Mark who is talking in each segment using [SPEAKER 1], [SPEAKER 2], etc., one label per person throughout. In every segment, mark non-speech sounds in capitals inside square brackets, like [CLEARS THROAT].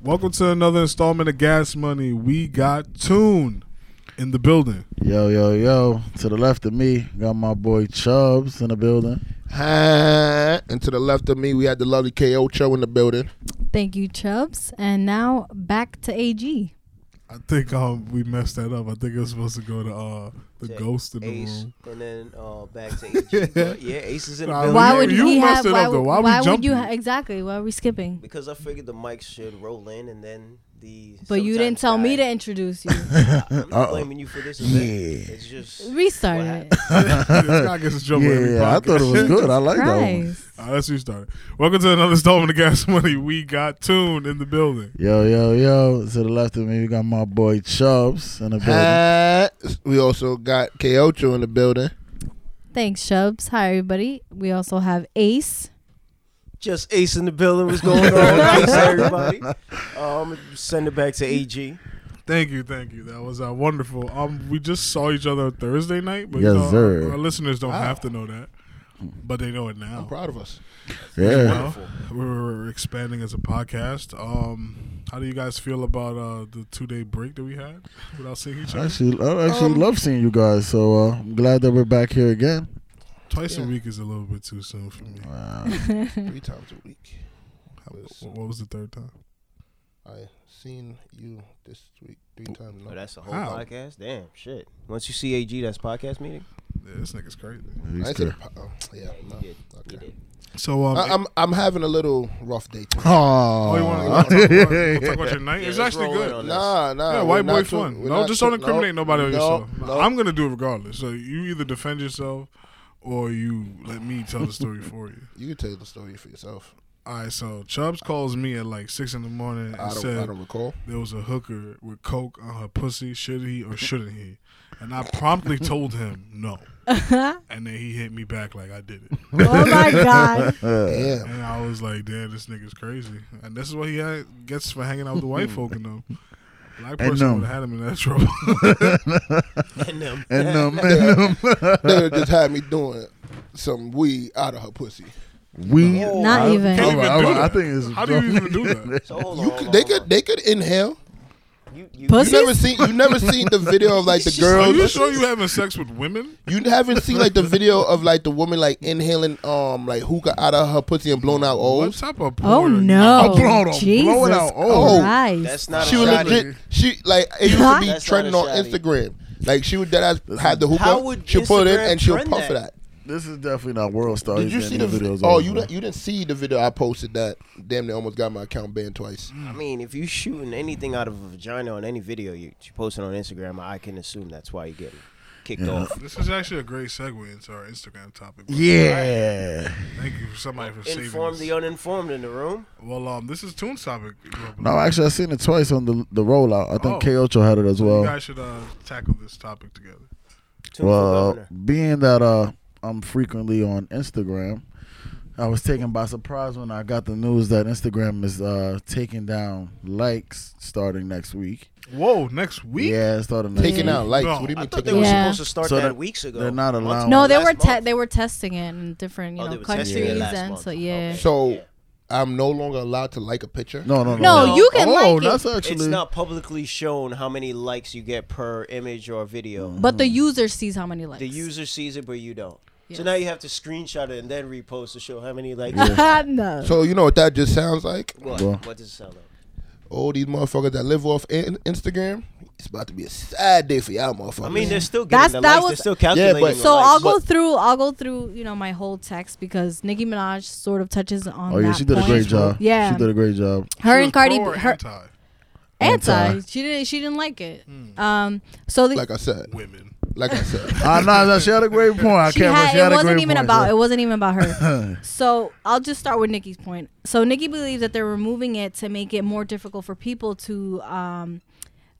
[SPEAKER 1] Welcome to another installment of Gas Money. We got Tune in the building.
[SPEAKER 2] Yo, yo, yo. To the left of me, got my boy Chubbs in the building.
[SPEAKER 3] Hi. And to the left of me, we had the lovely KO Cho in the building.
[SPEAKER 4] Thank you, Chubbs. And now back to AG.
[SPEAKER 1] I think um, we messed that up. I think it was supposed to go to uh, the
[SPEAKER 5] to
[SPEAKER 1] ghost in the
[SPEAKER 5] Ace,
[SPEAKER 1] room.
[SPEAKER 5] and then uh, back to AG. But yeah, Ace is in the
[SPEAKER 1] Nah, Oh,
[SPEAKER 5] building.
[SPEAKER 1] we-
[SPEAKER 4] Why
[SPEAKER 1] you-
[SPEAKER 4] would
[SPEAKER 1] you
[SPEAKER 4] we
[SPEAKER 1] messed
[SPEAKER 4] have?
[SPEAKER 1] it
[SPEAKER 4] Why,
[SPEAKER 1] up, though.
[SPEAKER 4] would-
[SPEAKER 1] Why we
[SPEAKER 4] why would you
[SPEAKER 1] jumping?
[SPEAKER 4] ha- exactly? Why are we
[SPEAKER 1] [LAUGHS]
[SPEAKER 4] skipping?
[SPEAKER 5] Because I figured the mic should roll in, and then the.
[SPEAKER 4] But you didn't
[SPEAKER 5] sometimes
[SPEAKER 4] tell me to
[SPEAKER 1] [LAUGHS]
[SPEAKER 5] guy-
[SPEAKER 4] introduce you.
[SPEAKER 5] [LAUGHS] I'm not blaming you for this. Event.
[SPEAKER 2] Yeah.
[SPEAKER 5] It's just.
[SPEAKER 4] Restart
[SPEAKER 5] What?
[SPEAKER 1] [LAUGHS]
[SPEAKER 4] it.
[SPEAKER 1] this guy gets a jump every
[SPEAKER 2] Yeah, I
[SPEAKER 1] podcast.
[SPEAKER 2] thought it was good. I like that one.
[SPEAKER 4] Christ.
[SPEAKER 1] All right, let's restart it. Welcome to another installment of Gas Money. We got Tune in the building.
[SPEAKER 2] Yo, yo, yo. To the left of me, we got my boy Chubbs in the building.
[SPEAKER 3] Hi. We also got KO Cho in the building.
[SPEAKER 4] Thanks, Chubbs. Hi, everybody. We also have
[SPEAKER 1] [LAUGHS]
[SPEAKER 4] Ace.
[SPEAKER 5] Just Ace in the building. What's going on? Ace, everybody. Um, send it back to AG.
[SPEAKER 1] Thank you, thank you. That was uh, wonderful. Um, we just saw each other Thursday night, but you
[SPEAKER 2] Yes,
[SPEAKER 1] know,
[SPEAKER 2] sir.
[SPEAKER 1] Our, our listeners don't
[SPEAKER 3] Wow.
[SPEAKER 1] have to know that, but they know it
[SPEAKER 3] I'm
[SPEAKER 1] now.
[SPEAKER 3] proud
[SPEAKER 1] [LAUGHS]
[SPEAKER 3] of us.
[SPEAKER 2] Yeah.
[SPEAKER 1] Well, we're expanding as a podcast. Um, how do you guys feel about uh, the two day break that we had without seeing each
[SPEAKER 2] I
[SPEAKER 1] other?
[SPEAKER 2] actually, I actually
[SPEAKER 3] Um,
[SPEAKER 2] love seeing you guys, so uh, I'm glad that we're back here again. Uh,
[SPEAKER 1] Twice a
[SPEAKER 3] yeah.
[SPEAKER 1] week is a little bit too soon for me.
[SPEAKER 3] [LAUGHS]
[SPEAKER 2] Wow.
[SPEAKER 3] Three times a week.
[SPEAKER 1] How- What was the third time?
[SPEAKER 3] I seen you this week three times.
[SPEAKER 5] Oh, that's a whole
[SPEAKER 1] How?
[SPEAKER 5] podcast. Damn, shit. Once you see AG, that's podcast meeting.
[SPEAKER 1] Yeah, this nigga's crazy.
[SPEAKER 3] I
[SPEAKER 2] He's
[SPEAKER 3] said,
[SPEAKER 2] good.
[SPEAKER 3] po- oh, yeah, no.
[SPEAKER 5] You did. You
[SPEAKER 3] Okay.
[SPEAKER 5] did.
[SPEAKER 1] So um,
[SPEAKER 3] I, I'm I'm having a little rough day. [LAUGHS] Today.
[SPEAKER 1] oh, you want to talk,
[SPEAKER 2] Aw.
[SPEAKER 1] about- wanna
[SPEAKER 3] [LAUGHS]
[SPEAKER 1] talk about your night?
[SPEAKER 5] Yeah,
[SPEAKER 1] it's
[SPEAKER 5] let's
[SPEAKER 1] actually
[SPEAKER 5] roll in
[SPEAKER 1] good.
[SPEAKER 5] on
[SPEAKER 3] Nah, nah.
[SPEAKER 1] Yeah,
[SPEAKER 3] we're
[SPEAKER 1] white boy
[SPEAKER 3] not too-
[SPEAKER 1] fun.
[SPEAKER 3] we're
[SPEAKER 1] No,
[SPEAKER 3] not
[SPEAKER 1] just
[SPEAKER 3] too-
[SPEAKER 1] don't incriminate nobody on
[SPEAKER 3] no,
[SPEAKER 1] yourself.
[SPEAKER 3] no.
[SPEAKER 1] I'm gonna do it regardless. So you either defend yourself or you let me tell the
[SPEAKER 3] [LAUGHS]
[SPEAKER 1] story for you.
[SPEAKER 3] you can tell the story for yourself.
[SPEAKER 1] All right, so Chubbs calls me at like six in the morning and
[SPEAKER 3] I don't,
[SPEAKER 1] said
[SPEAKER 3] I don't recall.
[SPEAKER 1] there was a hooker with coke on her pussy. Should he or shouldn't he? And I promptly told him no.
[SPEAKER 4] Uh-huh.
[SPEAKER 1] and then he hit me back like I did it.
[SPEAKER 4] Oh
[SPEAKER 1] [LAUGHS]
[SPEAKER 4] my God.
[SPEAKER 3] Damn.
[SPEAKER 1] And I was like, damn, this nigga's crazy. And this is what he had, gets for hanging out with the white folk and them. Black
[SPEAKER 2] And
[SPEAKER 1] person
[SPEAKER 2] them.
[SPEAKER 1] would have had him in that trouble.
[SPEAKER 5] [LAUGHS]
[SPEAKER 1] [LAUGHS]
[SPEAKER 5] And them.
[SPEAKER 2] And um, and
[SPEAKER 3] [LAUGHS]
[SPEAKER 2] um,
[SPEAKER 3] Nigga just had me doing some weed out of her pussy.
[SPEAKER 2] we
[SPEAKER 3] Oh.
[SPEAKER 4] Not
[SPEAKER 2] I-
[SPEAKER 4] even.
[SPEAKER 2] I,
[SPEAKER 1] Can't even
[SPEAKER 2] I-
[SPEAKER 1] do
[SPEAKER 2] I
[SPEAKER 1] that.
[SPEAKER 2] think it's
[SPEAKER 1] How do you even do
[SPEAKER 2] [LAUGHS]
[SPEAKER 1] that?
[SPEAKER 5] So hold on.
[SPEAKER 3] You
[SPEAKER 5] hold
[SPEAKER 3] could,
[SPEAKER 5] on,
[SPEAKER 3] they
[SPEAKER 5] hold
[SPEAKER 3] could
[SPEAKER 5] on.
[SPEAKER 3] they could inhale.
[SPEAKER 5] You, you,
[SPEAKER 4] Pussy?
[SPEAKER 3] You never seen you never seen the video of like the
[SPEAKER 1] Are you
[SPEAKER 3] girls.
[SPEAKER 1] sure you having sex with women?
[SPEAKER 3] You haven't seen like the video of like the woman like inhaling um like hookah out of her pussy and blowing out
[SPEAKER 1] What
[SPEAKER 3] O's.
[SPEAKER 1] type of porn?
[SPEAKER 4] Oh no.
[SPEAKER 2] I'm blowing out-
[SPEAKER 4] Jesus
[SPEAKER 2] blowing out
[SPEAKER 1] Oh.
[SPEAKER 2] all.
[SPEAKER 4] Christ.
[SPEAKER 5] That's not
[SPEAKER 3] She
[SPEAKER 5] a
[SPEAKER 3] was
[SPEAKER 5] shot.
[SPEAKER 3] legit. She like it used to
[SPEAKER 4] Huh?
[SPEAKER 3] be
[SPEAKER 5] That's
[SPEAKER 3] trending on
[SPEAKER 5] not a shotty.
[SPEAKER 3] Instagram. Like she would that had the hookah.
[SPEAKER 5] How would
[SPEAKER 3] she'll put it in
[SPEAKER 5] Instagram
[SPEAKER 3] and she'll
[SPEAKER 5] trend
[SPEAKER 3] puff for
[SPEAKER 5] that?
[SPEAKER 3] that.
[SPEAKER 2] This is definitely not world star.
[SPEAKER 3] Did you see the video?
[SPEAKER 2] videos?
[SPEAKER 3] Oh,
[SPEAKER 2] over.
[SPEAKER 3] you you didn't see the video I posted that. Damn, they almost got my account banned twice.
[SPEAKER 5] I mean, if you shooting anything out of a vagina on any video you, you post it on Instagram, I can assume that's why you get kicked off.
[SPEAKER 1] This is actually a great segue into our Instagram topic. bro.
[SPEAKER 2] Yeah.
[SPEAKER 1] Thank you for somebody for saving
[SPEAKER 5] Inform
[SPEAKER 1] us.
[SPEAKER 5] the uninformed in the room.
[SPEAKER 1] well, um, this is Toon's topic. bro.
[SPEAKER 2] No, actually, I seen it twice on the the rollout. I
[SPEAKER 1] Oh.
[SPEAKER 2] think K Ocho had it as
[SPEAKER 1] you
[SPEAKER 2] well.
[SPEAKER 1] guys should uh, tackle this topic together.
[SPEAKER 5] Tune for
[SPEAKER 2] Well,
[SPEAKER 5] governor.
[SPEAKER 2] being that uh, I'm frequently on Instagram, I was taken by surprise when I got the news that Instagram is uh, taking down likes starting next week.
[SPEAKER 1] Whoa, next week?
[SPEAKER 2] Yeah, starting next
[SPEAKER 3] Taking
[SPEAKER 2] week.
[SPEAKER 3] out likes.
[SPEAKER 1] No,
[SPEAKER 3] What do you
[SPEAKER 5] I
[SPEAKER 3] mean taking
[SPEAKER 5] thought they
[SPEAKER 3] out?
[SPEAKER 5] were
[SPEAKER 4] Yeah.
[SPEAKER 5] supposed to start
[SPEAKER 2] So
[SPEAKER 5] that,
[SPEAKER 2] they're-
[SPEAKER 5] weeks ago.
[SPEAKER 2] they're not
[SPEAKER 5] Months
[SPEAKER 2] allowing-
[SPEAKER 5] ago.
[SPEAKER 4] No, they
[SPEAKER 5] Last
[SPEAKER 4] were te-
[SPEAKER 5] month.
[SPEAKER 4] they were testing it in different, you
[SPEAKER 5] Oh, they
[SPEAKER 4] know,
[SPEAKER 5] were testing it
[SPEAKER 4] countries
[SPEAKER 5] last
[SPEAKER 4] and
[SPEAKER 5] month.
[SPEAKER 4] so yeah.
[SPEAKER 5] Okay.
[SPEAKER 3] So I'm no longer allowed to like a picture.
[SPEAKER 2] No, no, no.
[SPEAKER 4] No, you can
[SPEAKER 2] oh,
[SPEAKER 4] like it.
[SPEAKER 2] that's actually.
[SPEAKER 5] it's not publicly shown how many likes you get per image or video.
[SPEAKER 4] But
[SPEAKER 1] Mm.
[SPEAKER 4] the user sees how many likes.
[SPEAKER 5] The
[SPEAKER 4] [LAUGHS]
[SPEAKER 5] user sees it, but you don't.
[SPEAKER 4] Yes.
[SPEAKER 5] So now you have to screenshot it and then repost to show how many likes. you got.
[SPEAKER 4] no.
[SPEAKER 3] So you know what that just sounds like?
[SPEAKER 5] What?
[SPEAKER 2] Well.
[SPEAKER 5] What does it sound like?
[SPEAKER 3] All these motherfuckers that live off in- Instagram. It's about to be a sad day for y'all, motherfuckers.
[SPEAKER 5] I mean, they're still getting
[SPEAKER 4] That's-
[SPEAKER 5] the
[SPEAKER 4] that
[SPEAKER 5] likes.
[SPEAKER 4] was-
[SPEAKER 5] they're still calculating.
[SPEAKER 3] but-
[SPEAKER 5] the
[SPEAKER 4] So
[SPEAKER 5] likes.
[SPEAKER 4] I'll go
[SPEAKER 3] but-
[SPEAKER 4] through I'll go through you know my whole text because Nicki Minaj sort of touches on.
[SPEAKER 2] Oh yeah,
[SPEAKER 4] that
[SPEAKER 2] she did a
[SPEAKER 4] point.
[SPEAKER 2] great job.
[SPEAKER 4] Yeah,
[SPEAKER 2] she did a great job.
[SPEAKER 4] her
[SPEAKER 1] She was
[SPEAKER 4] and Cardi.
[SPEAKER 1] pro or
[SPEAKER 4] B- Her
[SPEAKER 1] anti
[SPEAKER 4] anti.
[SPEAKER 2] Anti.
[SPEAKER 4] She didn't. She didn't like it.
[SPEAKER 2] Hmm.
[SPEAKER 4] Um. So the,
[SPEAKER 3] like I said,
[SPEAKER 1] women.
[SPEAKER 3] like I said,
[SPEAKER 2] Ah, no, no, she had a great point. I
[SPEAKER 4] she
[SPEAKER 2] can't.
[SPEAKER 4] had,
[SPEAKER 2] she had
[SPEAKER 4] it
[SPEAKER 2] a
[SPEAKER 4] wasn't
[SPEAKER 2] great
[SPEAKER 4] even
[SPEAKER 2] point,
[SPEAKER 4] about
[SPEAKER 2] yeah.
[SPEAKER 4] it wasn't even
[SPEAKER 2] [LAUGHS]
[SPEAKER 4] about her. so I'll just start with Nikki's point. So Nikki believes that they're removing it to make it more difficult for people to um,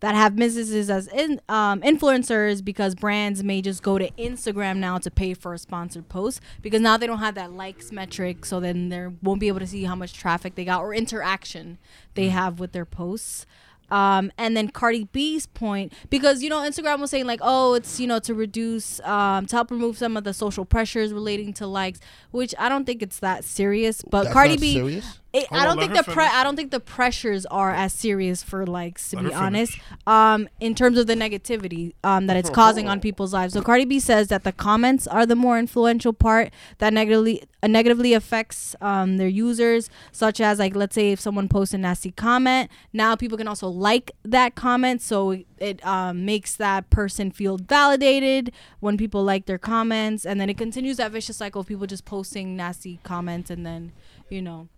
[SPEAKER 4] that have businesses as in, um, influencers because brands may just go to Instagram now to pay for a sponsored post because now they don't have that likes metric. So then they won't be able to see how much traffic they got or interaction
[SPEAKER 3] Mm.
[SPEAKER 4] they have with their posts. Um, and then Cardi B's point, because you know Instagram was saying like, oh, it's you know to reduce, um, to help remove some of the social pressures relating to likes, which I don't think it's that serious. But
[SPEAKER 3] That's
[SPEAKER 4] Cardi
[SPEAKER 3] not
[SPEAKER 4] B,
[SPEAKER 3] serious?
[SPEAKER 4] It,
[SPEAKER 1] Hold
[SPEAKER 4] I
[SPEAKER 1] on,
[SPEAKER 4] don't
[SPEAKER 1] let
[SPEAKER 4] think
[SPEAKER 1] her
[SPEAKER 4] the pre-
[SPEAKER 1] finish.
[SPEAKER 4] I don't think the pressures are as serious for likes to
[SPEAKER 1] Let
[SPEAKER 4] be
[SPEAKER 1] her finish.
[SPEAKER 4] honest. Um, in terms of the negativity um, that it's causing on people's lives. So Cardi B says that the comments are the more influential part that negatively uh, negatively affects um, their users, such as like let's say if someone posts a nasty comment, now people can also like that comment, so it um, makes that person feel validated when people like their comments, and then it continues that vicious cycle of people just posting nasty comments and then you know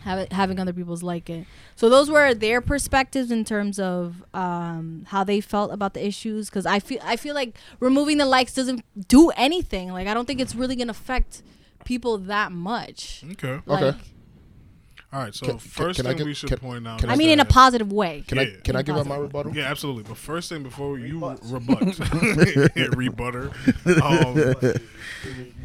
[SPEAKER 4] have it, having other people's like it. So those were their perspectives in terms of um, how they felt about the issues. Because I feel I feel like removing the likes doesn't do anything. Like I don't think it's really gonna affect people that much.
[SPEAKER 1] Okay.
[SPEAKER 5] Oh,
[SPEAKER 3] Okay.
[SPEAKER 4] Like,
[SPEAKER 1] All right. So
[SPEAKER 3] Can- can-
[SPEAKER 1] first
[SPEAKER 3] can I
[SPEAKER 1] thing
[SPEAKER 3] get-
[SPEAKER 1] we should
[SPEAKER 3] can-
[SPEAKER 1] point out.
[SPEAKER 3] can
[SPEAKER 4] I
[SPEAKER 1] is
[SPEAKER 4] mean, in a
[SPEAKER 1] that-
[SPEAKER 4] positive way.
[SPEAKER 3] Can
[SPEAKER 1] Yeah.
[SPEAKER 3] I can I give out my rebuttal?
[SPEAKER 1] Yeah, absolutely. But first thing before you [LAUGHS] rebut, Yeah,
[SPEAKER 2] [LAUGHS]
[SPEAKER 1] rebutter, um,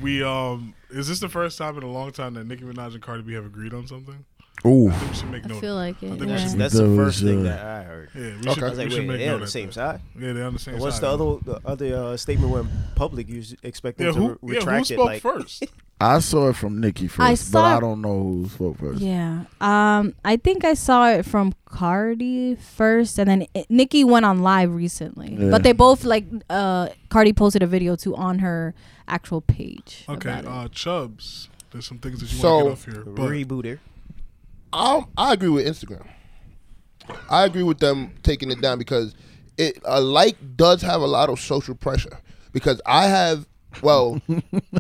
[SPEAKER 1] we um, is this the first time in a long time that Nicki Minaj and Cardi B have agreed on something?
[SPEAKER 2] Ooh.
[SPEAKER 1] I think we should make
[SPEAKER 4] I
[SPEAKER 1] note.
[SPEAKER 4] feel like it.
[SPEAKER 1] think we should
[SPEAKER 4] yeah.
[SPEAKER 1] be-
[SPEAKER 5] That's the
[SPEAKER 2] That
[SPEAKER 5] first
[SPEAKER 2] was,
[SPEAKER 5] thing
[SPEAKER 2] uh,
[SPEAKER 5] that I heard.
[SPEAKER 1] yeah, we
[SPEAKER 3] Okay.
[SPEAKER 1] should,
[SPEAKER 3] I
[SPEAKER 5] I was
[SPEAKER 1] we
[SPEAKER 5] like,
[SPEAKER 1] should
[SPEAKER 5] wait,
[SPEAKER 1] make
[SPEAKER 5] they're on
[SPEAKER 1] note.
[SPEAKER 5] the
[SPEAKER 1] of
[SPEAKER 5] same
[SPEAKER 1] that.
[SPEAKER 5] side.
[SPEAKER 1] Yeah, they're on the same
[SPEAKER 5] What's
[SPEAKER 1] side.
[SPEAKER 5] the other the other uh, statement when public you s- expect them
[SPEAKER 1] Yeah, who,
[SPEAKER 5] to re-
[SPEAKER 1] yeah, who
[SPEAKER 5] retract
[SPEAKER 1] spoke
[SPEAKER 5] it? Like, [LAUGHS]
[SPEAKER 1] first?
[SPEAKER 2] I saw it from Nikki first,
[SPEAKER 4] I
[SPEAKER 2] but
[SPEAKER 4] saw-
[SPEAKER 2] I don't know who spoke first.
[SPEAKER 4] [LAUGHS] Yeah. Um, I think I saw it from Cardi first, and then it, Nikki went on live recently.
[SPEAKER 2] Yeah.
[SPEAKER 4] But they both like uh, Cardi posted a video too on her actual page.
[SPEAKER 1] Okay,
[SPEAKER 4] about it.
[SPEAKER 1] uh, Chubbs. There's some things that you
[SPEAKER 3] So-
[SPEAKER 1] want to get off here. But
[SPEAKER 5] rebooter.
[SPEAKER 3] I I agree with Instagram. I agree with them taking it down because it a like does have a lot of social pressure because I have well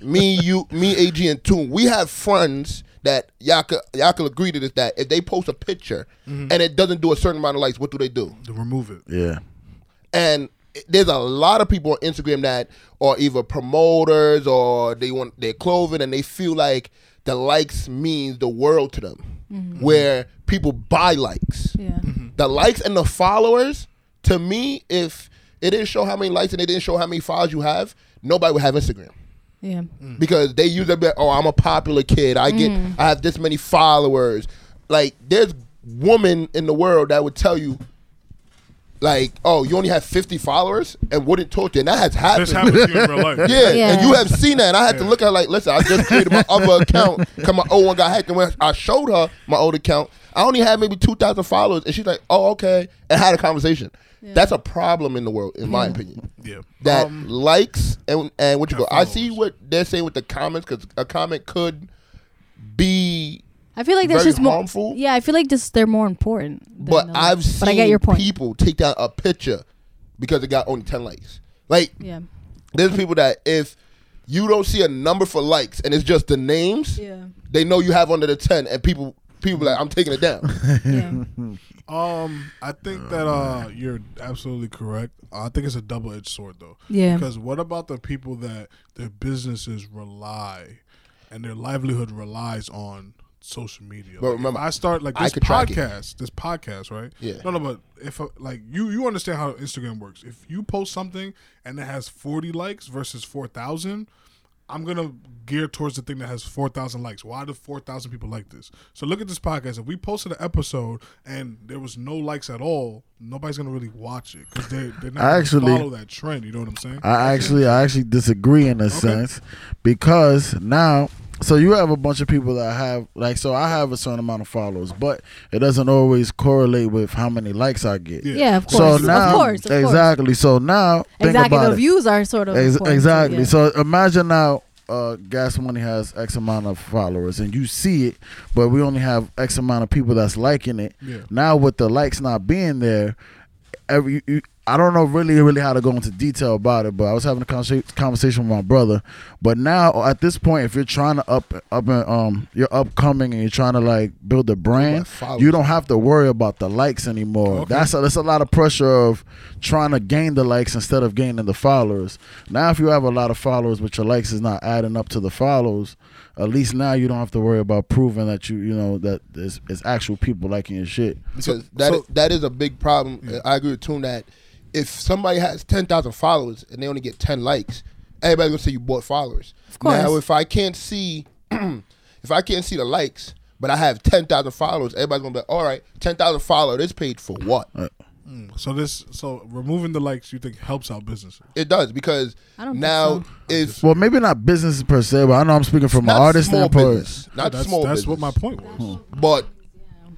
[SPEAKER 3] me you me Ag and Toon we have friends that y'all could, y'all could agree to this that if they post a picture and it doesn't do a certain amount of likes what do they do
[SPEAKER 1] to remove it.
[SPEAKER 2] Yeah.
[SPEAKER 3] and there's a lot of people on Instagram that are either promoters or they want their clothing and they feel like the likes means the world to them. Where people buy likes.
[SPEAKER 4] Yeah.
[SPEAKER 3] The likes and the followers, to me, if it didn't show how many likes and it didn't show how many followers you have, nobody would have Instagram.
[SPEAKER 4] Yeah.
[SPEAKER 3] Because they use it, oh, I'm a popular kid. I get, I have this many followers. Like, there's women in the world that would tell you, like, oh, you only have 50 followers and wouldn't talk to you. And that has
[SPEAKER 1] This
[SPEAKER 3] happened.
[SPEAKER 1] happens to you in real life.
[SPEAKER 3] [LAUGHS] Yeah,
[SPEAKER 4] Yeah.
[SPEAKER 3] and you have seen that. And I had to
[SPEAKER 1] Yeah.
[SPEAKER 3] look at her like, listen, I just created my other account because my old one got hacked. And when I showed her my old account, I only had maybe 2,000 followers. And she's like, oh, okay. And had a conversation. That's a problem in the world, in my opinion.
[SPEAKER 1] Yeah.
[SPEAKER 3] That
[SPEAKER 1] Um,
[SPEAKER 3] likes and, and what you
[SPEAKER 1] and
[SPEAKER 3] go. I see
[SPEAKER 1] followers.
[SPEAKER 3] what they're saying with the comments because a comment could be
[SPEAKER 4] I feel like that's
[SPEAKER 3] very
[SPEAKER 4] just more.
[SPEAKER 3] harmful.
[SPEAKER 4] Yeah, I feel like just they're more important. than
[SPEAKER 3] But
[SPEAKER 4] the
[SPEAKER 3] I've
[SPEAKER 4] likes.
[SPEAKER 3] seen
[SPEAKER 4] But I get your point.
[SPEAKER 3] people take down a picture because it got only 10 likes. Like,
[SPEAKER 4] Yeah.
[SPEAKER 3] there's
[SPEAKER 4] Mm.
[SPEAKER 3] people that if you don't see a number for likes and it's just the names,
[SPEAKER 2] [LAUGHS]
[SPEAKER 4] Yeah.
[SPEAKER 3] they know you have under the 10 and people people like i'm taking it down
[SPEAKER 4] Yeah.
[SPEAKER 1] Um, I think that uh, you're absolutely correct. I think it's a double-edged sword though.
[SPEAKER 4] Yeah.
[SPEAKER 1] Because what about the people that their businesses rely and their livelihood relies on social media?
[SPEAKER 3] But
[SPEAKER 1] Like, if
[SPEAKER 3] remember,
[SPEAKER 1] I start like
[SPEAKER 3] I
[SPEAKER 1] this
[SPEAKER 3] could track it.
[SPEAKER 1] podcast, this podcast, right?
[SPEAKER 3] Yeah.
[SPEAKER 1] No, no, but if uh, like you, you understand how Instagram works. If you post something and it has 40 likes versus 4,000. I'm gonna gear towards the thing that has 4,000 likes. Why do 4,000 people like this? So look at this podcast. If we posted an episode and there was no likes at all, nobody's gonna really watch it because they they're not
[SPEAKER 2] I
[SPEAKER 1] gonna
[SPEAKER 2] actually-
[SPEAKER 1] follow that trend. You know what I'm saying?
[SPEAKER 2] I actually, I actually disagree in a sense because now, so you have a bunch of people that have like, so I have a certain amount of followers, but it doesn't always correlate with how many likes I get.
[SPEAKER 1] Yeah.
[SPEAKER 4] Yeah. Of course.
[SPEAKER 2] So now,
[SPEAKER 4] of course. Of Course.
[SPEAKER 2] exactly. So now, think
[SPEAKER 4] Exactly.
[SPEAKER 2] about
[SPEAKER 4] The
[SPEAKER 2] it.
[SPEAKER 4] views are sort of
[SPEAKER 2] Ex-
[SPEAKER 4] important, too,
[SPEAKER 2] exactly.
[SPEAKER 4] yeah.
[SPEAKER 2] So imagine now, uh, Gas Money has X amount of followers, and you see it, but we only have X amount of people that's liking it.
[SPEAKER 1] Yeah.
[SPEAKER 2] Now with the likes not being there, every you, I don't know really really how to go into detail about it, but I was having a conversa- conversation with my brother. But now at this point, if you're trying to up up and, um you're upcoming and you're trying to like build a brand,
[SPEAKER 3] followers.
[SPEAKER 2] you don't have to worry about the likes anymore.
[SPEAKER 1] Okay.
[SPEAKER 2] That's a, that's a lot of pressure of trying to gain the likes instead of gaining the followers. Now if you have a lot of followers, but your likes is not adding up to the follows. At least now you don't have to worry about proving that you you know that it's, it's actual people liking your shit.
[SPEAKER 3] because that
[SPEAKER 1] so-
[SPEAKER 3] that is a big problem i agree with tune that if somebody has 10000 followers and they only get 10 likes everybody's gonna say you bought followers of
[SPEAKER 4] course.
[SPEAKER 3] now if i can't see [CLEARS THROAT] if i can't see the likes but i have 10000 followers everybody's gonna be like all right 10000 follow this page for what
[SPEAKER 1] So this, so removing the likes, you think helps out businesses?
[SPEAKER 3] It does because
[SPEAKER 4] I don't think
[SPEAKER 3] now
[SPEAKER 4] so.
[SPEAKER 3] if
[SPEAKER 2] Well, maybe not business per se, but I know I'm speaking from an
[SPEAKER 3] not
[SPEAKER 2] artist
[SPEAKER 3] small
[SPEAKER 2] standpoint.
[SPEAKER 3] business, not
[SPEAKER 1] that's
[SPEAKER 3] small
[SPEAKER 1] that's
[SPEAKER 3] business,
[SPEAKER 1] what my point was.
[SPEAKER 3] but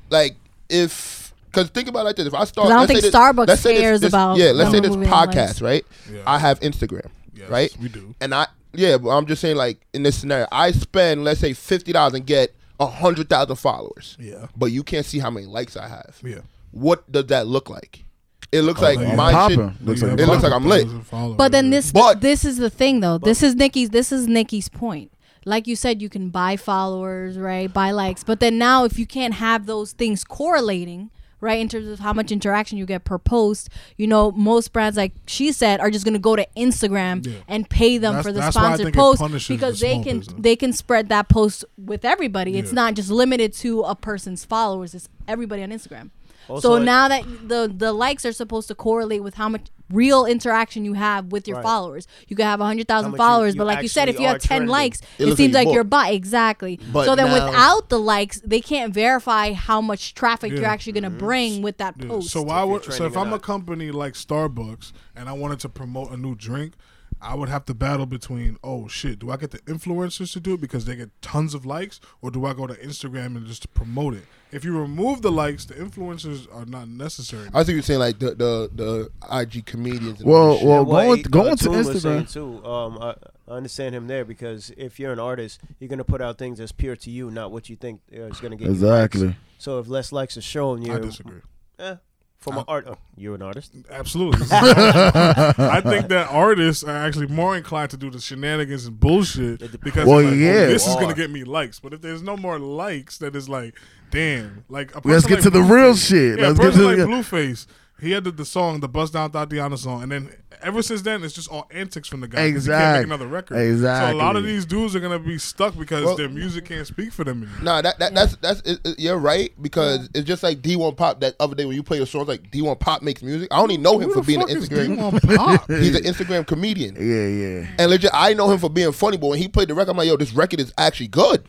[SPEAKER 3] like if because think about it like this if I start
[SPEAKER 4] 'Cause I don't
[SPEAKER 3] let's say
[SPEAKER 4] think
[SPEAKER 3] this-
[SPEAKER 4] Starbucks
[SPEAKER 3] let's say this-
[SPEAKER 4] cares
[SPEAKER 3] this-
[SPEAKER 4] about
[SPEAKER 3] yeah let's say this
[SPEAKER 4] removing the likes.
[SPEAKER 3] podcast right
[SPEAKER 1] Yeah.
[SPEAKER 3] I have Instagram
[SPEAKER 1] Yes,
[SPEAKER 3] right
[SPEAKER 1] we do.
[SPEAKER 3] and I yeah but I'm just saying like in this scenario I spend let's say fifty dollars and get hundred thousand followers
[SPEAKER 1] Yeah.
[SPEAKER 3] but you can't see how many likes I have
[SPEAKER 1] Yeah. Oh,
[SPEAKER 3] what does that look like it looks like
[SPEAKER 1] yeah.
[SPEAKER 3] my shit
[SPEAKER 2] Popping. Looks
[SPEAKER 1] You have
[SPEAKER 2] like
[SPEAKER 3] it looks like I'm lit.
[SPEAKER 1] 100,000 followers.
[SPEAKER 4] But then this
[SPEAKER 3] But-
[SPEAKER 4] this is the thing though. This is Nikki's this is Nikki's point. Like you said, you can buy followers, right? Buy likes. But then now if you can't have those things correlating, right, in terms of how much interaction you get per post, you know, most brands like she said are just gonna go to Instagram
[SPEAKER 1] Yeah.
[SPEAKER 4] and pay them
[SPEAKER 1] That's-
[SPEAKER 4] for the
[SPEAKER 1] that's why I
[SPEAKER 4] sponsored
[SPEAKER 1] think it
[SPEAKER 4] post
[SPEAKER 1] punishes
[SPEAKER 4] because
[SPEAKER 1] the
[SPEAKER 4] they
[SPEAKER 1] small
[SPEAKER 4] can
[SPEAKER 1] business.
[SPEAKER 4] they can spread that post with everybody. It's
[SPEAKER 1] Yeah.
[SPEAKER 4] not just limited to a person's followers, it's everybody on Instagram.
[SPEAKER 5] Also,
[SPEAKER 4] so
[SPEAKER 5] it-
[SPEAKER 4] now that the the likes are supposed to correlate with how much real interaction you have with your
[SPEAKER 5] Right.
[SPEAKER 4] followers. You could have 100,000
[SPEAKER 5] How much you-
[SPEAKER 4] followers,
[SPEAKER 5] you
[SPEAKER 4] but like you said,
[SPEAKER 5] actually
[SPEAKER 4] if you had
[SPEAKER 5] are
[SPEAKER 4] 10
[SPEAKER 5] trending.
[SPEAKER 4] likes,
[SPEAKER 3] It
[SPEAKER 4] it,
[SPEAKER 3] looks
[SPEAKER 4] seems
[SPEAKER 3] like
[SPEAKER 4] like,
[SPEAKER 3] you
[SPEAKER 4] you're
[SPEAKER 3] bought.
[SPEAKER 4] bot. Exactly.
[SPEAKER 3] But
[SPEAKER 4] so then
[SPEAKER 3] now-
[SPEAKER 4] without the likes, they can't verify how much traffic you're
[SPEAKER 1] Yeah. Mm-hmm.
[SPEAKER 4] actually going to bring with that
[SPEAKER 1] Yeah.
[SPEAKER 4] post.
[SPEAKER 1] So why
[SPEAKER 5] if you're
[SPEAKER 1] would so
[SPEAKER 5] trending
[SPEAKER 1] if
[SPEAKER 5] or
[SPEAKER 1] I'm a
[SPEAKER 5] not.
[SPEAKER 1] company like Starbucks and I wanted to promote a new drink, I would have to battle between oh shit, do I get the influencers to do it because they get tons of likes, or do I go to Instagram and just promote it? If you remove the likes, the influencers are not necessary.
[SPEAKER 3] I think you're saying like the the the IG comedians. And all
[SPEAKER 2] Well,
[SPEAKER 3] that
[SPEAKER 2] well,
[SPEAKER 5] Well,
[SPEAKER 2] going
[SPEAKER 5] he-
[SPEAKER 2] going
[SPEAKER 5] uh,
[SPEAKER 2] to
[SPEAKER 5] Toon was saying,
[SPEAKER 2] Instagram.
[SPEAKER 5] too. Um, I, I understand him there because if you're an artist, you're gonna put out things that's pure to you, not what you think uh, is gonna get you
[SPEAKER 2] Exactly.
[SPEAKER 5] likes. So if less likes are shown, you
[SPEAKER 1] I disagree.
[SPEAKER 5] Eh, from an art, uh, you're an artist.
[SPEAKER 1] Absolutely. [LAUGHS] I think that artists are actually more inclined to do the shenanigans and bullshit because
[SPEAKER 2] Well,
[SPEAKER 1] they're like, oh,
[SPEAKER 2] yeah.
[SPEAKER 1] this is
[SPEAKER 5] Are.
[SPEAKER 1] gonna get me likes. But if there's no more likes, then it's like, damn. Like a
[SPEAKER 2] Let's
[SPEAKER 1] person
[SPEAKER 2] get
[SPEAKER 1] like
[SPEAKER 2] to the
[SPEAKER 1] Blueface-
[SPEAKER 2] real shit.
[SPEAKER 1] Yeah, a
[SPEAKER 2] Let's get
[SPEAKER 1] person
[SPEAKER 2] to
[SPEAKER 1] like
[SPEAKER 2] the.
[SPEAKER 1] Blueface. He had the, the song, the Bust Down Tatiana song, and then ever since then, it's just all antics from the guy. 'cause He can't
[SPEAKER 2] Exact-
[SPEAKER 1] make another record. So a lot
[SPEAKER 2] exactly.
[SPEAKER 1] of these dudes are gonna be stuck because
[SPEAKER 3] Well-
[SPEAKER 1] their music can't speak for them. Anymore.
[SPEAKER 3] Nah, that, that that's that's it, it- you're right because it's just like D1 Pop. That other day when you play your songs, like D1 Pop makes music. I only know him
[SPEAKER 1] Who
[SPEAKER 3] for
[SPEAKER 1] the
[SPEAKER 3] being an
[SPEAKER 1] fuck is
[SPEAKER 3] Instagram. [LAUGHS]
[SPEAKER 1] D1 Pop?
[SPEAKER 3] He's an Instagram comedian,
[SPEAKER 2] Yeah, yeah.
[SPEAKER 3] and legit, I know him for being funny. But when he played the record, I'm like, yo, this record is actually good.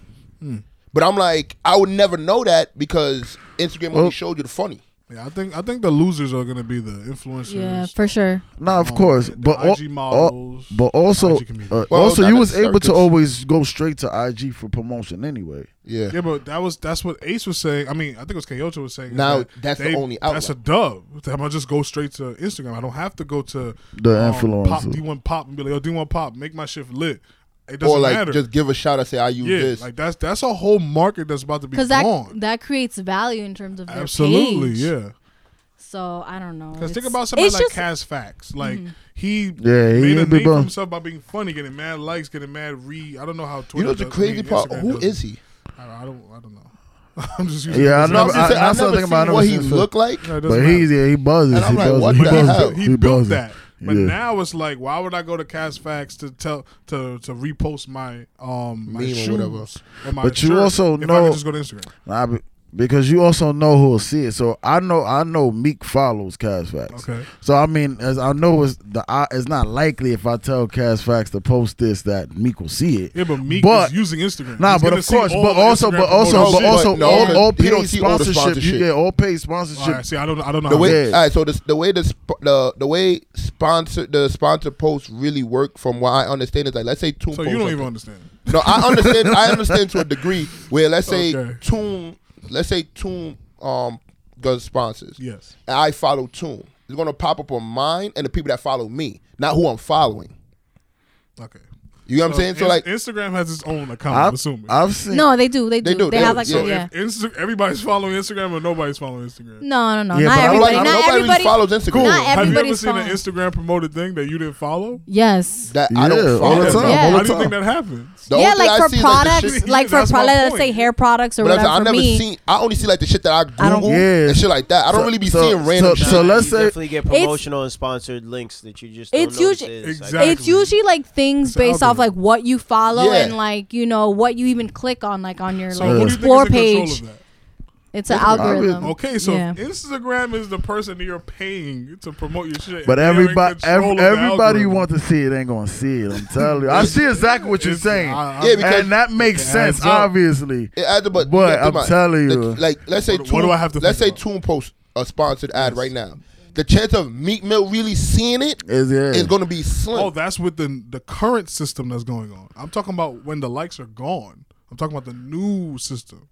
[SPEAKER 3] But I'm like, I would never know that because Instagram only showed you the funny.
[SPEAKER 1] yeah, I think I think the losers are gonna be the influencers.
[SPEAKER 4] yeah, for sure.
[SPEAKER 2] No, of course, but al-
[SPEAKER 1] IG
[SPEAKER 2] al-
[SPEAKER 1] models,
[SPEAKER 2] but also,
[SPEAKER 1] IG comedians.
[SPEAKER 2] uh,
[SPEAKER 3] Well,
[SPEAKER 2] also
[SPEAKER 3] not
[SPEAKER 2] you was
[SPEAKER 3] necessarily,
[SPEAKER 2] able to
[SPEAKER 3] 'cause-
[SPEAKER 2] always go straight to IG for promotion anyway.
[SPEAKER 3] Yeah,
[SPEAKER 1] Yeah, but that was that's what Ace was saying. I mean, I think it was Kyoto was saying. is
[SPEAKER 3] Now,
[SPEAKER 1] that
[SPEAKER 3] that's the only
[SPEAKER 1] That's a
[SPEAKER 3] outlet.
[SPEAKER 1] dub. I'm gonna just go straight to Instagram. I don't have to go to um,
[SPEAKER 2] The
[SPEAKER 1] Pop
[SPEAKER 2] influencer.
[SPEAKER 1] D1 Pop and be like, "Yo, D1 Pop, make my shit lit." It doesn't
[SPEAKER 3] or like
[SPEAKER 1] matter.
[SPEAKER 3] just give a shout out, say I use
[SPEAKER 1] yeah,
[SPEAKER 3] this.
[SPEAKER 1] like that's that's a whole market that's about to be
[SPEAKER 4] Because that
[SPEAKER 1] gone.
[SPEAKER 4] that creates value in terms of their
[SPEAKER 1] Absolutely,
[SPEAKER 4] page.
[SPEAKER 1] yeah.
[SPEAKER 4] So I don't know.
[SPEAKER 1] Because think
[SPEAKER 4] It's-
[SPEAKER 1] about somebody
[SPEAKER 4] it's
[SPEAKER 1] like
[SPEAKER 4] just- Mm-hmm.
[SPEAKER 1] Cass Facts. Like he
[SPEAKER 2] Yeah, he
[SPEAKER 1] made a
[SPEAKER 2] ain't big
[SPEAKER 1] name for
[SPEAKER 2] bum.
[SPEAKER 1] himself by being funny, getting mad likes, getting mad re. I don't know how Twitter.
[SPEAKER 3] you know the
[SPEAKER 1] does- I
[SPEAKER 3] crazy
[SPEAKER 1] mean,
[SPEAKER 3] part?
[SPEAKER 1] Instagram
[SPEAKER 3] Who
[SPEAKER 1] does it.
[SPEAKER 3] is he?
[SPEAKER 1] I don't. I don't, I don't know. [LAUGHS] I'm just using
[SPEAKER 2] Yeah, I
[SPEAKER 1] this
[SPEAKER 2] never-
[SPEAKER 1] as
[SPEAKER 3] I'm
[SPEAKER 1] an
[SPEAKER 2] I-
[SPEAKER 3] just saying,
[SPEAKER 2] I
[SPEAKER 3] I've
[SPEAKER 2] saw
[SPEAKER 3] never
[SPEAKER 2] something about
[SPEAKER 3] seen
[SPEAKER 2] it
[SPEAKER 3] what
[SPEAKER 2] since
[SPEAKER 3] he
[SPEAKER 2] first-
[SPEAKER 3] looked like.
[SPEAKER 1] No, it doesn't
[SPEAKER 2] But
[SPEAKER 1] matter.
[SPEAKER 2] he yeah, he buzzes.
[SPEAKER 3] And I'm
[SPEAKER 2] He
[SPEAKER 3] like,
[SPEAKER 2] buzzes.
[SPEAKER 3] what
[SPEAKER 2] He
[SPEAKER 3] the hell?
[SPEAKER 2] buzzes.
[SPEAKER 1] he
[SPEAKER 2] He
[SPEAKER 1] built
[SPEAKER 2] buzzes.
[SPEAKER 1] that. But
[SPEAKER 2] Yeah.
[SPEAKER 1] now it's like, why would I go to Cast Facts to tell to to repost my um my
[SPEAKER 3] Meme or
[SPEAKER 1] shoes
[SPEAKER 3] whatever.
[SPEAKER 1] or my
[SPEAKER 2] But you
[SPEAKER 1] shirt
[SPEAKER 2] also
[SPEAKER 1] if I
[SPEAKER 2] know-
[SPEAKER 1] could just go to Instagram.
[SPEAKER 2] Nah, be- because you also know who'll see it. So I know I know Meek follows Cash Facts.
[SPEAKER 1] Okay.
[SPEAKER 2] So I mean, as I know, it's the I, it's not likely if I tell Cash Facts to post this that Meek will see it.
[SPEAKER 1] Yeah, but Meek
[SPEAKER 2] But-
[SPEAKER 1] is using Instagram.
[SPEAKER 2] Nah,
[SPEAKER 1] He's
[SPEAKER 2] but
[SPEAKER 1] gonna
[SPEAKER 2] of
[SPEAKER 1] see
[SPEAKER 2] course,
[SPEAKER 1] all
[SPEAKER 2] but
[SPEAKER 1] the
[SPEAKER 2] also,
[SPEAKER 1] Instagram Oh,
[SPEAKER 2] but also,
[SPEAKER 1] promoted
[SPEAKER 2] but
[SPEAKER 1] shit.
[SPEAKER 2] also,
[SPEAKER 3] No,
[SPEAKER 2] all,
[SPEAKER 3] but
[SPEAKER 2] all
[SPEAKER 3] he don't
[SPEAKER 2] paid
[SPEAKER 3] see all the
[SPEAKER 2] sponsorship. You
[SPEAKER 3] sponsorship.
[SPEAKER 2] get all paid
[SPEAKER 1] All
[SPEAKER 2] sponsorship.
[SPEAKER 1] right, see, I don't, I don't know.
[SPEAKER 3] the
[SPEAKER 1] how
[SPEAKER 3] way
[SPEAKER 2] Yeah.
[SPEAKER 3] all right, so the, the way the sp- the the way sponsor the sponsor posts really work from what I understand is like let's say Toon
[SPEAKER 1] so
[SPEAKER 3] posts
[SPEAKER 1] you don't
[SPEAKER 3] something.
[SPEAKER 1] even understand.
[SPEAKER 3] no I understand I understand to a
[SPEAKER 4] [LAUGHS]
[SPEAKER 3] degree where let's say
[SPEAKER 1] Okay.
[SPEAKER 3] Toon let's say Toon um does sponsors
[SPEAKER 1] Yes.
[SPEAKER 3] and I follow Toon it's gonna pop up on mine and the people that follow me not who I'm following
[SPEAKER 1] Okay.
[SPEAKER 3] you know what I'm saying so
[SPEAKER 1] Ins-
[SPEAKER 3] like
[SPEAKER 1] Instagram has its own account. I'm
[SPEAKER 2] I've,
[SPEAKER 1] assuming.
[SPEAKER 2] I've seen.
[SPEAKER 4] No, they do. They do.
[SPEAKER 3] They
[SPEAKER 4] They,
[SPEAKER 3] do, they
[SPEAKER 4] have
[SPEAKER 3] do,
[SPEAKER 4] like
[SPEAKER 3] yeah.
[SPEAKER 4] a-
[SPEAKER 1] so
[SPEAKER 4] yeah.
[SPEAKER 1] if Insta- everybody's following Instagram or nobody's following Instagram.
[SPEAKER 4] No, no, no.
[SPEAKER 2] Yeah,
[SPEAKER 4] not
[SPEAKER 2] but I'm
[SPEAKER 4] everybody.
[SPEAKER 2] like-
[SPEAKER 4] not
[SPEAKER 3] nobody
[SPEAKER 4] everybody.
[SPEAKER 3] follows Instagram
[SPEAKER 4] Not
[SPEAKER 1] Have you ever
[SPEAKER 4] everybody's
[SPEAKER 1] seen an
[SPEAKER 4] following.
[SPEAKER 1] Instagram promoted thing that you didn't follow?
[SPEAKER 4] Yes.
[SPEAKER 3] that I
[SPEAKER 2] Yeah,
[SPEAKER 3] don't follow
[SPEAKER 2] all the
[SPEAKER 3] them.
[SPEAKER 2] time,
[SPEAKER 4] Yeah. all the
[SPEAKER 1] How do you
[SPEAKER 2] time.
[SPEAKER 1] think that happens?
[SPEAKER 3] The only
[SPEAKER 4] yeah,
[SPEAKER 3] thing I
[SPEAKER 4] like for
[SPEAKER 3] see is, like, the shit-
[SPEAKER 4] products, like for
[SPEAKER 1] That's my
[SPEAKER 4] products, let's
[SPEAKER 1] point.
[SPEAKER 4] say hair products or
[SPEAKER 3] But I'm
[SPEAKER 4] whatever.
[SPEAKER 3] saying, I
[SPEAKER 4] for
[SPEAKER 3] never
[SPEAKER 4] me,
[SPEAKER 3] seen. I only see like the shit that I
[SPEAKER 4] I don't-
[SPEAKER 3] Google
[SPEAKER 2] Yeah.
[SPEAKER 3] and shit like that. I don't
[SPEAKER 2] So-
[SPEAKER 3] really be
[SPEAKER 2] so-
[SPEAKER 3] seeing random.
[SPEAKER 2] so-
[SPEAKER 3] shit.
[SPEAKER 2] so
[SPEAKER 5] You
[SPEAKER 2] let's say-
[SPEAKER 5] definitely get
[SPEAKER 4] It's-
[SPEAKER 5] promotional and sponsored links that you just
[SPEAKER 4] It's
[SPEAKER 5] don't know
[SPEAKER 4] usually-
[SPEAKER 5] what it is. I
[SPEAKER 1] Exactly.
[SPEAKER 4] it's usually like things
[SPEAKER 1] It's
[SPEAKER 4] based off
[SPEAKER 1] algorithm.
[SPEAKER 4] like what you follow
[SPEAKER 3] Yeah.
[SPEAKER 4] and like you know what you even click on like on your
[SPEAKER 1] So
[SPEAKER 4] like
[SPEAKER 1] who do you
[SPEAKER 4] explore
[SPEAKER 1] think is in
[SPEAKER 4] page.
[SPEAKER 1] control of that?
[SPEAKER 4] It's an
[SPEAKER 2] algorithm.
[SPEAKER 4] algorithm.
[SPEAKER 1] Okay, so
[SPEAKER 4] Yeah.
[SPEAKER 1] if Instagram is the person that you're paying to promote your shit.
[SPEAKER 2] But
[SPEAKER 1] they are in
[SPEAKER 2] everybody,
[SPEAKER 1] control
[SPEAKER 2] every,
[SPEAKER 1] of the
[SPEAKER 2] everybody you
[SPEAKER 1] algorithm.
[SPEAKER 2] want to see it ain't gonna see it. I'm telling you, I see exactly what you're
[SPEAKER 1] It's-
[SPEAKER 2] saying,
[SPEAKER 1] I- I-
[SPEAKER 3] Yeah, because-
[SPEAKER 2] and that makes
[SPEAKER 1] it adds
[SPEAKER 2] sense.
[SPEAKER 1] up.
[SPEAKER 2] Obviously,
[SPEAKER 3] It adds up, but,
[SPEAKER 2] But
[SPEAKER 3] you gotta
[SPEAKER 2] I'm
[SPEAKER 3] think about-
[SPEAKER 2] telling you.
[SPEAKER 3] like, like, let's say,
[SPEAKER 1] What- what do I have to
[SPEAKER 3] Let's say
[SPEAKER 1] think about?
[SPEAKER 3] Toon posts a sponsored ad right now. the chance of Meek Mill really seeing it
[SPEAKER 2] Is- yeah.
[SPEAKER 3] is going to be slim.
[SPEAKER 1] Oh, that's with the the current system that's going on. I'm talking about when the likes are gone. I'm talking about the new system.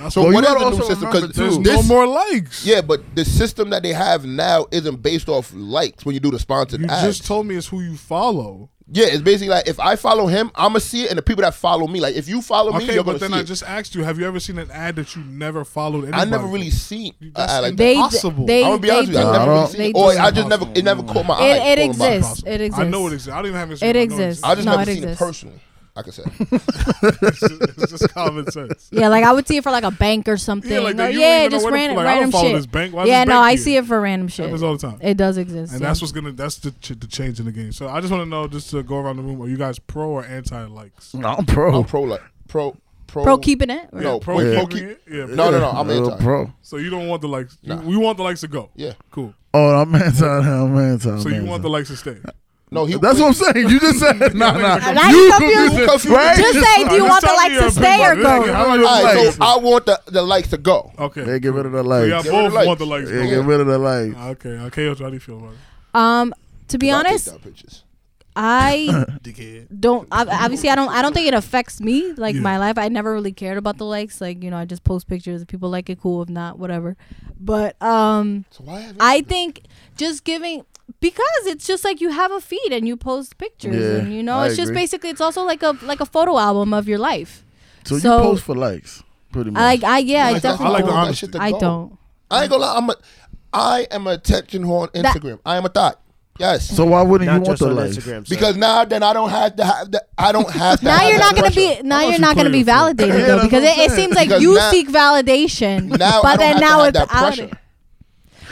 [SPEAKER 1] That's
[SPEAKER 3] so
[SPEAKER 1] what-
[SPEAKER 3] what
[SPEAKER 2] you
[SPEAKER 3] is
[SPEAKER 2] gotta
[SPEAKER 3] the new
[SPEAKER 2] also
[SPEAKER 3] system?
[SPEAKER 2] remember,
[SPEAKER 3] Because
[SPEAKER 1] there's
[SPEAKER 3] this,
[SPEAKER 1] no more likes.
[SPEAKER 3] yeah, but the system that they have now isn't based off likes when you do the sponsored
[SPEAKER 1] you
[SPEAKER 3] ads.
[SPEAKER 1] just told me it's who you follow.
[SPEAKER 3] yeah, it's basically like if I follow him, I'ma see it, and the people that follow me, like if you follow me,
[SPEAKER 1] Okay,
[SPEAKER 3] you're
[SPEAKER 1] but
[SPEAKER 3] gonna
[SPEAKER 1] then
[SPEAKER 3] see
[SPEAKER 1] I
[SPEAKER 3] it.
[SPEAKER 1] just asked you: Have you ever seen an ad that you never followed? Anybody?
[SPEAKER 3] I never really seen an
[SPEAKER 1] That's
[SPEAKER 3] ad like that.
[SPEAKER 4] They
[SPEAKER 1] Impossible.
[SPEAKER 4] they
[SPEAKER 3] I'm gonna be
[SPEAKER 4] they
[SPEAKER 3] honest with you,
[SPEAKER 4] do.
[SPEAKER 3] I never
[SPEAKER 2] Nah, I
[SPEAKER 3] really
[SPEAKER 2] don't-
[SPEAKER 3] seen
[SPEAKER 4] They
[SPEAKER 3] it. Or
[SPEAKER 4] do.
[SPEAKER 3] I just never, it never caught my eye.
[SPEAKER 4] It, it
[SPEAKER 3] caught my eye.
[SPEAKER 4] exists.
[SPEAKER 1] Impossible.
[SPEAKER 4] It exists.
[SPEAKER 1] I know it exists. I don't even have
[SPEAKER 4] It
[SPEAKER 1] Instagram. I know
[SPEAKER 4] exists.
[SPEAKER 3] I just
[SPEAKER 4] No,
[SPEAKER 3] never
[SPEAKER 4] it
[SPEAKER 3] seen
[SPEAKER 4] exists.
[SPEAKER 3] it personally. I could say.
[SPEAKER 1] it's just common sense.
[SPEAKER 4] [LAUGHS] Yeah, like I would see it for like a bank or something.
[SPEAKER 1] Yeah, like,
[SPEAKER 4] or,
[SPEAKER 1] you don't
[SPEAKER 4] yeah
[SPEAKER 1] even know
[SPEAKER 4] just
[SPEAKER 1] where the-
[SPEAKER 4] random,
[SPEAKER 1] like, I don't
[SPEAKER 4] random
[SPEAKER 1] follow
[SPEAKER 4] shit.
[SPEAKER 1] this bank. Why is
[SPEAKER 4] yeah,
[SPEAKER 1] this
[SPEAKER 4] no,
[SPEAKER 1] bank
[SPEAKER 4] I
[SPEAKER 1] here?
[SPEAKER 4] see it for random shit.
[SPEAKER 1] happens all the time.
[SPEAKER 4] It does exist.
[SPEAKER 1] And
[SPEAKER 4] yeah.
[SPEAKER 1] that's what's gonna that's the ch- the change in the game. So I just want to know, just to go around the room, are you guys pro or anti likes?
[SPEAKER 2] I'm pro.
[SPEAKER 3] I'm [LAUGHS] pro like pro pro
[SPEAKER 4] pro keeping it. right?
[SPEAKER 3] No,
[SPEAKER 1] pro
[SPEAKER 3] wait,
[SPEAKER 1] keeping
[SPEAKER 3] pro keep-
[SPEAKER 1] it? Yeah,
[SPEAKER 3] No, no, no. I'm
[SPEAKER 2] Real
[SPEAKER 3] anti.
[SPEAKER 2] pro.
[SPEAKER 1] So you don't want the likes. you-
[SPEAKER 3] Nah.
[SPEAKER 1] We want the likes to go.
[SPEAKER 3] Yeah.
[SPEAKER 1] Cool.
[SPEAKER 2] Oh, I'm anti. [LAUGHS] I'm anti. I'm
[SPEAKER 1] So you
[SPEAKER 2] anti.
[SPEAKER 1] want the likes to [LAUGHS] stay?
[SPEAKER 3] No, he.
[SPEAKER 2] That's what I'm saying. You just said no, no.
[SPEAKER 1] I'm
[SPEAKER 4] not
[SPEAKER 2] You
[SPEAKER 4] confused.
[SPEAKER 2] confused.
[SPEAKER 3] Confused.
[SPEAKER 2] Right?
[SPEAKER 4] Just say,
[SPEAKER 2] [LAUGHS]
[SPEAKER 4] do you
[SPEAKER 1] Just
[SPEAKER 4] want the
[SPEAKER 1] tell me
[SPEAKER 4] likes
[SPEAKER 1] your
[SPEAKER 4] to stay or
[SPEAKER 1] opinion. Like,
[SPEAKER 4] go?
[SPEAKER 1] how do you
[SPEAKER 3] All right,
[SPEAKER 1] like
[SPEAKER 3] so I want the, the likes to go.
[SPEAKER 1] Okay.
[SPEAKER 2] Yeah, get rid of the
[SPEAKER 1] So
[SPEAKER 2] lights.
[SPEAKER 1] y'all
[SPEAKER 3] Get rid of
[SPEAKER 1] both
[SPEAKER 3] the
[SPEAKER 1] want the
[SPEAKER 3] likes.
[SPEAKER 1] likes.
[SPEAKER 2] Yeah,
[SPEAKER 1] to
[SPEAKER 2] get rid of the lights.
[SPEAKER 1] go. Okay. Okay. Yo, How do you feel about it?
[SPEAKER 4] Um, to be
[SPEAKER 3] I'll take
[SPEAKER 4] honest,
[SPEAKER 3] down pictures.
[SPEAKER 4] I
[SPEAKER 1] Dickhead.
[SPEAKER 4] don't I, obviously I don't I don't think it affects me like
[SPEAKER 1] Yeah.
[SPEAKER 4] my life. I never really cared about the likes. Like you know, I just post pictures. If people like it, cool. If not, whatever. But um,
[SPEAKER 3] So why have
[SPEAKER 4] I think just giving because it's just like you have a feed and you post pictures
[SPEAKER 2] Yeah,
[SPEAKER 4] and you know
[SPEAKER 2] I
[SPEAKER 4] it's just
[SPEAKER 2] agree.
[SPEAKER 4] basically it's also like a like a photo album of your life.
[SPEAKER 2] So you
[SPEAKER 4] So-
[SPEAKER 2] post for likes, pretty much.
[SPEAKER 4] I like I yeah I
[SPEAKER 3] Like,
[SPEAKER 4] definitely
[SPEAKER 1] I like the
[SPEAKER 4] don't.
[SPEAKER 1] honesty.
[SPEAKER 4] I don't.
[SPEAKER 3] I ain't gonna lie. I'm a. I am a attention whore on
[SPEAKER 4] That-
[SPEAKER 3] Instagram. I am a thought. Yes.
[SPEAKER 2] so why wouldn't
[SPEAKER 5] Not
[SPEAKER 2] you want
[SPEAKER 5] just
[SPEAKER 2] the
[SPEAKER 5] on
[SPEAKER 2] likes?
[SPEAKER 5] Instagram. sir.
[SPEAKER 3] because now then I don't have to have the. I don't have to.
[SPEAKER 4] now
[SPEAKER 3] have
[SPEAKER 4] you're
[SPEAKER 3] that
[SPEAKER 4] not gonna
[SPEAKER 3] pressure.
[SPEAKER 4] be now
[SPEAKER 1] much
[SPEAKER 4] you're
[SPEAKER 1] you
[SPEAKER 4] not gonna
[SPEAKER 1] play
[SPEAKER 4] be
[SPEAKER 1] it for?
[SPEAKER 4] validated
[SPEAKER 2] Yeah,
[SPEAKER 4] though
[SPEAKER 2] that's
[SPEAKER 4] because
[SPEAKER 2] what I'm
[SPEAKER 4] it, it
[SPEAKER 2] saying.
[SPEAKER 4] seems like
[SPEAKER 3] Because
[SPEAKER 4] you
[SPEAKER 3] now-
[SPEAKER 4] seek
[SPEAKER 3] [LAUGHS]
[SPEAKER 4] validation,
[SPEAKER 3] Now I
[SPEAKER 4] but
[SPEAKER 3] don't
[SPEAKER 4] then
[SPEAKER 3] have
[SPEAKER 4] now
[SPEAKER 3] to have
[SPEAKER 4] it's
[SPEAKER 3] that
[SPEAKER 4] out.
[SPEAKER 3] pressure.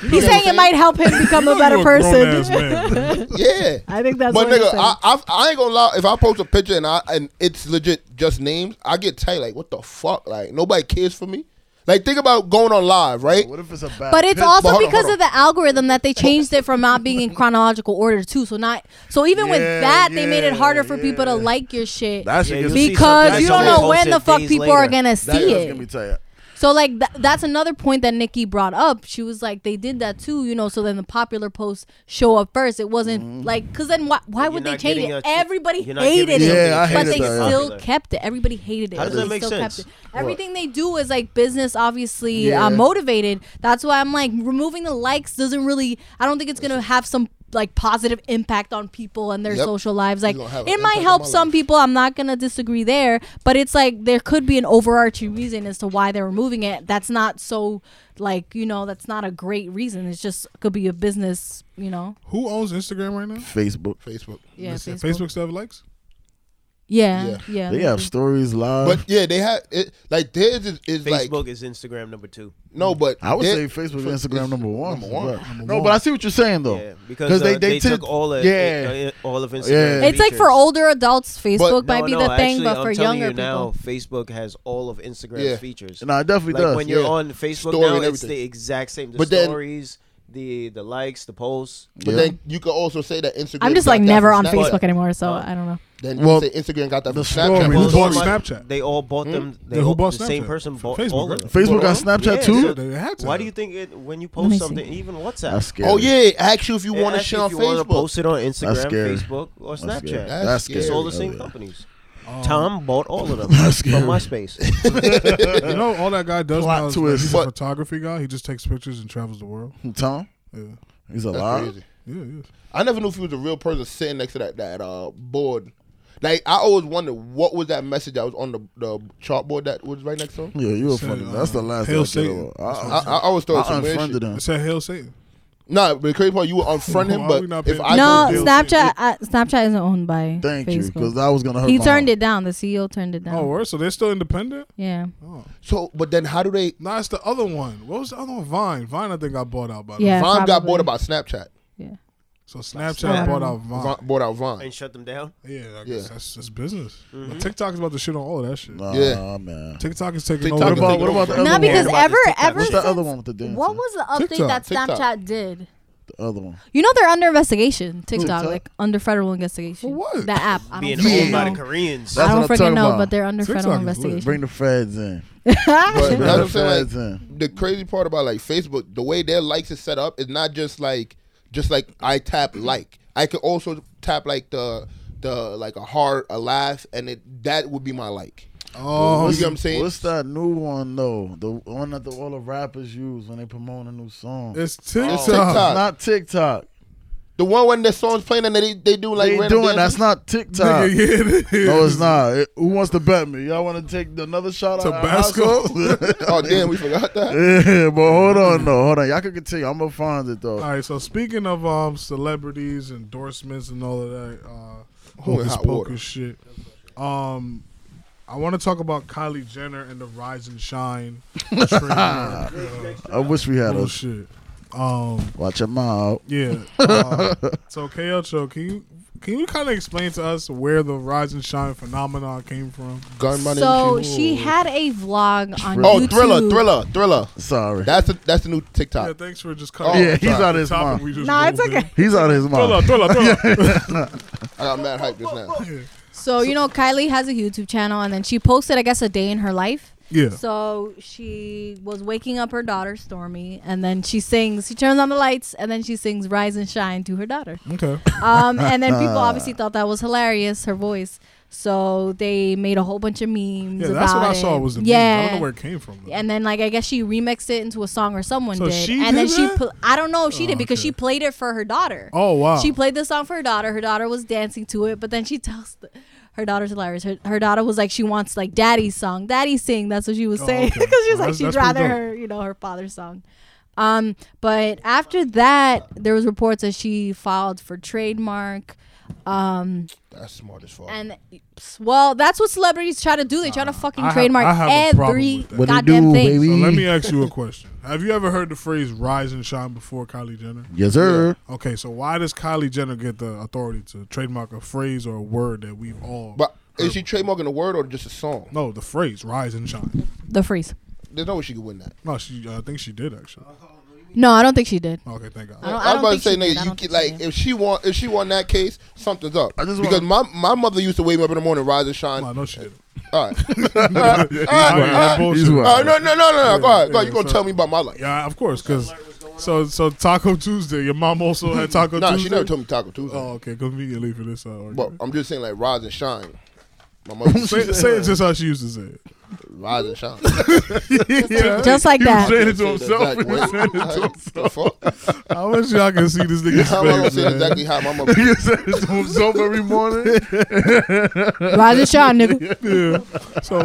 [SPEAKER 4] He's
[SPEAKER 3] know what
[SPEAKER 4] saying
[SPEAKER 3] I'm
[SPEAKER 4] it might help him
[SPEAKER 3] [LAUGHS]
[SPEAKER 4] become a better person.
[SPEAKER 1] person.
[SPEAKER 3] Yeah.
[SPEAKER 4] [LAUGHS] I think that's
[SPEAKER 3] But
[SPEAKER 4] what he's
[SPEAKER 3] nigga,
[SPEAKER 4] saying.
[SPEAKER 3] I, I I ain't gonna lie. If I post a picture and I and it's legit just names, I get tight. Like what the fuck? Like nobody cares for me. Like think about going on live, right?
[SPEAKER 2] What if it's a bad?
[SPEAKER 4] but it's
[SPEAKER 2] pic-
[SPEAKER 4] also
[SPEAKER 3] But hold on,
[SPEAKER 4] because
[SPEAKER 3] hold
[SPEAKER 4] of the algorithm that they changed it from not
[SPEAKER 3] [LAUGHS]
[SPEAKER 4] being in chronological order too. So not so even with
[SPEAKER 2] Yeah,
[SPEAKER 4] that, they made it
[SPEAKER 2] yeah,
[SPEAKER 4] harder for people to
[SPEAKER 2] yeah.
[SPEAKER 4] like your shit
[SPEAKER 2] That
[SPEAKER 5] Yeah,
[SPEAKER 2] shit
[SPEAKER 5] you'll
[SPEAKER 2] gets-
[SPEAKER 5] see
[SPEAKER 4] because
[SPEAKER 5] something
[SPEAKER 4] you don't
[SPEAKER 5] someone
[SPEAKER 4] know when the
[SPEAKER 5] posted
[SPEAKER 4] fuck
[SPEAKER 5] days
[SPEAKER 4] people
[SPEAKER 5] later.
[SPEAKER 4] are gonna
[SPEAKER 2] that
[SPEAKER 4] see
[SPEAKER 2] shit's
[SPEAKER 4] it.
[SPEAKER 2] gonna be tight.
[SPEAKER 4] So like th- that's another point that Nikki brought up. She was like, they did that too, you know. So then the popular posts show up first. It wasn't like, cause then why, why
[SPEAKER 5] Mm-hmm. You're
[SPEAKER 4] would they
[SPEAKER 5] not
[SPEAKER 4] change
[SPEAKER 5] getting
[SPEAKER 4] it?
[SPEAKER 5] a-
[SPEAKER 4] Everybody
[SPEAKER 5] you're not giving
[SPEAKER 4] hated it,
[SPEAKER 5] something
[SPEAKER 2] Yeah, I
[SPEAKER 4] but
[SPEAKER 5] a chance
[SPEAKER 4] they
[SPEAKER 2] hated
[SPEAKER 5] to be
[SPEAKER 2] that.
[SPEAKER 4] still
[SPEAKER 5] popular.
[SPEAKER 4] kept it. Everybody hated it.
[SPEAKER 5] How does
[SPEAKER 4] but
[SPEAKER 5] that
[SPEAKER 4] they
[SPEAKER 5] make
[SPEAKER 4] still kept
[SPEAKER 5] sense?
[SPEAKER 4] it. Everything they do is like business, obviously
[SPEAKER 2] Yeah.
[SPEAKER 4] uh, motivated. That's why I'm like removing the likes doesn't really. I don't think it's gonna have some like positive impact on people and their
[SPEAKER 3] Yep.
[SPEAKER 4] social lives. Like
[SPEAKER 3] gonna have an
[SPEAKER 4] it might
[SPEAKER 3] impact on
[SPEAKER 4] help
[SPEAKER 3] my
[SPEAKER 4] some
[SPEAKER 3] life.
[SPEAKER 4] people. I'm not gonna disagree there, but it's like there could be an overarching reason as to why they're removing it. That's not so like you know that's not a great reason. It's just could be a business. You know,
[SPEAKER 1] Who owns Instagram right now?
[SPEAKER 2] Facebook.
[SPEAKER 3] Facebook.
[SPEAKER 4] yeah,
[SPEAKER 1] Facebook.
[SPEAKER 4] Facebook.
[SPEAKER 1] still have likes.
[SPEAKER 4] Yeah,
[SPEAKER 3] Yeah.
[SPEAKER 4] yeah.
[SPEAKER 2] They have stories live.
[SPEAKER 3] But yeah, they have it. Like theirs is, is like
[SPEAKER 5] Facebook is Instagram number two.
[SPEAKER 3] no, but
[SPEAKER 2] I would
[SPEAKER 3] their-
[SPEAKER 2] say Facebook,
[SPEAKER 3] for-
[SPEAKER 2] Instagram,
[SPEAKER 3] is-
[SPEAKER 2] number one.
[SPEAKER 3] number one.
[SPEAKER 2] But- no, but I see what you're saying though.
[SPEAKER 5] Yeah, because uh, they,
[SPEAKER 2] tend-
[SPEAKER 5] took all of
[SPEAKER 2] yeah.
[SPEAKER 5] uh, all of Instagram.
[SPEAKER 2] Yeah.
[SPEAKER 4] it's like for
[SPEAKER 5] features.
[SPEAKER 4] older adults, Facebook
[SPEAKER 5] No,
[SPEAKER 4] might be
[SPEAKER 5] no,
[SPEAKER 4] the thing,
[SPEAKER 5] actually,
[SPEAKER 4] but
[SPEAKER 5] I'm
[SPEAKER 4] for
[SPEAKER 5] telling
[SPEAKER 4] younger
[SPEAKER 5] you now,
[SPEAKER 4] people,
[SPEAKER 5] Facebook has all of Instagram's
[SPEAKER 3] Yeah.
[SPEAKER 5] features.
[SPEAKER 2] No, it definitely
[SPEAKER 5] like
[SPEAKER 2] does.
[SPEAKER 5] when you're
[SPEAKER 3] yeah.
[SPEAKER 5] on Facebook
[SPEAKER 3] Story
[SPEAKER 5] now,
[SPEAKER 3] and
[SPEAKER 5] it's
[SPEAKER 3] everything.
[SPEAKER 5] the exact same. The
[SPEAKER 3] But then-
[SPEAKER 5] stories, the the likes, the posts.
[SPEAKER 3] But then you could also say that Instagram.
[SPEAKER 4] I'm just
[SPEAKER 3] got
[SPEAKER 4] like
[SPEAKER 3] that
[SPEAKER 4] never
[SPEAKER 3] from
[SPEAKER 4] on
[SPEAKER 3] Snapchat.
[SPEAKER 4] Facebook anymore, so
[SPEAKER 5] Uh,
[SPEAKER 4] I don't know.
[SPEAKER 3] Then
[SPEAKER 2] Well,
[SPEAKER 3] you say Instagram got that
[SPEAKER 2] the
[SPEAKER 3] from Snapchat.
[SPEAKER 1] story- Who
[SPEAKER 5] Well,
[SPEAKER 1] bought
[SPEAKER 5] somebody-
[SPEAKER 1] Snapchat?
[SPEAKER 5] They all bought them. They
[SPEAKER 1] Yeah, who
[SPEAKER 5] all
[SPEAKER 1] bought
[SPEAKER 5] the same
[SPEAKER 1] Snapchat?
[SPEAKER 5] person bought
[SPEAKER 1] Facebook,
[SPEAKER 5] all
[SPEAKER 1] right?
[SPEAKER 5] of them.
[SPEAKER 2] Facebook got
[SPEAKER 5] Well,
[SPEAKER 2] Snapchat
[SPEAKER 5] yeah,
[SPEAKER 2] too.
[SPEAKER 5] so
[SPEAKER 1] They had to.
[SPEAKER 5] Why do you think it when you
[SPEAKER 4] me
[SPEAKER 5] post
[SPEAKER 4] see.
[SPEAKER 5] something, even WhatsApp?
[SPEAKER 2] That's scary.
[SPEAKER 3] Oh yeah, ask you if you
[SPEAKER 5] it
[SPEAKER 3] want to
[SPEAKER 5] asks
[SPEAKER 3] share
[SPEAKER 5] if
[SPEAKER 3] on
[SPEAKER 5] you wanna
[SPEAKER 3] Facebook.
[SPEAKER 5] Post it on Instagram,
[SPEAKER 2] scary.
[SPEAKER 5] Facebook, or
[SPEAKER 2] That's scary.
[SPEAKER 5] Snapchat.
[SPEAKER 3] That's
[SPEAKER 2] That's
[SPEAKER 3] scary.
[SPEAKER 5] It's all the
[SPEAKER 2] scary.
[SPEAKER 5] same
[SPEAKER 2] Oh, yeah.
[SPEAKER 5] companies. Tom bought all of them
[SPEAKER 2] That's
[SPEAKER 5] from
[SPEAKER 2] scary.
[SPEAKER 5] [LAUGHS] MySpace.
[SPEAKER 1] Uh, you know, all that guy does
[SPEAKER 2] Plot
[SPEAKER 1] now is like,
[SPEAKER 2] twist.
[SPEAKER 1] he's a
[SPEAKER 2] What?
[SPEAKER 1] photography guy. He just takes pictures and travels the world.
[SPEAKER 2] Tom,
[SPEAKER 1] Yeah,
[SPEAKER 2] he's
[SPEAKER 3] That's
[SPEAKER 2] alive.
[SPEAKER 3] crazy.
[SPEAKER 1] yeah, yeah.
[SPEAKER 3] I never knew if he was a real person sitting next to that that uh, board. Like I always wondered what was that message that was on the the chalkboard that was right next to him.
[SPEAKER 2] Yeah, you a
[SPEAKER 1] Say,
[SPEAKER 2] fucking.
[SPEAKER 1] uh,
[SPEAKER 2] That's the last.
[SPEAKER 1] Hail
[SPEAKER 2] I'll get
[SPEAKER 1] Satan.
[SPEAKER 2] over. I,
[SPEAKER 1] That's what
[SPEAKER 3] I,
[SPEAKER 2] I,
[SPEAKER 3] I always
[SPEAKER 2] I,
[SPEAKER 3] thought it was some weird
[SPEAKER 2] unfriended
[SPEAKER 3] shit.
[SPEAKER 2] him.
[SPEAKER 1] It said "Hail Satan."
[SPEAKER 3] Nah, but the crazy part you would unfriend him,
[SPEAKER 1] Why we not
[SPEAKER 3] but if
[SPEAKER 1] paying
[SPEAKER 3] I
[SPEAKER 4] no,
[SPEAKER 3] go do-
[SPEAKER 4] Snapchat. Uh, Snapchat isn't owned by
[SPEAKER 2] Thank you,
[SPEAKER 4] Facebook.
[SPEAKER 2] because that was gonna hurt.
[SPEAKER 4] he
[SPEAKER 2] my
[SPEAKER 4] turned
[SPEAKER 2] heart.
[SPEAKER 4] it down. The CEO turned it down.
[SPEAKER 1] Oh, word. So they're still independent.
[SPEAKER 4] yeah,
[SPEAKER 1] Oh,
[SPEAKER 3] so but then how do they?
[SPEAKER 1] no, it's the other one. What was the other one? Vine. Vine. I think got bought out by. them.
[SPEAKER 4] yeah.
[SPEAKER 3] Vine got
[SPEAKER 4] probably.
[SPEAKER 3] bored about Snapchat.
[SPEAKER 4] Yeah.
[SPEAKER 1] So
[SPEAKER 4] I
[SPEAKER 1] Snapchat
[SPEAKER 4] don't
[SPEAKER 1] bought
[SPEAKER 4] know.
[SPEAKER 1] out Vine.
[SPEAKER 3] Vine, bought out Vine.
[SPEAKER 5] and shut them down.
[SPEAKER 1] Yeah, I guess
[SPEAKER 3] Yeah.
[SPEAKER 1] that's just business. But TikTok is about to shit on all of that shit.
[SPEAKER 2] Nah,
[SPEAKER 3] Yeah.
[SPEAKER 2] man.
[SPEAKER 1] TikTok is taking
[SPEAKER 3] TikTok
[SPEAKER 1] over.
[SPEAKER 3] is taking
[SPEAKER 2] What about
[SPEAKER 3] over.
[SPEAKER 2] the other
[SPEAKER 4] Not
[SPEAKER 2] one?
[SPEAKER 4] because
[SPEAKER 5] What about
[SPEAKER 4] ever
[SPEAKER 5] this TikTok?
[SPEAKER 4] ever
[SPEAKER 2] What's the
[SPEAKER 4] since-
[SPEAKER 2] other one with the dance?
[SPEAKER 4] What was the update
[SPEAKER 1] TikTok.
[SPEAKER 4] that
[SPEAKER 3] TikTok.
[SPEAKER 4] Snapchat did?
[SPEAKER 2] The other one.
[SPEAKER 4] You know they're under investigation. TikTok,
[SPEAKER 2] TikTok?
[SPEAKER 4] like under federal investigation.
[SPEAKER 1] For what?
[SPEAKER 4] That app. I
[SPEAKER 5] Being
[SPEAKER 4] don't, freaking
[SPEAKER 5] owned by
[SPEAKER 4] know.
[SPEAKER 5] the Koreans.
[SPEAKER 2] That's
[SPEAKER 4] I
[SPEAKER 2] what
[SPEAKER 4] don't
[SPEAKER 2] I'm
[SPEAKER 4] freaking
[SPEAKER 2] talking
[SPEAKER 4] know,
[SPEAKER 2] about.
[SPEAKER 4] but they're under
[SPEAKER 1] TikTok
[SPEAKER 4] federal
[SPEAKER 1] is lit.
[SPEAKER 4] investigation.
[SPEAKER 2] Bring the feds in.
[SPEAKER 3] But
[SPEAKER 2] Bring
[SPEAKER 3] that's what
[SPEAKER 2] the
[SPEAKER 3] I'm saying.
[SPEAKER 2] feds
[SPEAKER 3] Like,
[SPEAKER 2] in.
[SPEAKER 3] the crazy part about like Facebook, the way their likes is set up is not just like just like I tap like. I could also tap like the the like a heart, a laugh, and it that would be my like.
[SPEAKER 1] Oh,
[SPEAKER 3] you get what I'm saying?
[SPEAKER 2] What's that new one though? The one that the, all the rappers use when they promote a new song. It's
[SPEAKER 1] it's TikTok.
[SPEAKER 3] Oh. TikTok.
[SPEAKER 2] not TikTok.
[SPEAKER 3] The one when the song's playing and they they do like
[SPEAKER 2] they
[SPEAKER 3] random
[SPEAKER 2] doing that's
[SPEAKER 3] dances.
[SPEAKER 2] not TikTok.
[SPEAKER 1] Nigga, yeah, it is.
[SPEAKER 2] No, it's not. It- who wants to bet me? Y'all want to take another shot? at our
[SPEAKER 1] Tabasco?
[SPEAKER 2] household?
[SPEAKER 1] [LAUGHS]
[SPEAKER 3] Oh damn, we forgot that.
[SPEAKER 2] [LAUGHS] yeah, but hold on, though. Hold on. Y'all can continue. I'm gonna find it though.
[SPEAKER 1] All right. So speaking of um celebrities, endorsements, and all of that uh,
[SPEAKER 3] Who in
[SPEAKER 1] hocus
[SPEAKER 3] hot water?
[SPEAKER 1] pocus shit, um, I want to talk about Kylie Jenner and the rise and
[SPEAKER 3] [LAUGHS]
[SPEAKER 1] shine. trademark, uh,
[SPEAKER 2] I wish we had a
[SPEAKER 1] bullshit. Um,
[SPEAKER 2] watch them out.
[SPEAKER 1] yeah. Uh, so Cho, can you can you kind of explain to us where the rise and shine phenomenon came from?
[SPEAKER 3] Gun money.
[SPEAKER 4] So she had a vlog on
[SPEAKER 2] Thriller.
[SPEAKER 3] Oh,
[SPEAKER 4] YouTube.
[SPEAKER 3] thriller, thriller, thriller.
[SPEAKER 2] Sorry.
[SPEAKER 3] That's a, that's the new
[SPEAKER 1] Yeah,
[SPEAKER 3] TikTok.
[SPEAKER 1] thanks for just
[SPEAKER 3] Oh,
[SPEAKER 1] cutting.
[SPEAKER 2] yeah,
[SPEAKER 1] off
[SPEAKER 2] he's
[SPEAKER 3] sorry.
[SPEAKER 2] out
[SPEAKER 1] the
[SPEAKER 2] of his
[SPEAKER 1] topic
[SPEAKER 2] mind.
[SPEAKER 1] we just
[SPEAKER 4] Nah, it's
[SPEAKER 1] rolled in. [LAUGHS]
[SPEAKER 4] okay.
[SPEAKER 2] He's out of his
[SPEAKER 1] Thriller,
[SPEAKER 2] mind.
[SPEAKER 1] thriller, thriller.
[SPEAKER 3] I got mad hype just now.
[SPEAKER 4] So you know, Kylie has a YouTube channel, and then she posted, I guess, a day in her life.
[SPEAKER 1] [LAUGHS] Yeah.
[SPEAKER 4] So she was waking up her daughter Stormy, and then she sings. She turns on the lights, and then she sings "Rise and Shine" to her daughter.
[SPEAKER 1] Okay.
[SPEAKER 4] Um, and then people obviously thought that was hilarious, her voice. So they made a whole bunch of memes.
[SPEAKER 1] Yeah, that's what
[SPEAKER 4] about
[SPEAKER 1] I saw
[SPEAKER 4] it.
[SPEAKER 1] was the memes.
[SPEAKER 4] yeah.
[SPEAKER 1] I don't know where it came from. though.
[SPEAKER 4] and then like I guess she remixed it into a song or someone
[SPEAKER 1] So
[SPEAKER 4] did,
[SPEAKER 1] she
[SPEAKER 4] and then
[SPEAKER 1] did
[SPEAKER 4] she
[SPEAKER 1] that?
[SPEAKER 4] pl- I don't know if she
[SPEAKER 1] Oh,
[SPEAKER 4] did because
[SPEAKER 1] okay.
[SPEAKER 4] she played it for her daughter.
[SPEAKER 1] oh wow.
[SPEAKER 4] She played the song for her daughter. Her daughter was dancing to it, but then she [LAUGHS] tells the, her daughter's hilarious. Her, her daughter was like, she wants like daddy's song, daddy sing. That's what she was
[SPEAKER 1] Oh,
[SPEAKER 4] saying
[SPEAKER 1] okay.
[SPEAKER 4] [LAUGHS] because she
[SPEAKER 1] Oh,
[SPEAKER 4] was like
[SPEAKER 1] that's-
[SPEAKER 4] she'd
[SPEAKER 1] that's pretty
[SPEAKER 4] rather
[SPEAKER 1] dope.
[SPEAKER 4] her, you know, her father's song. Um, but after that, there was reports that she filed for trademark. Um,
[SPEAKER 3] That's smart as fuck.
[SPEAKER 4] and well, that's what celebrities try to do. They try to fucking
[SPEAKER 1] I have-
[SPEAKER 4] trademark
[SPEAKER 1] I have a problem
[SPEAKER 4] every
[SPEAKER 1] with that.
[SPEAKER 2] What it
[SPEAKER 4] goddamn
[SPEAKER 2] do,
[SPEAKER 4] thing.
[SPEAKER 2] baby?
[SPEAKER 1] so let me ask
[SPEAKER 4] [LAUGHS]
[SPEAKER 1] you a question. Have you ever heard the phrase "rise and shine" before Kylie Jenner?
[SPEAKER 2] Yes, sir.
[SPEAKER 1] Okay, so why does Kylie Jenner get the authority to trademark a phrase or a word that we've all?
[SPEAKER 3] but is she trademarking a word or just a song?
[SPEAKER 1] no, the phrase "rise and shine."
[SPEAKER 4] The freeze.
[SPEAKER 3] There's no way she could win that.
[SPEAKER 1] No, she. I think she did actually.
[SPEAKER 4] No, I don't think she did.
[SPEAKER 1] Okay, thank God.
[SPEAKER 4] I don't-
[SPEAKER 3] I was about to
[SPEAKER 4] think
[SPEAKER 3] say,
[SPEAKER 4] she did. I
[SPEAKER 3] nigga, you
[SPEAKER 4] don't
[SPEAKER 3] get,
[SPEAKER 4] think she
[SPEAKER 3] like
[SPEAKER 4] did.
[SPEAKER 3] if she won, if she won that case, something's up.
[SPEAKER 2] I just
[SPEAKER 3] because my my mother used to wake me up in the morning, rise and shine.
[SPEAKER 1] No, I know she [LAUGHS]
[SPEAKER 2] [LAUGHS]
[SPEAKER 1] did.
[SPEAKER 3] All right, all right, all
[SPEAKER 1] Alright, that's
[SPEAKER 3] right, all Uh, right.
[SPEAKER 1] bullshit.
[SPEAKER 2] All
[SPEAKER 3] All
[SPEAKER 2] [LAUGHS]
[SPEAKER 3] right, no, no, no, no, no. Go ahead, go
[SPEAKER 1] yeah,
[SPEAKER 3] ahead. You gonna
[SPEAKER 1] so-
[SPEAKER 3] tell me about my life?
[SPEAKER 1] Yeah, of course, because so so Taco Tuesday. Your mom also had Taco
[SPEAKER 3] Mm-hmm. Nah,
[SPEAKER 1] Tuesday.
[SPEAKER 3] she never told me Taco Tuesday.
[SPEAKER 1] Oh, okay, conveniently for this. Uh, argument.
[SPEAKER 3] But I'm just saying, like rise and shine. My mother used
[SPEAKER 1] [LAUGHS] say,
[SPEAKER 3] to [LAUGHS]
[SPEAKER 1] say it just how she used to say it.
[SPEAKER 3] rise and shine.
[SPEAKER 4] Just like
[SPEAKER 1] he
[SPEAKER 4] that.
[SPEAKER 1] Was saying it to himself.
[SPEAKER 3] Exactly.
[SPEAKER 1] He was saying it to himself.
[SPEAKER 3] The
[SPEAKER 2] [LAUGHS]
[SPEAKER 3] fuck?
[SPEAKER 1] I wish y'all could see this nigga's
[SPEAKER 3] [LAUGHS] How am I gonna say
[SPEAKER 1] face. man.
[SPEAKER 3] exactly how my mother?
[SPEAKER 2] He said it to himself
[SPEAKER 1] [LAUGHS]
[SPEAKER 2] every morning. Uh,
[SPEAKER 4] Rise and shine,
[SPEAKER 3] [LAUGHS]
[SPEAKER 4] nigga.
[SPEAKER 1] Yeah. So,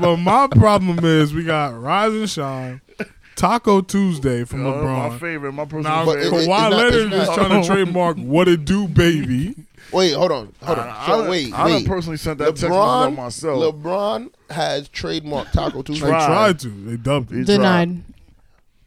[SPEAKER 1] but my problem is we got Rise and Shine, Taco Tuesday from
[SPEAKER 2] Oh, my
[SPEAKER 1] LeBron.
[SPEAKER 2] favorite, my personal
[SPEAKER 1] Now
[SPEAKER 3] But it-
[SPEAKER 2] favorite.
[SPEAKER 3] it's
[SPEAKER 1] Kawhi
[SPEAKER 3] not-
[SPEAKER 1] Leonard
[SPEAKER 3] it's
[SPEAKER 1] is
[SPEAKER 3] not. [LAUGHS]
[SPEAKER 1] trying to trademark "What It Do, Baby."
[SPEAKER 3] Wait, hold on, hold
[SPEAKER 2] I-
[SPEAKER 3] on.
[SPEAKER 2] I
[SPEAKER 3] So
[SPEAKER 2] done-
[SPEAKER 3] wait,
[SPEAKER 2] I done
[SPEAKER 3] wait.
[SPEAKER 2] personally sent that text
[SPEAKER 3] LeBron,
[SPEAKER 2] message myself.
[SPEAKER 3] LeBron has trademarked Taco Tuesday.
[SPEAKER 1] They
[SPEAKER 2] Right.
[SPEAKER 1] tried to. They dubbed
[SPEAKER 2] He
[SPEAKER 1] it.
[SPEAKER 2] tried.
[SPEAKER 4] Denied.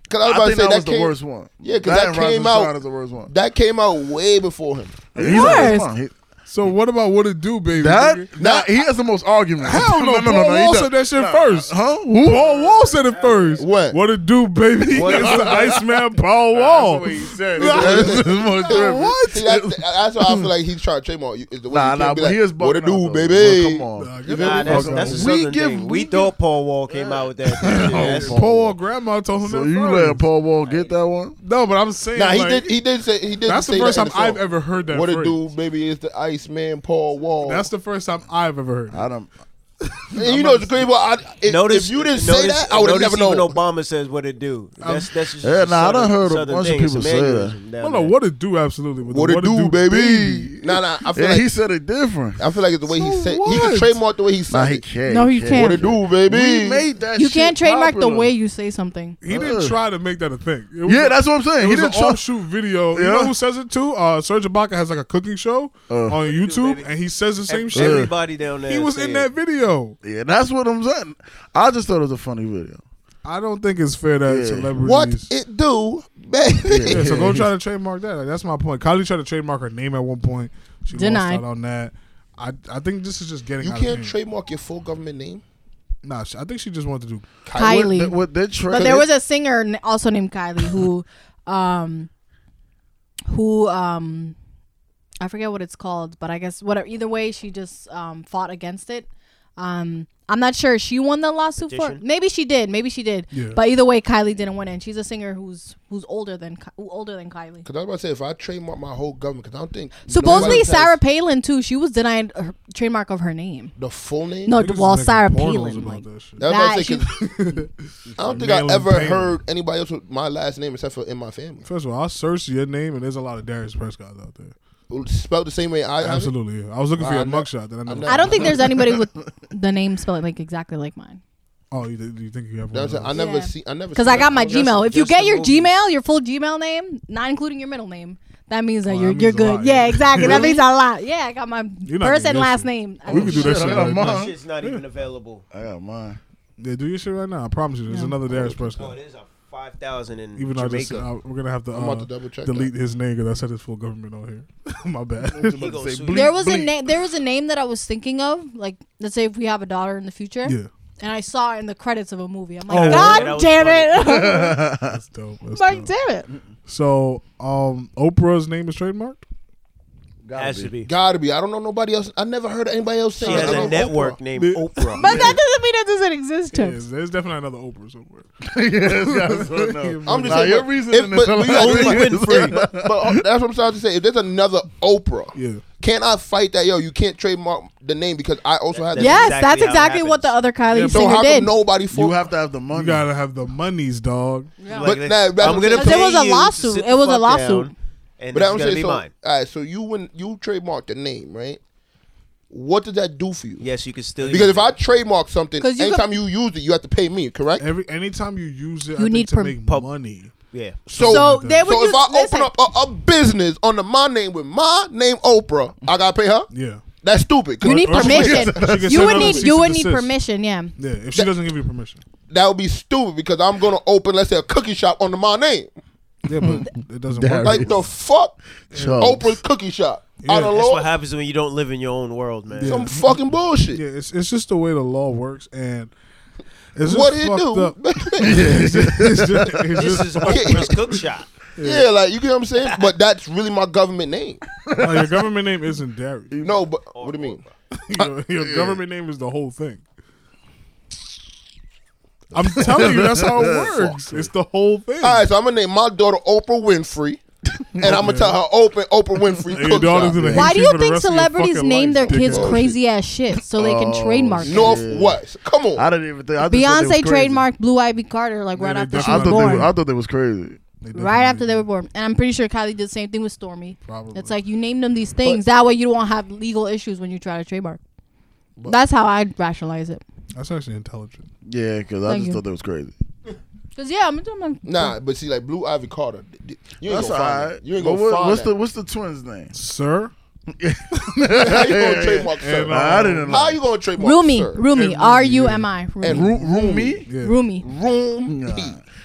[SPEAKER 3] Cause I was
[SPEAKER 2] I
[SPEAKER 3] about to
[SPEAKER 2] think
[SPEAKER 3] say
[SPEAKER 2] that
[SPEAKER 3] that,
[SPEAKER 2] was
[SPEAKER 3] came,
[SPEAKER 2] the worst one.
[SPEAKER 3] Yeah, 'cause that
[SPEAKER 2] and Rise
[SPEAKER 3] came
[SPEAKER 2] and Shine
[SPEAKER 3] out-
[SPEAKER 2] is the worst one.
[SPEAKER 3] that came out way before him.
[SPEAKER 2] He's the worst
[SPEAKER 4] course.
[SPEAKER 2] one. He-
[SPEAKER 1] So what about "What It Do, Baby"?
[SPEAKER 2] That,
[SPEAKER 1] nigga?
[SPEAKER 2] that he has the most arguments. [LAUGHS]
[SPEAKER 1] Hell no, Paul
[SPEAKER 2] he
[SPEAKER 1] Wall
[SPEAKER 2] does.
[SPEAKER 1] said that shit first.
[SPEAKER 2] Huh? Who?
[SPEAKER 1] Paul Wall said it first.
[SPEAKER 3] What?
[SPEAKER 1] What it do, baby? [LAUGHS] That's the Iceman Paul Wall.
[SPEAKER 2] That's what he
[SPEAKER 1] [LAUGHS]
[SPEAKER 2] said.
[SPEAKER 1] That's
[SPEAKER 2] That's the most terrible.
[SPEAKER 1] What?
[SPEAKER 2] [LAUGHS]
[SPEAKER 3] See, that, that's why I feel like he's trying to trademark you. Is the way
[SPEAKER 2] Nah,
[SPEAKER 3] you
[SPEAKER 2] nah,
[SPEAKER 3] can't be
[SPEAKER 2] but
[SPEAKER 3] like,
[SPEAKER 2] he is
[SPEAKER 3] What it
[SPEAKER 2] bugging out,
[SPEAKER 3] do,
[SPEAKER 2] though.
[SPEAKER 3] baby?
[SPEAKER 2] Come on.
[SPEAKER 1] Nah,
[SPEAKER 3] You
[SPEAKER 1] get
[SPEAKER 3] feel
[SPEAKER 1] the
[SPEAKER 5] Nah,
[SPEAKER 3] me?
[SPEAKER 5] that's,
[SPEAKER 1] fuck
[SPEAKER 5] that's a
[SPEAKER 1] out.
[SPEAKER 2] We
[SPEAKER 5] southern
[SPEAKER 2] give- we
[SPEAKER 5] thing. We thought Paul Wall came out with [LAUGHS] that. Yes.
[SPEAKER 1] Paul Wall grandma told him
[SPEAKER 2] So
[SPEAKER 1] that
[SPEAKER 2] you
[SPEAKER 1] first.
[SPEAKER 2] let Paul Wall get that one?
[SPEAKER 1] No, but I'm saying
[SPEAKER 3] Nah, he
[SPEAKER 1] like,
[SPEAKER 3] did. He did say he did.
[SPEAKER 1] that's the
[SPEAKER 3] say
[SPEAKER 1] first
[SPEAKER 3] that in
[SPEAKER 1] time I've
[SPEAKER 3] song.
[SPEAKER 1] ever heard that.
[SPEAKER 3] What it
[SPEAKER 1] phrase.
[SPEAKER 3] do, baby? Is the Iceman Paul Wall?
[SPEAKER 1] That's the first time I've ever heard. It.
[SPEAKER 2] I don't.
[SPEAKER 3] and you know it's crazy. Well, I, if,
[SPEAKER 5] Notice
[SPEAKER 3] if you didn't
[SPEAKER 5] notice,
[SPEAKER 3] say that, I would have
[SPEAKER 5] notice
[SPEAKER 3] never known.
[SPEAKER 5] Even Obama says what it do. That's that's just
[SPEAKER 2] Yeah,
[SPEAKER 5] a
[SPEAKER 2] nah, I done
[SPEAKER 5] southern-
[SPEAKER 2] heard a
[SPEAKER 5] southern
[SPEAKER 2] bunch of
[SPEAKER 5] thing. It's
[SPEAKER 2] people say that.
[SPEAKER 5] mannerism down
[SPEAKER 1] Well, no,
[SPEAKER 5] there.
[SPEAKER 1] what it do absolutely. but the
[SPEAKER 3] What it do, baby?
[SPEAKER 1] baby?
[SPEAKER 3] Nah, nah. I feel
[SPEAKER 2] Yeah,
[SPEAKER 3] like
[SPEAKER 2] he said it different.
[SPEAKER 3] I feel like it's the way he
[SPEAKER 1] So
[SPEAKER 3] said. He can
[SPEAKER 1] what?
[SPEAKER 3] trademark the way he said.
[SPEAKER 2] Nah,
[SPEAKER 3] it.
[SPEAKER 2] he can't.
[SPEAKER 4] No, he
[SPEAKER 3] What
[SPEAKER 4] can't.
[SPEAKER 3] it do, baby?
[SPEAKER 2] We made that.
[SPEAKER 4] You
[SPEAKER 2] shit
[SPEAKER 4] can't trademark the
[SPEAKER 2] popular.
[SPEAKER 4] way you say something.
[SPEAKER 1] He didn't
[SPEAKER 2] Ugh.
[SPEAKER 1] try to make that a thing. It was
[SPEAKER 2] Yeah,
[SPEAKER 1] a-
[SPEAKER 2] that's what I'm saying.
[SPEAKER 1] It
[SPEAKER 2] He
[SPEAKER 1] was an
[SPEAKER 2] didn't try.
[SPEAKER 1] offshoot video. You
[SPEAKER 2] Yeah.
[SPEAKER 1] know who says it too? Uh, Serge Ibaka has like a cooking show
[SPEAKER 2] Uh.
[SPEAKER 1] on YouTube, and he says the same shit.
[SPEAKER 5] Everybody down there.
[SPEAKER 1] He was
[SPEAKER 5] saying,
[SPEAKER 1] in that video.
[SPEAKER 2] Yeah, that's what I'm saying. I just thought it was a funny video.
[SPEAKER 1] I don't think it's fair that
[SPEAKER 2] Yeah.
[SPEAKER 1] celebrities.
[SPEAKER 3] What it do, baby?
[SPEAKER 1] Yeah, so go try to trademark that. Like, that's my point. Kylie tried to trademark her name at one point. She
[SPEAKER 4] Denied.
[SPEAKER 1] lost out on that. I I think this is just getting.
[SPEAKER 3] [LAUGHS] You
[SPEAKER 1] out
[SPEAKER 3] can't
[SPEAKER 1] of hand.
[SPEAKER 3] trademark your full government name.
[SPEAKER 1] Nah, she, I think she just wanted to do.
[SPEAKER 2] What,
[SPEAKER 4] Kylie.
[SPEAKER 2] what they're tra-
[SPEAKER 4] But there was a singer n- also named Kylie who [LAUGHS] um who um I forget what it's called, but I guess whatever. Either way, she just um, fought against it. Um, I'm not sure she won the lawsuit for.
[SPEAKER 5] Petition?
[SPEAKER 4] Maybe she did. Maybe she did.
[SPEAKER 1] Yeah.
[SPEAKER 4] But either way, Kylie didn't win, it, and she's a singer who's who's older than Ki- older than Kylie.
[SPEAKER 3] Because I was about to say, if I trademark my whole government, because I don't think nobody
[SPEAKER 4] Supposedly
[SPEAKER 3] has
[SPEAKER 4] Sarah Palin too. She was denied her trademark of her name.
[SPEAKER 3] the full name.
[SPEAKER 4] No,
[SPEAKER 1] Niggas is
[SPEAKER 4] well
[SPEAKER 1] making
[SPEAKER 4] Sarah
[SPEAKER 1] pornos
[SPEAKER 4] Palin.
[SPEAKER 1] about
[SPEAKER 4] Like,
[SPEAKER 1] that shit.
[SPEAKER 3] I was about to
[SPEAKER 4] that
[SPEAKER 3] say, [LAUGHS]
[SPEAKER 4] she-
[SPEAKER 3] 'cause I don't think
[SPEAKER 1] Male
[SPEAKER 3] I
[SPEAKER 1] and
[SPEAKER 3] ever
[SPEAKER 1] Palin.
[SPEAKER 3] heard anybody else with my last name except for in my family.
[SPEAKER 1] First of all, I searched your name, and there's a lot of Darius Prescott out there.
[SPEAKER 3] Spelled the same way I have it.
[SPEAKER 1] Absolutely, yeah. I was looking for
[SPEAKER 3] Nah,
[SPEAKER 1] your
[SPEAKER 3] I know-
[SPEAKER 1] mugshot. That I,
[SPEAKER 3] I
[SPEAKER 1] never
[SPEAKER 3] know.
[SPEAKER 4] I don't think there's anybody with the name spelled like exactly like mine.
[SPEAKER 1] Oh, you, you think you have one?
[SPEAKER 3] That's
[SPEAKER 1] of
[SPEAKER 3] it. I
[SPEAKER 1] those?
[SPEAKER 3] never
[SPEAKER 4] Yeah.
[SPEAKER 3] see. I never
[SPEAKER 4] Because
[SPEAKER 3] seen
[SPEAKER 4] I got
[SPEAKER 3] that.
[SPEAKER 4] my
[SPEAKER 5] Just-
[SPEAKER 4] Gmail. If you
[SPEAKER 5] just
[SPEAKER 4] get
[SPEAKER 5] the
[SPEAKER 4] your
[SPEAKER 5] movies.
[SPEAKER 4] Gmail, your full Gmail name, not including your middle name, that means that
[SPEAKER 1] Wow,
[SPEAKER 4] you're
[SPEAKER 1] that
[SPEAKER 4] you're
[SPEAKER 1] means a
[SPEAKER 4] good.
[SPEAKER 1] lot,
[SPEAKER 4] yeah,
[SPEAKER 1] yeah.
[SPEAKER 4] exactly. That means a lot. Yeah, I got my
[SPEAKER 1] You're not
[SPEAKER 4] first
[SPEAKER 1] doing
[SPEAKER 4] and
[SPEAKER 1] that
[SPEAKER 4] last
[SPEAKER 1] shit.
[SPEAKER 4] name. I
[SPEAKER 1] We
[SPEAKER 4] don't
[SPEAKER 1] could do
[SPEAKER 4] know.
[SPEAKER 1] that
[SPEAKER 2] Shit,
[SPEAKER 1] shit
[SPEAKER 2] I got
[SPEAKER 1] right
[SPEAKER 2] mine.
[SPEAKER 1] now.
[SPEAKER 2] Huh?
[SPEAKER 5] Shit's not even available.
[SPEAKER 2] I got mine.
[SPEAKER 1] Yeah, do your shit right now. I promise you. There's
[SPEAKER 4] Yeah.
[SPEAKER 1] another Darius
[SPEAKER 5] Oh,
[SPEAKER 1] Prescott.
[SPEAKER 5] there's a five thousand in
[SPEAKER 1] Even though I just,
[SPEAKER 5] Jamaica.
[SPEAKER 1] I, we're gonna have to,
[SPEAKER 3] I'm about to
[SPEAKER 1] uh,
[SPEAKER 3] double check.
[SPEAKER 1] delete
[SPEAKER 3] that.
[SPEAKER 1] his name because I said his full government on here. [LAUGHS] My bad.
[SPEAKER 4] [LAUGHS]
[SPEAKER 5] He gonna sue you.
[SPEAKER 4] There was a name. There was a name that I was thinking of. Like, let's say if we have a daughter in the future,
[SPEAKER 1] yeah,
[SPEAKER 4] and I saw it in the credits of a movie. I'm
[SPEAKER 1] Oh,
[SPEAKER 4] like,
[SPEAKER 5] that
[SPEAKER 4] God
[SPEAKER 5] was
[SPEAKER 4] damn it! [LAUGHS]
[SPEAKER 1] that's dope. That's
[SPEAKER 4] like,
[SPEAKER 1] [LAUGHS] dope.
[SPEAKER 4] damn it!
[SPEAKER 1] So, um, Oprah's name is trademarked.
[SPEAKER 5] Has to be.
[SPEAKER 3] Gotta be. I don't know nobody else. I never heard anybody else say.
[SPEAKER 5] She
[SPEAKER 3] it.
[SPEAKER 5] has
[SPEAKER 3] I
[SPEAKER 5] a
[SPEAKER 3] love
[SPEAKER 5] network
[SPEAKER 3] Oprah.
[SPEAKER 5] named
[SPEAKER 1] Yeah.
[SPEAKER 5] Oprah.
[SPEAKER 4] But that doesn't mean it doesn't exist.
[SPEAKER 1] Yeah,
[SPEAKER 4] Tips.
[SPEAKER 1] there's definitely another Oprah somewhere.
[SPEAKER 3] I'm just
[SPEAKER 2] Nah,
[SPEAKER 3] saying,
[SPEAKER 2] your
[SPEAKER 3] but
[SPEAKER 2] reasoning
[SPEAKER 3] if-
[SPEAKER 2] is
[SPEAKER 3] but
[SPEAKER 2] a
[SPEAKER 3] we
[SPEAKER 2] lie. [LAUGHS]
[SPEAKER 3] only win free. But, but, uh, that's what I'm trying to say. If there's another Oprah,
[SPEAKER 1] Yeah.
[SPEAKER 3] can I fight that? Yo, you can't trademark the name because I also have.
[SPEAKER 5] That's
[SPEAKER 4] yes,
[SPEAKER 5] exactly
[SPEAKER 4] that's
[SPEAKER 5] how it
[SPEAKER 4] exactly what the
[SPEAKER 5] happens.
[SPEAKER 4] other Kylie
[SPEAKER 1] Yeah,
[SPEAKER 3] So
[SPEAKER 4] singer
[SPEAKER 3] how
[SPEAKER 4] did.
[SPEAKER 3] come nobody for?
[SPEAKER 2] You have to have the money.
[SPEAKER 1] You gotta have the monies, dog.
[SPEAKER 3] But nah, that's
[SPEAKER 5] I'm
[SPEAKER 3] what I'm
[SPEAKER 5] gonna
[SPEAKER 3] saying.
[SPEAKER 4] It was a
[SPEAKER 5] pay you to
[SPEAKER 4] lawsuit.
[SPEAKER 5] sit
[SPEAKER 4] It was
[SPEAKER 5] the
[SPEAKER 4] a
[SPEAKER 5] fuck
[SPEAKER 4] lawsuit.
[SPEAKER 5] down, And
[SPEAKER 3] but
[SPEAKER 5] this
[SPEAKER 3] I'm
[SPEAKER 5] is gonna
[SPEAKER 3] saying
[SPEAKER 5] be
[SPEAKER 3] so.
[SPEAKER 5] mine.
[SPEAKER 3] All right, so you when you trademark the name, right? What does that do for you?
[SPEAKER 5] Yes, you can still
[SPEAKER 3] Because
[SPEAKER 5] use
[SPEAKER 3] if
[SPEAKER 5] it.
[SPEAKER 3] I trademark something,
[SPEAKER 4] 'Cause you
[SPEAKER 3] anytime you use it, you have to pay me, correct?
[SPEAKER 1] Every anytime you use it, I
[SPEAKER 4] You
[SPEAKER 1] think
[SPEAKER 4] need
[SPEAKER 1] to
[SPEAKER 4] per-
[SPEAKER 1] make
[SPEAKER 5] Pub-
[SPEAKER 1] money.
[SPEAKER 5] yeah,
[SPEAKER 3] So,
[SPEAKER 4] So
[SPEAKER 3] so,
[SPEAKER 1] like
[SPEAKER 4] they
[SPEAKER 1] that.
[SPEAKER 4] would use,
[SPEAKER 3] if I open
[SPEAKER 4] listen,
[SPEAKER 3] up a, a business under my name with my name Oprah, I gotta pay her.
[SPEAKER 1] Yeah,
[SPEAKER 3] That's stupid. 'cause
[SPEAKER 4] You need
[SPEAKER 1] Or she can-
[SPEAKER 4] permission.
[SPEAKER 1] she can send
[SPEAKER 4] You
[SPEAKER 1] her
[SPEAKER 4] would
[SPEAKER 1] a
[SPEAKER 4] need
[SPEAKER 1] cease
[SPEAKER 4] you
[SPEAKER 1] and
[SPEAKER 4] would need
[SPEAKER 1] desist.
[SPEAKER 4] permission. Yeah.
[SPEAKER 1] yeah. If she doesn't give you permission,
[SPEAKER 3] That would be stupid because I'm gonna open, let's say, a cookie shop under my name.
[SPEAKER 1] yeah,
[SPEAKER 4] Mm.
[SPEAKER 1] but it doesn't
[SPEAKER 2] Darius.
[SPEAKER 1] work.
[SPEAKER 3] Like the fuck,
[SPEAKER 2] Chubbs.
[SPEAKER 3] Oprah's cookie shop. I don't
[SPEAKER 5] that's what
[SPEAKER 3] know.
[SPEAKER 5] happens when you don't live in your own world, man.
[SPEAKER 1] Yeah.
[SPEAKER 3] Some fucking bullshit.
[SPEAKER 1] Yeah, it's it's just the way the law works, and it's just
[SPEAKER 3] What do you
[SPEAKER 1] fucked
[SPEAKER 3] do?
[SPEAKER 1] Up. [LAUGHS] It's just- it's just- it's
[SPEAKER 3] [LAUGHS]
[SPEAKER 5] This
[SPEAKER 1] just
[SPEAKER 5] is
[SPEAKER 1] fucked [LAUGHS]
[SPEAKER 5] Oprah's cook shop.
[SPEAKER 3] yeah, like you get what I'm saying. But that's really my government name.
[SPEAKER 1] up. No, your government name isn't [LAUGHS] Darius.
[SPEAKER 3] No, but what do you mean?
[SPEAKER 1] [LAUGHS] Your, your government name is the whole [LAUGHS] thing. I'm telling you, that's how [LAUGHS] it works. It's the whole thing.
[SPEAKER 3] All right, so I'm gonna name my daughter Oprah Winfrey, and I'm gonna tell her open Oprah Winfrey
[SPEAKER 1] And your
[SPEAKER 3] cook
[SPEAKER 1] daughter's
[SPEAKER 3] shop.
[SPEAKER 1] gonna hate
[SPEAKER 4] Why do
[SPEAKER 1] for
[SPEAKER 4] you
[SPEAKER 1] the
[SPEAKER 4] think
[SPEAKER 1] rest of your
[SPEAKER 4] celebrities
[SPEAKER 1] fucking
[SPEAKER 4] name
[SPEAKER 1] life,
[SPEAKER 4] their kids
[SPEAKER 1] dickhead.
[SPEAKER 4] crazy ass shit so they can
[SPEAKER 2] Oh,
[SPEAKER 4] trademark?
[SPEAKER 3] [LAUGHS]
[SPEAKER 4] it?
[SPEAKER 3] North West. Come on.
[SPEAKER 2] I didn't even think. I just thought they was
[SPEAKER 4] Beyonce
[SPEAKER 2] crazy.
[SPEAKER 4] trademarked Blue Ivy Carter like right
[SPEAKER 1] they
[SPEAKER 4] after she
[SPEAKER 2] I
[SPEAKER 1] definitely
[SPEAKER 4] was
[SPEAKER 2] thought, they were,
[SPEAKER 4] born.
[SPEAKER 2] I thought they was crazy.
[SPEAKER 1] They definitely
[SPEAKER 4] Right after they
[SPEAKER 1] do.
[SPEAKER 4] were born, and I'm pretty sure Kylie did the same thing with Stormy.
[SPEAKER 1] Probably.
[SPEAKER 4] It's like you name them these things that way you won't have legal issues when you try to trademark. That's how I rationalize it.
[SPEAKER 1] That's actually intelligent.
[SPEAKER 2] Yeah, because I
[SPEAKER 4] Thank
[SPEAKER 2] just
[SPEAKER 4] you.
[SPEAKER 2] thought that was crazy.
[SPEAKER 4] Cause yeah, I'm doing my
[SPEAKER 3] Nah, but see, like Blue Ivy Carter, th- th- you ain't
[SPEAKER 2] That's
[SPEAKER 3] gonna find
[SPEAKER 2] all right.
[SPEAKER 3] that. You ain't
[SPEAKER 2] But
[SPEAKER 3] gonna
[SPEAKER 2] what-
[SPEAKER 3] find
[SPEAKER 2] what's
[SPEAKER 3] that.
[SPEAKER 2] the what's the twins' name?
[SPEAKER 1] Sir?
[SPEAKER 3] [LAUGHS] How
[SPEAKER 2] [LAUGHS]
[SPEAKER 3] you gonna
[SPEAKER 1] And,
[SPEAKER 3] trademark sir?
[SPEAKER 1] uh,
[SPEAKER 2] I didn't know.
[SPEAKER 3] How you gonna trademark
[SPEAKER 4] Rumi,
[SPEAKER 3] sir?
[SPEAKER 4] Rumi,
[SPEAKER 1] And
[SPEAKER 4] R U M I,
[SPEAKER 3] And
[SPEAKER 4] Rumi,
[SPEAKER 3] Ru-
[SPEAKER 2] Ru- Rumi?
[SPEAKER 1] Yeah.
[SPEAKER 4] Roomy.
[SPEAKER 3] Room.
[SPEAKER 2] Nah.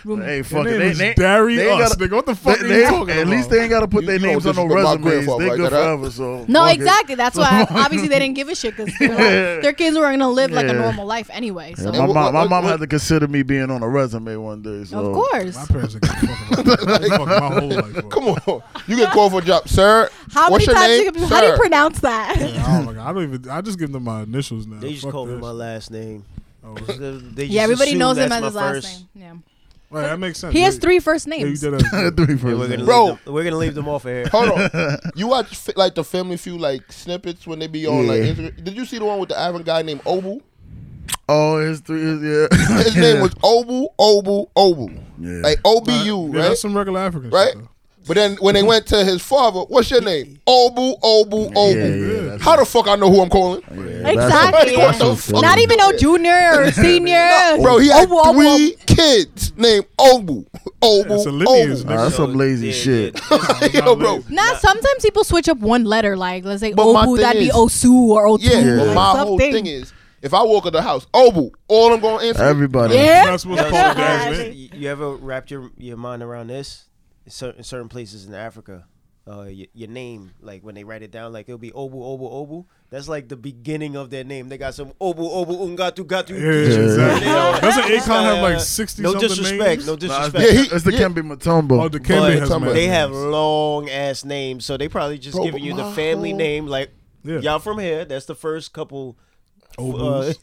[SPEAKER 4] Rumi.
[SPEAKER 2] Hey,
[SPEAKER 1] Your
[SPEAKER 2] fuck it.
[SPEAKER 1] name
[SPEAKER 2] They,
[SPEAKER 1] is
[SPEAKER 2] they,
[SPEAKER 1] Darius.
[SPEAKER 2] they gotta-
[SPEAKER 1] nigga, what the fuck
[SPEAKER 2] they-
[SPEAKER 1] are you
[SPEAKER 2] they-
[SPEAKER 1] talking
[SPEAKER 2] At
[SPEAKER 1] about?
[SPEAKER 2] least they ain't got to put
[SPEAKER 3] You-
[SPEAKER 2] their
[SPEAKER 3] you
[SPEAKER 2] names
[SPEAKER 3] don't
[SPEAKER 2] on no
[SPEAKER 3] disrespect my
[SPEAKER 2] resumes.
[SPEAKER 3] grandfather
[SPEAKER 2] They
[SPEAKER 3] like
[SPEAKER 2] good
[SPEAKER 3] that, huh?
[SPEAKER 2] forever. So
[SPEAKER 4] No,
[SPEAKER 2] fuck it.
[SPEAKER 4] exactly. That's why obviously they didn't give a shit because their kids were gonna live like a
[SPEAKER 2] Yeah.
[SPEAKER 4] normal life anyway. So
[SPEAKER 2] Yeah,
[SPEAKER 3] And
[SPEAKER 2] my
[SPEAKER 3] what-
[SPEAKER 2] mom, my
[SPEAKER 3] what-
[SPEAKER 2] mom
[SPEAKER 3] what-
[SPEAKER 2] had to consider me being on a resume one day. So
[SPEAKER 4] of course,
[SPEAKER 1] my parents are fucking
[SPEAKER 2] [LAUGHS]
[SPEAKER 1] fucking my whole life. up.
[SPEAKER 3] Come on, you get called for a job, sir.
[SPEAKER 4] how
[SPEAKER 3] what's
[SPEAKER 4] many
[SPEAKER 3] your
[SPEAKER 4] times
[SPEAKER 3] name?
[SPEAKER 4] you can,
[SPEAKER 3] sir.
[SPEAKER 4] how do you pronounce that?
[SPEAKER 1] I don't, like, I don't even. I just give them my initials now.
[SPEAKER 5] They just
[SPEAKER 1] Fuck
[SPEAKER 5] call me
[SPEAKER 1] this.
[SPEAKER 5] my last name.
[SPEAKER 1] Oh,
[SPEAKER 5] They
[SPEAKER 1] right.
[SPEAKER 5] just
[SPEAKER 4] yeah, everybody
[SPEAKER 5] assume
[SPEAKER 4] knows him
[SPEAKER 5] that's
[SPEAKER 4] as
[SPEAKER 5] my
[SPEAKER 4] his last
[SPEAKER 5] first.
[SPEAKER 4] name.
[SPEAKER 1] Right, that makes sense.
[SPEAKER 4] Yeah, he has
[SPEAKER 1] Yeah,
[SPEAKER 4] three first
[SPEAKER 1] Yeah, you
[SPEAKER 4] names.
[SPEAKER 2] [LAUGHS]
[SPEAKER 1] did that.
[SPEAKER 2] Three
[SPEAKER 5] Yeah,
[SPEAKER 2] first
[SPEAKER 5] we're gonna
[SPEAKER 2] names.
[SPEAKER 3] Bro.
[SPEAKER 5] leave them, we're gonna leave them off of here.
[SPEAKER 3] Hold
[SPEAKER 2] [LAUGHS]
[SPEAKER 3] on, you watch fi- like the Family Feud like snippets when they be on like
[SPEAKER 2] Yeah.
[SPEAKER 3] Instagram. Did you see the one with the Ivan guy named Obu?
[SPEAKER 2] Oh, his three. His, [LAUGHS] yeah,
[SPEAKER 3] His name was Obu Obu Obu,
[SPEAKER 2] yeah.
[SPEAKER 3] like OBU,
[SPEAKER 1] Yeah,
[SPEAKER 3] right?
[SPEAKER 1] that's some regular African
[SPEAKER 3] right?
[SPEAKER 1] shit. though.
[SPEAKER 3] But then when they went to his father, what's your name? Obu Obu
[SPEAKER 2] oh,
[SPEAKER 3] Obu.
[SPEAKER 2] yeah,
[SPEAKER 1] Yeah.
[SPEAKER 2] that's-
[SPEAKER 3] How the fuck I know who I'm calling?
[SPEAKER 2] yeah, that's-
[SPEAKER 4] Exactly.
[SPEAKER 3] What the
[SPEAKER 4] yeah.
[SPEAKER 3] fuck?
[SPEAKER 2] Oh,
[SPEAKER 4] Not even no junior or senior.
[SPEAKER 3] Bro, he had
[SPEAKER 4] Oh, oh, oh,
[SPEAKER 3] three kids named Obu.
[SPEAKER 1] That's a
[SPEAKER 3] Obu.
[SPEAKER 1] lineage,
[SPEAKER 2] Nah,
[SPEAKER 1] nigga.
[SPEAKER 2] [LAUGHS] that's some lazy
[SPEAKER 5] yeah,
[SPEAKER 2] shit.
[SPEAKER 5] yeah,
[SPEAKER 2] [LAUGHS]
[SPEAKER 5] that's-
[SPEAKER 3] Obu. Yo, bro.
[SPEAKER 4] Nah, sometimes people switch up one letter. Like let's say
[SPEAKER 3] But my
[SPEAKER 4] Obu,
[SPEAKER 3] thing
[SPEAKER 4] that'd be
[SPEAKER 3] is-
[SPEAKER 4] Osu or Otu.
[SPEAKER 3] Yeah,
[SPEAKER 4] like,
[SPEAKER 3] but my whole
[SPEAKER 4] something.
[SPEAKER 3] thing is if I walk in the house, Obu, all I'm going to answer.
[SPEAKER 2] Everybody.
[SPEAKER 4] Yeah.
[SPEAKER 1] You're not supposed to
[SPEAKER 5] Yo,
[SPEAKER 1] call
[SPEAKER 4] Yeah.
[SPEAKER 1] them guys, man.
[SPEAKER 5] you, you ever wrapped your, your mind around this? In certain, certain places in Africa, uh, your, your name, like when they write it down, like it'll be Obu Obu Obu. That's like the beginning of their name. They got some Obu Obu Ungatu Gatu.
[SPEAKER 1] Yeah, exactly.
[SPEAKER 5] You know,
[SPEAKER 1] Doesn't Akon have
[SPEAKER 5] uh,
[SPEAKER 1] like sixty
[SPEAKER 5] No
[SPEAKER 1] something
[SPEAKER 5] disrespect.
[SPEAKER 1] names?
[SPEAKER 5] No disrespect.
[SPEAKER 3] Yeah, he-
[SPEAKER 2] it's the
[SPEAKER 3] yeah.
[SPEAKER 2] Kembe Matumbo.
[SPEAKER 1] Oh, the Kembe has
[SPEAKER 3] But
[SPEAKER 1] mad
[SPEAKER 5] they have
[SPEAKER 1] names.
[SPEAKER 5] long ass names, so they probably just
[SPEAKER 3] Bro,
[SPEAKER 5] giving
[SPEAKER 3] but
[SPEAKER 5] you the
[SPEAKER 3] my
[SPEAKER 5] family
[SPEAKER 3] whole-
[SPEAKER 5] name. Like
[SPEAKER 1] Yeah.
[SPEAKER 5] y'all from here. That's the first couple. Uh, [LAUGHS]
[SPEAKER 1] Obus. [LAUGHS]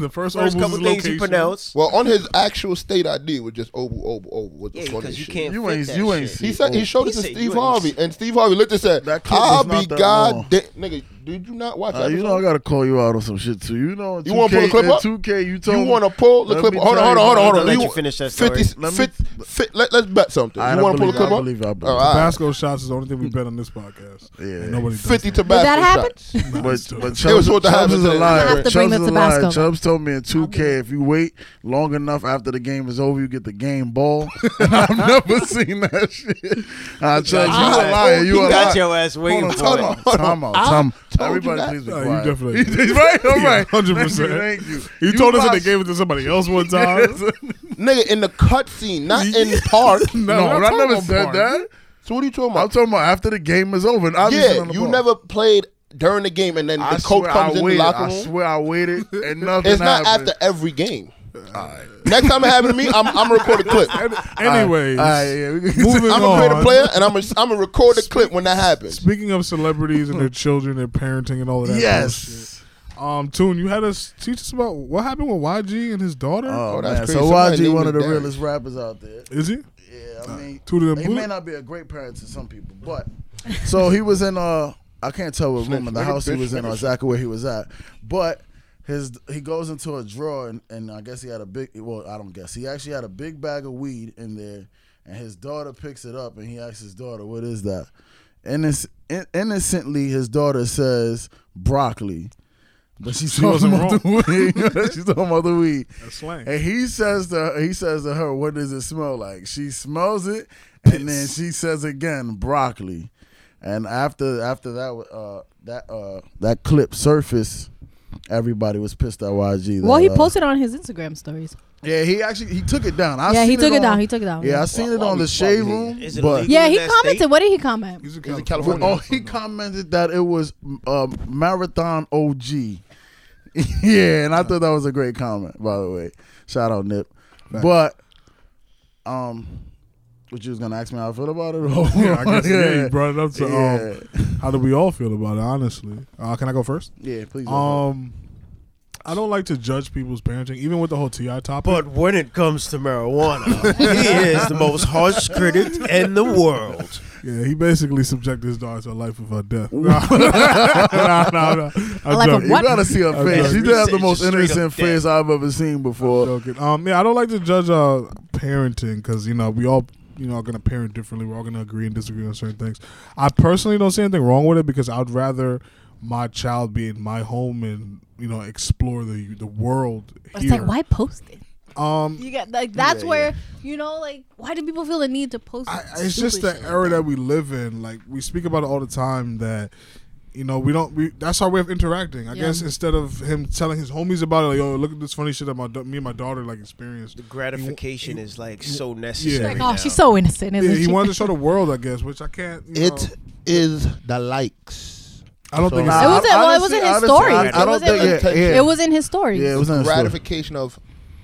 [SPEAKER 1] the first,
[SPEAKER 5] first
[SPEAKER 1] Obus
[SPEAKER 5] couple
[SPEAKER 1] is
[SPEAKER 5] things
[SPEAKER 1] location.
[SPEAKER 5] you pronounce.
[SPEAKER 3] Well, on his actual state ID was just Obu Obu Obu. Was the
[SPEAKER 5] Yeah, because
[SPEAKER 3] funniest
[SPEAKER 5] you
[SPEAKER 3] shit.
[SPEAKER 5] can't.
[SPEAKER 2] You
[SPEAKER 5] fit
[SPEAKER 2] ain't-
[SPEAKER 5] that
[SPEAKER 2] you ain't
[SPEAKER 5] shit.
[SPEAKER 2] see-
[SPEAKER 3] He said he
[SPEAKER 2] Oh.
[SPEAKER 3] showed
[SPEAKER 5] He
[SPEAKER 3] it to
[SPEAKER 5] said you
[SPEAKER 3] Steve
[SPEAKER 5] ain't-
[SPEAKER 3] Harvey, and Steve Harvey looked and said,
[SPEAKER 2] That clip
[SPEAKER 3] "I'll
[SPEAKER 2] was not
[SPEAKER 3] be
[SPEAKER 2] that long.
[SPEAKER 3] God, nigga. Did you not watch
[SPEAKER 2] Uh,
[SPEAKER 3] that?
[SPEAKER 2] you know I gotta call you out on some shit too. You know, in
[SPEAKER 3] You wanna
[SPEAKER 2] 2K
[SPEAKER 3] pull the clip
[SPEAKER 2] in
[SPEAKER 3] up?
[SPEAKER 2] 2K, you told
[SPEAKER 3] you
[SPEAKER 2] me-
[SPEAKER 3] want to pull the
[SPEAKER 2] Let
[SPEAKER 3] clip?
[SPEAKER 2] me
[SPEAKER 3] Hold
[SPEAKER 2] tell
[SPEAKER 3] on, hold
[SPEAKER 2] you,
[SPEAKER 3] on, hold
[SPEAKER 2] bro.
[SPEAKER 3] on, hold on.
[SPEAKER 5] Let you
[SPEAKER 3] want-
[SPEAKER 5] finish that
[SPEAKER 3] 50,
[SPEAKER 5] story.
[SPEAKER 2] Let me-
[SPEAKER 3] 50, let, us bet something.
[SPEAKER 2] I
[SPEAKER 3] you
[SPEAKER 2] don't
[SPEAKER 3] want to pull the
[SPEAKER 2] believe it.
[SPEAKER 3] clip
[SPEAKER 2] I
[SPEAKER 3] up?
[SPEAKER 2] believe it. I believe
[SPEAKER 3] All
[SPEAKER 2] it.
[SPEAKER 3] right.
[SPEAKER 1] Tabasco shots is the only thing we bet on this podcast.
[SPEAKER 2] Yeah.
[SPEAKER 1] And nobody does
[SPEAKER 3] Fifty
[SPEAKER 1] that.
[SPEAKER 3] Tabasco
[SPEAKER 4] that happen?
[SPEAKER 3] shots.
[SPEAKER 1] Nah,
[SPEAKER 2] But
[SPEAKER 1] it's too-
[SPEAKER 2] but
[SPEAKER 3] It was
[SPEAKER 2] Chubbs,
[SPEAKER 3] what the
[SPEAKER 2] Chubbs is
[SPEAKER 3] happenens
[SPEAKER 2] a
[SPEAKER 3] in-
[SPEAKER 2] liar.
[SPEAKER 3] I have to
[SPEAKER 2] Chubbs
[SPEAKER 4] bring
[SPEAKER 2] is
[SPEAKER 4] the
[SPEAKER 2] a liar.
[SPEAKER 4] Tabasco.
[SPEAKER 2] Chubbs told me in 2K if you wait long enough after the game is over, you get the
[SPEAKER 1] [LAUGHS]
[SPEAKER 2] game ball. [LAUGHS] I've never seen that shit. Uh, Chubbs, you a liar. You a
[SPEAKER 5] You got
[SPEAKER 2] liar.
[SPEAKER 5] your ass
[SPEAKER 2] Hold
[SPEAKER 5] waiting
[SPEAKER 2] on,
[SPEAKER 5] for
[SPEAKER 2] time
[SPEAKER 5] it.
[SPEAKER 2] out, time out, time out.
[SPEAKER 3] you
[SPEAKER 2] Everybody,
[SPEAKER 3] that.
[SPEAKER 2] please be
[SPEAKER 1] No, Oh, you
[SPEAKER 2] quiet. [LAUGHS]
[SPEAKER 1] definitely-
[SPEAKER 2] right,
[SPEAKER 1] [LAUGHS]
[SPEAKER 2] all
[SPEAKER 1] Yeah,
[SPEAKER 2] right,
[SPEAKER 1] 100%.
[SPEAKER 2] Thank you. Thank
[SPEAKER 1] He
[SPEAKER 2] you.
[SPEAKER 1] told us that they
[SPEAKER 2] lost.
[SPEAKER 1] gave it to somebody else
[SPEAKER 2] [LAUGHS]
[SPEAKER 1] one time.
[SPEAKER 3] nigga in the cut scene, not in the park.
[SPEAKER 1] [LAUGHS] we're
[SPEAKER 2] No,
[SPEAKER 1] not
[SPEAKER 2] I
[SPEAKER 1] talking
[SPEAKER 2] never
[SPEAKER 1] about
[SPEAKER 2] said
[SPEAKER 1] Barnes.
[SPEAKER 2] that.
[SPEAKER 3] So what are you talking
[SPEAKER 2] I'm
[SPEAKER 3] about?
[SPEAKER 2] talking about after the game is over. and obviously on
[SPEAKER 3] yeah,
[SPEAKER 2] the
[SPEAKER 3] you
[SPEAKER 2] ball.
[SPEAKER 3] never played during the game, and then the
[SPEAKER 2] I
[SPEAKER 3] coach
[SPEAKER 2] swear
[SPEAKER 3] comes
[SPEAKER 2] I
[SPEAKER 3] in the
[SPEAKER 2] waited.
[SPEAKER 3] locker
[SPEAKER 2] I
[SPEAKER 3] room.
[SPEAKER 2] swear I waited and nothing
[SPEAKER 3] It's not
[SPEAKER 2] happened.
[SPEAKER 3] after every game. Next time it happens to me, I'm I'm gonna record a clip.
[SPEAKER 1] Anyways,
[SPEAKER 2] All right, yeah, we can- [LAUGHS]
[SPEAKER 1] moving on.
[SPEAKER 3] I'm gonna create a player, and I'm gonna I'm gonna record the clip when that happens.
[SPEAKER 1] Speaking of celebrities
[SPEAKER 2] [LAUGHS]
[SPEAKER 1] and their children, their parenting, and all of that. bullshit.
[SPEAKER 2] yes.
[SPEAKER 1] Um, Tune, you had us teach us about what happened with YG and his daughter.
[SPEAKER 2] Oh,
[SPEAKER 3] Oh, that's
[SPEAKER 2] man.
[SPEAKER 3] crazy.
[SPEAKER 2] So
[SPEAKER 3] Somebody
[SPEAKER 2] YG,
[SPEAKER 3] named
[SPEAKER 2] one of
[SPEAKER 3] his
[SPEAKER 2] the
[SPEAKER 3] dad.
[SPEAKER 2] realest rappers out there.
[SPEAKER 1] Is he?
[SPEAKER 2] Yeah, I mean,
[SPEAKER 1] Two to them
[SPEAKER 2] he may
[SPEAKER 1] bullet.
[SPEAKER 2] not be a great parent to some people, but so he was in uh I can't tell what room in the
[SPEAKER 3] Snitch,
[SPEAKER 2] house he
[SPEAKER 3] bitch,
[SPEAKER 2] was in or
[SPEAKER 3] snitch.
[SPEAKER 2] exactly where he was at, but his he goes into a drawer and, and I guess he had a big well I don't guess he actually had a big bag of weed in there and his daughter picks it up and he asks his daughter what is that and it's in, innocently his daughter says broccoli. But she's
[SPEAKER 1] She
[SPEAKER 2] talking
[SPEAKER 1] wasn't
[SPEAKER 2] about the weed. [LAUGHS] she's talking about the weed.
[SPEAKER 1] That's slang.
[SPEAKER 2] And he says to he says to her, "What does it smell like?" She smells it, and then she says again, "Broccoli." And after after that uh, that uh, that clip surfaced, everybody was pissed at YG. that,
[SPEAKER 4] Well, he
[SPEAKER 2] uh,
[SPEAKER 4] posted on his Instagram stories.
[SPEAKER 2] yeah, he actually he took it down. I
[SPEAKER 4] yeah, he
[SPEAKER 2] seen
[SPEAKER 4] took it,
[SPEAKER 2] on-
[SPEAKER 4] down. He took it down.
[SPEAKER 2] yeah, I seen
[SPEAKER 3] Why-
[SPEAKER 2] it
[SPEAKER 3] why
[SPEAKER 2] on
[SPEAKER 3] we-
[SPEAKER 2] the shade
[SPEAKER 3] why we-
[SPEAKER 2] room.
[SPEAKER 5] Is it
[SPEAKER 2] but
[SPEAKER 5] illegal?
[SPEAKER 4] Yeah, he
[SPEAKER 5] in that state?
[SPEAKER 4] commented. What did he comment?
[SPEAKER 1] He's in
[SPEAKER 3] He's in
[SPEAKER 1] California.
[SPEAKER 3] California.
[SPEAKER 2] oh, he commented that it was uh, marathon OG. [LAUGHS] yeah, and I thought that was a great comment. By the way, shout out Nip. But um, what you was gonna ask me how I feel about it?
[SPEAKER 1] [LAUGHS]
[SPEAKER 2] [LAUGHS]
[SPEAKER 1] yeah, I guess, yeah, you brought it up to
[SPEAKER 2] yeah.
[SPEAKER 1] um, how do we all feel about it? Honestly, uh, can I go first?
[SPEAKER 2] Yeah, please. Um,
[SPEAKER 1] Um, I don't like to judge people's parenting, even with the whole Ti topic.
[SPEAKER 5] But when it comes to marijuana, he is the most harsh critic in the world.
[SPEAKER 1] yeah, he basically subjected his daughter to a life without
[SPEAKER 2] [LAUGHS]
[SPEAKER 1] death. [LAUGHS] no, no, no, no.
[SPEAKER 4] A
[SPEAKER 1] I'm
[SPEAKER 4] life of
[SPEAKER 1] joking.
[SPEAKER 2] you
[SPEAKER 4] what?
[SPEAKER 2] gotta see her
[SPEAKER 1] I'm
[SPEAKER 2] face. She
[SPEAKER 1] joking.
[SPEAKER 2] did have the
[SPEAKER 5] Just
[SPEAKER 2] most
[SPEAKER 5] straight up
[SPEAKER 2] innocent
[SPEAKER 5] dead.
[SPEAKER 2] face I've ever seen before.
[SPEAKER 1] joking. Um, yeah, I don't like to judge uh parenting because you know we all you know are gonna parent differently. We're all gonna agree and disagree on certain things. I personally don't see anything wrong with it because I'd rather my child be in my home and you know explore the the world
[SPEAKER 4] It's
[SPEAKER 1] here.
[SPEAKER 4] like why post it?
[SPEAKER 1] Um,
[SPEAKER 4] You get like that's
[SPEAKER 2] Yeah,
[SPEAKER 4] where you know like why do people feel the need to post?
[SPEAKER 1] I, it's just the era that we live in. Like we speak about it all the time that you know we don't. We, that's our way of interacting. I
[SPEAKER 4] Yeah.
[SPEAKER 1] guess instead of him telling his homies about it, like yo, look at this funny shit that my da- me and my daughter like experienced.
[SPEAKER 5] The gratification is like so necessary.
[SPEAKER 1] Like,
[SPEAKER 4] Like,
[SPEAKER 5] now.
[SPEAKER 4] oh, she's so innocent, isn't
[SPEAKER 1] Yeah, he
[SPEAKER 4] she?
[SPEAKER 1] wanted to
[SPEAKER 4] [LAUGHS]
[SPEAKER 1] show the world, I guess, which I can't. You know,
[SPEAKER 3] It is the likes.
[SPEAKER 1] I don't think.
[SPEAKER 2] Nah,
[SPEAKER 4] It was-
[SPEAKER 1] it's,
[SPEAKER 4] wasn't- well, it
[SPEAKER 2] honestly-
[SPEAKER 4] wasn't his
[SPEAKER 2] honestly,
[SPEAKER 4] story.
[SPEAKER 2] I,
[SPEAKER 4] It
[SPEAKER 2] I don't
[SPEAKER 4] wasn't
[SPEAKER 2] think.
[SPEAKER 3] his-
[SPEAKER 2] Yeah, yeah.
[SPEAKER 4] It was in his stories.
[SPEAKER 2] Yeah, it was in his story.
[SPEAKER 3] Gratification of,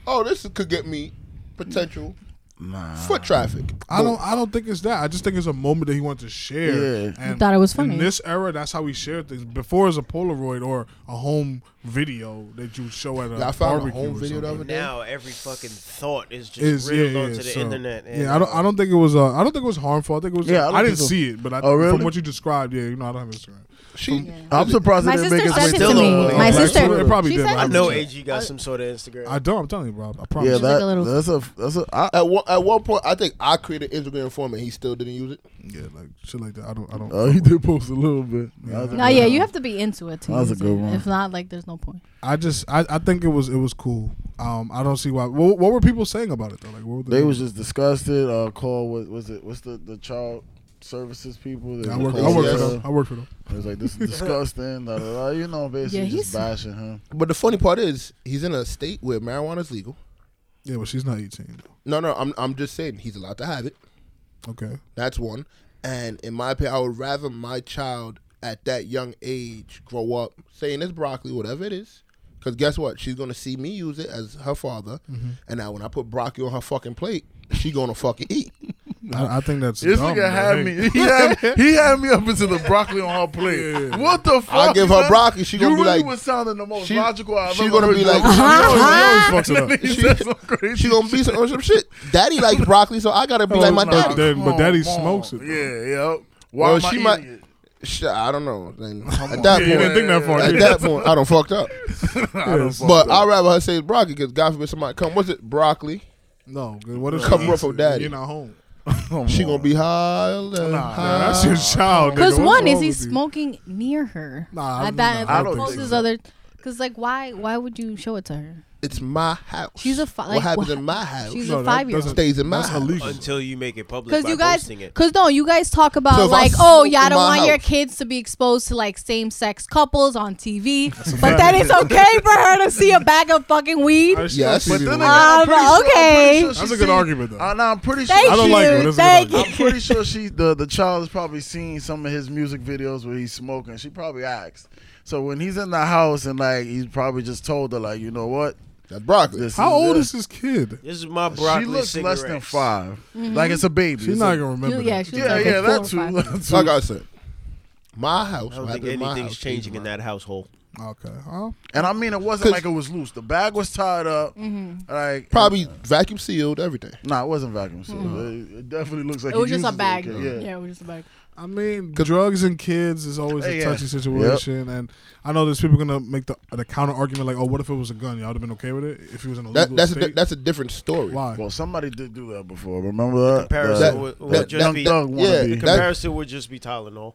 [SPEAKER 3] oh, this could get me potential
[SPEAKER 2] Nah.
[SPEAKER 3] foot traffic.
[SPEAKER 1] I don't. I don't think it's that. I just think it's a moment that he wanted to share.
[SPEAKER 2] Yeah.
[SPEAKER 1] And
[SPEAKER 4] He thought it was funny.
[SPEAKER 1] In this era, that's how we share things. Before it's a Polaroid or a home video that you show at a
[SPEAKER 3] Yeah, I found a
[SPEAKER 1] barbecue
[SPEAKER 3] home
[SPEAKER 1] or
[SPEAKER 3] video the
[SPEAKER 1] something.
[SPEAKER 3] other day.
[SPEAKER 5] Now every fucking thought is just
[SPEAKER 1] is yeah,
[SPEAKER 5] reeled
[SPEAKER 1] yeah.
[SPEAKER 5] onto the
[SPEAKER 1] so-
[SPEAKER 5] internet. and-
[SPEAKER 1] yeah, I don't. I don't think it was. Uh, I don't think it was harmful. I think it was.
[SPEAKER 2] Yeah, I
[SPEAKER 1] I,
[SPEAKER 2] don't
[SPEAKER 1] didn't
[SPEAKER 2] think so.
[SPEAKER 1] see it, but I,
[SPEAKER 2] Oh, really?
[SPEAKER 1] from what you described, yeah, you know, I don't have Instagram.
[SPEAKER 3] She,
[SPEAKER 2] I'm surprised
[SPEAKER 4] My
[SPEAKER 2] they didn't make
[SPEAKER 4] sister
[SPEAKER 2] it
[SPEAKER 4] sent
[SPEAKER 2] switch
[SPEAKER 4] it to
[SPEAKER 5] still
[SPEAKER 4] me.
[SPEAKER 5] on the
[SPEAKER 4] My
[SPEAKER 5] internet.
[SPEAKER 1] Actually,
[SPEAKER 4] sister.
[SPEAKER 1] it probably
[SPEAKER 4] she
[SPEAKER 1] did.
[SPEAKER 4] sent
[SPEAKER 1] I
[SPEAKER 5] I
[SPEAKER 4] it to
[SPEAKER 5] know
[SPEAKER 4] me.
[SPEAKER 5] AG got some sort of Instagram.
[SPEAKER 1] I don't. I'm telling you, bro. I promise.
[SPEAKER 2] Yeah,
[SPEAKER 1] you.
[SPEAKER 4] like a
[SPEAKER 2] that,
[SPEAKER 4] little-
[SPEAKER 2] that's a that's a. I,
[SPEAKER 3] at one at one point, I think I created Instagram for him, and he still didn't use it.
[SPEAKER 1] yeah, like shit like that. I don't. I don't.
[SPEAKER 2] Oh, [LAUGHS] he did post a little bit.
[SPEAKER 1] Yeah.
[SPEAKER 4] No, yeah, you have to be into it too.
[SPEAKER 2] That was a good one.
[SPEAKER 4] If not, like, there's no point.
[SPEAKER 1] I just. I, I. think it was. It was cool. Um. I don't see why. What, what were people saying about it though? Like, what were
[SPEAKER 2] [LAUGHS] They was just disgusted. Uh, call what was it? What's the the child services people? They
[SPEAKER 1] I
[SPEAKER 2] were
[SPEAKER 1] work. I
[SPEAKER 2] called
[SPEAKER 1] work for
[SPEAKER 3] Yes.
[SPEAKER 2] together.
[SPEAKER 1] them. I work for them.
[SPEAKER 2] It was like this [LAUGHS] is disgusting. da, da, da, you know, basically
[SPEAKER 4] Yeah,
[SPEAKER 2] just
[SPEAKER 4] he's-
[SPEAKER 2] bashing him.
[SPEAKER 3] But the funny part is, he's in a state where marijuana is legal.
[SPEAKER 1] Yeah, but she's not 18. though.
[SPEAKER 3] No, no, I'm I'm just saying he's allowed to have it.
[SPEAKER 1] Okay.
[SPEAKER 3] That's one. And in my opinion, I would rather my child at that young age grow up saying it's broccoli, whatever it is. Because guess what? She's gonna see me use it as her father,
[SPEAKER 1] Mm-hmm.
[SPEAKER 3] and now when I put broccoli on her fucking plate, she gonna fucking
[SPEAKER 1] [LAUGHS]
[SPEAKER 3] eat.
[SPEAKER 1] I, I think that's
[SPEAKER 2] This
[SPEAKER 1] dumb,
[SPEAKER 2] nigga
[SPEAKER 1] but hey.
[SPEAKER 2] had [LAUGHS] me. He had, he had me up into the broccoli on her plate. What the fuck?
[SPEAKER 3] give her
[SPEAKER 2] son?
[SPEAKER 3] broccoli, she gonna
[SPEAKER 2] you
[SPEAKER 3] be
[SPEAKER 2] really
[SPEAKER 3] like-
[SPEAKER 2] was sounding the most
[SPEAKER 3] she-
[SPEAKER 2] logical. I've
[SPEAKER 3] she
[SPEAKER 2] ever
[SPEAKER 3] gonna
[SPEAKER 2] heard
[SPEAKER 3] be
[SPEAKER 2] you. [LAUGHS]
[SPEAKER 3] like-
[SPEAKER 2] He always-
[SPEAKER 1] She
[SPEAKER 2] he always
[SPEAKER 1] always
[SPEAKER 2] fucks
[SPEAKER 3] She- [LAUGHS]
[SPEAKER 2] it up. She,
[SPEAKER 3] She gonna be some, on some shit. Daddy likes broccoli, so I gotta be
[SPEAKER 1] Oh,
[SPEAKER 3] like my
[SPEAKER 1] my
[SPEAKER 3] daddy.
[SPEAKER 1] dad- but daddy smokes it, bro.
[SPEAKER 2] Yeah, yeah. Why
[SPEAKER 3] Well,
[SPEAKER 2] am I
[SPEAKER 3] she
[SPEAKER 2] eating
[SPEAKER 3] might-
[SPEAKER 2] it?
[SPEAKER 3] Shit, I don't know. Then
[SPEAKER 2] on.
[SPEAKER 3] at that
[SPEAKER 1] Yeah, you didn't
[SPEAKER 3] point,
[SPEAKER 1] think that far.
[SPEAKER 3] at
[SPEAKER 1] did
[SPEAKER 3] that point, I don't
[SPEAKER 1] [LAUGHS]
[SPEAKER 3] fucked up.
[SPEAKER 2] I
[SPEAKER 1] you?
[SPEAKER 2] don't
[SPEAKER 1] Yes.
[SPEAKER 2] fuck
[SPEAKER 3] But
[SPEAKER 2] with
[SPEAKER 3] I'd rather her say it's broccoli because God forbid somebody come. What's it? Broccoli.
[SPEAKER 1] No, 'cause what if
[SPEAKER 3] Cover
[SPEAKER 1] she
[SPEAKER 3] up
[SPEAKER 1] eats
[SPEAKER 3] for
[SPEAKER 1] it and
[SPEAKER 3] daddy.
[SPEAKER 1] You're not home.
[SPEAKER 2] that. Come
[SPEAKER 3] She
[SPEAKER 2] on.
[SPEAKER 3] gonna be high.
[SPEAKER 2] Nah,
[SPEAKER 1] Nah, that's
[SPEAKER 3] high.
[SPEAKER 1] your child.
[SPEAKER 4] Because
[SPEAKER 1] nigga. What's
[SPEAKER 4] one is
[SPEAKER 1] wrong
[SPEAKER 4] he
[SPEAKER 1] with you?
[SPEAKER 4] smoking near her.
[SPEAKER 1] Nah,
[SPEAKER 4] I bet
[SPEAKER 1] nah, I
[SPEAKER 4] if
[SPEAKER 2] don't
[SPEAKER 4] he
[SPEAKER 2] think
[SPEAKER 4] poses
[SPEAKER 2] so.
[SPEAKER 4] other. Because like why why would you show it to her?
[SPEAKER 3] It's my house.
[SPEAKER 4] She's a fi-
[SPEAKER 3] what
[SPEAKER 4] like,
[SPEAKER 3] happens
[SPEAKER 4] what-
[SPEAKER 3] in my house
[SPEAKER 4] she's
[SPEAKER 1] No,
[SPEAKER 4] a
[SPEAKER 1] that
[SPEAKER 4] five year old.
[SPEAKER 1] doesn't-
[SPEAKER 3] stays in my
[SPEAKER 1] That's
[SPEAKER 3] house.
[SPEAKER 1] illegal.
[SPEAKER 5] until you make it public
[SPEAKER 4] Because
[SPEAKER 5] by
[SPEAKER 4] you guys,
[SPEAKER 5] posting it.
[SPEAKER 4] because no, you guys talk about
[SPEAKER 3] So if I
[SPEAKER 4] like, oh
[SPEAKER 3] smoke
[SPEAKER 4] yeah, I
[SPEAKER 3] in
[SPEAKER 4] don't
[SPEAKER 3] my
[SPEAKER 4] want your
[SPEAKER 3] house-
[SPEAKER 4] kids to be exposed to like same sex couples on TV, but then it's okay for her to see a bag of fucking weed.
[SPEAKER 1] I still
[SPEAKER 3] Yes.
[SPEAKER 1] see
[SPEAKER 2] But
[SPEAKER 1] it
[SPEAKER 2] then
[SPEAKER 1] in
[SPEAKER 2] again,
[SPEAKER 1] there.
[SPEAKER 2] I'm
[SPEAKER 4] Um,
[SPEAKER 2] pretty sure- I'm pretty sure
[SPEAKER 4] okay.
[SPEAKER 2] she
[SPEAKER 1] That's a good
[SPEAKER 2] seen-
[SPEAKER 1] argument, though.
[SPEAKER 2] Uh, nah, I'm pretty sure.
[SPEAKER 4] Thank
[SPEAKER 1] I don't
[SPEAKER 4] you,
[SPEAKER 1] like it, but it's a good
[SPEAKER 4] thank
[SPEAKER 2] I'm
[SPEAKER 1] argument.
[SPEAKER 4] you.
[SPEAKER 2] pretty sure she the the child has probably seen some of his music videos where he's smoking. She probably asked. So when he's in the house and like he's probably just told her like, you know what?
[SPEAKER 3] That's broccoli.
[SPEAKER 2] This
[SPEAKER 1] How old
[SPEAKER 2] it.
[SPEAKER 1] is this kid?
[SPEAKER 5] This is my
[SPEAKER 2] She
[SPEAKER 5] broccoli
[SPEAKER 2] looks
[SPEAKER 5] cigarette.
[SPEAKER 2] less than 5 Like it's a baby.
[SPEAKER 1] She's
[SPEAKER 2] It's
[SPEAKER 1] not
[SPEAKER 2] a-
[SPEAKER 1] gonna remember.
[SPEAKER 4] You- yeah,
[SPEAKER 1] that.
[SPEAKER 4] she was
[SPEAKER 2] Yeah,
[SPEAKER 4] like
[SPEAKER 2] yeah,
[SPEAKER 4] Mm-hmm. four or
[SPEAKER 2] that too.
[SPEAKER 4] five.
[SPEAKER 2] That too.
[SPEAKER 3] Like I said, my house.
[SPEAKER 5] I don't
[SPEAKER 3] what happens
[SPEAKER 5] think
[SPEAKER 3] in my house
[SPEAKER 5] anything's
[SPEAKER 3] stays
[SPEAKER 5] changing
[SPEAKER 3] my
[SPEAKER 5] in that household.
[SPEAKER 1] Okay. Well,
[SPEAKER 2] And I mean, it wasn't
[SPEAKER 3] 'Cause-
[SPEAKER 2] like it was loose. The bag was tied up.
[SPEAKER 4] Mm-hmm.
[SPEAKER 2] Like
[SPEAKER 3] Probably vacuum sealed everything.
[SPEAKER 2] Nah, it wasn't vacuum sealed. It, it definitely looks like
[SPEAKER 4] [LAUGHS] Mm-hmm. It was
[SPEAKER 2] he
[SPEAKER 4] just a
[SPEAKER 2] uses
[SPEAKER 4] bag.
[SPEAKER 2] It.
[SPEAKER 4] Yeah.
[SPEAKER 2] Yeah.
[SPEAKER 4] it was just a bag.
[SPEAKER 1] I mean, drugs and kids is always
[SPEAKER 2] Hey,
[SPEAKER 1] a
[SPEAKER 2] yeah.
[SPEAKER 1] touchy situation, and I know there's people gonna make the the counter argument like, "Oh, what if it was a gun? Y'all would have been okay with it if he was in a
[SPEAKER 3] That,
[SPEAKER 1] legal
[SPEAKER 3] that's a,
[SPEAKER 1] state."
[SPEAKER 3] that's a different story.
[SPEAKER 1] Why?
[SPEAKER 2] Well, somebody did do that before. Remember that?
[SPEAKER 5] Comparison
[SPEAKER 2] That-
[SPEAKER 5] would, would
[SPEAKER 2] that
[SPEAKER 5] just
[SPEAKER 2] young
[SPEAKER 5] be
[SPEAKER 2] thug
[SPEAKER 3] yeah,
[SPEAKER 2] wannabe.
[SPEAKER 3] that-
[SPEAKER 5] comparison would just be Tylenol.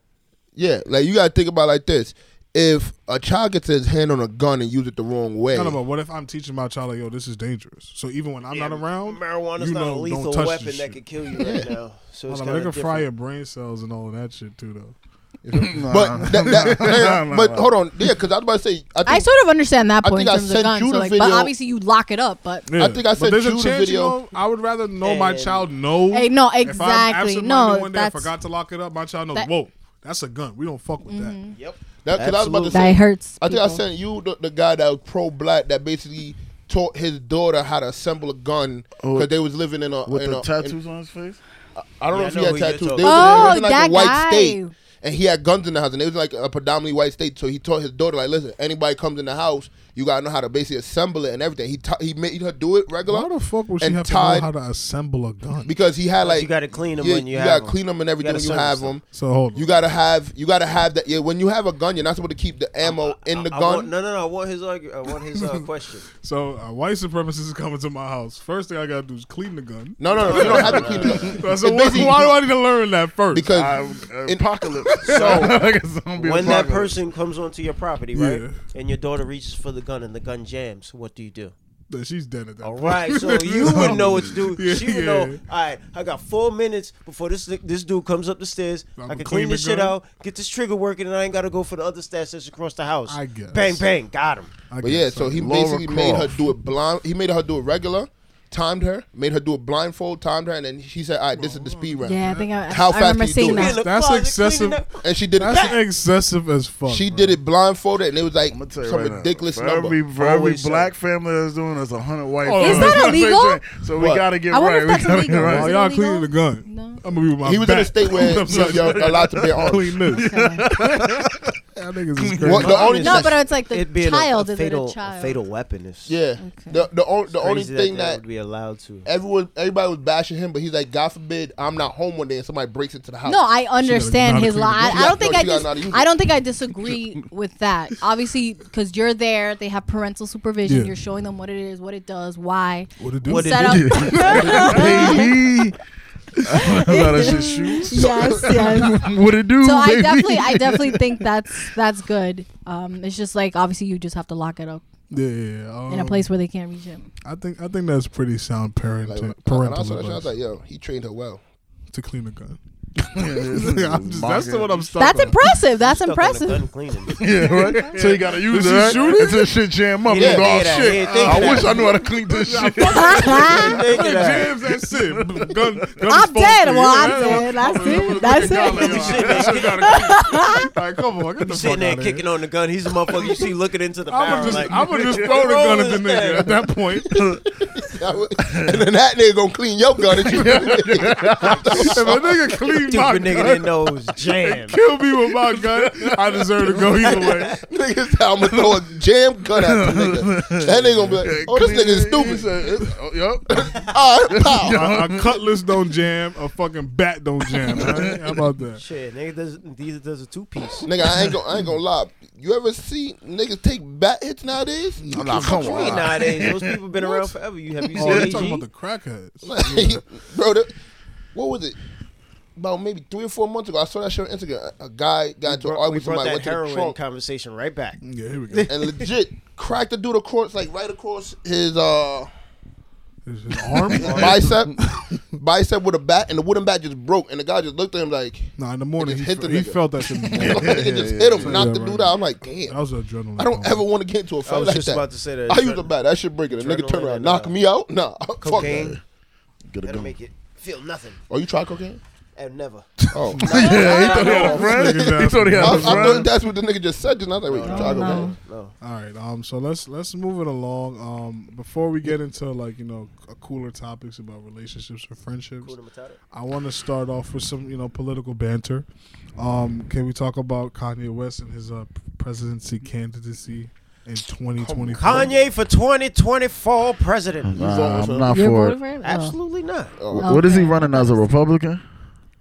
[SPEAKER 3] Yeah, like you gotta think about it like this: if a child gets his hand on a gun and use it the wrong way,
[SPEAKER 1] No, no, but what if I'm teaching my child like, "Yo, this is dangerous." So even when I'm
[SPEAKER 5] Yeah,
[SPEAKER 1] not around,
[SPEAKER 5] Marijuana's
[SPEAKER 1] you
[SPEAKER 5] not
[SPEAKER 1] know,
[SPEAKER 5] a
[SPEAKER 1] don't
[SPEAKER 5] lethal
[SPEAKER 1] touch
[SPEAKER 5] weapon
[SPEAKER 1] this
[SPEAKER 5] that
[SPEAKER 1] shit.
[SPEAKER 5] could kill you
[SPEAKER 1] [LAUGHS]
[SPEAKER 5] right now. So
[SPEAKER 1] Hold
[SPEAKER 5] it's
[SPEAKER 1] on,
[SPEAKER 5] kind
[SPEAKER 1] they can
[SPEAKER 5] of
[SPEAKER 1] fry your
[SPEAKER 5] different.
[SPEAKER 1] brain cells and all of that shit too, though.
[SPEAKER 2] Nah.
[SPEAKER 3] but that, that,
[SPEAKER 5] [LAUGHS]
[SPEAKER 2] Nah, nah,
[SPEAKER 3] but
[SPEAKER 2] nah.
[SPEAKER 3] hold on, yeah, because I was about to say, I think,
[SPEAKER 4] I sort of understand that
[SPEAKER 3] I
[SPEAKER 4] point in
[SPEAKER 3] think I
[SPEAKER 4] terms of
[SPEAKER 3] sent
[SPEAKER 4] guns.
[SPEAKER 3] you
[SPEAKER 4] So
[SPEAKER 3] the
[SPEAKER 4] like, but
[SPEAKER 3] video.
[SPEAKER 4] obviously you lock it up. But
[SPEAKER 1] Yeah.
[SPEAKER 3] think I
[SPEAKER 1] but
[SPEAKER 3] said
[SPEAKER 1] there's
[SPEAKER 3] shoot
[SPEAKER 1] a
[SPEAKER 3] a
[SPEAKER 1] chance,
[SPEAKER 3] video.
[SPEAKER 1] You know, I would rather know my
[SPEAKER 5] And-
[SPEAKER 1] child knows.
[SPEAKER 4] hey, no,
[SPEAKER 1] If I'm
[SPEAKER 4] exactly.
[SPEAKER 1] absent-minded
[SPEAKER 4] No,
[SPEAKER 1] one day I
[SPEAKER 4] that's
[SPEAKER 1] forgot to lock it up. My child knows.
[SPEAKER 4] that- Mm-hmm.
[SPEAKER 1] Whoa, that's a gun. We don't fuck with that.
[SPEAKER 5] Yep.
[SPEAKER 3] that, 'cause I was about to
[SPEAKER 2] Absolutely.
[SPEAKER 4] that
[SPEAKER 3] say,
[SPEAKER 4] hurts.
[SPEAKER 3] I think I
[SPEAKER 4] people.
[SPEAKER 3] sent you the, the guy that was pro-black that basically taught his daughter how to assemble a gun
[SPEAKER 2] Oh,
[SPEAKER 3] because they was living in a
[SPEAKER 2] [LAUGHS] with
[SPEAKER 3] in
[SPEAKER 2] the
[SPEAKER 3] a, in-
[SPEAKER 2] tattoos on his face.
[SPEAKER 3] I don't know
[SPEAKER 5] Yeah, I know
[SPEAKER 3] if
[SPEAKER 5] who
[SPEAKER 3] he
[SPEAKER 5] you're
[SPEAKER 3] had tattoos. They
[SPEAKER 5] talking
[SPEAKER 3] was
[SPEAKER 4] about.
[SPEAKER 3] in, they was in like
[SPEAKER 4] Oh,
[SPEAKER 3] a white
[SPEAKER 4] that
[SPEAKER 3] state,
[SPEAKER 4] guy.
[SPEAKER 3] and he had guns in the house, and it was like a predominantly white state. So he taught his daughter, like, listen, anybody comes in the house, you gotta know how to basically assemble it and everything. He ta- he made her do it regular.
[SPEAKER 1] Why the fuck would she
[SPEAKER 3] and
[SPEAKER 1] have to
[SPEAKER 3] tied-
[SPEAKER 1] know how to assemble a gun?
[SPEAKER 3] because he had
[SPEAKER 5] Like,
[SPEAKER 3] like
[SPEAKER 5] you got to clean them
[SPEAKER 3] yeah,
[SPEAKER 5] when you,
[SPEAKER 3] you
[SPEAKER 5] have
[SPEAKER 3] gotta
[SPEAKER 5] 'em.
[SPEAKER 3] clean them and everything
[SPEAKER 5] gotta
[SPEAKER 3] when you
[SPEAKER 5] service
[SPEAKER 3] have
[SPEAKER 5] them.
[SPEAKER 3] them.
[SPEAKER 1] so hold on.
[SPEAKER 3] You gotta have you gotta have that. Yeah, when you have a gun, you're not supposed to keep the ammo in the
[SPEAKER 5] I
[SPEAKER 3] gun.
[SPEAKER 5] want, no, no, no. I want his argument. I want his
[SPEAKER 1] [LAUGHS]
[SPEAKER 5] uh, question.
[SPEAKER 1] so a white supremacist is coming to my house. First thing I gotta do is clean the gun.
[SPEAKER 3] no, no, no, you don't have to clean the
[SPEAKER 5] [LAUGHS]
[SPEAKER 3] gun
[SPEAKER 1] So I said,
[SPEAKER 3] It's
[SPEAKER 1] why,
[SPEAKER 3] basically-
[SPEAKER 1] why do I need to learn that first? [LAUGHS]
[SPEAKER 3] [LAUGHS] because in- [LAUGHS]
[SPEAKER 2] apocalypse.
[SPEAKER 5] So,
[SPEAKER 2] Like a zombie
[SPEAKER 5] when that
[SPEAKER 2] apocalypse.
[SPEAKER 5] person comes onto your property, right,
[SPEAKER 1] Yeah.
[SPEAKER 5] and your daughter reaches for the gun and the gun jams, what do you do?
[SPEAKER 1] Nah, she's dead at that.
[SPEAKER 5] All
[SPEAKER 1] point.
[SPEAKER 5] right, so
[SPEAKER 1] [LAUGHS]
[SPEAKER 5] you would know what to do.
[SPEAKER 1] Yeah,
[SPEAKER 5] she would
[SPEAKER 1] yeah.
[SPEAKER 5] know. All right, I got four minutes before this this dude comes up the stairs.
[SPEAKER 1] I'ma
[SPEAKER 5] i can
[SPEAKER 1] clean
[SPEAKER 5] clean this
[SPEAKER 1] the
[SPEAKER 5] shit
[SPEAKER 1] gun.
[SPEAKER 5] out, get this trigger working, and I ain't gotta go for the other stats that's across the house.
[SPEAKER 1] I guess.
[SPEAKER 5] Bang bang, got him.
[SPEAKER 1] I
[SPEAKER 3] But
[SPEAKER 1] guess uh,
[SPEAKER 3] yeah, so he
[SPEAKER 2] Laura
[SPEAKER 3] basically made her
[SPEAKER 2] Croft.
[SPEAKER 3] do it blind. He made her do it regular, timed her, made her do it blindfold, timed her, and then she said, "All right, this is the speed round."
[SPEAKER 4] Yeah, I think I,
[SPEAKER 3] How
[SPEAKER 4] I
[SPEAKER 3] fast
[SPEAKER 4] remember
[SPEAKER 3] do you do
[SPEAKER 4] seeing
[SPEAKER 3] it?
[SPEAKER 5] In the
[SPEAKER 4] that.
[SPEAKER 1] That's
[SPEAKER 5] closet,
[SPEAKER 1] excessive.
[SPEAKER 5] cleaning up.
[SPEAKER 3] And she did it.
[SPEAKER 1] That's excessive as fuck.
[SPEAKER 3] she
[SPEAKER 1] bro.
[SPEAKER 3] did it blindfolded, and it was like
[SPEAKER 2] I'm gonna
[SPEAKER 3] some
[SPEAKER 2] tell you right now,
[SPEAKER 3] ridiculous
[SPEAKER 2] for
[SPEAKER 3] number.
[SPEAKER 2] Every, for every
[SPEAKER 5] Always so.
[SPEAKER 2] black family that's doing this, a hundred white.
[SPEAKER 1] Oh,
[SPEAKER 4] Is
[SPEAKER 2] families.
[SPEAKER 5] [LAUGHS]
[SPEAKER 4] that illegal?
[SPEAKER 2] [LAUGHS] So we
[SPEAKER 3] What?
[SPEAKER 2] gotta get
[SPEAKER 4] I wonder
[SPEAKER 2] right.
[SPEAKER 4] if
[SPEAKER 2] We
[SPEAKER 4] that's
[SPEAKER 2] gotta get
[SPEAKER 4] illegal.
[SPEAKER 1] While
[SPEAKER 2] right.
[SPEAKER 4] it
[SPEAKER 1] y'all
[SPEAKER 4] illegal?
[SPEAKER 1] cleaning the gun,
[SPEAKER 4] No.
[SPEAKER 1] I'm gonna be with my
[SPEAKER 3] He was in a
[SPEAKER 1] back. [LAUGHS]
[SPEAKER 3] state where
[SPEAKER 1] I'm
[SPEAKER 3] [LAUGHS]
[SPEAKER 1] sorry.
[SPEAKER 3] you're allowed to bear arms.
[SPEAKER 1] clean
[SPEAKER 3] [LAUGHS]
[SPEAKER 1] this.
[SPEAKER 4] Okay.
[SPEAKER 1] That niggas is crazy.
[SPEAKER 3] What, the only
[SPEAKER 4] No,
[SPEAKER 5] That's-
[SPEAKER 4] but it's like the
[SPEAKER 5] It being a-
[SPEAKER 4] child
[SPEAKER 5] a,
[SPEAKER 4] is
[SPEAKER 5] fatal,
[SPEAKER 4] it a child?
[SPEAKER 5] a fatal weapon is
[SPEAKER 3] yeah,
[SPEAKER 4] Okay.
[SPEAKER 3] the the, on, the
[SPEAKER 5] crazy
[SPEAKER 3] only thing
[SPEAKER 5] that,
[SPEAKER 3] that,
[SPEAKER 5] would be allowed to.
[SPEAKER 3] everyone everybody was bashing him, but he's like, "God forbid, I'm not home one day and somebody breaks into the house."
[SPEAKER 4] No, I understand
[SPEAKER 1] gotta
[SPEAKER 4] his
[SPEAKER 1] clean
[SPEAKER 4] law.
[SPEAKER 1] it
[SPEAKER 4] I,
[SPEAKER 1] up.
[SPEAKER 3] She
[SPEAKER 4] I
[SPEAKER 3] gotta-
[SPEAKER 4] don't think
[SPEAKER 3] no,
[SPEAKER 4] I
[SPEAKER 3] she gotta
[SPEAKER 4] dis-
[SPEAKER 3] know how to use
[SPEAKER 4] I
[SPEAKER 3] it.
[SPEAKER 4] don't think I disagree with that. Obviously, because you're there, they have parental supervision.
[SPEAKER 1] Yeah.
[SPEAKER 4] You're showing them what it is, what it does, why.
[SPEAKER 1] What it do?
[SPEAKER 5] What it
[SPEAKER 4] Set up. [LAUGHS]
[SPEAKER 2] [LAUGHS] Baby. Let us just
[SPEAKER 4] [LAUGHS]
[SPEAKER 2] shoot.
[SPEAKER 4] yes, yes.
[SPEAKER 2] What it do,
[SPEAKER 4] So
[SPEAKER 2] baby? [LAUGHS]
[SPEAKER 4] I definitely, I definitely think that's that's good. Um, it's just like obviously you just have to lock it up
[SPEAKER 1] Yeah, yeah, yeah. Um,
[SPEAKER 4] in a place where they can't reach it.
[SPEAKER 1] I think I think that's pretty sound parent
[SPEAKER 3] Like, when I- when I
[SPEAKER 1] parental
[SPEAKER 3] saw that shit, I was
[SPEAKER 1] advice
[SPEAKER 3] like, "Yo, he trained her well." [LAUGHS]
[SPEAKER 1] to clean a gun. [LAUGHS] I'm just- that's the one I'm stuck
[SPEAKER 4] That's
[SPEAKER 1] on.
[SPEAKER 4] impressive. That's
[SPEAKER 5] Stuck on a
[SPEAKER 4] [LAUGHS]
[SPEAKER 5] gun
[SPEAKER 4] impressive.
[SPEAKER 5] cleaning.
[SPEAKER 2] Yeah,
[SPEAKER 3] [LAUGHS]
[SPEAKER 2] right. So you gotta use
[SPEAKER 1] Does
[SPEAKER 2] it
[SPEAKER 1] he
[SPEAKER 2] right?
[SPEAKER 1] shoot it?
[SPEAKER 2] until the shit jam up.
[SPEAKER 5] He
[SPEAKER 2] you go,
[SPEAKER 5] didn't
[SPEAKER 2] oh,
[SPEAKER 5] think of that. He
[SPEAKER 2] shit.
[SPEAKER 5] didn't think
[SPEAKER 2] I
[SPEAKER 5] of
[SPEAKER 2] wish
[SPEAKER 5] that.
[SPEAKER 2] I knew how
[SPEAKER 5] [LAUGHS]
[SPEAKER 2] to clean this shit.
[SPEAKER 5] Thank you, that.
[SPEAKER 1] Jams, that's it. Gun, gun
[SPEAKER 4] I'm
[SPEAKER 1] spoke
[SPEAKER 4] dead.
[SPEAKER 1] to you.
[SPEAKER 4] Well, I'm
[SPEAKER 1] Yeah,
[SPEAKER 4] dead. That's
[SPEAKER 1] I'm
[SPEAKER 4] it.
[SPEAKER 1] like,
[SPEAKER 4] That's
[SPEAKER 1] y'all
[SPEAKER 4] it.
[SPEAKER 1] like,
[SPEAKER 5] You
[SPEAKER 1] y'all
[SPEAKER 5] sitting
[SPEAKER 1] that
[SPEAKER 5] there
[SPEAKER 1] shit [LAUGHS] gotta go. Like, come on, get the
[SPEAKER 5] You
[SPEAKER 1] fuck
[SPEAKER 5] sitting there
[SPEAKER 1] outta here.
[SPEAKER 5] kicking on the gun. He's a motherfucker. You see looking into the
[SPEAKER 1] I
[SPEAKER 5] barrel.
[SPEAKER 1] would just,
[SPEAKER 5] like,
[SPEAKER 1] I would just throw the gun at the nigga at that point.
[SPEAKER 3] and then that nigga gonna clean your gun. That you
[SPEAKER 1] if a nigga clean my
[SPEAKER 5] Stupid nigga
[SPEAKER 1] gun,
[SPEAKER 5] didn't know it was jam.
[SPEAKER 1] kill me with my gun, I deserve to go either way.
[SPEAKER 3] nigga said, I'm gonna throw a jam gun at the nigga. That nigga gonna be like, oh, this nigga is
[SPEAKER 2] He
[SPEAKER 3] stupid.
[SPEAKER 2] said, it's- oh, Yup.
[SPEAKER 3] [LAUGHS] Ah, pow.
[SPEAKER 1] A, a cutlass don't jam, a fucking bat don't jam. all right? How about that?
[SPEAKER 5] Shit, nigga does these does a two piece.
[SPEAKER 3] Nigga, I ain't gonna, I ain't gonna lie. You ever see niggas take bat hits nowadays?
[SPEAKER 2] Nah, come [LAUGHS]
[SPEAKER 5] Three
[SPEAKER 2] on.
[SPEAKER 5] nowadays, those people been around forever. You have you
[SPEAKER 1] Oh, you're
[SPEAKER 5] seen
[SPEAKER 1] talking about the
[SPEAKER 5] AG?
[SPEAKER 1] crackheads.
[SPEAKER 3] [LAUGHS] Like, bro, that, what was it? About maybe three or four months ago, I saw that shit on Instagram. A a guy got into an
[SPEAKER 5] Bro, We
[SPEAKER 3] argument with
[SPEAKER 5] brought
[SPEAKER 3] somebody,
[SPEAKER 5] that
[SPEAKER 3] went to the
[SPEAKER 5] heroin
[SPEAKER 3] trunk,
[SPEAKER 5] conversation right back.
[SPEAKER 1] Yeah, here we go.
[SPEAKER 3] and legit cracked the dude across, like right across his uh
[SPEAKER 1] Is his arm?
[SPEAKER 3] bicep, bicep with a bat, and the wooden bat just broke, and the guy just looked at him like,
[SPEAKER 1] Nah, in the morning
[SPEAKER 3] It
[SPEAKER 1] he,
[SPEAKER 3] just hit the
[SPEAKER 1] fe- he
[SPEAKER 3] nigga.
[SPEAKER 1] felt that shit. in the
[SPEAKER 3] [LAUGHS] it
[SPEAKER 1] morning.
[SPEAKER 3] just hit him, knocked the
[SPEAKER 1] Yeah,
[SPEAKER 3] dude
[SPEAKER 1] right.
[SPEAKER 3] out. I'm like,
[SPEAKER 1] That
[SPEAKER 3] damn,
[SPEAKER 1] was adrenaline.
[SPEAKER 3] I don't ever want to get into a
[SPEAKER 5] I
[SPEAKER 3] fight
[SPEAKER 5] was
[SPEAKER 3] like
[SPEAKER 5] just
[SPEAKER 3] that.
[SPEAKER 5] about to say that.
[SPEAKER 3] I use
[SPEAKER 5] Tryna-
[SPEAKER 3] a bat, that shit break it. The nigga turn
[SPEAKER 5] adrenaline
[SPEAKER 3] around,
[SPEAKER 5] and,
[SPEAKER 3] knock
[SPEAKER 5] uh,
[SPEAKER 3] me out. Nah, [LAUGHS] fuck that.
[SPEAKER 5] cocaine.
[SPEAKER 2] Get a
[SPEAKER 5] That'll
[SPEAKER 2] gun.
[SPEAKER 5] make it feel nothing.
[SPEAKER 3] Oh, you try
[SPEAKER 5] [LAUGHS]
[SPEAKER 3] cocaine?
[SPEAKER 5] I've never.
[SPEAKER 3] Oh.
[SPEAKER 2] Yeah, he thought he had a
[SPEAKER 1] Niggas
[SPEAKER 2] friend. He
[SPEAKER 1] ass.
[SPEAKER 2] thought he
[SPEAKER 3] I,
[SPEAKER 2] had
[SPEAKER 3] I
[SPEAKER 2] a
[SPEAKER 3] thought
[SPEAKER 2] friend.
[SPEAKER 3] that's what the nigga just said. Just now. I was like, wait, you try cocaine?
[SPEAKER 4] no.
[SPEAKER 5] No.
[SPEAKER 1] All right, um, so let's let's move it along. Um, before we get into like you know c- cooler topics about relationships or friendships,
[SPEAKER 5] Hakuna Matata.
[SPEAKER 1] I want to start off with some you know political banter. Um, can we talk about Kanye West and his uh, presidency candidacy in 2024?
[SPEAKER 5] Kanye for 2024 president.
[SPEAKER 2] Nah, I'm not
[SPEAKER 4] You're
[SPEAKER 2] for
[SPEAKER 4] voting
[SPEAKER 2] it.
[SPEAKER 4] for him? Oh.
[SPEAKER 5] Absolutely not.
[SPEAKER 3] Oh,
[SPEAKER 4] Oh.
[SPEAKER 2] What is he
[SPEAKER 4] Okay.
[SPEAKER 2] running as a Republican?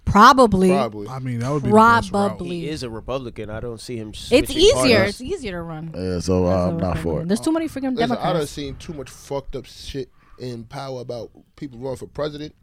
[SPEAKER 4] Probably.
[SPEAKER 3] probably.
[SPEAKER 1] I mean, that would be probably.
[SPEAKER 4] Probably.
[SPEAKER 5] He is a Republican. I don't see him.
[SPEAKER 4] It's
[SPEAKER 5] switching
[SPEAKER 4] easier.
[SPEAKER 5] parties.
[SPEAKER 4] It's easier to run.
[SPEAKER 2] Yeah, so uh, I'm not for it.
[SPEAKER 4] There's too many freaking
[SPEAKER 3] Listen, I done
[SPEAKER 4] Democrats.
[SPEAKER 3] seen too much fucked up shit in power about people running for president.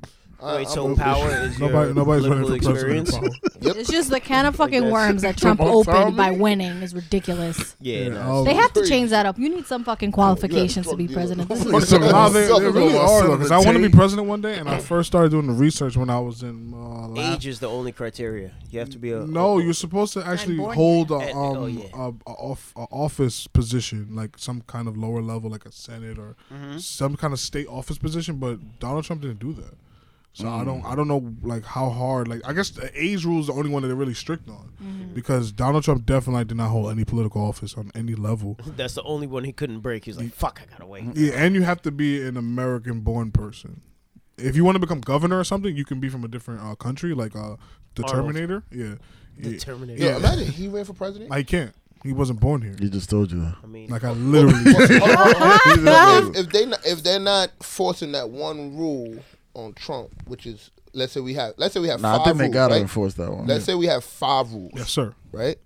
[SPEAKER 3] I,
[SPEAKER 5] Wait,
[SPEAKER 3] I'm
[SPEAKER 5] so
[SPEAKER 3] over
[SPEAKER 5] power
[SPEAKER 3] this shit.
[SPEAKER 5] is your
[SPEAKER 1] Nobody, nobody's running for
[SPEAKER 5] political
[SPEAKER 1] president.
[SPEAKER 5] experience.
[SPEAKER 1] Paul.
[SPEAKER 4] It's just the can of fucking
[SPEAKER 5] that's-
[SPEAKER 4] worms that Trump opened by winning is ridiculous.
[SPEAKER 1] [LAUGHS]
[SPEAKER 5] Yeah,
[SPEAKER 1] Yeah,
[SPEAKER 5] no.
[SPEAKER 1] I'll-
[SPEAKER 4] They have to
[SPEAKER 3] Crazy.
[SPEAKER 4] change that up. You need some fucking qualifications to be
[SPEAKER 3] drug
[SPEAKER 4] president.
[SPEAKER 3] dealer.
[SPEAKER 4] This is
[SPEAKER 3] Fuck
[SPEAKER 1] So, nah, they, they really
[SPEAKER 2] Suck
[SPEAKER 1] are
[SPEAKER 2] it up.
[SPEAKER 1] because I want to be president one day, and I first started doing the research when I was in uh, last
[SPEAKER 5] age is the only criteria. You have to be a
[SPEAKER 1] No, you're supposed to actually
[SPEAKER 4] born
[SPEAKER 1] hold a,
[SPEAKER 5] Eh,
[SPEAKER 1] um,
[SPEAKER 5] oh, yeah.
[SPEAKER 1] a, a off, a office position, like some kind of lower level, like a senate or
[SPEAKER 5] Mm-hmm.
[SPEAKER 1] some kind of state office position. But Donald Trump didn't do that, so I
[SPEAKER 5] Mm.
[SPEAKER 1] don't, I don't know, like how hard. Like I guess the age rule is the only one that they're really strict on, because Donald Trump definitely did not hold any political office on any level.
[SPEAKER 5] That's the only one he couldn't break. He's like, fuck, I gotta wait.
[SPEAKER 1] Yeah, and you have to be an American-born person. If you want to become governor or something, you can be from a different uh, country, like uh, the
[SPEAKER 5] Arnold.
[SPEAKER 1] Terminator. Yeah,
[SPEAKER 5] The
[SPEAKER 1] Yeah.
[SPEAKER 3] [LAUGHS]
[SPEAKER 5] Terminator.
[SPEAKER 3] Yo, imagine he ran for
[SPEAKER 5] [LAUGHS]
[SPEAKER 3] president.
[SPEAKER 1] I can't. He wasn't born here.
[SPEAKER 2] He just told you that.
[SPEAKER 5] I mean,
[SPEAKER 1] Like I literally.
[SPEAKER 4] [LAUGHS]
[SPEAKER 3] if, if they not, if they're not forcing that one rule on Trump, which is let's say we have let's say we have
[SPEAKER 2] Nah, I
[SPEAKER 3] five
[SPEAKER 2] think they
[SPEAKER 3] rules,
[SPEAKER 2] gotta
[SPEAKER 3] right?
[SPEAKER 2] enforce that one.
[SPEAKER 3] Let's say we have five rules,
[SPEAKER 1] yes, sir.
[SPEAKER 3] right?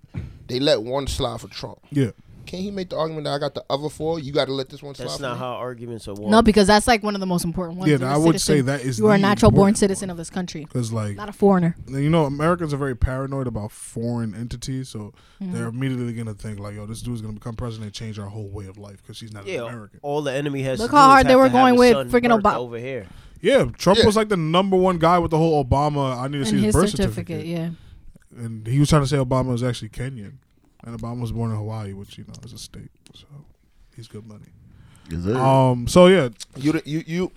[SPEAKER 3] They let one slide for Trump.
[SPEAKER 1] Yeah.
[SPEAKER 3] Can he make the argument that I got the other four? You got to let this one slide.
[SPEAKER 5] that's
[SPEAKER 3] for
[SPEAKER 5] not
[SPEAKER 3] me?
[SPEAKER 5] how arguments are won.
[SPEAKER 4] no, because that's like one of the most important ones.
[SPEAKER 1] Yeah,
[SPEAKER 4] You're a
[SPEAKER 1] I would
[SPEAKER 4] citizen.
[SPEAKER 1] say that is
[SPEAKER 4] you are a
[SPEAKER 1] the
[SPEAKER 4] natural born
[SPEAKER 1] important
[SPEAKER 4] citizen of this country,
[SPEAKER 1] Because like
[SPEAKER 4] not a foreigner.
[SPEAKER 1] you know, Americans are very paranoid about foreign entities, so
[SPEAKER 4] Mm-hmm.
[SPEAKER 1] they're immediately gonna think like, "Yo, this dude's gonna become president and change our whole way of life because he's not
[SPEAKER 5] yeah,
[SPEAKER 1] an American."
[SPEAKER 5] all the enemy has.
[SPEAKER 4] Look
[SPEAKER 5] to do
[SPEAKER 4] how
[SPEAKER 5] is
[SPEAKER 4] hard
[SPEAKER 5] have
[SPEAKER 4] they
[SPEAKER 5] to
[SPEAKER 4] were
[SPEAKER 5] have
[SPEAKER 4] going
[SPEAKER 5] his
[SPEAKER 4] with
[SPEAKER 5] son
[SPEAKER 4] freaking
[SPEAKER 5] birthed
[SPEAKER 4] Obama.
[SPEAKER 5] over here.
[SPEAKER 1] Yeah, Trump
[SPEAKER 3] Yeah.
[SPEAKER 1] was like the number one guy with the whole Obama. I need to see
[SPEAKER 4] And his
[SPEAKER 1] birth
[SPEAKER 4] certificate, yeah.
[SPEAKER 1] and he was trying to say Obama was actually Kenyan, and Obama was born in Hawaii, which you know is a state, so he's good money.
[SPEAKER 2] Is it?
[SPEAKER 1] Um, so yeah,
[SPEAKER 3] You di- you you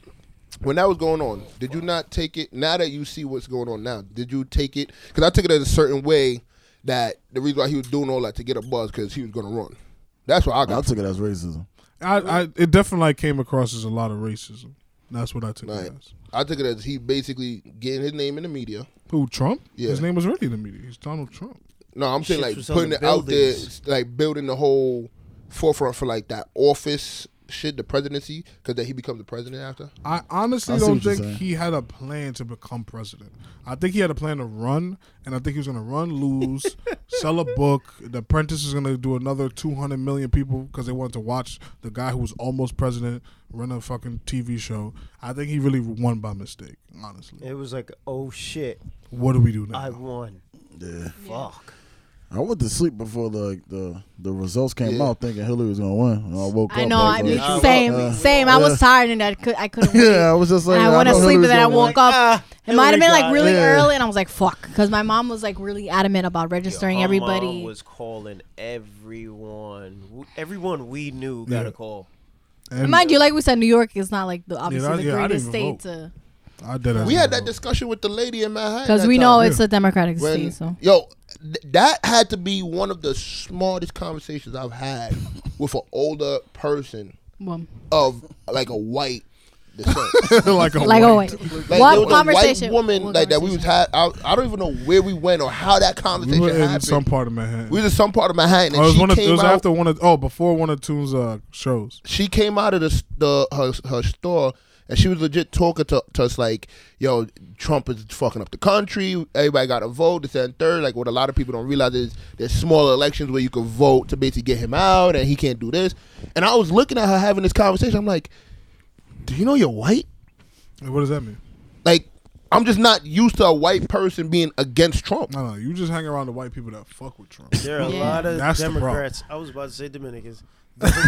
[SPEAKER 3] when that was going on, did you not take it? Now that you see what's going on now, did you take it? Because I took it as a certain way that the reason why he was doing all that to get a buzz because he was going to run. That's what I
[SPEAKER 2] I
[SPEAKER 3] got.
[SPEAKER 2] took it as racism.
[SPEAKER 1] I, I it definitely came across as a lot of racism. That's what I took. it
[SPEAKER 3] Right.
[SPEAKER 1] as.
[SPEAKER 3] I took it as he basically getting his name in the media.
[SPEAKER 1] Who Trump?
[SPEAKER 3] Yeah.
[SPEAKER 1] His name was already in the media. He's Donald Trump.
[SPEAKER 3] No, I'm saying
[SPEAKER 5] Shits
[SPEAKER 3] like
[SPEAKER 5] was on
[SPEAKER 3] putting
[SPEAKER 5] the
[SPEAKER 3] it out there,
[SPEAKER 5] buildings.
[SPEAKER 3] like building the whole forefront for like that office shit, the presidency, because then he becomes the president after.
[SPEAKER 1] I honestly
[SPEAKER 2] I see
[SPEAKER 1] don't
[SPEAKER 2] what you're
[SPEAKER 1] think
[SPEAKER 2] saying.
[SPEAKER 1] he had a plan to become president. I think he had a plan to run, and I think he was going to run,
[SPEAKER 3] [LAUGHS]
[SPEAKER 1] lose, sell a book. The Apprentice is going to do another 200 million people because they wanted to watch the guy who was almost president run a fucking TV show. I think he really won by mistake, honestly.
[SPEAKER 5] It was like, oh shit,
[SPEAKER 1] What do we do now?
[SPEAKER 5] I won.
[SPEAKER 2] Yeah.
[SPEAKER 5] Fuck.
[SPEAKER 2] I went to sleep before the the, the results came out, thinking Hillary was gonna win. And I woke
[SPEAKER 4] I
[SPEAKER 2] up.
[SPEAKER 4] know. I
[SPEAKER 2] was
[SPEAKER 4] mean,
[SPEAKER 2] like,
[SPEAKER 5] Yeah.
[SPEAKER 4] same,
[SPEAKER 2] Uh,
[SPEAKER 4] same. I was tired and I could, I couldn't. Wait.
[SPEAKER 2] [LAUGHS] yeah, I was just like,
[SPEAKER 4] I went to
[SPEAKER 2] know
[SPEAKER 4] sleep and
[SPEAKER 2] Hillary's
[SPEAKER 4] then I
[SPEAKER 2] gonna
[SPEAKER 4] woke up.
[SPEAKER 5] Ah,
[SPEAKER 4] it might have
[SPEAKER 5] Hillary
[SPEAKER 4] been
[SPEAKER 5] got
[SPEAKER 4] like
[SPEAKER 5] it.
[SPEAKER 4] really
[SPEAKER 2] Yeah.
[SPEAKER 4] early, and I was like, "Fuck," because my mom was like really adamant about registering
[SPEAKER 5] Her
[SPEAKER 4] everybody.
[SPEAKER 5] Mom was calling everyone. W- Everyone we knew got a call.
[SPEAKER 1] And
[SPEAKER 4] Mind you, like we said, New York is not like the obviously
[SPEAKER 1] that-
[SPEAKER 4] the
[SPEAKER 1] yeah, I
[SPEAKER 4] greatest
[SPEAKER 1] didn't even
[SPEAKER 4] state to
[SPEAKER 1] I did
[SPEAKER 3] We had that discussion with the lady in Manhattan.
[SPEAKER 4] because
[SPEAKER 3] that
[SPEAKER 4] we know
[SPEAKER 3] time.
[SPEAKER 4] it's a democratic
[SPEAKER 3] When-
[SPEAKER 4] state. So
[SPEAKER 3] Yo, th- that had to be one of the smartest conversations I've had with an older person
[SPEAKER 4] well,
[SPEAKER 3] of like a white descent.
[SPEAKER 4] [LAUGHS]
[SPEAKER 1] like a
[SPEAKER 4] like
[SPEAKER 1] white.
[SPEAKER 4] always,
[SPEAKER 3] Like,
[SPEAKER 4] What
[SPEAKER 3] there was
[SPEAKER 4] conversation?
[SPEAKER 3] A white woman
[SPEAKER 4] What
[SPEAKER 3] like that we was had. I, I don't even know where we went or how that
[SPEAKER 1] We
[SPEAKER 3] conversation
[SPEAKER 1] were in
[SPEAKER 3] happened.
[SPEAKER 1] some part of Manhattan.
[SPEAKER 3] we was in some part of Manhattan, and
[SPEAKER 1] Oh, it was,
[SPEAKER 3] she
[SPEAKER 1] one of,
[SPEAKER 3] came
[SPEAKER 1] it was
[SPEAKER 3] out.
[SPEAKER 1] after one of oh before one of Toon's uh, shows.
[SPEAKER 3] she came out of the, s- the her her store and she was legit talking to, to us like, "Yo, Trump is fucking up the country. Everybody got to vote. This that, and third. Like what a lot of people don't realize is there's smaller elections where you can vote to basically get him out, and he can't do this." And I was looking at her having this conversation. I'm like, "Do you know you're white?
[SPEAKER 1] What does that mean?
[SPEAKER 3] Like." I'm just not used to a white person being against Trump.
[SPEAKER 1] No, no, you just hang around the white people that fuck with Trump.
[SPEAKER 5] There are
[SPEAKER 4] Yeah.
[SPEAKER 5] a lot of
[SPEAKER 1] That's the problem.
[SPEAKER 5] Democrats. I was about to say Dominicans.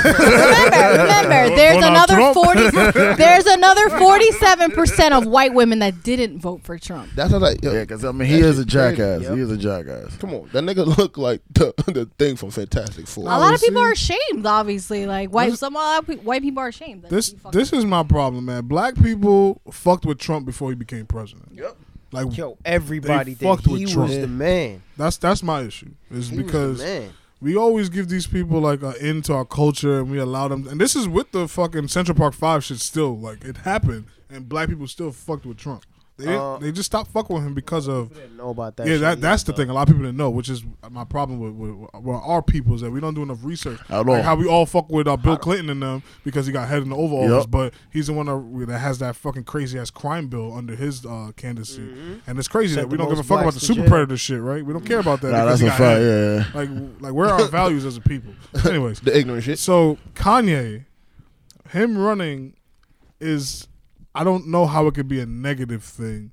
[SPEAKER 4] remember, remember, there's
[SPEAKER 1] Donald
[SPEAKER 4] another
[SPEAKER 1] Trump.
[SPEAKER 4] forty. There's another forty-seven percent of white women that didn't vote for Trump.
[SPEAKER 3] That's how I was like, yo,
[SPEAKER 2] Yeah, because I mean, he
[SPEAKER 3] That
[SPEAKER 2] is a
[SPEAKER 3] shit crazy,
[SPEAKER 2] jackass.
[SPEAKER 5] yep.
[SPEAKER 2] He is a jackass.
[SPEAKER 3] come on, that nigga [LAUGHS] look like the, the thing from Fantastic Four.
[SPEAKER 4] A lot of people
[SPEAKER 1] see.
[SPEAKER 4] are ashamed, obviously. Like white,
[SPEAKER 1] This-
[SPEAKER 4] some a lot of pe- white people are ashamed. that
[SPEAKER 1] This
[SPEAKER 4] you fucking-
[SPEAKER 1] this is my problem, man. Black people fucked with Trump before he became president. Yep. Like
[SPEAKER 5] Yo, everybody
[SPEAKER 1] They
[SPEAKER 5] did.
[SPEAKER 1] fucked with
[SPEAKER 5] He
[SPEAKER 1] Trump.
[SPEAKER 5] was the man.
[SPEAKER 1] that's that's my issue. Is
[SPEAKER 5] He was
[SPEAKER 1] because
[SPEAKER 5] the man.
[SPEAKER 1] we always give these people like uh, into our culture and we allow them and this is with the fucking Central Park Five shit still. Like it happened and black people still fucked with Trump. They
[SPEAKER 5] Uh,
[SPEAKER 1] they just stopped fucking with him because of
[SPEAKER 5] Didn't know about that.
[SPEAKER 1] yeah,
[SPEAKER 5] shit
[SPEAKER 1] that, that's the
[SPEAKER 5] either,
[SPEAKER 1] thing. A lot of people didn't know, which is my problem with, with, with our people is that we don't do enough research.
[SPEAKER 2] At all.
[SPEAKER 1] Like how we all fuck with uh, Bill Clinton and them because he got head in the overalls,
[SPEAKER 2] Yep.
[SPEAKER 1] but he's the one that, that has that fucking crazy ass crime bill under his uh, candidacy. And it's crazy that
[SPEAKER 5] Sent
[SPEAKER 1] we
[SPEAKER 5] Mm-hmm. the
[SPEAKER 1] don't give a
[SPEAKER 5] most
[SPEAKER 1] fuck about
[SPEAKER 5] blacks
[SPEAKER 1] the
[SPEAKER 5] to
[SPEAKER 1] super
[SPEAKER 5] jail.
[SPEAKER 1] predator shit, right? We don't care about that.
[SPEAKER 2] Nah,
[SPEAKER 1] because
[SPEAKER 2] that's
[SPEAKER 1] he
[SPEAKER 2] a
[SPEAKER 1] got
[SPEAKER 2] fact.
[SPEAKER 1] head.
[SPEAKER 2] Yeah, yeah.
[SPEAKER 1] Like, like where are
[SPEAKER 2] [LAUGHS]
[SPEAKER 1] our values as a people? Anyways,
[SPEAKER 3] the ignorant shit.
[SPEAKER 1] so Kanye, him running is I don't know how it could be a negative thing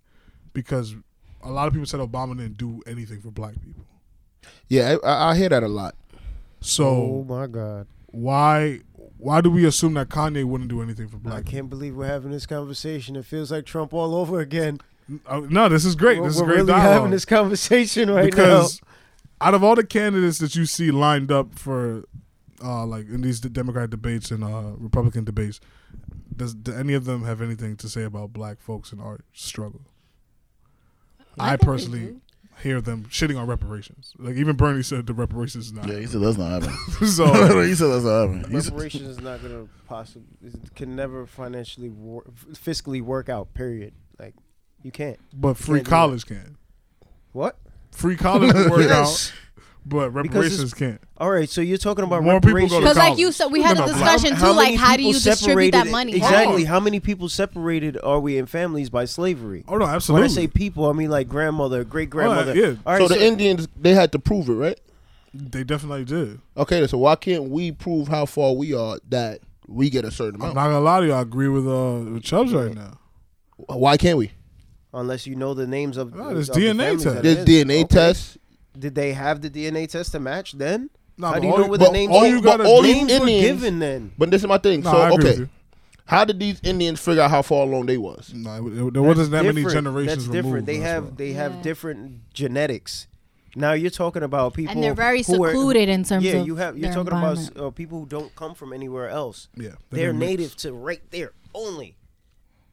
[SPEAKER 1] because a lot of people said Obama didn't do anything for black people.
[SPEAKER 3] Yeah, I- I, I hear that a lot.
[SPEAKER 1] So
[SPEAKER 5] Oh my god!
[SPEAKER 1] why why do we assume that Kanye wouldn't do anything for
[SPEAKER 5] I
[SPEAKER 1] black people?
[SPEAKER 5] can't believe we're having this conversation. It feels like Trump all over again.
[SPEAKER 1] Uh, No, this is great.
[SPEAKER 5] We're,
[SPEAKER 1] this is
[SPEAKER 5] we're
[SPEAKER 1] great
[SPEAKER 5] really
[SPEAKER 1] dialogue.
[SPEAKER 5] having this conversation right
[SPEAKER 1] because out of all the candidates that you see lined up for uh, like in these Democrat debates and uh, Republican debates, does do any of them have anything to say about black folks and our struggle? I,
[SPEAKER 4] think they
[SPEAKER 1] personally
[SPEAKER 4] do.
[SPEAKER 1] hear them shitting on reparations. Like even Bernie said, the reparations is not.
[SPEAKER 2] Yeah, he said that's not
[SPEAKER 1] [LAUGHS]
[SPEAKER 2] happening.
[SPEAKER 5] [LAUGHS]
[SPEAKER 1] so
[SPEAKER 2] [LAUGHS] he said that's not happening.
[SPEAKER 5] now.
[SPEAKER 2] He said-
[SPEAKER 5] Reparations is not gonna possibly can never financially wor- fiscally work out. Period. Like you can't.
[SPEAKER 1] But free
[SPEAKER 5] Can't do
[SPEAKER 1] college can.
[SPEAKER 5] What?
[SPEAKER 1] Free college can work
[SPEAKER 5] Yes.
[SPEAKER 1] out, but reparations can't.
[SPEAKER 5] All right. So you're talking about
[SPEAKER 1] More people go to
[SPEAKER 5] reparations.
[SPEAKER 4] Because, like
[SPEAKER 1] college.
[SPEAKER 4] you said, we
[SPEAKER 1] No,
[SPEAKER 4] had
[SPEAKER 1] no,
[SPEAKER 4] a
[SPEAKER 1] black-
[SPEAKER 4] discussion too. Like,
[SPEAKER 5] many
[SPEAKER 4] how do
[SPEAKER 5] people
[SPEAKER 4] you distribute that
[SPEAKER 5] separated-
[SPEAKER 4] money?
[SPEAKER 5] Exactly.
[SPEAKER 1] Oh.
[SPEAKER 5] How many people separated are we in families by slavery?
[SPEAKER 1] Oh no,
[SPEAKER 5] When
[SPEAKER 1] absolutely.
[SPEAKER 5] I say people, I mean like grandmother, great grandmother.
[SPEAKER 1] Oh, yeah.
[SPEAKER 5] All right,
[SPEAKER 3] so the Indians, they had to prove it, right?
[SPEAKER 1] they definitely did.
[SPEAKER 3] Okay, so why can't we prove how far we are that we get a certain
[SPEAKER 1] I'm
[SPEAKER 5] Oh.
[SPEAKER 3] amount?
[SPEAKER 1] not gonna lie to you. I agree with uh with Chubbs right now.
[SPEAKER 3] why can't we?
[SPEAKER 5] unless you know the names of,
[SPEAKER 1] No, Ah, there's
[SPEAKER 5] of the
[SPEAKER 1] DNA
[SPEAKER 5] families
[SPEAKER 1] test.
[SPEAKER 5] that it
[SPEAKER 3] There's
[SPEAKER 5] is.
[SPEAKER 3] DNA
[SPEAKER 5] Okay.
[SPEAKER 3] tests.
[SPEAKER 5] Did they have the DNA test to match then?
[SPEAKER 1] Nah,
[SPEAKER 5] How
[SPEAKER 1] but
[SPEAKER 5] do you
[SPEAKER 1] all
[SPEAKER 5] know
[SPEAKER 1] you-
[SPEAKER 5] where the
[SPEAKER 1] but
[SPEAKER 5] names?
[SPEAKER 1] all
[SPEAKER 5] All
[SPEAKER 1] you
[SPEAKER 5] you
[SPEAKER 1] gotta
[SPEAKER 3] do-
[SPEAKER 5] names were
[SPEAKER 3] Indians-
[SPEAKER 5] given then.
[SPEAKER 3] But this is my thing.
[SPEAKER 1] No,
[SPEAKER 3] so
[SPEAKER 1] I agree with
[SPEAKER 3] okay,
[SPEAKER 1] you.
[SPEAKER 3] how did these Indians figure out how far along they was?
[SPEAKER 1] No, it- it- there wasn't that many
[SPEAKER 5] Different.
[SPEAKER 1] generations
[SPEAKER 5] That's different.
[SPEAKER 1] removed.
[SPEAKER 5] They
[SPEAKER 1] that's
[SPEAKER 5] have
[SPEAKER 1] why.
[SPEAKER 5] they have
[SPEAKER 4] Yeah.
[SPEAKER 5] different genetics. Now you're talking about people
[SPEAKER 4] and they're very
[SPEAKER 5] who are-
[SPEAKER 4] secluded in terms
[SPEAKER 5] yeah,
[SPEAKER 4] of
[SPEAKER 5] you have you're
[SPEAKER 4] their
[SPEAKER 5] talking about
[SPEAKER 4] environment.
[SPEAKER 5] uh, people who don't come from anywhere else.
[SPEAKER 1] Yeah, they
[SPEAKER 5] they're
[SPEAKER 1] didn't mix.
[SPEAKER 5] native to right there only.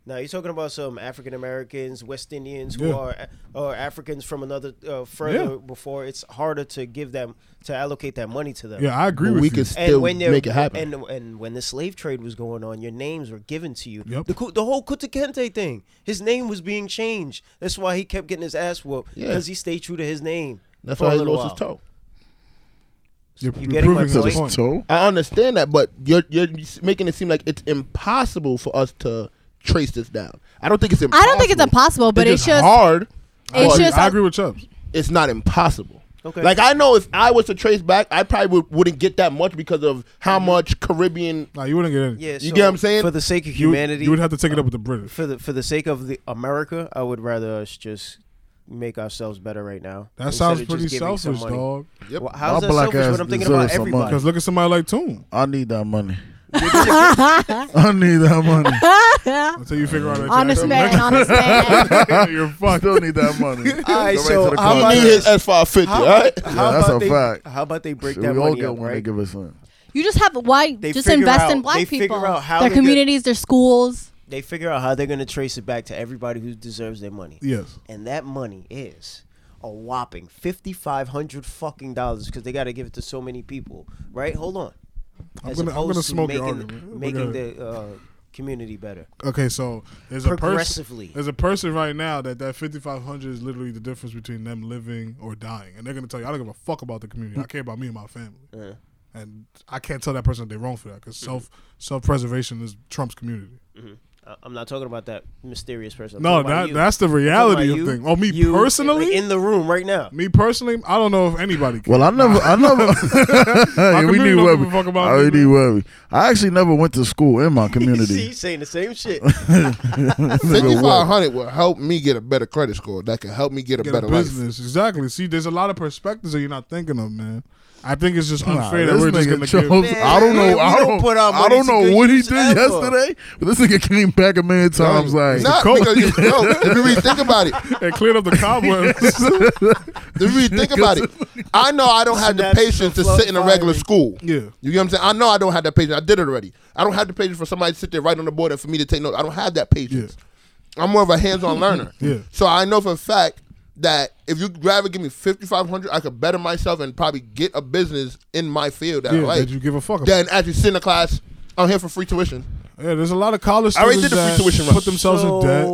[SPEAKER 5] Now you're talking about some African Americans, West Indians who
[SPEAKER 1] Yeah.
[SPEAKER 5] are or Africans from another uh, further
[SPEAKER 1] Yeah.
[SPEAKER 5] before. It's harder to give them to allocate that money to them.
[SPEAKER 1] Yeah, I agree
[SPEAKER 3] But
[SPEAKER 1] with
[SPEAKER 3] we
[SPEAKER 1] you.
[SPEAKER 3] could
[SPEAKER 5] And
[SPEAKER 3] still
[SPEAKER 5] when they're-
[SPEAKER 3] make it happen.
[SPEAKER 5] And, and when the slave trade was going on, your names were given to you.
[SPEAKER 1] Yep.
[SPEAKER 5] The, Ku- the whole Kuta Kente thing, his name was being changed. That's why he kept getting his ass whooped
[SPEAKER 3] Yeah.
[SPEAKER 5] because he stayed true to his name.
[SPEAKER 3] That's
[SPEAKER 5] for a
[SPEAKER 3] why he
[SPEAKER 5] little
[SPEAKER 3] lost his
[SPEAKER 5] while.
[SPEAKER 3] toe.
[SPEAKER 1] You're,
[SPEAKER 5] You
[SPEAKER 1] you're
[SPEAKER 5] getting my
[SPEAKER 1] proving
[SPEAKER 2] So
[SPEAKER 1] the
[SPEAKER 5] point?
[SPEAKER 2] this
[SPEAKER 1] point.
[SPEAKER 2] toe?
[SPEAKER 3] I understand that, but you're you're making it seem like it's impossible for us to trace this down. I don't think it's impossible.
[SPEAKER 4] I don't think it's impossible, but it's
[SPEAKER 3] it's
[SPEAKER 4] just
[SPEAKER 3] hard.
[SPEAKER 1] I
[SPEAKER 4] It's
[SPEAKER 1] agree-
[SPEAKER 4] just-
[SPEAKER 1] I agree with Chubbs.
[SPEAKER 3] it's not impossible.
[SPEAKER 5] Okay.
[SPEAKER 3] Like I know if I was to trace back, I probably would, wouldn't get that much because of how much Caribbean.
[SPEAKER 1] Nah, you wouldn't get any.
[SPEAKER 5] Yeah,
[SPEAKER 3] You
[SPEAKER 5] so
[SPEAKER 3] get what I'm saying?
[SPEAKER 5] For the sake of
[SPEAKER 1] You would-
[SPEAKER 5] humanity, uh,
[SPEAKER 1] You would have to take it up with the British.
[SPEAKER 5] for the for the sake of the America, I would rather us just make ourselves better right now.
[SPEAKER 1] That
[SPEAKER 5] instead
[SPEAKER 1] sounds
[SPEAKER 5] of
[SPEAKER 1] pretty
[SPEAKER 5] just giving some
[SPEAKER 1] selfish,
[SPEAKER 5] money.
[SPEAKER 1] dog.
[SPEAKER 3] Yep.
[SPEAKER 5] Well, how's
[SPEAKER 2] My
[SPEAKER 5] that
[SPEAKER 2] black
[SPEAKER 5] selfish
[SPEAKER 2] ass
[SPEAKER 5] when I'm thinking about
[SPEAKER 2] deserves some money. [LAUGHS]
[SPEAKER 5] everybody?
[SPEAKER 1] Because look at somebody like Toon.
[SPEAKER 2] I need that money. [LAUGHS] I need that money.
[SPEAKER 1] Until you figure out that
[SPEAKER 4] honest man, honest man.
[SPEAKER 1] man, you're fucked.
[SPEAKER 2] Still need that money.
[SPEAKER 5] All right,
[SPEAKER 2] Go back
[SPEAKER 5] so
[SPEAKER 2] to the
[SPEAKER 5] how
[SPEAKER 2] car.
[SPEAKER 5] about
[SPEAKER 3] I need his S five
[SPEAKER 2] [LAUGHS]
[SPEAKER 3] fifty. All
[SPEAKER 5] How, [LAUGHS]
[SPEAKER 3] right.
[SPEAKER 5] how
[SPEAKER 2] that's
[SPEAKER 5] about
[SPEAKER 2] a
[SPEAKER 5] they,
[SPEAKER 2] fact.
[SPEAKER 5] How about they break
[SPEAKER 2] Should
[SPEAKER 5] that
[SPEAKER 2] we all
[SPEAKER 5] money
[SPEAKER 2] get
[SPEAKER 5] up,
[SPEAKER 2] one. They
[SPEAKER 5] right?
[SPEAKER 2] give us one.
[SPEAKER 4] You just have why
[SPEAKER 5] They
[SPEAKER 4] just
[SPEAKER 5] figure
[SPEAKER 4] invest
[SPEAKER 5] out-
[SPEAKER 4] in black
[SPEAKER 5] they figure
[SPEAKER 4] people,
[SPEAKER 5] out how
[SPEAKER 4] their
[SPEAKER 5] they get-
[SPEAKER 4] communities, their schools.
[SPEAKER 5] They figure out how they're gonna trace it back to everybody who deserves their money.
[SPEAKER 1] Yes.
[SPEAKER 5] and that money is a whopping fifty five hundred fucking dollars because they got to give it to so many people, right? Hold on.
[SPEAKER 1] I'm gonna- I'm gonna
[SPEAKER 5] opposed to
[SPEAKER 1] smoke your
[SPEAKER 5] making,
[SPEAKER 1] argument. We're
[SPEAKER 5] making
[SPEAKER 1] good.
[SPEAKER 5] the uh, community better.
[SPEAKER 1] Okay, so there's a person.
[SPEAKER 5] Progressively.
[SPEAKER 1] There's a person right now that that 5500 is literally the difference between them living or dying, and they're gonna tell you, I don't give a fuck about the community. I care about me and my family.
[SPEAKER 5] Uh.
[SPEAKER 1] And I can't tell that person that they're wrong for that because self
[SPEAKER 5] Mm-hmm.
[SPEAKER 1] self preservation is Trump's community.
[SPEAKER 5] I- I'm not talking about that mysterious person. I'm
[SPEAKER 1] No,
[SPEAKER 5] talking Mm-hmm. about
[SPEAKER 1] that
[SPEAKER 5] you.
[SPEAKER 1] that's the
[SPEAKER 5] I'm talking about
[SPEAKER 1] reality of
[SPEAKER 5] you,
[SPEAKER 1] thing. Oh, me
[SPEAKER 5] you,
[SPEAKER 1] personally,
[SPEAKER 5] like, in the room right now.
[SPEAKER 1] me personally, I don't know if anybody. Can.
[SPEAKER 2] Well, I never, I never. Yeah, we
[SPEAKER 1] community
[SPEAKER 2] need
[SPEAKER 1] don't give a
[SPEAKER 2] Webby.
[SPEAKER 1] fuck about
[SPEAKER 2] I
[SPEAKER 1] me,
[SPEAKER 2] need
[SPEAKER 1] man.
[SPEAKER 2] Webby. I actually never went to school in my
[SPEAKER 5] See, [LAUGHS]
[SPEAKER 2] community.
[SPEAKER 5] saying the
[SPEAKER 3] [LAUGHS]
[SPEAKER 5] same shit.
[SPEAKER 3] Fifty five hundred will help me get a better credit score. That can help me get a
[SPEAKER 1] get
[SPEAKER 3] better
[SPEAKER 1] a
[SPEAKER 3] life.
[SPEAKER 1] business. Exactly. See, there's a lot of perspectives that you're not thinking of, man. I think it's just
[SPEAKER 2] Nah,
[SPEAKER 1] unfair that
[SPEAKER 2] this
[SPEAKER 1] we're just
[SPEAKER 2] nigga
[SPEAKER 1] gonna
[SPEAKER 2] chose-
[SPEAKER 1] give. [LAUGHS]
[SPEAKER 5] Man,
[SPEAKER 2] I don't
[SPEAKER 5] we
[SPEAKER 2] know. I
[SPEAKER 5] don't
[SPEAKER 2] don't,
[SPEAKER 5] put our
[SPEAKER 2] I
[SPEAKER 5] money
[SPEAKER 2] don't
[SPEAKER 5] to
[SPEAKER 2] know
[SPEAKER 5] good
[SPEAKER 2] what he
[SPEAKER 5] use
[SPEAKER 2] did
[SPEAKER 5] ever.
[SPEAKER 2] yesterday, but this nigga came back a million times. like,
[SPEAKER 3] Not because you, yo, if you really think about it,
[SPEAKER 1] and cleared up the cobwebs.
[SPEAKER 3] if you
[SPEAKER 1] [LAUGHS]
[SPEAKER 3] really think about it, I know I don't have the
[SPEAKER 5] Synapses
[SPEAKER 3] patience to
[SPEAKER 5] flow
[SPEAKER 3] sit in a regular
[SPEAKER 5] firing.
[SPEAKER 3] school.
[SPEAKER 1] Yeah.
[SPEAKER 3] You get what I'm saying? I know I don't have that patience. I did it already. I don't have the patience for somebody to sit there right on the board and for me to take notes. I don't have that patience. I'm more of
[SPEAKER 1] [LAUGHS]
[SPEAKER 3] a hands-on learner.
[SPEAKER 1] Yeah.
[SPEAKER 3] So I know for a fact that if you rather give me 5,500, I could better myself and probably get a business in my field that I
[SPEAKER 1] yeah,
[SPEAKER 3] like.
[SPEAKER 1] that you give a fuck about.
[SPEAKER 3] Then actually sit in a class. I'm here for free tuition.
[SPEAKER 1] yeah, there's a lot of college
[SPEAKER 3] I already
[SPEAKER 1] students
[SPEAKER 3] did the free
[SPEAKER 1] that
[SPEAKER 3] tuition
[SPEAKER 1] put
[SPEAKER 3] route.
[SPEAKER 1] themselves
[SPEAKER 5] so
[SPEAKER 1] in debt.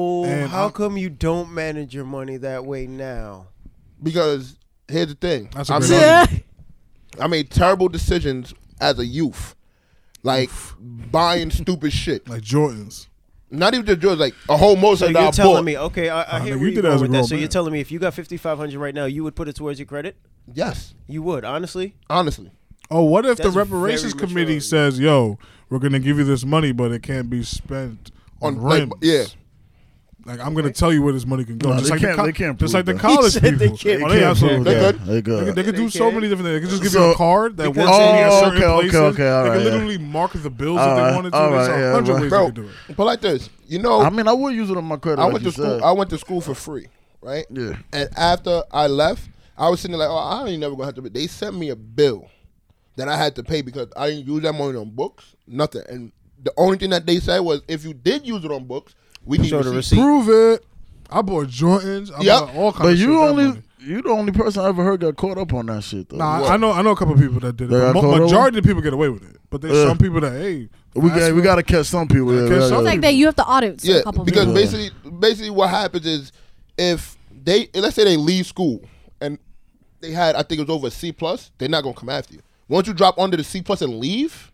[SPEAKER 1] And
[SPEAKER 5] how
[SPEAKER 1] I-
[SPEAKER 5] come you don't manage your money that way now?
[SPEAKER 3] Because here's the thing.
[SPEAKER 1] That's a
[SPEAKER 3] I'm
[SPEAKER 1] great
[SPEAKER 3] telling
[SPEAKER 1] idea.
[SPEAKER 3] you, I made terrible decisions as a youth. Like buying stupid shit.
[SPEAKER 1] like Jordans.
[SPEAKER 3] Not even just drugs, like a whole
[SPEAKER 5] So
[SPEAKER 3] motorcycle.
[SPEAKER 5] you're
[SPEAKER 3] that I
[SPEAKER 5] telling
[SPEAKER 3] bought.
[SPEAKER 5] me, okay, I,
[SPEAKER 1] Nah,
[SPEAKER 5] I hear
[SPEAKER 1] nigga,
[SPEAKER 5] where
[SPEAKER 1] you
[SPEAKER 5] you
[SPEAKER 1] did that
[SPEAKER 5] going
[SPEAKER 1] as a
[SPEAKER 5] with that.
[SPEAKER 1] grown
[SPEAKER 5] So you're
[SPEAKER 1] man.
[SPEAKER 5] telling me if you got 5,500 right now, you would put it towards your credit?
[SPEAKER 3] Yes,
[SPEAKER 5] You would, honestly.
[SPEAKER 3] honestly.
[SPEAKER 1] Oh, what if
[SPEAKER 5] That's
[SPEAKER 1] the reparations
[SPEAKER 5] very
[SPEAKER 1] committee
[SPEAKER 5] mature.
[SPEAKER 1] says, "Yo, we're gonna give you this money, but it can't be spent on,
[SPEAKER 3] On like,
[SPEAKER 1] rims."
[SPEAKER 3] yeah.
[SPEAKER 1] like I'm gonna tell you where this money can go.
[SPEAKER 2] No,
[SPEAKER 1] just
[SPEAKER 2] they
[SPEAKER 1] like
[SPEAKER 2] can't-
[SPEAKER 1] the co-
[SPEAKER 2] they can't
[SPEAKER 1] just like the
[SPEAKER 2] prove that.
[SPEAKER 1] college
[SPEAKER 5] He
[SPEAKER 1] people.
[SPEAKER 5] said they can't
[SPEAKER 1] Oh,
[SPEAKER 5] prove
[SPEAKER 1] they
[SPEAKER 5] that.
[SPEAKER 1] absolutely
[SPEAKER 3] They
[SPEAKER 1] can.
[SPEAKER 3] could.
[SPEAKER 2] They
[SPEAKER 1] They
[SPEAKER 2] good.
[SPEAKER 1] could, they could
[SPEAKER 5] They
[SPEAKER 1] do so
[SPEAKER 5] can.
[SPEAKER 1] many different things. They could just give
[SPEAKER 2] So-
[SPEAKER 1] you a card that
[SPEAKER 5] Because-
[SPEAKER 1] works only at
[SPEAKER 2] Oh,
[SPEAKER 1] certain
[SPEAKER 2] okay, okay,
[SPEAKER 1] places.
[SPEAKER 2] okay, all
[SPEAKER 1] they
[SPEAKER 2] right,
[SPEAKER 1] could
[SPEAKER 2] yeah.
[SPEAKER 1] literally mark the bills
[SPEAKER 2] All
[SPEAKER 1] that they
[SPEAKER 2] right,
[SPEAKER 1] wanted to.
[SPEAKER 2] all
[SPEAKER 1] There's
[SPEAKER 2] right,
[SPEAKER 1] a
[SPEAKER 2] yeah,
[SPEAKER 1] hundred
[SPEAKER 2] right.
[SPEAKER 1] ways they
[SPEAKER 3] Bro,
[SPEAKER 1] could do it.
[SPEAKER 3] but like this, you know,
[SPEAKER 2] I mean, I would use it on my credit.
[SPEAKER 3] I
[SPEAKER 2] like
[SPEAKER 3] went
[SPEAKER 2] you
[SPEAKER 3] to school.
[SPEAKER 2] said.
[SPEAKER 3] I went to school for free, right?
[SPEAKER 2] Yeah.
[SPEAKER 3] And after I left, I was sitting there like, oh, I ain't never gonna have to. Pay. They sent me a bill that I had to pay because I didn't use that money on books, nothing. And the only thing that they said was, if you did use it on books, we need
[SPEAKER 5] Show the
[SPEAKER 3] receipts.
[SPEAKER 5] receipt.
[SPEAKER 1] Prove it. I bought Jordans. I
[SPEAKER 3] Yep.
[SPEAKER 1] bought all kinds.
[SPEAKER 2] but
[SPEAKER 1] of shit
[SPEAKER 2] you
[SPEAKER 1] with that
[SPEAKER 2] only,
[SPEAKER 1] money.
[SPEAKER 2] you the only person I ever heard got caught up on that shit. Though.
[SPEAKER 1] Nah,
[SPEAKER 3] What?
[SPEAKER 1] I know. I know a couple people that did
[SPEAKER 2] They
[SPEAKER 1] it.
[SPEAKER 2] got
[SPEAKER 1] Mo-
[SPEAKER 2] caught over?
[SPEAKER 1] majority of people get away with it, but there's
[SPEAKER 2] Yeah.
[SPEAKER 1] some people that hey,
[SPEAKER 2] we got,
[SPEAKER 1] last
[SPEAKER 2] we
[SPEAKER 1] week-
[SPEAKER 2] got to catch some people.
[SPEAKER 1] Gotta
[SPEAKER 2] yeah,
[SPEAKER 1] catch
[SPEAKER 2] yeah,
[SPEAKER 1] some
[SPEAKER 2] yeah.
[SPEAKER 4] It's like that you have to audit
[SPEAKER 3] Yeah,
[SPEAKER 4] a couple
[SPEAKER 3] because
[SPEAKER 4] people.
[SPEAKER 3] basically, basically what happens is if they let's say they leave school and they had I think it was over a C plus, they're not gonna come after you. Once you drop under the C plus and leave,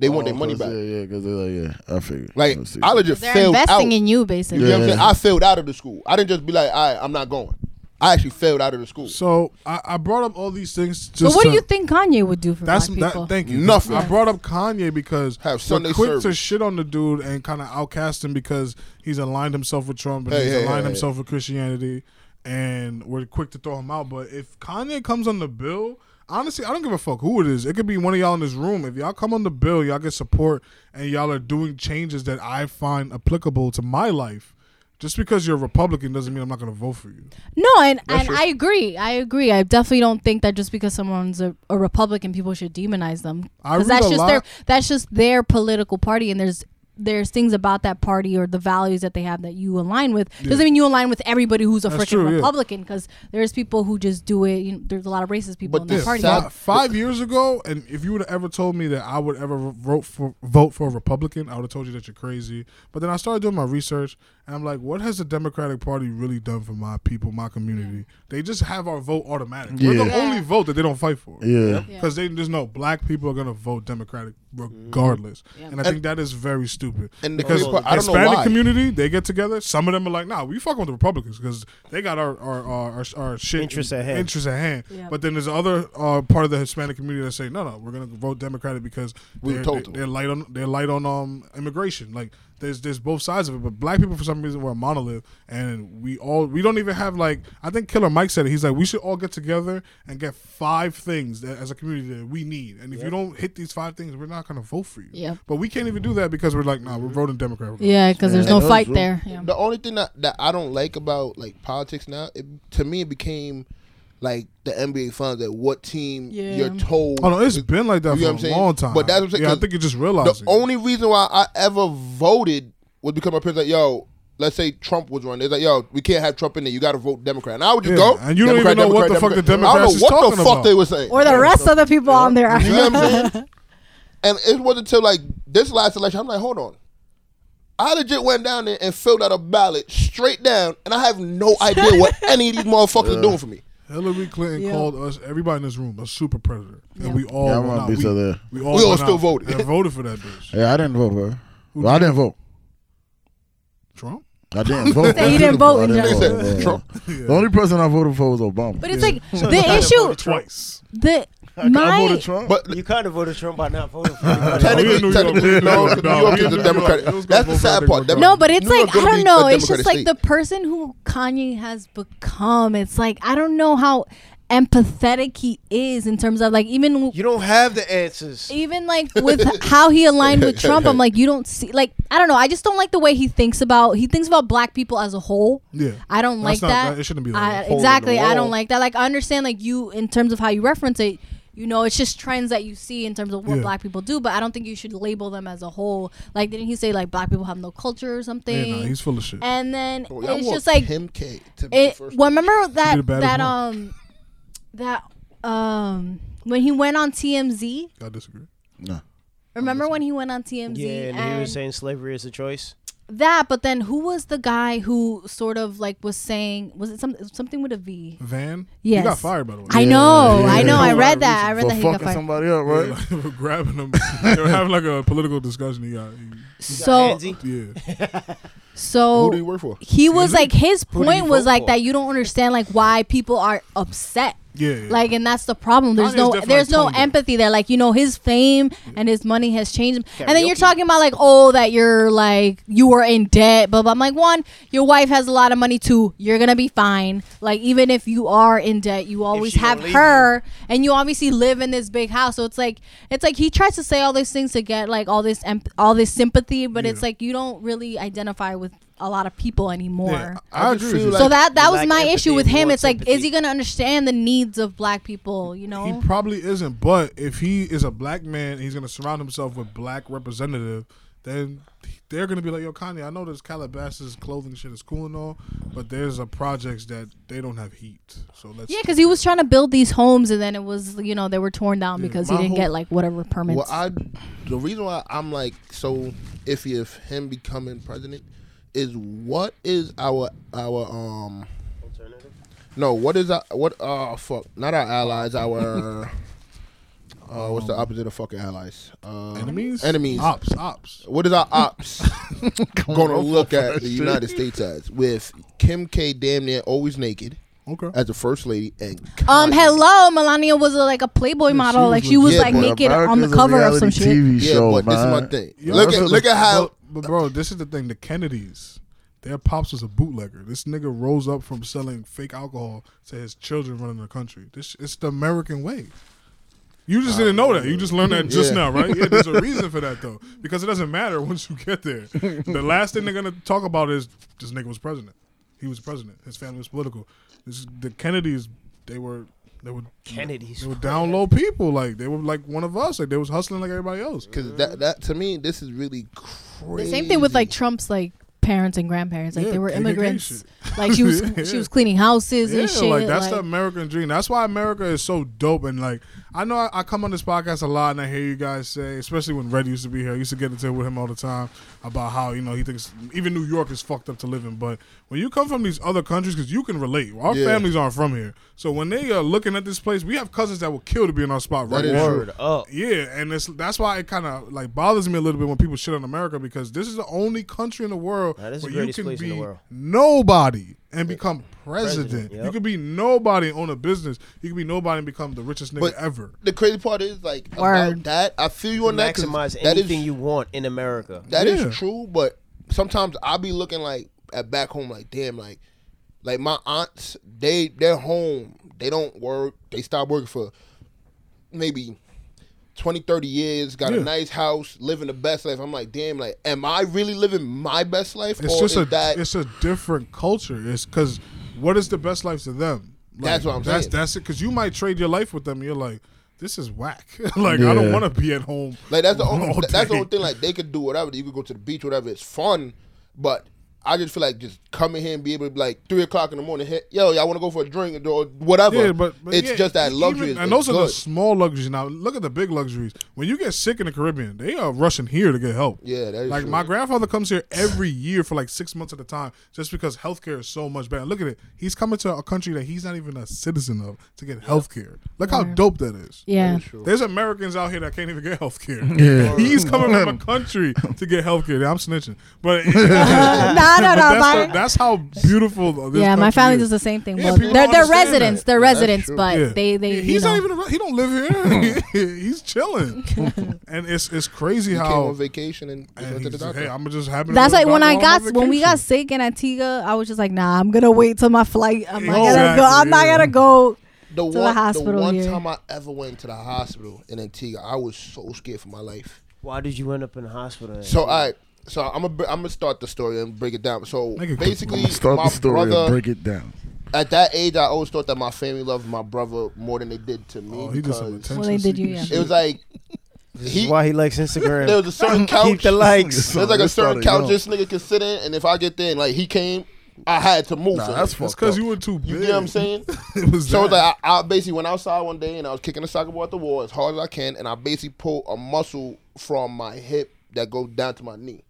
[SPEAKER 3] they want their money
[SPEAKER 2] Oh,
[SPEAKER 3] back.
[SPEAKER 2] 'cause, Yeah, yeah, because they're like, yeah, I figured.
[SPEAKER 3] Like
[SPEAKER 2] Let's see.
[SPEAKER 3] I legit
[SPEAKER 4] They're
[SPEAKER 3] failed out.
[SPEAKER 4] investing in you
[SPEAKER 3] You
[SPEAKER 4] basically.
[SPEAKER 3] know what I'm
[SPEAKER 2] Yeah.
[SPEAKER 3] saying? I failed out of the school. I didn't just be like, all right, I'm not going. I actually failed out of the school.
[SPEAKER 1] So I, I brought up all these things. Just
[SPEAKER 4] So what
[SPEAKER 1] to,
[SPEAKER 4] do you think Kanye would do for
[SPEAKER 1] That's
[SPEAKER 4] black
[SPEAKER 1] that.
[SPEAKER 4] people?
[SPEAKER 1] Thank you.
[SPEAKER 3] Nothing.
[SPEAKER 1] I brought up Kanye because
[SPEAKER 3] Have
[SPEAKER 1] we're
[SPEAKER 3] Sunday
[SPEAKER 1] quick to
[SPEAKER 3] service.
[SPEAKER 1] shit on the dude and kind of outcast him because he's aligned himself with Trump and
[SPEAKER 3] Hey,
[SPEAKER 1] he's
[SPEAKER 3] hey,
[SPEAKER 1] aligned
[SPEAKER 3] hey, hey.
[SPEAKER 1] himself with Christianity, and we're quick to throw him out. But if Kanye comes on the bill. Honestly, I don't give a fuck who it is. It could be one of y'all in this room. If y'all come on the bill, y'all get support, and y'all are doing changes that I find applicable to my life. Just because you're a Republican doesn't mean I'm not going to vote for you.
[SPEAKER 4] No, and, and I agree. I agree. I definitely don't think that just because someone's a, a Republican, people should demonize them.
[SPEAKER 1] I
[SPEAKER 4] Because
[SPEAKER 1] read
[SPEAKER 4] that's
[SPEAKER 1] a
[SPEAKER 4] just
[SPEAKER 1] lot-
[SPEAKER 4] their that's just their political party, and there's there's things about that party or the values that they have that you align with. Doesn't mean you align with everybody who's a
[SPEAKER 1] That's
[SPEAKER 4] freaking
[SPEAKER 1] true, yeah.
[SPEAKER 4] Republican. Because there's people who just do it. You know, there's a lot of racist people
[SPEAKER 3] But
[SPEAKER 4] in that
[SPEAKER 3] this
[SPEAKER 4] party.
[SPEAKER 3] sad-
[SPEAKER 1] Fi- five years ago, and if you would have ever told me that I would ever vote for vote for a Republican, I would have told you that you're crazy. But then I started doing my research, and I'm like, what has the Democratic Party really done for my people, my community? They just have our vote automatic. We're the
[SPEAKER 2] Yeah.
[SPEAKER 1] only vote that they don't fight for.
[SPEAKER 2] yeah.
[SPEAKER 4] Yeah.
[SPEAKER 1] Because they just know black people are gonna vote Democratic regardless, and I think that is very stupid.
[SPEAKER 3] And the
[SPEAKER 1] because
[SPEAKER 3] crazy part, I don't know
[SPEAKER 1] Hispanic
[SPEAKER 3] why.
[SPEAKER 1] community, they get together. Some of them are like, "Nah, we fucking with the Republicans because they got our our our, our, our shit
[SPEAKER 5] Interests at hand.
[SPEAKER 1] interests at hand.
[SPEAKER 4] Yeah.
[SPEAKER 1] But then there's other uh, part of the Hispanic community that say, "No, no, we're gonna vote Democratic because
[SPEAKER 3] We were
[SPEAKER 1] they're,
[SPEAKER 3] told
[SPEAKER 1] they're,
[SPEAKER 3] to."
[SPEAKER 1] they're light on they're light on um immigration. Like there's there's both sides of it. But black people for some reason we're a monolith, and we all we don't even have like I think Killer Mike said it. He's like we should all get together and get five things that, as a community that we need, and if you don't hit these five things, we're not gonna vote for you.
[SPEAKER 4] Yep.
[SPEAKER 1] But we can't even do that because we're like nah, we're voting Democrat.
[SPEAKER 4] Yeah, because there's
[SPEAKER 2] Yeah,
[SPEAKER 4] no
[SPEAKER 2] that
[SPEAKER 4] fight
[SPEAKER 2] was
[SPEAKER 4] there. Yeah.
[SPEAKER 3] The only thing that, that I don't like about like politics now, it, to me, it became like the NBA finals. That what team
[SPEAKER 4] Yeah.
[SPEAKER 3] you're told.
[SPEAKER 1] Oh no, it's been like that
[SPEAKER 3] You know what I'm
[SPEAKER 1] for a
[SPEAKER 3] saying?
[SPEAKER 1] long time.
[SPEAKER 3] But that's what I'm saying,
[SPEAKER 1] Yeah, I
[SPEAKER 3] 'cause
[SPEAKER 1] think you just
[SPEAKER 3] the
[SPEAKER 1] realized.
[SPEAKER 3] only reason why I ever voted was because my parents like, yo, let's say Trump was running. They're like, yo, we can't have Trump in there. You got to vote Democrat. And I would just
[SPEAKER 1] Yeah,
[SPEAKER 3] go.
[SPEAKER 1] and you don't
[SPEAKER 3] Democrat,
[SPEAKER 1] even know what
[SPEAKER 3] Democrat,
[SPEAKER 1] the fuck the
[SPEAKER 3] Democrat. I
[SPEAKER 1] Democrats
[SPEAKER 3] don't
[SPEAKER 1] is
[SPEAKER 3] know what the
[SPEAKER 1] talking
[SPEAKER 3] fuck
[SPEAKER 1] about.
[SPEAKER 3] they were saying.
[SPEAKER 4] Or the rest of the people on there.
[SPEAKER 3] You know what I'm saying? [LAUGHS] And it wasn't until like this last election, I'm like, hold on. I legit went down there and filled out a ballot straight down, and I have
[SPEAKER 4] [LAUGHS]
[SPEAKER 3] no idea what any of these motherfuckers are doing for me.
[SPEAKER 1] Hillary Clinton
[SPEAKER 4] Yeah.
[SPEAKER 1] called us, everybody in this room, a super predator,
[SPEAKER 4] Yeah.
[SPEAKER 1] and we all
[SPEAKER 2] Yeah, I
[SPEAKER 1] went
[SPEAKER 2] remember
[SPEAKER 1] out.
[SPEAKER 2] you
[SPEAKER 1] We,
[SPEAKER 2] said that.
[SPEAKER 1] we all,
[SPEAKER 3] We all
[SPEAKER 1] went
[SPEAKER 3] still
[SPEAKER 1] out
[SPEAKER 3] voted.
[SPEAKER 1] and voted for that
[SPEAKER 3] [LAUGHS]
[SPEAKER 1] bitch.
[SPEAKER 2] Yeah, I didn't vote for her. Well, I didn't vote.
[SPEAKER 1] Trump.
[SPEAKER 2] I
[SPEAKER 3] [LAUGHS]
[SPEAKER 2] didn't vote.
[SPEAKER 4] Say you didn't vote
[SPEAKER 2] I
[SPEAKER 4] in
[SPEAKER 2] didn't
[SPEAKER 4] general.
[SPEAKER 2] vote. Yeah.
[SPEAKER 3] Trump.
[SPEAKER 2] The only person I voted for was Obama.
[SPEAKER 4] [LAUGHS] But it's like
[SPEAKER 3] [LAUGHS]
[SPEAKER 5] Yeah.
[SPEAKER 4] the issue.
[SPEAKER 1] twice.
[SPEAKER 4] The
[SPEAKER 2] I
[SPEAKER 4] my
[SPEAKER 2] voted Trump.
[SPEAKER 3] But
[SPEAKER 5] You kind of voted Trump by not voting
[SPEAKER 1] [LAUGHS]
[SPEAKER 5] for him.
[SPEAKER 1] in New York. We
[SPEAKER 3] [LAUGHS] technically, technically,
[SPEAKER 1] in New
[SPEAKER 3] no,
[SPEAKER 1] York. [LAUGHS]
[SPEAKER 3] New
[SPEAKER 1] No,
[SPEAKER 3] York
[SPEAKER 1] we
[SPEAKER 3] is
[SPEAKER 1] in New
[SPEAKER 3] a
[SPEAKER 1] York.
[SPEAKER 3] Democrat.
[SPEAKER 1] It was gonna
[SPEAKER 3] That's
[SPEAKER 1] go
[SPEAKER 3] the sad
[SPEAKER 1] back
[SPEAKER 3] part.
[SPEAKER 1] to Democrat.
[SPEAKER 4] no, but it's
[SPEAKER 3] New York
[SPEAKER 4] like I
[SPEAKER 3] gonna be
[SPEAKER 4] don't
[SPEAKER 3] a
[SPEAKER 4] know. It's
[SPEAKER 3] Democratic
[SPEAKER 4] just like
[SPEAKER 3] state.
[SPEAKER 4] the person who Kanye has become. It's like I don't know how empathetic he is in terms of like even
[SPEAKER 5] You don't have the answers.
[SPEAKER 3] [LAUGHS]
[SPEAKER 4] even like with how he aligned with Trump. I'm like you don't see like I don't know. I just don't like the way he thinks about he thinks about black people as a whole.
[SPEAKER 1] Yeah.
[SPEAKER 4] I don't
[SPEAKER 1] That's
[SPEAKER 4] like
[SPEAKER 1] not-
[SPEAKER 4] that.
[SPEAKER 1] that- it shouldn't be like
[SPEAKER 4] I-
[SPEAKER 1] that. Hole
[SPEAKER 5] in the
[SPEAKER 4] exactly. I don't
[SPEAKER 5] wall.
[SPEAKER 4] like that. Like I understand like you in terms of how you reference it. You know, it's just trends that you see in terms of what
[SPEAKER 1] Yeah.
[SPEAKER 4] black people do, but I don't think you should label them as a whole. Like, didn't he say like black people have no culture or
[SPEAKER 1] Yeah,
[SPEAKER 4] something?
[SPEAKER 1] nah, he's full of shit.
[SPEAKER 4] and then
[SPEAKER 3] Well, y'all
[SPEAKER 4] it's
[SPEAKER 3] want
[SPEAKER 4] just like
[SPEAKER 3] Kim K. To be
[SPEAKER 4] it.
[SPEAKER 3] first.
[SPEAKER 4] Well, remember
[SPEAKER 1] the
[SPEAKER 4] that
[SPEAKER 1] baddest
[SPEAKER 4] that
[SPEAKER 1] one.
[SPEAKER 4] um that um when he went on TMZ.
[SPEAKER 1] I disagree.
[SPEAKER 2] no.
[SPEAKER 4] Remember when he went on TMZ
[SPEAKER 5] Yeah, and, he
[SPEAKER 4] and
[SPEAKER 5] was saying slavery is a choice.
[SPEAKER 4] that? But then who was the guy who sort of like was saying was it some, something with a V?
[SPEAKER 1] Van.
[SPEAKER 4] Yes.
[SPEAKER 1] He got fired by the way.
[SPEAKER 4] I know, I
[SPEAKER 1] Yeah.
[SPEAKER 4] know, I
[SPEAKER 1] Yeah.
[SPEAKER 4] read that. I read
[SPEAKER 2] For
[SPEAKER 4] that he got
[SPEAKER 2] fucking
[SPEAKER 4] fired.
[SPEAKER 2] somebody up,
[SPEAKER 1] [LAUGHS]
[SPEAKER 2] right?
[SPEAKER 1] Like, they were [LAUGHS] grabbing him. they were having like a political discussion. He got. he-
[SPEAKER 4] So
[SPEAKER 5] Handsy.
[SPEAKER 1] yeah.
[SPEAKER 3] Who do you
[SPEAKER 4] so
[SPEAKER 3] work for?
[SPEAKER 4] he was like his
[SPEAKER 5] do
[SPEAKER 4] point
[SPEAKER 5] you
[SPEAKER 4] was
[SPEAKER 5] vote
[SPEAKER 4] like
[SPEAKER 5] for?
[SPEAKER 4] that you don't understand like why people are upset.
[SPEAKER 1] Yeah. yeah.
[SPEAKER 4] Like and that's the problem. There's
[SPEAKER 1] Kanye's
[SPEAKER 4] no
[SPEAKER 1] definitely
[SPEAKER 4] there's no
[SPEAKER 1] toned down.
[SPEAKER 4] empathy there. Like you know his fame and his money has changed him. And then you're
[SPEAKER 5] Karaoke.
[SPEAKER 4] talking about like oh that you're like you were in debt. But I'm like one your wife has a lot of money too. You're gonna be fine. Like even if you are in debt, you always
[SPEAKER 5] she don't
[SPEAKER 4] have
[SPEAKER 5] leave
[SPEAKER 4] her and you obviously live in this big house. So it's like it's like he tries to say all these things to get like all this emp- all this sympathy, but it's like you don't really identify with a lot of people anymore.
[SPEAKER 1] Yeah,
[SPEAKER 3] I
[SPEAKER 1] I
[SPEAKER 3] just
[SPEAKER 1] agree. With
[SPEAKER 3] feel
[SPEAKER 1] you.
[SPEAKER 3] like-
[SPEAKER 4] So that that was
[SPEAKER 5] Lack
[SPEAKER 4] my
[SPEAKER 5] empathy
[SPEAKER 4] issue with
[SPEAKER 5] and
[SPEAKER 4] him.
[SPEAKER 5] want
[SPEAKER 4] It's like, is
[SPEAKER 5] sympathy.
[SPEAKER 4] he gonna understand the needs of black people? You
[SPEAKER 1] He
[SPEAKER 4] know,
[SPEAKER 1] probably isn't, but if he is a black man, and he's gonna surround himself with black representative. Then they're gonna be like, "Yo, Kanye, I know this Calabasas clothing shit is cool and all, but there's a projects that they don't have heat. So let's
[SPEAKER 4] yeah, because he was trying to build these homes, and then it was you know they were torn
[SPEAKER 1] Mm,
[SPEAKER 4] down because he
[SPEAKER 3] my
[SPEAKER 4] didn't
[SPEAKER 3] whole-
[SPEAKER 4] get like whatever permits.
[SPEAKER 3] Well, I the reason why I'm like so iffy of him becoming president is what is our our um
[SPEAKER 5] Alternative.
[SPEAKER 3] no what is our, what uh fuck not our allies
[SPEAKER 4] [LAUGHS]
[SPEAKER 3] our uh what's the opposite of fucking allies uh,
[SPEAKER 1] enemies,
[SPEAKER 3] enemies
[SPEAKER 1] ops, ops.
[SPEAKER 3] what
[SPEAKER 2] [LAUGHS]
[SPEAKER 3] is our ops going to
[SPEAKER 2] on,
[SPEAKER 3] look
[SPEAKER 2] fuck
[SPEAKER 3] at
[SPEAKER 2] that
[SPEAKER 3] the
[SPEAKER 2] shit.
[SPEAKER 3] United States as with Kim K damn near always naked
[SPEAKER 1] Okay,
[SPEAKER 3] as the first lady and
[SPEAKER 4] um,
[SPEAKER 3] Kanye.
[SPEAKER 4] hello, Melania was a, like a Playboy model, like she was
[SPEAKER 3] legit,
[SPEAKER 4] like
[SPEAKER 3] but
[SPEAKER 4] naked on the
[SPEAKER 2] America's a
[SPEAKER 4] cover of
[SPEAKER 2] reality
[SPEAKER 4] some shit.
[SPEAKER 2] TV
[SPEAKER 3] yeah
[SPEAKER 2] show,
[SPEAKER 3] but this is my
[SPEAKER 2] man.
[SPEAKER 3] thing
[SPEAKER 1] Yeah,
[SPEAKER 3] look
[SPEAKER 1] that's
[SPEAKER 3] at
[SPEAKER 1] what
[SPEAKER 3] look
[SPEAKER 1] the-
[SPEAKER 3] at how
[SPEAKER 1] But, but bro, this is the thing. The Kennedys, their pops was a bootlegger. This nigga rose up from selling fake alcohol to his children running the country. This it's the American way. You just didn't know that. You just learned that just
[SPEAKER 3] Yeah.
[SPEAKER 1] now, right? Yeah, there's a reason for that though, because it doesn't matter once you get there. The last thing they're gonna talk about is this nigga was president. He was president. His family was political. This is, the Kennedys, they were. They were
[SPEAKER 5] Kennedys.
[SPEAKER 1] They were down low people. Like they were like one of us. Like they was hustling like everybody else.
[SPEAKER 3] Because that, that to me, this is really crazy.
[SPEAKER 4] The same thing with like Trump's like parents and grandparents, like
[SPEAKER 1] Yeah,
[SPEAKER 4] they were
[SPEAKER 1] KKK
[SPEAKER 4] immigrants.
[SPEAKER 1] shit.
[SPEAKER 4] Like she was
[SPEAKER 1] Yeah. [LAUGHS]
[SPEAKER 4] she was cleaning houses
[SPEAKER 1] Yeah,
[SPEAKER 4] and shit.
[SPEAKER 1] like that's
[SPEAKER 4] [LAUGHS]
[SPEAKER 1] the
[SPEAKER 4] like-
[SPEAKER 1] American dream. That's why America is so dope. And like, I know I, I come on this podcast a lot, and I hear you guys say, especially when Red used to be here, I used to get into it with him all the time about how you know he thinks even New York is fucked up to live in. But when you come from these other countries, because you can relate, our
[SPEAKER 3] Yeah.
[SPEAKER 1] families aren't from here, so when they are looking at this place, we have cousins that will kill to be in our spot right
[SPEAKER 3] is
[SPEAKER 1] now.
[SPEAKER 3] true.
[SPEAKER 5] Word up.
[SPEAKER 1] Yeah, and it's, that's why it kind of like bothers me a little bit when people shit on America because this is the only country in the world
[SPEAKER 5] That is the
[SPEAKER 1] where you
[SPEAKER 5] greatest
[SPEAKER 1] can
[SPEAKER 5] place in the
[SPEAKER 1] be
[SPEAKER 5] world.
[SPEAKER 1] nobody and become president.
[SPEAKER 5] President, yep.
[SPEAKER 1] You could be nobody and own a business. You could be nobody and become the richest nigga
[SPEAKER 3] But-
[SPEAKER 1] ever.
[SPEAKER 3] the crazy part is like
[SPEAKER 4] Word.
[SPEAKER 3] about that. I feel you on that. 'cause
[SPEAKER 5] Maximize
[SPEAKER 3] that is
[SPEAKER 5] anything you want in America.
[SPEAKER 3] that is
[SPEAKER 1] Yeah.
[SPEAKER 3] true, but sometimes I'll be looking like at back home like damn like like my aunts they they're home they don't work they stop working for maybe 20 30 years got
[SPEAKER 1] Yeah.
[SPEAKER 3] a nice house living the best life I'm like damn like am I really living my best life
[SPEAKER 1] It's
[SPEAKER 3] or
[SPEAKER 1] just
[SPEAKER 3] is
[SPEAKER 1] a
[SPEAKER 3] that
[SPEAKER 1] it's a different culture. It's because what is the best life to them?
[SPEAKER 3] That's what I'm
[SPEAKER 1] that's,
[SPEAKER 3] saying.
[SPEAKER 1] That's it. Because you might trade your life with them. You're like, this is whack. [LAUGHS] like I don't
[SPEAKER 2] Yeah.
[SPEAKER 1] want to be at home.
[SPEAKER 3] Like that's the
[SPEAKER 1] [LAUGHS]
[SPEAKER 3] only
[SPEAKER 1] all
[SPEAKER 3] that's the
[SPEAKER 1] day.
[SPEAKER 3] only thing. Like they could do whatever. You could go to the beach, whatever. It's fun, but I just feel like just coming here and be able to like three o'clock in the morning. Hit, yo, y'all want to go for a drink or whatever.
[SPEAKER 1] Yeah, but, but
[SPEAKER 3] it's
[SPEAKER 1] yeah, e-,
[SPEAKER 3] just that
[SPEAKER 1] even-
[SPEAKER 3] luxury. is-
[SPEAKER 1] and
[SPEAKER 3] is
[SPEAKER 1] those are the
[SPEAKER 3] good.
[SPEAKER 1] small luxuries. Now look at the big luxuries. When you get sick in the Caribbean, they are rushing here to get help.
[SPEAKER 3] Yeah, that is
[SPEAKER 1] like
[SPEAKER 3] true.
[SPEAKER 1] my grandfather comes here every year for like six months at a time, just because healthcare is so much better. Look at it. He's coming to a country that he's not even a citizen of to get healthcare. Look how dope that is.
[SPEAKER 4] Yeah.
[SPEAKER 1] There's Americans out here that can't even get health
[SPEAKER 3] [LAUGHS]
[SPEAKER 1] care.
[SPEAKER 2] Yeah.
[SPEAKER 1] [LAUGHS] He's coming from a country to get health care. I'm snitching.
[SPEAKER 3] [LAUGHS]
[SPEAKER 1] But, [LAUGHS] it-
[SPEAKER 4] no, no,
[SPEAKER 1] but
[SPEAKER 4] no.
[SPEAKER 1] that's,
[SPEAKER 4] my-
[SPEAKER 1] the- that's how beautiful this
[SPEAKER 4] yeah, my
[SPEAKER 1] country
[SPEAKER 4] family
[SPEAKER 1] is.
[SPEAKER 4] does the same thing.
[SPEAKER 1] Yeah,
[SPEAKER 4] well,
[SPEAKER 1] people
[SPEAKER 4] they're
[SPEAKER 1] don't
[SPEAKER 4] they're
[SPEAKER 1] understand
[SPEAKER 4] residents.
[SPEAKER 1] that.
[SPEAKER 4] They're
[SPEAKER 3] that's
[SPEAKER 4] residents,
[SPEAKER 3] true.
[SPEAKER 4] but
[SPEAKER 1] Yeah.
[SPEAKER 4] they they
[SPEAKER 1] Yeah,
[SPEAKER 4] you
[SPEAKER 1] he's
[SPEAKER 4] know.
[SPEAKER 1] not even a, he don't live here. [LAUGHS] he's
[SPEAKER 4] [LAUGHS]
[SPEAKER 1] chilling, and it's it's crazy
[SPEAKER 3] Came on
[SPEAKER 1] how.
[SPEAKER 3] vacation and just
[SPEAKER 1] And
[SPEAKER 3] went to
[SPEAKER 1] he's
[SPEAKER 3] the
[SPEAKER 1] just,
[SPEAKER 3] doctor.
[SPEAKER 1] hey, I'm just happy. to
[SPEAKER 4] That's
[SPEAKER 1] go to
[SPEAKER 4] like
[SPEAKER 1] the
[SPEAKER 4] when I
[SPEAKER 1] doctor
[SPEAKER 4] got
[SPEAKER 1] on
[SPEAKER 4] when we got
[SPEAKER 1] vacation.
[SPEAKER 4] sick in Antigua, I was just like, nah, I'm gonna wait till my flight. I'm not gonna
[SPEAKER 1] Exactly,
[SPEAKER 4] go. I'm not
[SPEAKER 1] yeah.
[SPEAKER 4] gonna go.
[SPEAKER 3] the
[SPEAKER 4] to the
[SPEAKER 3] one,
[SPEAKER 4] hospital
[SPEAKER 3] one
[SPEAKER 4] here.
[SPEAKER 3] time I ever went to the hospital in Antigua, I was so scared for my life.
[SPEAKER 5] Why did you end up in the hospital?
[SPEAKER 3] So I. So I'm gonna I'm gonna start the story and break it down. So
[SPEAKER 1] Make it quick.
[SPEAKER 3] basically,
[SPEAKER 2] Start
[SPEAKER 3] my
[SPEAKER 2] the story and
[SPEAKER 3] brother
[SPEAKER 2] break it down.
[SPEAKER 3] at that age, I always thought that my family loved my brother more than they did to me.
[SPEAKER 1] Oh, he did some
[SPEAKER 3] because-
[SPEAKER 1] attention.
[SPEAKER 4] Well, they did you,
[SPEAKER 1] seeking
[SPEAKER 4] yeah.
[SPEAKER 1] shit.
[SPEAKER 3] It was like
[SPEAKER 5] This
[SPEAKER 3] he.
[SPEAKER 5] is why he
[SPEAKER 3] [LAUGHS]
[SPEAKER 5] likes Instagram.
[SPEAKER 3] There was a certain
[SPEAKER 5] Keep
[SPEAKER 3] couch. [LAUGHS]
[SPEAKER 5] the likes.
[SPEAKER 3] There's like a
[SPEAKER 2] This
[SPEAKER 3] certain
[SPEAKER 2] started
[SPEAKER 3] couch
[SPEAKER 2] young.
[SPEAKER 3] this nigga could sit in, and if I get there, and like he came, I had to move.
[SPEAKER 2] Nah,
[SPEAKER 3] him.
[SPEAKER 1] That's
[SPEAKER 2] that's fucked
[SPEAKER 1] because
[SPEAKER 2] up.
[SPEAKER 1] you were too big.
[SPEAKER 3] you get what I'm saying.
[SPEAKER 1] [LAUGHS] it was
[SPEAKER 3] So it's
[SPEAKER 1] that.
[SPEAKER 3] like I, I basically went outside one day and I was kicking the soccer ball at the wall as hard as I can, and I basically pulled a muscle from my hip that goes down to my knee.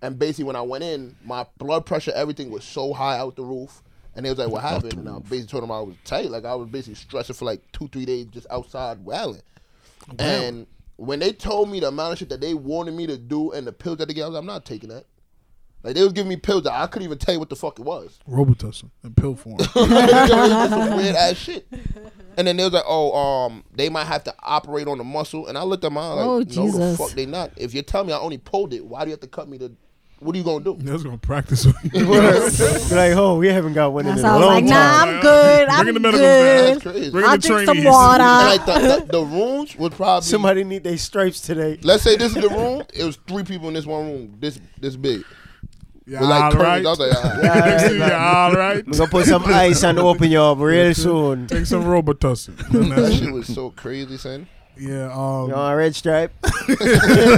[SPEAKER 3] And basically, when I went in, my blood pressure, everything was so high out the roof. And they was like, "What happened?" And I basically told them I was tight. Like I was basically stressing for like two, three days just outside wailing. And when they told me the amount of shit that they wanted me to do and the pills that they gave, I was like, "I'm not taking that." Like they was giving me pills that I couldn't even tell you what the fuck it was.
[SPEAKER 1] Robitussin in pill
[SPEAKER 3] [LAUGHS]
[SPEAKER 1] form.
[SPEAKER 3] That's
[SPEAKER 4] Uh-huh.
[SPEAKER 3] some weird ass shit. And then they was like, "Oh, um, they might have to operate on the muscle." And I looked at mine like, "No,
[SPEAKER 4] Oh,
[SPEAKER 3] the
[SPEAKER 4] Jesus.
[SPEAKER 3] fuck, they not. If you're telling me I only pulled it, why do you have to cut me? To what are you
[SPEAKER 1] [LAUGHS]
[SPEAKER 3] gonna do?"
[SPEAKER 1] They was gonna practice with
[SPEAKER 3] [LAUGHS]
[SPEAKER 1] you.
[SPEAKER 5] [LAUGHS] Be like, oh, we haven't got one in
[SPEAKER 4] That's
[SPEAKER 5] a
[SPEAKER 4] how I was
[SPEAKER 5] long
[SPEAKER 4] like,
[SPEAKER 5] time.
[SPEAKER 4] nah,
[SPEAKER 1] time.
[SPEAKER 4] I'm good.
[SPEAKER 1] Bring in the
[SPEAKER 4] I'm
[SPEAKER 1] medicals,
[SPEAKER 3] That's
[SPEAKER 1] man.
[SPEAKER 4] good.
[SPEAKER 3] crazy.
[SPEAKER 1] Bring in
[SPEAKER 4] I'll
[SPEAKER 1] the
[SPEAKER 4] drink some
[SPEAKER 1] trainees.
[SPEAKER 3] And
[SPEAKER 4] water.
[SPEAKER 3] like the, the, the rooms was probably
[SPEAKER 5] Somebody need their stripes today.
[SPEAKER 3] Let's say this is the room. It was three people in this one room, this this big.
[SPEAKER 1] Yeah,
[SPEAKER 3] With like
[SPEAKER 1] all
[SPEAKER 3] curtains.
[SPEAKER 1] right.
[SPEAKER 3] I was like, "Ah."
[SPEAKER 1] Next to [LAUGHS] you, all
[SPEAKER 3] [LAUGHS]
[SPEAKER 1] right.
[SPEAKER 5] We're gonna put some ice on open y'all real soon.
[SPEAKER 1] Take some
[SPEAKER 3] [LAUGHS]
[SPEAKER 1] Robitussin. And
[SPEAKER 3] that
[SPEAKER 1] that's-
[SPEAKER 3] shit was so crazy, son.
[SPEAKER 1] yeah, um,
[SPEAKER 5] You on red stripe?
[SPEAKER 1] yeah.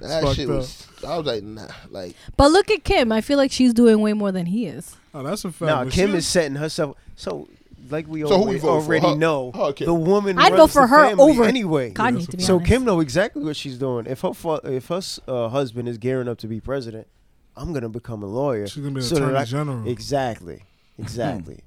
[SPEAKER 3] That
[SPEAKER 1] fucked
[SPEAKER 3] shit
[SPEAKER 1] up.
[SPEAKER 3] was. I was like, nah, like
[SPEAKER 4] But look at Kim. I feel like she's doing way more than he is.
[SPEAKER 1] Oh, that's a fact.
[SPEAKER 5] No,
[SPEAKER 1] But
[SPEAKER 5] Kim
[SPEAKER 1] she-
[SPEAKER 5] is setting herself. So, like we
[SPEAKER 3] So who we
[SPEAKER 5] always,
[SPEAKER 3] vote for?
[SPEAKER 5] already
[SPEAKER 3] Her-
[SPEAKER 5] know,
[SPEAKER 3] her or Kim?
[SPEAKER 5] the woman.
[SPEAKER 4] I'd vote
[SPEAKER 5] runs
[SPEAKER 4] for
[SPEAKER 5] the
[SPEAKER 4] her
[SPEAKER 5] family
[SPEAKER 4] over
[SPEAKER 5] anyway.
[SPEAKER 4] Kanye,
[SPEAKER 1] that's
[SPEAKER 4] to
[SPEAKER 1] a
[SPEAKER 4] be
[SPEAKER 5] So
[SPEAKER 4] honest.
[SPEAKER 5] Kim know exactly what she's doing. If her fa- if her s- uh, husband is gearing up to be president, I'm gonna become a lawyer.
[SPEAKER 1] She's gonna be an
[SPEAKER 5] that
[SPEAKER 1] attorney
[SPEAKER 5] I-
[SPEAKER 1] general.
[SPEAKER 5] Exactly,
[SPEAKER 4] [LAUGHS]
[SPEAKER 5] exactly.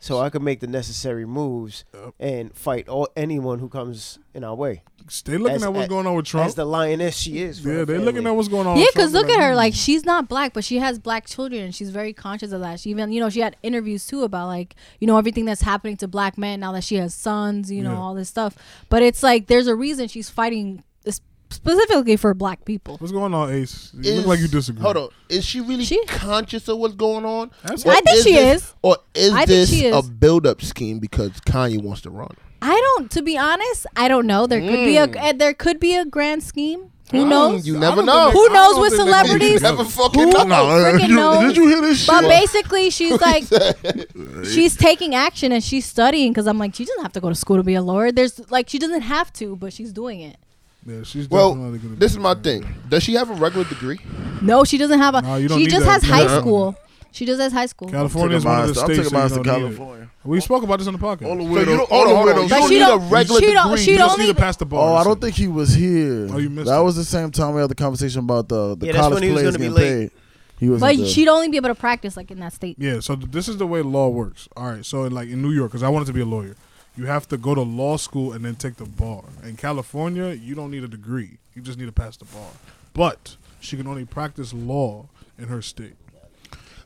[SPEAKER 5] so I can make the necessary moves
[SPEAKER 1] Yep.
[SPEAKER 5] and fight all anyone who comes in our way.
[SPEAKER 1] Stay looking
[SPEAKER 5] as-
[SPEAKER 1] at what's
[SPEAKER 5] a-
[SPEAKER 1] going on with Trump.
[SPEAKER 5] As the lioness she is. for
[SPEAKER 1] Yeah,
[SPEAKER 5] her
[SPEAKER 1] they're looking
[SPEAKER 5] family.
[SPEAKER 1] at what's going on.
[SPEAKER 4] Yeah,
[SPEAKER 1] with
[SPEAKER 4] because
[SPEAKER 1] Trump.
[SPEAKER 4] look at her. Like she's not black, but she has black children, and she's very conscious of that. She even, you know, she had interviews too about like, you know, everything that's happening to black men now that she has sons. You know,
[SPEAKER 1] Yeah.
[SPEAKER 4] all this stuff. But it's like there's a reason she's fighting this specifically for black people.
[SPEAKER 1] what's going on, Ace? You look like you disagree.
[SPEAKER 3] Hold on, is she really
[SPEAKER 4] She-
[SPEAKER 3] conscious of what's going on?
[SPEAKER 1] Absolutely.
[SPEAKER 3] Or
[SPEAKER 4] I think she
[SPEAKER 3] this-
[SPEAKER 4] is.
[SPEAKER 3] Or is
[SPEAKER 4] I think
[SPEAKER 3] this
[SPEAKER 4] she is.
[SPEAKER 3] a build-up scheme because Kanye wants to run?
[SPEAKER 4] I don't, to be honest, I don't know. There could be a eh, there could be a grand scheme. Who
[SPEAKER 1] Mm,
[SPEAKER 4] knows?
[SPEAKER 3] Oh, You
[SPEAKER 1] I
[SPEAKER 3] never
[SPEAKER 1] don't
[SPEAKER 3] know.
[SPEAKER 1] think they-
[SPEAKER 4] Who
[SPEAKER 1] I don't
[SPEAKER 4] knows
[SPEAKER 1] think
[SPEAKER 4] with
[SPEAKER 1] they know.
[SPEAKER 4] celebrities?
[SPEAKER 3] Never fucking
[SPEAKER 4] Who-
[SPEAKER 3] know.
[SPEAKER 4] freaking
[SPEAKER 2] you-
[SPEAKER 4] knows?
[SPEAKER 2] [LAUGHS] did you hear this
[SPEAKER 4] But
[SPEAKER 2] shit?
[SPEAKER 4] basically, she's like, she's taking action and she's studying because I'm like, she doesn't have to go to school to be a lawyer. There's like, she doesn't have to, but she's doing it.
[SPEAKER 1] Yeah, she's
[SPEAKER 3] Well,
[SPEAKER 1] definitely gonna
[SPEAKER 3] this
[SPEAKER 1] be
[SPEAKER 3] is my
[SPEAKER 1] president.
[SPEAKER 3] thing. Does she have a regular degree?
[SPEAKER 4] No, she doesn't have a.
[SPEAKER 1] No, you don't
[SPEAKER 4] she
[SPEAKER 1] need
[SPEAKER 4] just
[SPEAKER 1] that.
[SPEAKER 4] has high
[SPEAKER 1] Yeah.
[SPEAKER 4] school. She just has high school.
[SPEAKER 1] California is one of the
[SPEAKER 2] I'm
[SPEAKER 1] states
[SPEAKER 2] taking
[SPEAKER 1] that
[SPEAKER 2] mine
[SPEAKER 1] you
[SPEAKER 2] to
[SPEAKER 1] don't need it.
[SPEAKER 2] California.
[SPEAKER 1] We spoke about this on the podcast.
[SPEAKER 2] All the
[SPEAKER 1] You
[SPEAKER 2] way
[SPEAKER 3] So you
[SPEAKER 2] to
[SPEAKER 3] don't- hold
[SPEAKER 2] all
[SPEAKER 3] on,
[SPEAKER 2] the way
[SPEAKER 3] hold on.
[SPEAKER 2] to
[SPEAKER 3] You
[SPEAKER 4] But
[SPEAKER 3] don't
[SPEAKER 4] she
[SPEAKER 3] need
[SPEAKER 4] don't-
[SPEAKER 3] a regular
[SPEAKER 4] she don't-
[SPEAKER 3] degree.
[SPEAKER 4] she
[SPEAKER 3] You
[SPEAKER 1] just
[SPEAKER 4] don't
[SPEAKER 1] need to
[SPEAKER 4] even-
[SPEAKER 1] pass the bar.
[SPEAKER 2] Oh, I don't think he was here.
[SPEAKER 1] Oh, you missed
[SPEAKER 2] That
[SPEAKER 1] it.
[SPEAKER 2] was the same time we had the conversation about the, the
[SPEAKER 5] Yeah, that's
[SPEAKER 2] college
[SPEAKER 5] when he was
[SPEAKER 2] players
[SPEAKER 5] gonna be
[SPEAKER 2] getting
[SPEAKER 5] late.
[SPEAKER 2] paid. He was
[SPEAKER 4] But she'd only be able to practice like in that state.
[SPEAKER 1] Yeah, so th- this is the way law works. All right, so like in New York, because I wanted to be a lawyer, you have to go to law school and then take the bar. In California, you don't need a degree; you just need to pass the bar. But she can only practice law in her state.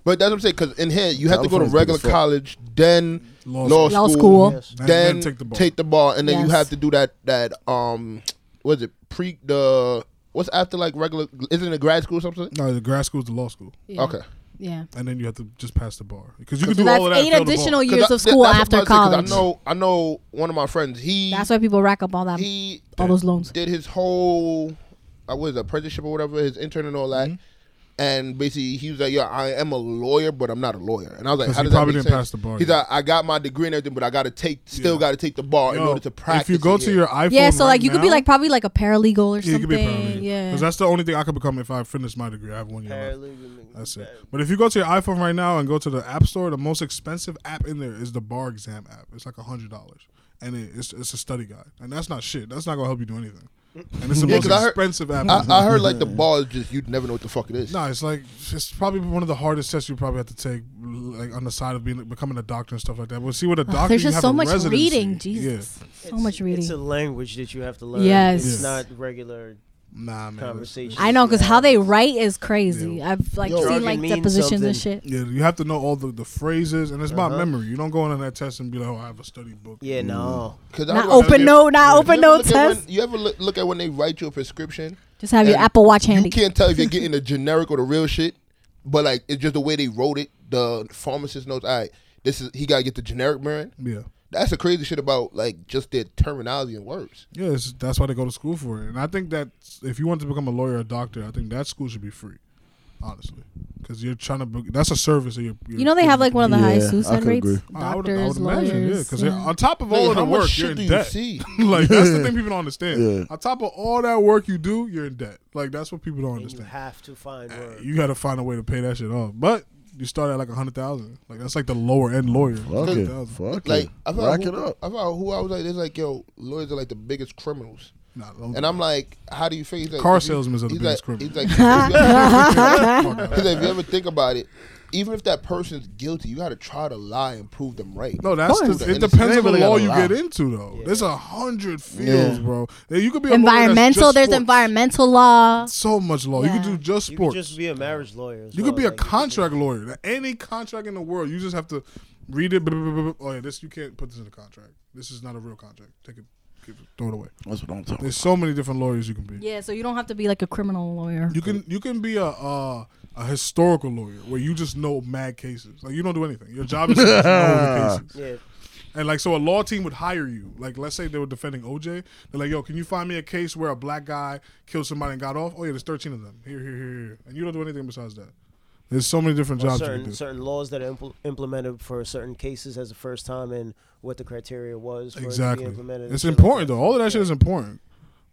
[SPEAKER 3] But that's what I'm saying. Because in here, you have to go to
[SPEAKER 2] California's
[SPEAKER 3] regular
[SPEAKER 2] big as fuck.
[SPEAKER 3] college, then
[SPEAKER 1] Law
[SPEAKER 3] law,
[SPEAKER 1] school.
[SPEAKER 3] school,
[SPEAKER 4] Law school.
[SPEAKER 5] Yes.
[SPEAKER 1] And
[SPEAKER 3] then,
[SPEAKER 1] then take
[SPEAKER 3] take
[SPEAKER 1] the
[SPEAKER 3] the
[SPEAKER 1] bar.
[SPEAKER 3] bar, and then you
[SPEAKER 4] Yes.
[SPEAKER 3] have to do that. That um, was it pre the What's after like regular? Isn't it grad school or something?
[SPEAKER 1] No, the grad school is the law school,
[SPEAKER 4] Yeah.
[SPEAKER 3] Okay.
[SPEAKER 4] Yeah.
[SPEAKER 1] and then you have to just pass the bar because you can
[SPEAKER 4] So
[SPEAKER 1] do all of
[SPEAKER 4] that's
[SPEAKER 1] that. and
[SPEAKER 4] eight
[SPEAKER 1] fail the
[SPEAKER 4] additional
[SPEAKER 1] bar.
[SPEAKER 3] Cause
[SPEAKER 4] years
[SPEAKER 3] I-
[SPEAKER 4] of school
[SPEAKER 3] that's
[SPEAKER 4] after
[SPEAKER 3] what I'm about to
[SPEAKER 4] college.
[SPEAKER 3] say, 'cause I know, I know one of my friends. He
[SPEAKER 4] That's why people rack up all that,
[SPEAKER 3] he
[SPEAKER 4] all those loans.
[SPEAKER 3] did his whole, uh, I was apprenticeship or whatever, his intern and all that,
[SPEAKER 1] Mm-hmm.
[SPEAKER 3] and basically he was like, "Yo, I am a lawyer, but I'm not a lawyer." And I was like,
[SPEAKER 1] 'Cause
[SPEAKER 3] "How
[SPEAKER 1] he
[SPEAKER 3] does that
[SPEAKER 1] probably
[SPEAKER 3] make
[SPEAKER 1] didn't
[SPEAKER 3] sense?"
[SPEAKER 1] pass the bar
[SPEAKER 3] He's
[SPEAKER 1] yet.
[SPEAKER 3] like, "I got my degree and everything, but I got to take, still got to take the bar in
[SPEAKER 1] Yo,
[SPEAKER 3] order to practice."
[SPEAKER 1] If you go to
[SPEAKER 3] here."
[SPEAKER 1] your iPhone,
[SPEAKER 4] Yeah, so like
[SPEAKER 1] right
[SPEAKER 4] you could be
[SPEAKER 1] now-
[SPEAKER 4] like probably like a paralegal or
[SPEAKER 1] Yeah, you
[SPEAKER 4] something.
[SPEAKER 1] could be a paralegal.
[SPEAKER 4] Yeah.
[SPEAKER 1] because that's the only thing I could become if I finish my degree. I have one year left.
[SPEAKER 5] Paralegal.
[SPEAKER 1] That's it. But if you go to your iPhone right now and go to the App Store, the most expensive app in there is the Bar Exam app. It's like hundred dollars, and it, it's it's a study guide, and that's not shit. That's not gonna help you do anything. And it's the
[SPEAKER 3] [LAUGHS] Yeah,
[SPEAKER 1] most
[SPEAKER 3] 'cause I heard-
[SPEAKER 1] expensive app.
[SPEAKER 3] I,
[SPEAKER 1] [LAUGHS]
[SPEAKER 3] I heard like the bar is just you'd never know what the fuck it is.
[SPEAKER 1] No, it's like it's probably one of the hardest tests you probably have to take, like on the side of being becoming a doctor and stuff like that. But see, with a doctor,
[SPEAKER 4] Oh, There's
[SPEAKER 1] you
[SPEAKER 4] just
[SPEAKER 1] have
[SPEAKER 4] so
[SPEAKER 1] a
[SPEAKER 4] much
[SPEAKER 1] residency.
[SPEAKER 4] reading,
[SPEAKER 1] Yeah.
[SPEAKER 4] Jesus. So
[SPEAKER 5] It's-
[SPEAKER 4] much
[SPEAKER 5] It's a
[SPEAKER 4] reading.
[SPEAKER 5] language that you have to learn.
[SPEAKER 4] Yes.
[SPEAKER 5] It's
[SPEAKER 1] Yes.
[SPEAKER 5] not regular
[SPEAKER 1] Nah, man. that's-
[SPEAKER 5] conversation.
[SPEAKER 4] I know, cause how they write is crazy. I've like
[SPEAKER 3] Yo,
[SPEAKER 4] seen
[SPEAKER 3] jargon
[SPEAKER 4] like
[SPEAKER 5] means
[SPEAKER 4] depositions and
[SPEAKER 5] something.
[SPEAKER 4] shit.
[SPEAKER 1] Yeah, you have to know all the, the phrases, and it's about
[SPEAKER 5] Uh-huh.
[SPEAKER 1] memory. You don't go in on that test and be like, "Oh, I have a study book."
[SPEAKER 5] Yeah,
[SPEAKER 1] Mm-hmm.
[SPEAKER 5] no.
[SPEAKER 3] 'Cause I
[SPEAKER 4] Not
[SPEAKER 3] was-
[SPEAKER 4] open note, not
[SPEAKER 3] You
[SPEAKER 4] open
[SPEAKER 3] ever
[SPEAKER 4] note
[SPEAKER 3] look at when-
[SPEAKER 4] test.
[SPEAKER 3] you ever look, look at when they write you a prescription?
[SPEAKER 4] Just have your
[SPEAKER 3] and
[SPEAKER 4] Apple Watch
[SPEAKER 3] You
[SPEAKER 4] handy.
[SPEAKER 3] can't tell if you're getting the generic or the real shit, but like it's just the way they wrote it. The pharmacist knows. All right, this is he gotta get the generic brand.
[SPEAKER 1] yeah,
[SPEAKER 3] That's the crazy shit about like just their terminology and words.
[SPEAKER 1] yeah. It's, that's why they go to school for it. And I think that if you want to become a lawyer or doctor, I think that school should be free, honestly, because you're trying to. Be, that's a service that you're, you're.
[SPEAKER 4] You know they have like one of the
[SPEAKER 2] Yeah,
[SPEAKER 4] high
[SPEAKER 2] I
[SPEAKER 4] suicide
[SPEAKER 2] could
[SPEAKER 4] rates.
[SPEAKER 2] agree.
[SPEAKER 1] I would, I
[SPEAKER 4] Doctors,
[SPEAKER 1] would imagine, yeah,
[SPEAKER 4] lawyers.
[SPEAKER 1] because
[SPEAKER 4] yeah.
[SPEAKER 1] on top of all
[SPEAKER 3] Like,
[SPEAKER 1] of the
[SPEAKER 3] how much
[SPEAKER 1] work,
[SPEAKER 3] shit
[SPEAKER 1] you're in
[SPEAKER 3] do you
[SPEAKER 1] debt.
[SPEAKER 3] see?
[SPEAKER 1] [LAUGHS] like that's
[SPEAKER 3] [LAUGHS]
[SPEAKER 1] the thing people don't understand.
[SPEAKER 2] Yeah.
[SPEAKER 1] On top of all that work you do, you're in debt. Like that's what people don't
[SPEAKER 5] And you
[SPEAKER 1] understand. Uh,
[SPEAKER 5] have to find words.
[SPEAKER 1] You got to find a way to pay that shit off. But you start at like a hundred thousand. Like that's like the lower end lawyer.
[SPEAKER 2] Fuck it.
[SPEAKER 1] 100,000.
[SPEAKER 2] Fuck
[SPEAKER 3] Like
[SPEAKER 2] it.
[SPEAKER 3] I found
[SPEAKER 2] Rack
[SPEAKER 3] who,
[SPEAKER 2] it up.
[SPEAKER 3] I found who I was like. It's like yo, lawyers are like the biggest criminals.
[SPEAKER 1] Nah, those-
[SPEAKER 3] And I'm like, how do you feel? He's like,
[SPEAKER 1] Car
[SPEAKER 3] if you-
[SPEAKER 1] salesmen are the
[SPEAKER 3] he's
[SPEAKER 1] biggest
[SPEAKER 3] like,
[SPEAKER 1] criminals.
[SPEAKER 3] He's
[SPEAKER 1] [LAUGHS]
[SPEAKER 3] like,
[SPEAKER 1] Fuck out.
[SPEAKER 3] Because if
[SPEAKER 1] [LAUGHS]
[SPEAKER 3] you ever think about it, even if that person's guilty, you got to try to lie and prove them right.
[SPEAKER 1] No, that's
[SPEAKER 3] course.
[SPEAKER 1] the, it
[SPEAKER 3] And it's-
[SPEAKER 1] depends
[SPEAKER 2] they
[SPEAKER 1] on the
[SPEAKER 2] really
[SPEAKER 1] law
[SPEAKER 2] gotta
[SPEAKER 1] you
[SPEAKER 2] lie.
[SPEAKER 1] get into though.
[SPEAKER 5] Yeah.
[SPEAKER 1] There's a hundred fields,
[SPEAKER 2] Yeah.
[SPEAKER 1] bro. Yeah, You could be a lawyer that's
[SPEAKER 4] environmental.
[SPEAKER 1] just
[SPEAKER 4] There's
[SPEAKER 1] sports.
[SPEAKER 4] environmental law.
[SPEAKER 1] So much law. You
[SPEAKER 4] Yeah.
[SPEAKER 1] could do just
[SPEAKER 5] You could
[SPEAKER 1] sports.
[SPEAKER 5] just be a marriage lawyer. as
[SPEAKER 1] You could
[SPEAKER 5] well,
[SPEAKER 1] be a
[SPEAKER 5] like,
[SPEAKER 1] contract lawyer. Any contract in the world, you just have to read it. blah, blah, blah, blah. Oh yeah, this you can't put this in a contract. This is not a real contract. Take it, keep it, throw it away.
[SPEAKER 2] That's what I'm talking.
[SPEAKER 1] There's so many different lawyers you can be.
[SPEAKER 4] Yeah, so you don't have to be like a criminal lawyer.
[SPEAKER 1] You can you can be a uh, a historical lawyer where you just know mad cases. Like you don't do anything. Your job is to just know the
[SPEAKER 3] [LAUGHS]
[SPEAKER 1] cases.
[SPEAKER 5] Yeah,
[SPEAKER 1] And like, so a law team would hire you. Like, let's say they were defending OJ. They're like, yo, can you find me a case where a black guy killed somebody and got off? Oh yeah, there's 13 of them. Here, here, here, here. And you don't do anything besides that. There's so many different
[SPEAKER 5] Well,
[SPEAKER 1] jobs you can
[SPEAKER 5] certain
[SPEAKER 1] do.
[SPEAKER 5] certain laws that are impl- implemented for certain cases as the first time and what the criteria was for
[SPEAKER 1] Exactly.
[SPEAKER 5] it to be implemented. and
[SPEAKER 1] It's
[SPEAKER 5] shit like
[SPEAKER 1] important
[SPEAKER 5] that.
[SPEAKER 1] though. All of that shit
[SPEAKER 5] Yeah.
[SPEAKER 1] is important.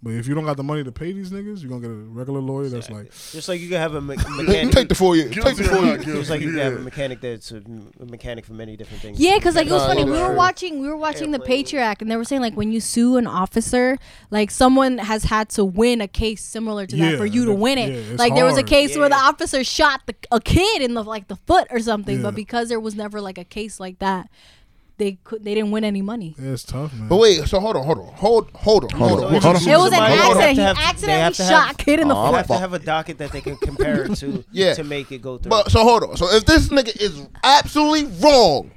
[SPEAKER 1] But if you don't got the money to pay these niggas, you're gonna get a regular lawyer that's like,
[SPEAKER 5] Just like you can have a
[SPEAKER 1] [LAUGHS]
[SPEAKER 5] me-
[SPEAKER 3] Take,
[SPEAKER 5] mechanic.
[SPEAKER 3] [LAUGHS] take the four years. Take the four years.
[SPEAKER 5] Just like you can have a mechanic that's a, a mechanic for many different things.
[SPEAKER 4] Yeah, because like it was
[SPEAKER 3] Nah,
[SPEAKER 4] funny.
[SPEAKER 3] yeah,
[SPEAKER 4] We were
[SPEAKER 3] sure.
[SPEAKER 4] watching, we were watching the
[SPEAKER 5] Airplane.
[SPEAKER 4] Patriot Act, and they were saying like when you sue an officer, like someone has had to win a case similar to
[SPEAKER 1] Yeah,
[SPEAKER 4] that for you to
[SPEAKER 1] that-
[SPEAKER 4] win
[SPEAKER 1] yeah,
[SPEAKER 4] it.
[SPEAKER 1] it's
[SPEAKER 4] like there was a
[SPEAKER 1] hard.
[SPEAKER 4] case where the
[SPEAKER 5] Yeah.
[SPEAKER 4] officer shot the, a kid in the like the foot or something,
[SPEAKER 1] Yeah.
[SPEAKER 4] but because there was never like a case like that, they could they didn't win any money.
[SPEAKER 1] yeah, it's tough, man.
[SPEAKER 3] But wait, so hold on, hold on, hold, hold on, hold on.
[SPEAKER 2] on. Hold
[SPEAKER 4] It was an
[SPEAKER 5] Somebody would have
[SPEAKER 4] accident.
[SPEAKER 5] to
[SPEAKER 4] He
[SPEAKER 5] have- they have
[SPEAKER 4] accidentally
[SPEAKER 5] to
[SPEAKER 4] shot
[SPEAKER 5] have-
[SPEAKER 4] a kid in the
[SPEAKER 2] Oh,
[SPEAKER 5] You
[SPEAKER 4] foot.
[SPEAKER 5] have to have a docket that they can compare it
[SPEAKER 1] [LAUGHS]
[SPEAKER 5] to
[SPEAKER 3] Yeah.
[SPEAKER 5] to make it go through.
[SPEAKER 3] But so hold on. So if this nigga is absolutely wrong,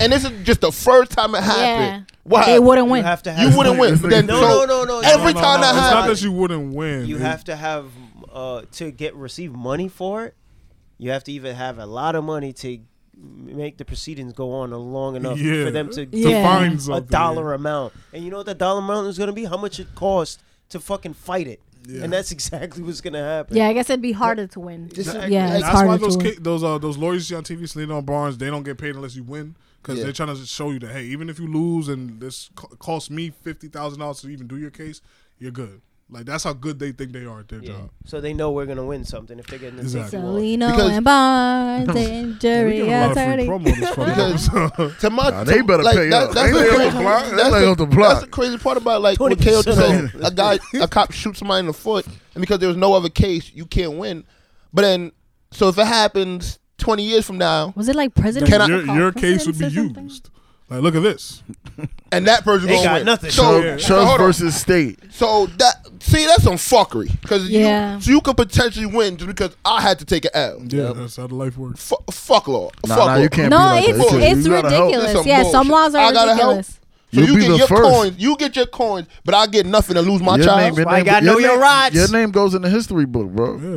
[SPEAKER 3] and this is just the first time it
[SPEAKER 4] Yeah,
[SPEAKER 3] happened, why
[SPEAKER 4] they wouldn't
[SPEAKER 5] you
[SPEAKER 4] win.
[SPEAKER 5] have to have
[SPEAKER 3] You wouldn't win.
[SPEAKER 1] This nigga-
[SPEAKER 3] Then, so
[SPEAKER 5] No, no, no, no, no.
[SPEAKER 1] No,
[SPEAKER 3] Every
[SPEAKER 1] no,
[SPEAKER 3] time
[SPEAKER 1] no,
[SPEAKER 3] that
[SPEAKER 1] it's not
[SPEAKER 3] happens,
[SPEAKER 1] that you wouldn't win.
[SPEAKER 5] you
[SPEAKER 1] It-
[SPEAKER 5] have to have uh, to get receive money for it. You have to even have a lot of money to make the proceedings go on long enough
[SPEAKER 1] yeah,
[SPEAKER 5] for them to
[SPEAKER 4] Yeah.
[SPEAKER 1] find
[SPEAKER 5] a
[SPEAKER 1] something.
[SPEAKER 5] dollar amount. And you know what that dollar amount is going to be? How much it cost to fucking fight it. And that's exactly what's going to happen.
[SPEAKER 4] Yeah, I guess it'd be harder to win.
[SPEAKER 3] This is-
[SPEAKER 4] yeah,
[SPEAKER 3] That's
[SPEAKER 4] it's
[SPEAKER 1] That's
[SPEAKER 4] harder
[SPEAKER 1] why those
[SPEAKER 4] to win.
[SPEAKER 1] ki- those uh, those lawyers you see on TV, Selena Barnes, they don't get paid unless you win because
[SPEAKER 3] Yeah.
[SPEAKER 1] they're trying to show you that hey, even if you lose and this co- costs me fifty thousand dollars to even do your case, you're good. Like that's how good they think they are at their
[SPEAKER 5] Yeah.
[SPEAKER 1] job.
[SPEAKER 5] So they know we're going to win something if they're getting the
[SPEAKER 1] Exactly.
[SPEAKER 5] exactly.
[SPEAKER 4] Salino
[SPEAKER 3] Because-
[SPEAKER 4] and Barnes
[SPEAKER 1] [LAUGHS]
[SPEAKER 4] and
[SPEAKER 1] We
[SPEAKER 4] jury
[SPEAKER 1] give a lot of free
[SPEAKER 4] attorney.
[SPEAKER 1] promo on this fucking [LAUGHS]
[SPEAKER 3] [LAUGHS] Because-
[SPEAKER 1] episode.
[SPEAKER 3] to my,
[SPEAKER 2] Nah, they better
[SPEAKER 3] like,
[SPEAKER 2] pay
[SPEAKER 3] that-
[SPEAKER 2] up.
[SPEAKER 3] That's,
[SPEAKER 2] They
[SPEAKER 3] the
[SPEAKER 2] lay
[SPEAKER 3] crazy-
[SPEAKER 2] off the block. They
[SPEAKER 3] that's
[SPEAKER 2] lay
[SPEAKER 3] the-
[SPEAKER 2] off the block.
[SPEAKER 3] that's the crazy part about like what KO
[SPEAKER 5] 20%
[SPEAKER 3] just said.
[SPEAKER 5] off.
[SPEAKER 3] A guy, a cop shoots somebody in the foot, and because there was no other case, you can't win. But then, so if it happens twenty years from now,
[SPEAKER 4] Was it like President?
[SPEAKER 1] [LAUGHS]
[SPEAKER 3] Can I-
[SPEAKER 1] your your case would be
[SPEAKER 4] President or something?
[SPEAKER 1] used. Like look at this.
[SPEAKER 3] and that person
[SPEAKER 5] They
[SPEAKER 3] gonna
[SPEAKER 5] got
[SPEAKER 3] win.
[SPEAKER 5] nothing.
[SPEAKER 3] So,
[SPEAKER 1] Yeah.
[SPEAKER 3] so
[SPEAKER 2] Trust
[SPEAKER 3] hold on.
[SPEAKER 2] versus state.
[SPEAKER 3] So that see, that's some fuckery because
[SPEAKER 4] Yeah.
[SPEAKER 3] you so you could potentially win just because I had to take an L.
[SPEAKER 1] Yeah, that's how the life works.
[SPEAKER 3] Fu fuck law.
[SPEAKER 2] Nah,
[SPEAKER 3] fuck
[SPEAKER 2] nah,
[SPEAKER 3] law.
[SPEAKER 2] you can't be
[SPEAKER 4] No,
[SPEAKER 2] like that.
[SPEAKER 4] it's
[SPEAKER 2] You
[SPEAKER 3] bullshit.
[SPEAKER 2] gotta
[SPEAKER 4] it's
[SPEAKER 2] help.
[SPEAKER 3] It's
[SPEAKER 4] ridiculous.
[SPEAKER 3] some
[SPEAKER 4] Yeah, some
[SPEAKER 3] bullshit.
[SPEAKER 4] laws are
[SPEAKER 3] I gotta help.
[SPEAKER 4] ridiculous.
[SPEAKER 3] So
[SPEAKER 2] You'll
[SPEAKER 3] you
[SPEAKER 2] be
[SPEAKER 3] get
[SPEAKER 2] the
[SPEAKER 3] your
[SPEAKER 2] first.
[SPEAKER 3] coins, you get your coins, but I get nothing and lose my child.
[SPEAKER 5] your Why you gotta know your
[SPEAKER 2] name-
[SPEAKER 5] rights?
[SPEAKER 2] Your name goes in the history book, bro.
[SPEAKER 3] yeah,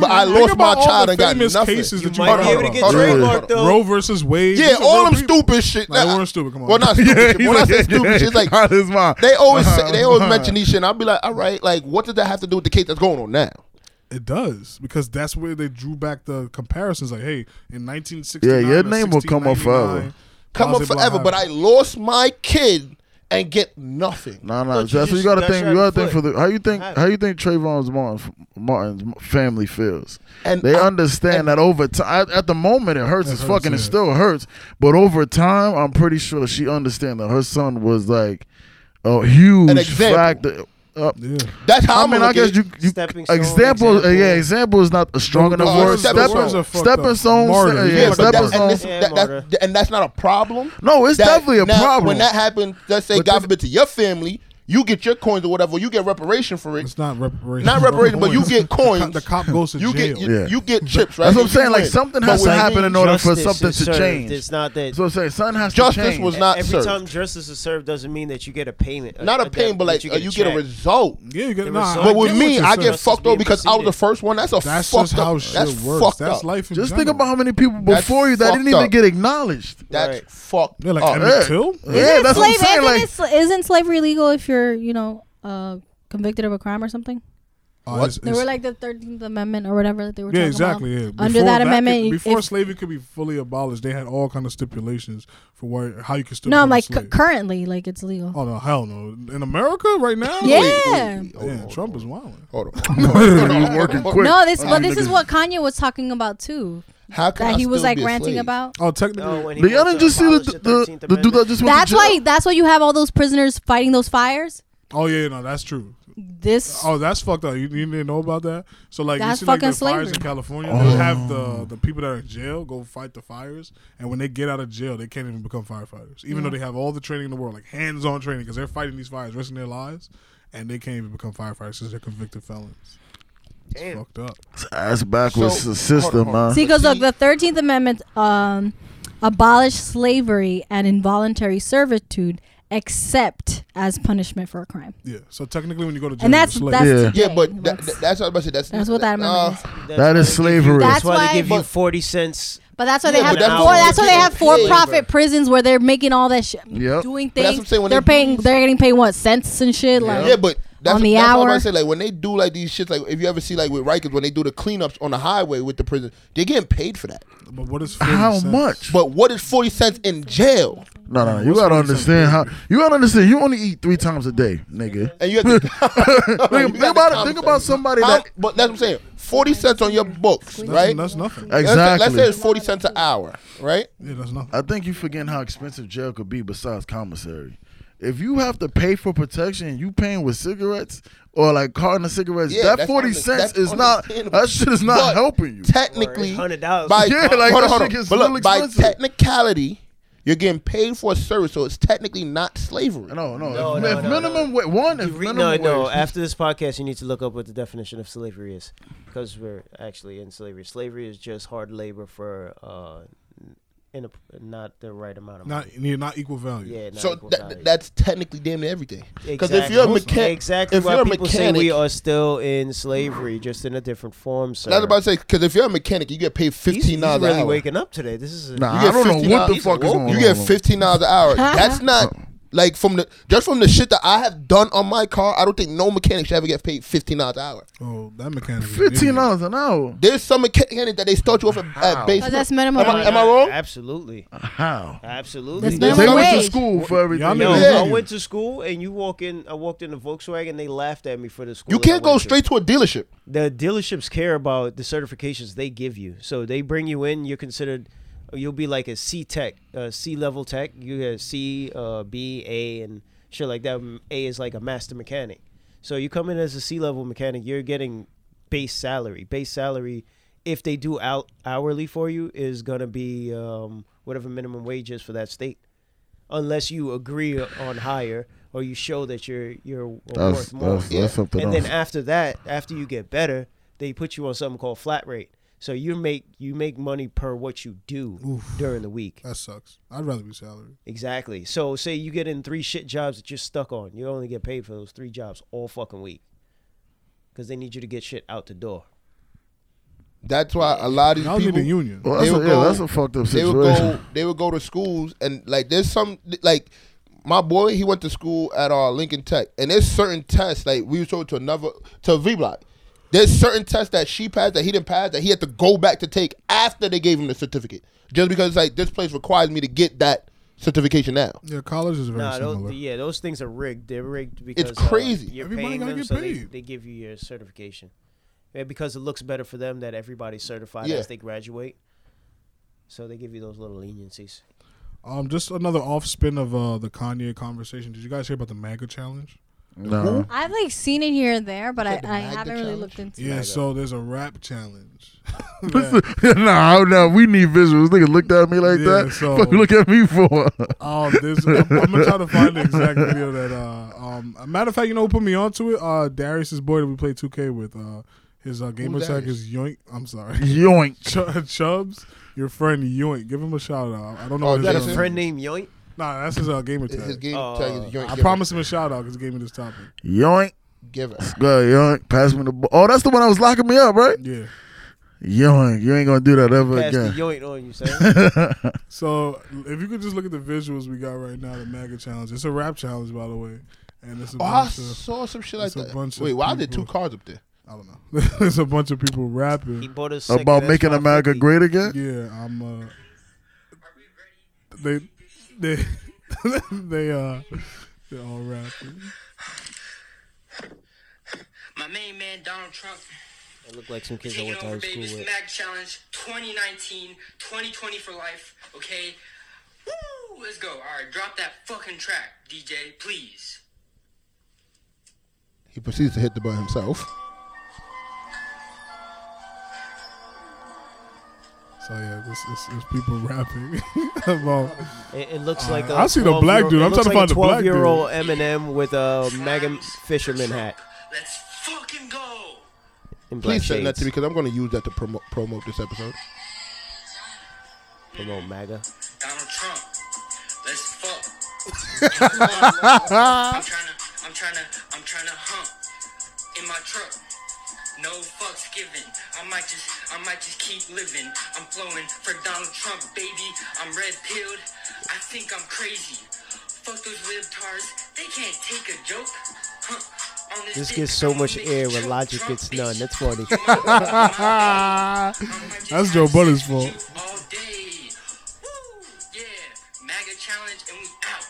[SPEAKER 3] but I
[SPEAKER 1] Think
[SPEAKER 3] lost my
[SPEAKER 1] about all
[SPEAKER 3] child
[SPEAKER 1] the
[SPEAKER 3] and got
[SPEAKER 1] famous
[SPEAKER 3] nothing.
[SPEAKER 1] cases that you
[SPEAKER 5] might
[SPEAKER 1] heard
[SPEAKER 5] be able to
[SPEAKER 1] about.
[SPEAKER 5] get
[SPEAKER 3] Hold on, hold on, hold
[SPEAKER 5] trademarked
[SPEAKER 3] on.
[SPEAKER 5] though.
[SPEAKER 1] Roe versus Wade.
[SPEAKER 3] Yeah,
[SPEAKER 1] These are
[SPEAKER 3] all
[SPEAKER 1] real
[SPEAKER 3] them
[SPEAKER 1] people.
[SPEAKER 3] stupid shit.
[SPEAKER 1] Nah, they
[SPEAKER 3] Nah,
[SPEAKER 1] weren't stupid. Come on.
[SPEAKER 2] [LAUGHS]
[SPEAKER 3] Well, not stupid [LAUGHS] shit.
[SPEAKER 2] He's
[SPEAKER 3] When I say
[SPEAKER 2] yeah,
[SPEAKER 3] stupid shit, it's
[SPEAKER 2] [LAUGHS]
[SPEAKER 3] like
[SPEAKER 2] out his mind. Uh-huh.
[SPEAKER 3] they always say, they always mention these shit. And I'll be like, all right, like what does that have to do with the case that's going on now?
[SPEAKER 1] It does because that's where they drew back the comparisons. Like, hey, in 1969,
[SPEAKER 2] Yeah, your
[SPEAKER 1] or
[SPEAKER 2] name will come
[SPEAKER 1] 1699,
[SPEAKER 2] up forever.
[SPEAKER 3] Come
[SPEAKER 1] blah,
[SPEAKER 3] up
[SPEAKER 1] blah, blah,
[SPEAKER 3] forever,
[SPEAKER 1] blah.
[SPEAKER 3] but I lost my kid and get nothing.
[SPEAKER 2] No, no,
[SPEAKER 5] But you
[SPEAKER 2] that's what you
[SPEAKER 5] just-
[SPEAKER 2] gotta
[SPEAKER 5] that's
[SPEAKER 2] think.
[SPEAKER 5] your
[SPEAKER 2] You gotta think
[SPEAKER 5] foot.
[SPEAKER 2] for the how you think
[SPEAKER 5] Have it.
[SPEAKER 2] how you think Trayvon's Martin Martin's family feels.
[SPEAKER 3] And
[SPEAKER 2] they
[SPEAKER 3] I-
[SPEAKER 2] understand
[SPEAKER 3] and-
[SPEAKER 2] that over time. At the moment, it hurts
[SPEAKER 1] It
[SPEAKER 2] as
[SPEAKER 1] hurts,
[SPEAKER 2] fucking. It
[SPEAKER 1] yeah.
[SPEAKER 2] still hurts, but over time, I'm pretty sure she understands that her son was like a huge
[SPEAKER 3] An example.
[SPEAKER 2] factor. Uh,
[SPEAKER 1] Yeah.
[SPEAKER 3] That's how
[SPEAKER 2] I
[SPEAKER 3] I'm
[SPEAKER 2] mean, I
[SPEAKER 3] gonna
[SPEAKER 2] guess
[SPEAKER 3] get-
[SPEAKER 2] you, you
[SPEAKER 5] Stepping stone,
[SPEAKER 2] example, uh, yeah, example is not a strong enough
[SPEAKER 3] no,
[SPEAKER 2] word.
[SPEAKER 3] it's stepping
[SPEAKER 2] Stepping,
[SPEAKER 3] stones are
[SPEAKER 1] fucked
[SPEAKER 2] stepping
[SPEAKER 1] up.
[SPEAKER 2] stones,
[SPEAKER 1] Martyr.
[SPEAKER 2] yeah,
[SPEAKER 1] Yeah,
[SPEAKER 3] Yeah,
[SPEAKER 1] Step
[SPEAKER 3] but
[SPEAKER 2] stepping
[SPEAKER 1] on
[SPEAKER 3] that, and, this,
[SPEAKER 2] stones.
[SPEAKER 5] Yeah,
[SPEAKER 3] that,
[SPEAKER 5] Marta.
[SPEAKER 3] that, and that's not a problem.
[SPEAKER 2] No, it's
[SPEAKER 3] That-
[SPEAKER 2] definitely a
[SPEAKER 3] now,
[SPEAKER 2] problem.
[SPEAKER 3] When that happens, let's say
[SPEAKER 2] But
[SPEAKER 3] God
[SPEAKER 2] this-
[SPEAKER 3] forbid to your family, you get your coins or whatever, you get reparation for it.
[SPEAKER 1] It's not reparations.
[SPEAKER 3] Not
[SPEAKER 1] We're
[SPEAKER 3] reparations, but you
[SPEAKER 1] coins.
[SPEAKER 3] get coins.
[SPEAKER 1] The cop goes to
[SPEAKER 3] you
[SPEAKER 1] jail.
[SPEAKER 3] get you,
[SPEAKER 2] Yeah.
[SPEAKER 3] you get chips, right?
[SPEAKER 2] That's what I'm
[SPEAKER 3] You
[SPEAKER 2] saying. Like
[SPEAKER 3] win.
[SPEAKER 2] something
[SPEAKER 3] But
[SPEAKER 2] has to
[SPEAKER 3] when-
[SPEAKER 2] happen in order for
[SPEAKER 5] Justice is
[SPEAKER 2] something to
[SPEAKER 5] served.
[SPEAKER 2] change.
[SPEAKER 5] It's not that
[SPEAKER 2] So I'm saying something has
[SPEAKER 3] Justice
[SPEAKER 2] to change.
[SPEAKER 3] was not
[SPEAKER 5] every
[SPEAKER 3] served.
[SPEAKER 5] time justice is served doesn't mean that you get a payment.
[SPEAKER 3] Not a pain,
[SPEAKER 5] debt,
[SPEAKER 3] but like uh, you get a
[SPEAKER 5] check.
[SPEAKER 3] result.
[SPEAKER 1] Yeah, you
[SPEAKER 5] The
[SPEAKER 1] get. Nah, I
[SPEAKER 5] result-
[SPEAKER 3] But with
[SPEAKER 1] get
[SPEAKER 3] me,
[SPEAKER 1] what
[SPEAKER 3] I
[SPEAKER 1] you're
[SPEAKER 3] get
[SPEAKER 1] saying.
[SPEAKER 5] saying.
[SPEAKER 3] fucked up because I was the first one. That's a
[SPEAKER 1] That's
[SPEAKER 3] fucked
[SPEAKER 1] just how
[SPEAKER 3] up.
[SPEAKER 1] shit
[SPEAKER 3] That's
[SPEAKER 1] works.
[SPEAKER 3] fucked
[SPEAKER 1] That's
[SPEAKER 3] up.
[SPEAKER 1] life. In
[SPEAKER 2] Just
[SPEAKER 1] general.
[SPEAKER 2] think about how many people
[SPEAKER 3] That's
[SPEAKER 2] before you that didn't
[SPEAKER 3] fucked
[SPEAKER 2] even
[SPEAKER 3] up.
[SPEAKER 2] get acknowledged.
[SPEAKER 3] That's
[SPEAKER 5] Right.
[SPEAKER 3] fucked
[SPEAKER 1] Yeah, like
[SPEAKER 3] up.
[SPEAKER 1] Emmett Till.
[SPEAKER 2] Yeah, that's what I'm saying.
[SPEAKER 4] Slave- isn't,
[SPEAKER 2] Like, [LAUGHS]
[SPEAKER 4] it sl- isn't slavery legal if you're, you know, uh, convicted of a crime or something?
[SPEAKER 1] Uh,
[SPEAKER 3] What?
[SPEAKER 1] it's-
[SPEAKER 4] They
[SPEAKER 1] it's-
[SPEAKER 4] were like the Thirteenth Amendment or whatever that they were.
[SPEAKER 1] yeah,
[SPEAKER 4] talking
[SPEAKER 1] exactly.
[SPEAKER 4] About.
[SPEAKER 1] Yeah.
[SPEAKER 4] Under
[SPEAKER 1] Before
[SPEAKER 4] that
[SPEAKER 1] could-
[SPEAKER 4] amendment, you-
[SPEAKER 1] before
[SPEAKER 4] if-
[SPEAKER 1] slavery could be fully abolished, they had all kind of stipulations for where how you could still.
[SPEAKER 4] No, I'm
[SPEAKER 1] become a
[SPEAKER 4] like cu-
[SPEAKER 1] slave.
[SPEAKER 4] currently, like it's legal.
[SPEAKER 1] Oh no, hell no! In America right now,
[SPEAKER 4] Yeah.
[SPEAKER 1] yeah, Trump is wild.
[SPEAKER 3] Hold on. Hold on.
[SPEAKER 2] working quick.
[SPEAKER 4] No, this but
[SPEAKER 2] mean,
[SPEAKER 4] this
[SPEAKER 2] niggas-
[SPEAKER 4] is what Kanye was talking about too.
[SPEAKER 3] How can
[SPEAKER 4] That
[SPEAKER 3] I
[SPEAKER 4] he was
[SPEAKER 3] still
[SPEAKER 4] like
[SPEAKER 3] be a
[SPEAKER 4] ranting
[SPEAKER 3] slave?
[SPEAKER 4] about.
[SPEAKER 1] Oh, technically,
[SPEAKER 5] No, when he
[SPEAKER 2] Did y'all
[SPEAKER 5] wants
[SPEAKER 2] didn't
[SPEAKER 5] to
[SPEAKER 2] just see the
[SPEAKER 5] abolish
[SPEAKER 2] the,
[SPEAKER 5] 13th
[SPEAKER 2] the dude that
[SPEAKER 5] Amendment.
[SPEAKER 2] just went
[SPEAKER 4] That's
[SPEAKER 2] to jail?
[SPEAKER 4] why. That's why you have all those prisoners fighting those fires.
[SPEAKER 1] oh yeah, no, that's true.
[SPEAKER 4] This
[SPEAKER 1] Oh, that's fucked up. You, you didn't know about that. So like,
[SPEAKER 4] That's
[SPEAKER 1] you see like the
[SPEAKER 4] fucking
[SPEAKER 1] fires
[SPEAKER 4] slavery.
[SPEAKER 1] in California.
[SPEAKER 2] Oh.
[SPEAKER 1] They'll have the the people that are in jail go fight the fires, and when they get out of jail, they can't even become firefighters, even though they have all the training in the world, like hands on training, because they're fighting these fires, risking their lives, and they can't even become firefighters because they're convicted felons. It's
[SPEAKER 5] Damn.
[SPEAKER 1] fucked up.
[SPEAKER 2] That's backwards
[SPEAKER 3] So, hold
[SPEAKER 2] system,
[SPEAKER 3] on, hold
[SPEAKER 2] man.
[SPEAKER 3] on.
[SPEAKER 4] see, because look,
[SPEAKER 3] See-
[SPEAKER 4] the Thirteenth Amendment um, abolished slavery and involuntary servitude, except as punishment for a crime.
[SPEAKER 1] Yeah. So technically, when you go to jail,
[SPEAKER 4] And that's
[SPEAKER 1] you're a slave.
[SPEAKER 4] that's
[SPEAKER 2] Yeah.
[SPEAKER 4] today.
[SPEAKER 3] Yeah, but that,
[SPEAKER 4] That's-
[SPEAKER 3] that's what I'm about to say. That's,
[SPEAKER 4] That's what that
[SPEAKER 3] uh,
[SPEAKER 4] amendment
[SPEAKER 2] That is
[SPEAKER 4] is.
[SPEAKER 5] why they give you-
[SPEAKER 2] slavery.
[SPEAKER 5] That's why
[SPEAKER 4] That's
[SPEAKER 5] they give
[SPEAKER 4] why-
[SPEAKER 5] you forty cents.
[SPEAKER 4] But that's why
[SPEAKER 3] Yeah,
[SPEAKER 4] they have
[SPEAKER 3] but that's
[SPEAKER 4] four.
[SPEAKER 3] what
[SPEAKER 4] That's
[SPEAKER 3] they
[SPEAKER 4] why they
[SPEAKER 3] get
[SPEAKER 4] have
[SPEAKER 3] paid.
[SPEAKER 4] for-profit prisons where they're making all that shit,
[SPEAKER 2] Yep.
[SPEAKER 4] doing
[SPEAKER 3] But
[SPEAKER 4] things.
[SPEAKER 3] that's what I'm saying, when
[SPEAKER 4] they're
[SPEAKER 3] they
[SPEAKER 4] paying.
[SPEAKER 3] do-
[SPEAKER 4] They're getting paid what cents and shit. Like,
[SPEAKER 3] Yeah, but that's,
[SPEAKER 4] on the
[SPEAKER 3] that's what I'm about
[SPEAKER 4] hour.
[SPEAKER 3] to say. Like when they do like these shits, like if you ever see like with Rikers when they do the cleanups on the highway with the prison, they're getting paid for that.
[SPEAKER 1] But what is
[SPEAKER 2] How
[SPEAKER 1] 50 cents?
[SPEAKER 2] much?
[SPEAKER 3] But what is forty cents in jail?
[SPEAKER 2] No, no, no. You
[SPEAKER 1] What's
[SPEAKER 2] gotta
[SPEAKER 1] wrong with
[SPEAKER 2] understand how. You gotta understand. You only eat three times a day, nigga.
[SPEAKER 3] And you
[SPEAKER 2] [LAUGHS]
[SPEAKER 3] have to [LAUGHS]
[SPEAKER 2] Think, think about it. Think about somebody
[SPEAKER 3] How,
[SPEAKER 2] that
[SPEAKER 3] but that's what I'm saying. Forty cents on your books,
[SPEAKER 1] That's,
[SPEAKER 3] right?
[SPEAKER 1] That's nothing.
[SPEAKER 3] Let's say- Let's say
[SPEAKER 2] exactly.
[SPEAKER 3] it's forty cents an hour, right?
[SPEAKER 1] Yeah, that's nothing.
[SPEAKER 2] I think you forgetting how expensive jail could be besides commissary. If you have to pay for protection and you paying with cigarettes or like carton of cigarettes,
[SPEAKER 3] Yeah,
[SPEAKER 2] that
[SPEAKER 3] that's
[SPEAKER 2] forty
[SPEAKER 3] under-
[SPEAKER 2] cents
[SPEAKER 3] that's
[SPEAKER 2] is not
[SPEAKER 3] understandable.
[SPEAKER 2] that shit is not
[SPEAKER 3] But
[SPEAKER 2] helping you.
[SPEAKER 3] Technically,
[SPEAKER 5] $100.
[SPEAKER 3] by-
[SPEAKER 2] [LAUGHS] Yeah, like, that
[SPEAKER 3] hold on, hold
[SPEAKER 2] shit
[SPEAKER 3] on.
[SPEAKER 2] gets
[SPEAKER 3] But
[SPEAKER 2] real
[SPEAKER 3] look, by
[SPEAKER 2] expensive.
[SPEAKER 3] technicality, you're getting paid for a service, so it's technically not slavery.
[SPEAKER 2] no, no.
[SPEAKER 5] No,
[SPEAKER 2] if
[SPEAKER 5] no,
[SPEAKER 2] if
[SPEAKER 5] no,
[SPEAKER 2] minimum wa- one,
[SPEAKER 5] You
[SPEAKER 2] if
[SPEAKER 5] re-
[SPEAKER 2] minimum
[SPEAKER 5] no,
[SPEAKER 2] wage,
[SPEAKER 5] no. After this podcast, you need to look up what the definition of slavery is, because we're actually in slavery. Slavery is just hard labor for uh, in a, not the right amount of money.
[SPEAKER 1] Not yeah, not equal value.
[SPEAKER 5] yeah. Not
[SPEAKER 3] So
[SPEAKER 5] equal
[SPEAKER 3] that,
[SPEAKER 5] value.
[SPEAKER 3] that's technically damn near everything. Because if
[SPEAKER 5] Exactly.
[SPEAKER 3] you're a mechanic,
[SPEAKER 5] exactly
[SPEAKER 3] if
[SPEAKER 5] why
[SPEAKER 3] you're a
[SPEAKER 5] people
[SPEAKER 3] mechanic,
[SPEAKER 5] say we are still in slavery, just in a different form. Sir.
[SPEAKER 3] that's about to say. Because if you're a mechanic, you get paid
[SPEAKER 5] He's-
[SPEAKER 3] fifteen dollars
[SPEAKER 5] He's really
[SPEAKER 3] an hour.
[SPEAKER 5] waking up today. This is a,
[SPEAKER 2] Nah,
[SPEAKER 3] You
[SPEAKER 2] I
[SPEAKER 3] get
[SPEAKER 2] don't know what the
[SPEAKER 3] $15
[SPEAKER 2] fuck is going on.
[SPEAKER 3] you get
[SPEAKER 2] man.
[SPEAKER 3] fifteen dollars an
[SPEAKER 5] [LAUGHS]
[SPEAKER 3] hour. That's not like from the just from the shit that I have done on my car. I don't think no mechanic should ever get paid fifteen dollars an hour.
[SPEAKER 1] Oh, that mechanic. is an
[SPEAKER 2] Fifteen
[SPEAKER 1] idiot.
[SPEAKER 2] dollars an hour.
[SPEAKER 3] There's some mechanic that they start you off at, at base.
[SPEAKER 4] Oh, that's minimum.
[SPEAKER 3] Am I-
[SPEAKER 4] wage.
[SPEAKER 3] am I wrong?
[SPEAKER 5] Absolutely,
[SPEAKER 2] How?
[SPEAKER 5] absolutely.
[SPEAKER 4] That's
[SPEAKER 2] they
[SPEAKER 4] minimum
[SPEAKER 2] went to
[SPEAKER 4] wage.
[SPEAKER 2] school for everything.
[SPEAKER 1] Y'all
[SPEAKER 5] Yo,
[SPEAKER 1] Yeah.
[SPEAKER 5] I went to school and you walk in. I walked in a Volkswagen. They laughed at me for the school.
[SPEAKER 3] You
[SPEAKER 5] that I
[SPEAKER 3] can't go
[SPEAKER 5] went to.
[SPEAKER 3] straight to a dealership.
[SPEAKER 5] The dealerships care about the certifications they give you, so they bring you in. You're considered. You'll be like a C tech, a C level tech. You get C, uh, B, A, and shit like that. M- A is like a master mechanic. So you come in as a C level mechanic. You're getting base salary. Base salary, if they do out hourly for you, is gonna be um, whatever minimum wage is for that state unless you agree on higher or you show that you're you're
[SPEAKER 2] That's-
[SPEAKER 5] worth more.
[SPEAKER 2] that's- that's something
[SPEAKER 5] and then
[SPEAKER 2] else.
[SPEAKER 5] after that, after you get better, they put you on something called flat rate. So you make you make money per what you do during the week.
[SPEAKER 1] That sucks. I'd rather be salary.
[SPEAKER 5] Exactly. So say you get in three shit jobs that you're stuck on. You only get paid for those three jobs all fucking week. Cause they need you to get shit out the door.
[SPEAKER 3] That's why a lot of
[SPEAKER 1] Y'all
[SPEAKER 3] these
[SPEAKER 1] need
[SPEAKER 3] people
[SPEAKER 1] a union.
[SPEAKER 2] Well,
[SPEAKER 3] They
[SPEAKER 2] that's, a,
[SPEAKER 3] would
[SPEAKER 2] yeah,
[SPEAKER 3] go-
[SPEAKER 2] that's a fucked up
[SPEAKER 3] they would
[SPEAKER 2] situation.
[SPEAKER 3] go they would go to schools and like there's some like my boy he went to school at uh Lincoln Tech and there's certain tests like we were told to another to V Block. There's certain tests that she passed that he didn't pass that he had to go back to take after they gave him the certificate just because like this place requires me to get that certification now.
[SPEAKER 1] Yeah, college is very
[SPEAKER 5] Nah,
[SPEAKER 1] similar.
[SPEAKER 5] those, yeah, those things are rigged. They're rigged because uh,
[SPEAKER 3] crazy.
[SPEAKER 5] you're
[SPEAKER 1] Everybody
[SPEAKER 5] paying
[SPEAKER 1] gotta
[SPEAKER 5] them,
[SPEAKER 1] get
[SPEAKER 5] so they,
[SPEAKER 1] paid.
[SPEAKER 5] they give you your certification, and because it looks better for them that everybody's certified
[SPEAKER 3] Yeah.
[SPEAKER 5] as they graduate. So they give you those little leniencies.
[SPEAKER 1] Um, just another off spin of uh, the Kanye conversation. Did you guys hear about the MAGA challenge?
[SPEAKER 2] Nah.
[SPEAKER 4] I've like seen it here and there, but I,
[SPEAKER 3] that the
[SPEAKER 4] I
[SPEAKER 3] Magda
[SPEAKER 4] haven't really
[SPEAKER 3] challenge?
[SPEAKER 4] looked into
[SPEAKER 1] Yeah,
[SPEAKER 4] it.
[SPEAKER 1] so there's a rap challenge.
[SPEAKER 2] [LAUGHS] nah, nah, we need visuals. Nigga looked at me like
[SPEAKER 1] Yeah,
[SPEAKER 2] that.
[SPEAKER 1] so-
[SPEAKER 2] Fuck, you look at me for. [LAUGHS]
[SPEAKER 1] Um, there's, I'm, I'm gonna try to find the exact video that. Uh, um, a matter of fact, you know who put me onto it? Uh, Darius's boy that we played 2K with. Uh, his uh, gamer tag
[SPEAKER 3] Darius?
[SPEAKER 1] is Yoink. I'm sorry, [LAUGHS]
[SPEAKER 2] Yoink.
[SPEAKER 1] Ch- Chubs. Your friend Yoink. Give him a shout out. I don't know.
[SPEAKER 3] Oh,
[SPEAKER 1] his
[SPEAKER 5] You got
[SPEAKER 1] real
[SPEAKER 5] a
[SPEAKER 1] name
[SPEAKER 5] friend
[SPEAKER 1] is.
[SPEAKER 5] named Yoink?
[SPEAKER 1] Nah, that's his uh, gamer tag.
[SPEAKER 3] His game
[SPEAKER 5] Uh,
[SPEAKER 3] tag is yoink
[SPEAKER 1] I
[SPEAKER 3] giver.
[SPEAKER 1] promised him a shout out because he gave me this topic.
[SPEAKER 2] Yoink.
[SPEAKER 3] giver.
[SPEAKER 2] Go, yoink. Pass me the ball. Oh, that's the one that was locking me up, right?
[SPEAKER 1] Yeah.
[SPEAKER 2] Yoink. You ain't gonna do that ever
[SPEAKER 5] Pass the
[SPEAKER 2] again.
[SPEAKER 5] Yoink
[SPEAKER 1] [LAUGHS]
[SPEAKER 5] on you, sir.
[SPEAKER 2] [LAUGHS]
[SPEAKER 1] So if you could just look at the visuals we got right now, the MAGA challenge. It's a rap challenge, by the way, and it's a
[SPEAKER 3] Oh, I
[SPEAKER 1] bunch of
[SPEAKER 3] saw some shit like
[SPEAKER 1] it's a
[SPEAKER 3] that.
[SPEAKER 1] bunch of
[SPEAKER 3] Wait, why are there
[SPEAKER 1] people.
[SPEAKER 3] two cards up there?
[SPEAKER 1] I don't know. [LAUGHS] There's a bunch of people
[SPEAKER 5] he
[SPEAKER 1] rapping.
[SPEAKER 5] bought us
[SPEAKER 2] About making America great again?
[SPEAKER 1] Yeah, I'm. Uh, they, they, [LAUGHS] they uh, they're all rapping.
[SPEAKER 6] My main man Donald Trump
[SPEAKER 5] It looked like some kids I
[SPEAKER 6] taking
[SPEAKER 5] went to high
[SPEAKER 6] over,
[SPEAKER 5] school
[SPEAKER 6] baby. It's the
[SPEAKER 5] with.
[SPEAKER 6] Mag Challenge 2019, 2020 for life. Okay, woo, let's go. All right, drop that fucking track, DJ, please.
[SPEAKER 3] He proceeds to hit the button himself.
[SPEAKER 1] So yeah, this is there's people [LAUGHS] rapping about.
[SPEAKER 5] It, it looks like a
[SPEAKER 1] I see the
[SPEAKER 5] 12
[SPEAKER 1] black
[SPEAKER 5] year-
[SPEAKER 1] dude.
[SPEAKER 5] it
[SPEAKER 1] I'm
[SPEAKER 5] looks
[SPEAKER 1] trying to
[SPEAKER 5] like
[SPEAKER 1] find the black
[SPEAKER 5] a 12-year-old Eminem with a Megan
[SPEAKER 6] Travis
[SPEAKER 5] Fisherman
[SPEAKER 6] Trump.
[SPEAKER 5] hat
[SPEAKER 6] Let's fucking go.
[SPEAKER 5] and black
[SPEAKER 3] Please send that
[SPEAKER 5] shades.
[SPEAKER 3] to me because I'm going to use that to promote promote this episode.
[SPEAKER 5] Promote MAGA.
[SPEAKER 6] Donald Trump. Let's
[SPEAKER 5] [LAUGHS]
[SPEAKER 6] fuck. I'm trying to, I'm trying to, I'm trying to hump in my truck. No fucks given. I might just, I might just keep living. I'm flowing for Donald Trump, baby. I'm red pilled. I think I'm crazy. Fuck those libtards. They can't take a joke. Huh. On
[SPEAKER 5] This
[SPEAKER 6] dick,
[SPEAKER 5] gets so
[SPEAKER 6] I'ma
[SPEAKER 5] much
[SPEAKER 6] make
[SPEAKER 5] air
[SPEAKER 6] you
[SPEAKER 5] where
[SPEAKER 6] choke,
[SPEAKER 5] logic
[SPEAKER 6] Trump,
[SPEAKER 5] gets
[SPEAKER 6] bitch.
[SPEAKER 5] none. That's funny.
[SPEAKER 1] [LAUGHS] That's Joe Budden's fault.
[SPEAKER 6] All day. Woo! Yeah. MAGA challenge and we out.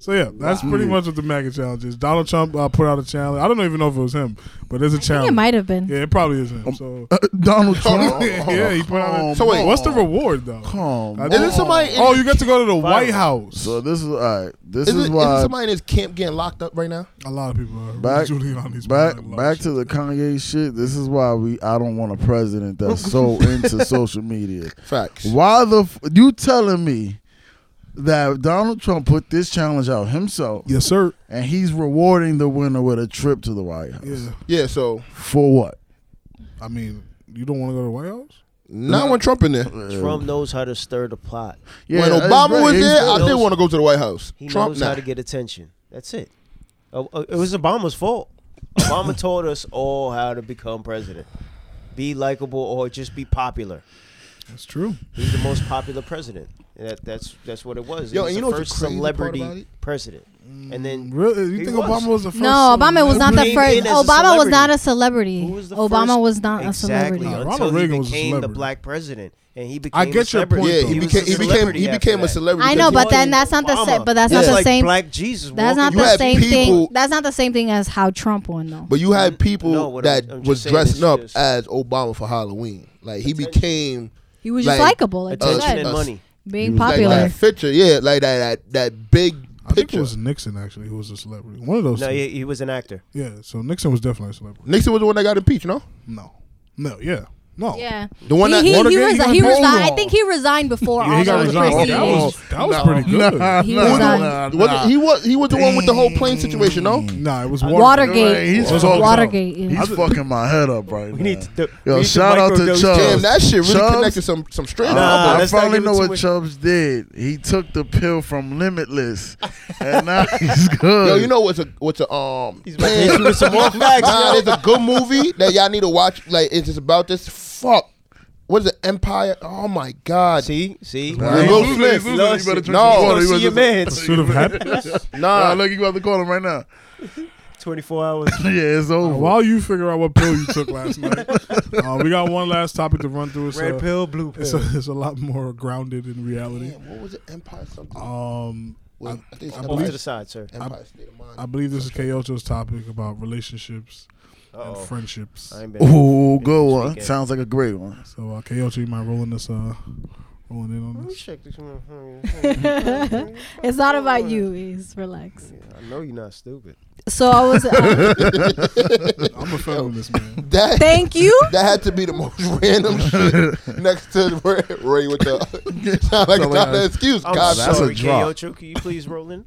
[SPEAKER 1] So yeah, that's pretty much what the MAGA challenge is. Donald Trump uh, put out a challenge. I don't even know if it was him, but there's a
[SPEAKER 4] I
[SPEAKER 1] challenge.
[SPEAKER 4] think it might have been.
[SPEAKER 1] Yeah, it probably is
[SPEAKER 3] Um,
[SPEAKER 1] him.
[SPEAKER 3] [LAUGHS]
[SPEAKER 1] So
[SPEAKER 2] [LAUGHS] Uh, Donald Trump.
[SPEAKER 1] [LAUGHS]
[SPEAKER 3] oh,
[SPEAKER 1] yeah, he put out. A,
[SPEAKER 2] So
[SPEAKER 1] so
[SPEAKER 3] wait.
[SPEAKER 1] wait, what's the reward though?
[SPEAKER 2] Come
[SPEAKER 1] I
[SPEAKER 2] on.
[SPEAKER 1] think-
[SPEAKER 3] Isn't somebody in-
[SPEAKER 1] Oh, you got to go to the White House.
[SPEAKER 2] So this is all right. This
[SPEAKER 3] Isn't,
[SPEAKER 2] is
[SPEAKER 3] isn't
[SPEAKER 2] why.
[SPEAKER 3] somebody in his camp getting locked up right now?
[SPEAKER 1] A lot of people are
[SPEAKER 2] back,
[SPEAKER 1] Giuliani's
[SPEAKER 2] back,
[SPEAKER 1] behind a lot
[SPEAKER 2] back
[SPEAKER 1] of
[SPEAKER 2] to the Kanye shit. This is why we. I don't want a president that's so into social media.
[SPEAKER 3] Facts.
[SPEAKER 2] Why the f- you telling me that Donald Trump put this challenge out himself
[SPEAKER 1] shit. Yes, sir.
[SPEAKER 2] and he's rewarding the winner with a trip to the White House
[SPEAKER 1] Yeah.
[SPEAKER 3] Yeah, so
[SPEAKER 2] for what?
[SPEAKER 1] I mean, you don't want to go to the White House?
[SPEAKER 3] not when Trump in there.
[SPEAKER 5] Trump knows how to stir the plot.
[SPEAKER 2] Yeah,
[SPEAKER 3] when
[SPEAKER 2] that's
[SPEAKER 3] Obama
[SPEAKER 2] right.
[SPEAKER 3] was
[SPEAKER 2] He's-
[SPEAKER 3] there, I
[SPEAKER 5] knows-
[SPEAKER 3] did want to go to the White House.
[SPEAKER 5] He
[SPEAKER 3] Trump
[SPEAKER 5] knows
[SPEAKER 3] now.
[SPEAKER 5] how to get attention. That's it. Oh, oh, It was Obama's fault.
[SPEAKER 1] [LAUGHS]
[SPEAKER 5] Obama taught us all how to become president. Be likable or just be popular.
[SPEAKER 1] That's true.
[SPEAKER 5] He's the most popular president. And That, that's that's what it was. It
[SPEAKER 3] Yo,
[SPEAKER 5] was
[SPEAKER 3] and you
[SPEAKER 5] the
[SPEAKER 3] know what's the
[SPEAKER 5] first
[SPEAKER 3] crazy part
[SPEAKER 5] celebrity
[SPEAKER 3] about it?
[SPEAKER 5] president. And then
[SPEAKER 1] Mm, Really? You
[SPEAKER 5] He
[SPEAKER 1] think
[SPEAKER 5] was.
[SPEAKER 1] Obama was the first?
[SPEAKER 4] No, Obama was not the
[SPEAKER 5] celebrity.
[SPEAKER 4] first.
[SPEAKER 5] Came in as a
[SPEAKER 4] Obama was
[SPEAKER 5] celebrity.
[SPEAKER 4] not a celebrity.
[SPEAKER 5] who was the
[SPEAKER 4] Obama
[SPEAKER 5] first?
[SPEAKER 4] was not a
[SPEAKER 5] exactly,
[SPEAKER 1] No,
[SPEAKER 4] celebrity.
[SPEAKER 1] Ronald
[SPEAKER 5] until
[SPEAKER 1] Reagan
[SPEAKER 5] he
[SPEAKER 1] was a
[SPEAKER 5] became the
[SPEAKER 1] celebrity.
[SPEAKER 5] black president, and he became.
[SPEAKER 1] I get your
[SPEAKER 5] a celebrity.
[SPEAKER 1] point,
[SPEAKER 3] yeah,
[SPEAKER 1] though.
[SPEAKER 3] he,
[SPEAKER 1] He was
[SPEAKER 3] became,
[SPEAKER 5] a
[SPEAKER 3] he became
[SPEAKER 5] celebrity
[SPEAKER 3] he
[SPEAKER 5] after
[SPEAKER 3] became a
[SPEAKER 5] that.
[SPEAKER 3] celebrity.
[SPEAKER 4] I know,
[SPEAKER 3] because
[SPEAKER 4] but then that's not the same.
[SPEAKER 5] Obama.
[SPEAKER 4] But that's
[SPEAKER 5] It's
[SPEAKER 4] not the
[SPEAKER 5] like
[SPEAKER 4] same.
[SPEAKER 5] Black Jesus.
[SPEAKER 4] That's not
[SPEAKER 5] walking
[SPEAKER 3] You
[SPEAKER 4] the
[SPEAKER 3] had
[SPEAKER 4] same
[SPEAKER 3] people-
[SPEAKER 4] thing. That's not the same thing as how Trump won, though.
[SPEAKER 3] But you had people
[SPEAKER 5] No, what I'm-
[SPEAKER 3] that
[SPEAKER 5] I'm just
[SPEAKER 3] was
[SPEAKER 5] saying is
[SPEAKER 3] dressing up
[SPEAKER 5] just-
[SPEAKER 3] as Obama for Halloween. Like he became
[SPEAKER 4] He was just
[SPEAKER 3] Like,
[SPEAKER 4] likable, like you
[SPEAKER 5] attention
[SPEAKER 4] said,
[SPEAKER 5] and
[SPEAKER 3] us.
[SPEAKER 5] money.
[SPEAKER 4] being
[SPEAKER 3] like
[SPEAKER 4] popular.
[SPEAKER 3] that picture, yeah, like that that, that big
[SPEAKER 1] I think
[SPEAKER 3] picture.
[SPEAKER 1] it was Nixon actually who was a celebrity. One of those.
[SPEAKER 5] No,
[SPEAKER 1] two.
[SPEAKER 5] he, he was an actor.
[SPEAKER 1] Yeah. So Nixon was definitely a celebrity.
[SPEAKER 3] Nixon was the one that got impeached, no?
[SPEAKER 1] No. No. Yeah. No.
[SPEAKER 4] Yeah.
[SPEAKER 3] The one
[SPEAKER 4] he,
[SPEAKER 3] that-
[SPEAKER 4] he,
[SPEAKER 1] Watergate,
[SPEAKER 4] he,
[SPEAKER 1] he got
[SPEAKER 4] resi- he
[SPEAKER 1] pulled
[SPEAKER 4] resigned. I
[SPEAKER 1] off.
[SPEAKER 4] think he resigned before
[SPEAKER 1] Yeah, he
[SPEAKER 4] all
[SPEAKER 1] got
[SPEAKER 4] those
[SPEAKER 1] resigned.
[SPEAKER 4] preceding
[SPEAKER 1] That was that was
[SPEAKER 3] No.
[SPEAKER 1] pretty good.
[SPEAKER 2] Nah,
[SPEAKER 4] He
[SPEAKER 2] nah,
[SPEAKER 4] was on-
[SPEAKER 2] nah,
[SPEAKER 3] Was
[SPEAKER 2] nah.
[SPEAKER 3] it, he was he was the one with the whole plane situation, no?
[SPEAKER 1] Nah, it was Watergate.
[SPEAKER 4] Watergate.
[SPEAKER 2] He's
[SPEAKER 1] Watergate.
[SPEAKER 2] fucked up.
[SPEAKER 4] Watergate, yeah.
[SPEAKER 2] He's fucking my head up right now.
[SPEAKER 5] We need to.
[SPEAKER 2] Yo,
[SPEAKER 5] we need
[SPEAKER 2] shout out to
[SPEAKER 5] microdose
[SPEAKER 2] Chubbs.
[SPEAKER 5] Chubbs.
[SPEAKER 3] Damn, that shit really
[SPEAKER 2] Chubbs?
[SPEAKER 3] connected some some straight
[SPEAKER 5] Nah,
[SPEAKER 2] I
[SPEAKER 5] let's not
[SPEAKER 2] finally
[SPEAKER 5] give it
[SPEAKER 2] know
[SPEAKER 5] too
[SPEAKER 2] what
[SPEAKER 5] much-
[SPEAKER 2] Chubbs did. He took the pill from Limitless, and now [LAUGHS] he's good.
[SPEAKER 3] Yo, you know what's a what's a um
[SPEAKER 5] He's about to hit you with some more facts,
[SPEAKER 3] Nah,
[SPEAKER 5] yo.
[SPEAKER 3] there's a good movie that y'all need to watch. Like it's just about this fuck. What is it? Empire? Oh my god.
[SPEAKER 5] See, see.
[SPEAKER 2] Nah,
[SPEAKER 3] Will
[SPEAKER 2] he's
[SPEAKER 3] Smith.
[SPEAKER 2] losing it, he's losing it. You better drink
[SPEAKER 3] No.
[SPEAKER 2] some
[SPEAKER 5] Go
[SPEAKER 2] water. You
[SPEAKER 5] see
[SPEAKER 2] better
[SPEAKER 5] your
[SPEAKER 2] drink-
[SPEAKER 5] man.
[SPEAKER 1] Should have happened.
[SPEAKER 2] Nah,
[SPEAKER 3] Nah,
[SPEAKER 2] look, you about to call him right now. [LAUGHS]
[SPEAKER 5] 24 hours.
[SPEAKER 2] yeah, it's over.
[SPEAKER 1] While you figure out what pill you took last night, uh, we got one last topic to run through. It's
[SPEAKER 5] Red
[SPEAKER 1] a,
[SPEAKER 5] pill, blue
[SPEAKER 1] It's
[SPEAKER 5] pill.
[SPEAKER 1] a, it's a lot more grounded in reality.
[SPEAKER 3] Damn, what was it? Empire something.
[SPEAKER 1] Um,
[SPEAKER 3] Was- I think it's
[SPEAKER 5] Off
[SPEAKER 3] Empire,
[SPEAKER 5] to the side, sir.
[SPEAKER 3] Empire State of Mind.
[SPEAKER 1] I believe this is Kyoto's topic about relationships and
[SPEAKER 5] Uh-oh.
[SPEAKER 1] friendships.
[SPEAKER 5] Oh. I ain't been.
[SPEAKER 2] Ooh,
[SPEAKER 5] been
[SPEAKER 2] good
[SPEAKER 5] this
[SPEAKER 2] one.
[SPEAKER 5] weekend.
[SPEAKER 2] Sounds like a great one.
[SPEAKER 1] So, uh, Kyoto, you mind rolling this? Uh, rolling in on
[SPEAKER 5] Let me
[SPEAKER 1] this?
[SPEAKER 5] check this one.
[SPEAKER 4] [LAUGHS] It's not about you. He's relaxed.
[SPEAKER 5] [LAUGHS] I know you're not stupid.
[SPEAKER 4] So I
[SPEAKER 3] [LAUGHS]
[SPEAKER 4] was. Uh,
[SPEAKER 1] I'm a fan of this man.
[SPEAKER 3] that
[SPEAKER 4] thank you.
[SPEAKER 3] that had to be the most [LAUGHS] random
[SPEAKER 5] [LAUGHS]
[SPEAKER 3] shit next to Ray, Ray with the [LAUGHS] sound
[SPEAKER 2] Sound
[SPEAKER 3] like it's
[SPEAKER 2] like
[SPEAKER 3] not
[SPEAKER 2] a-
[SPEAKER 3] an excuse.
[SPEAKER 5] I'm
[SPEAKER 3] God,
[SPEAKER 2] that's a
[SPEAKER 5] sorry,
[SPEAKER 2] drop.
[SPEAKER 5] Kayocho, Can you please roll in?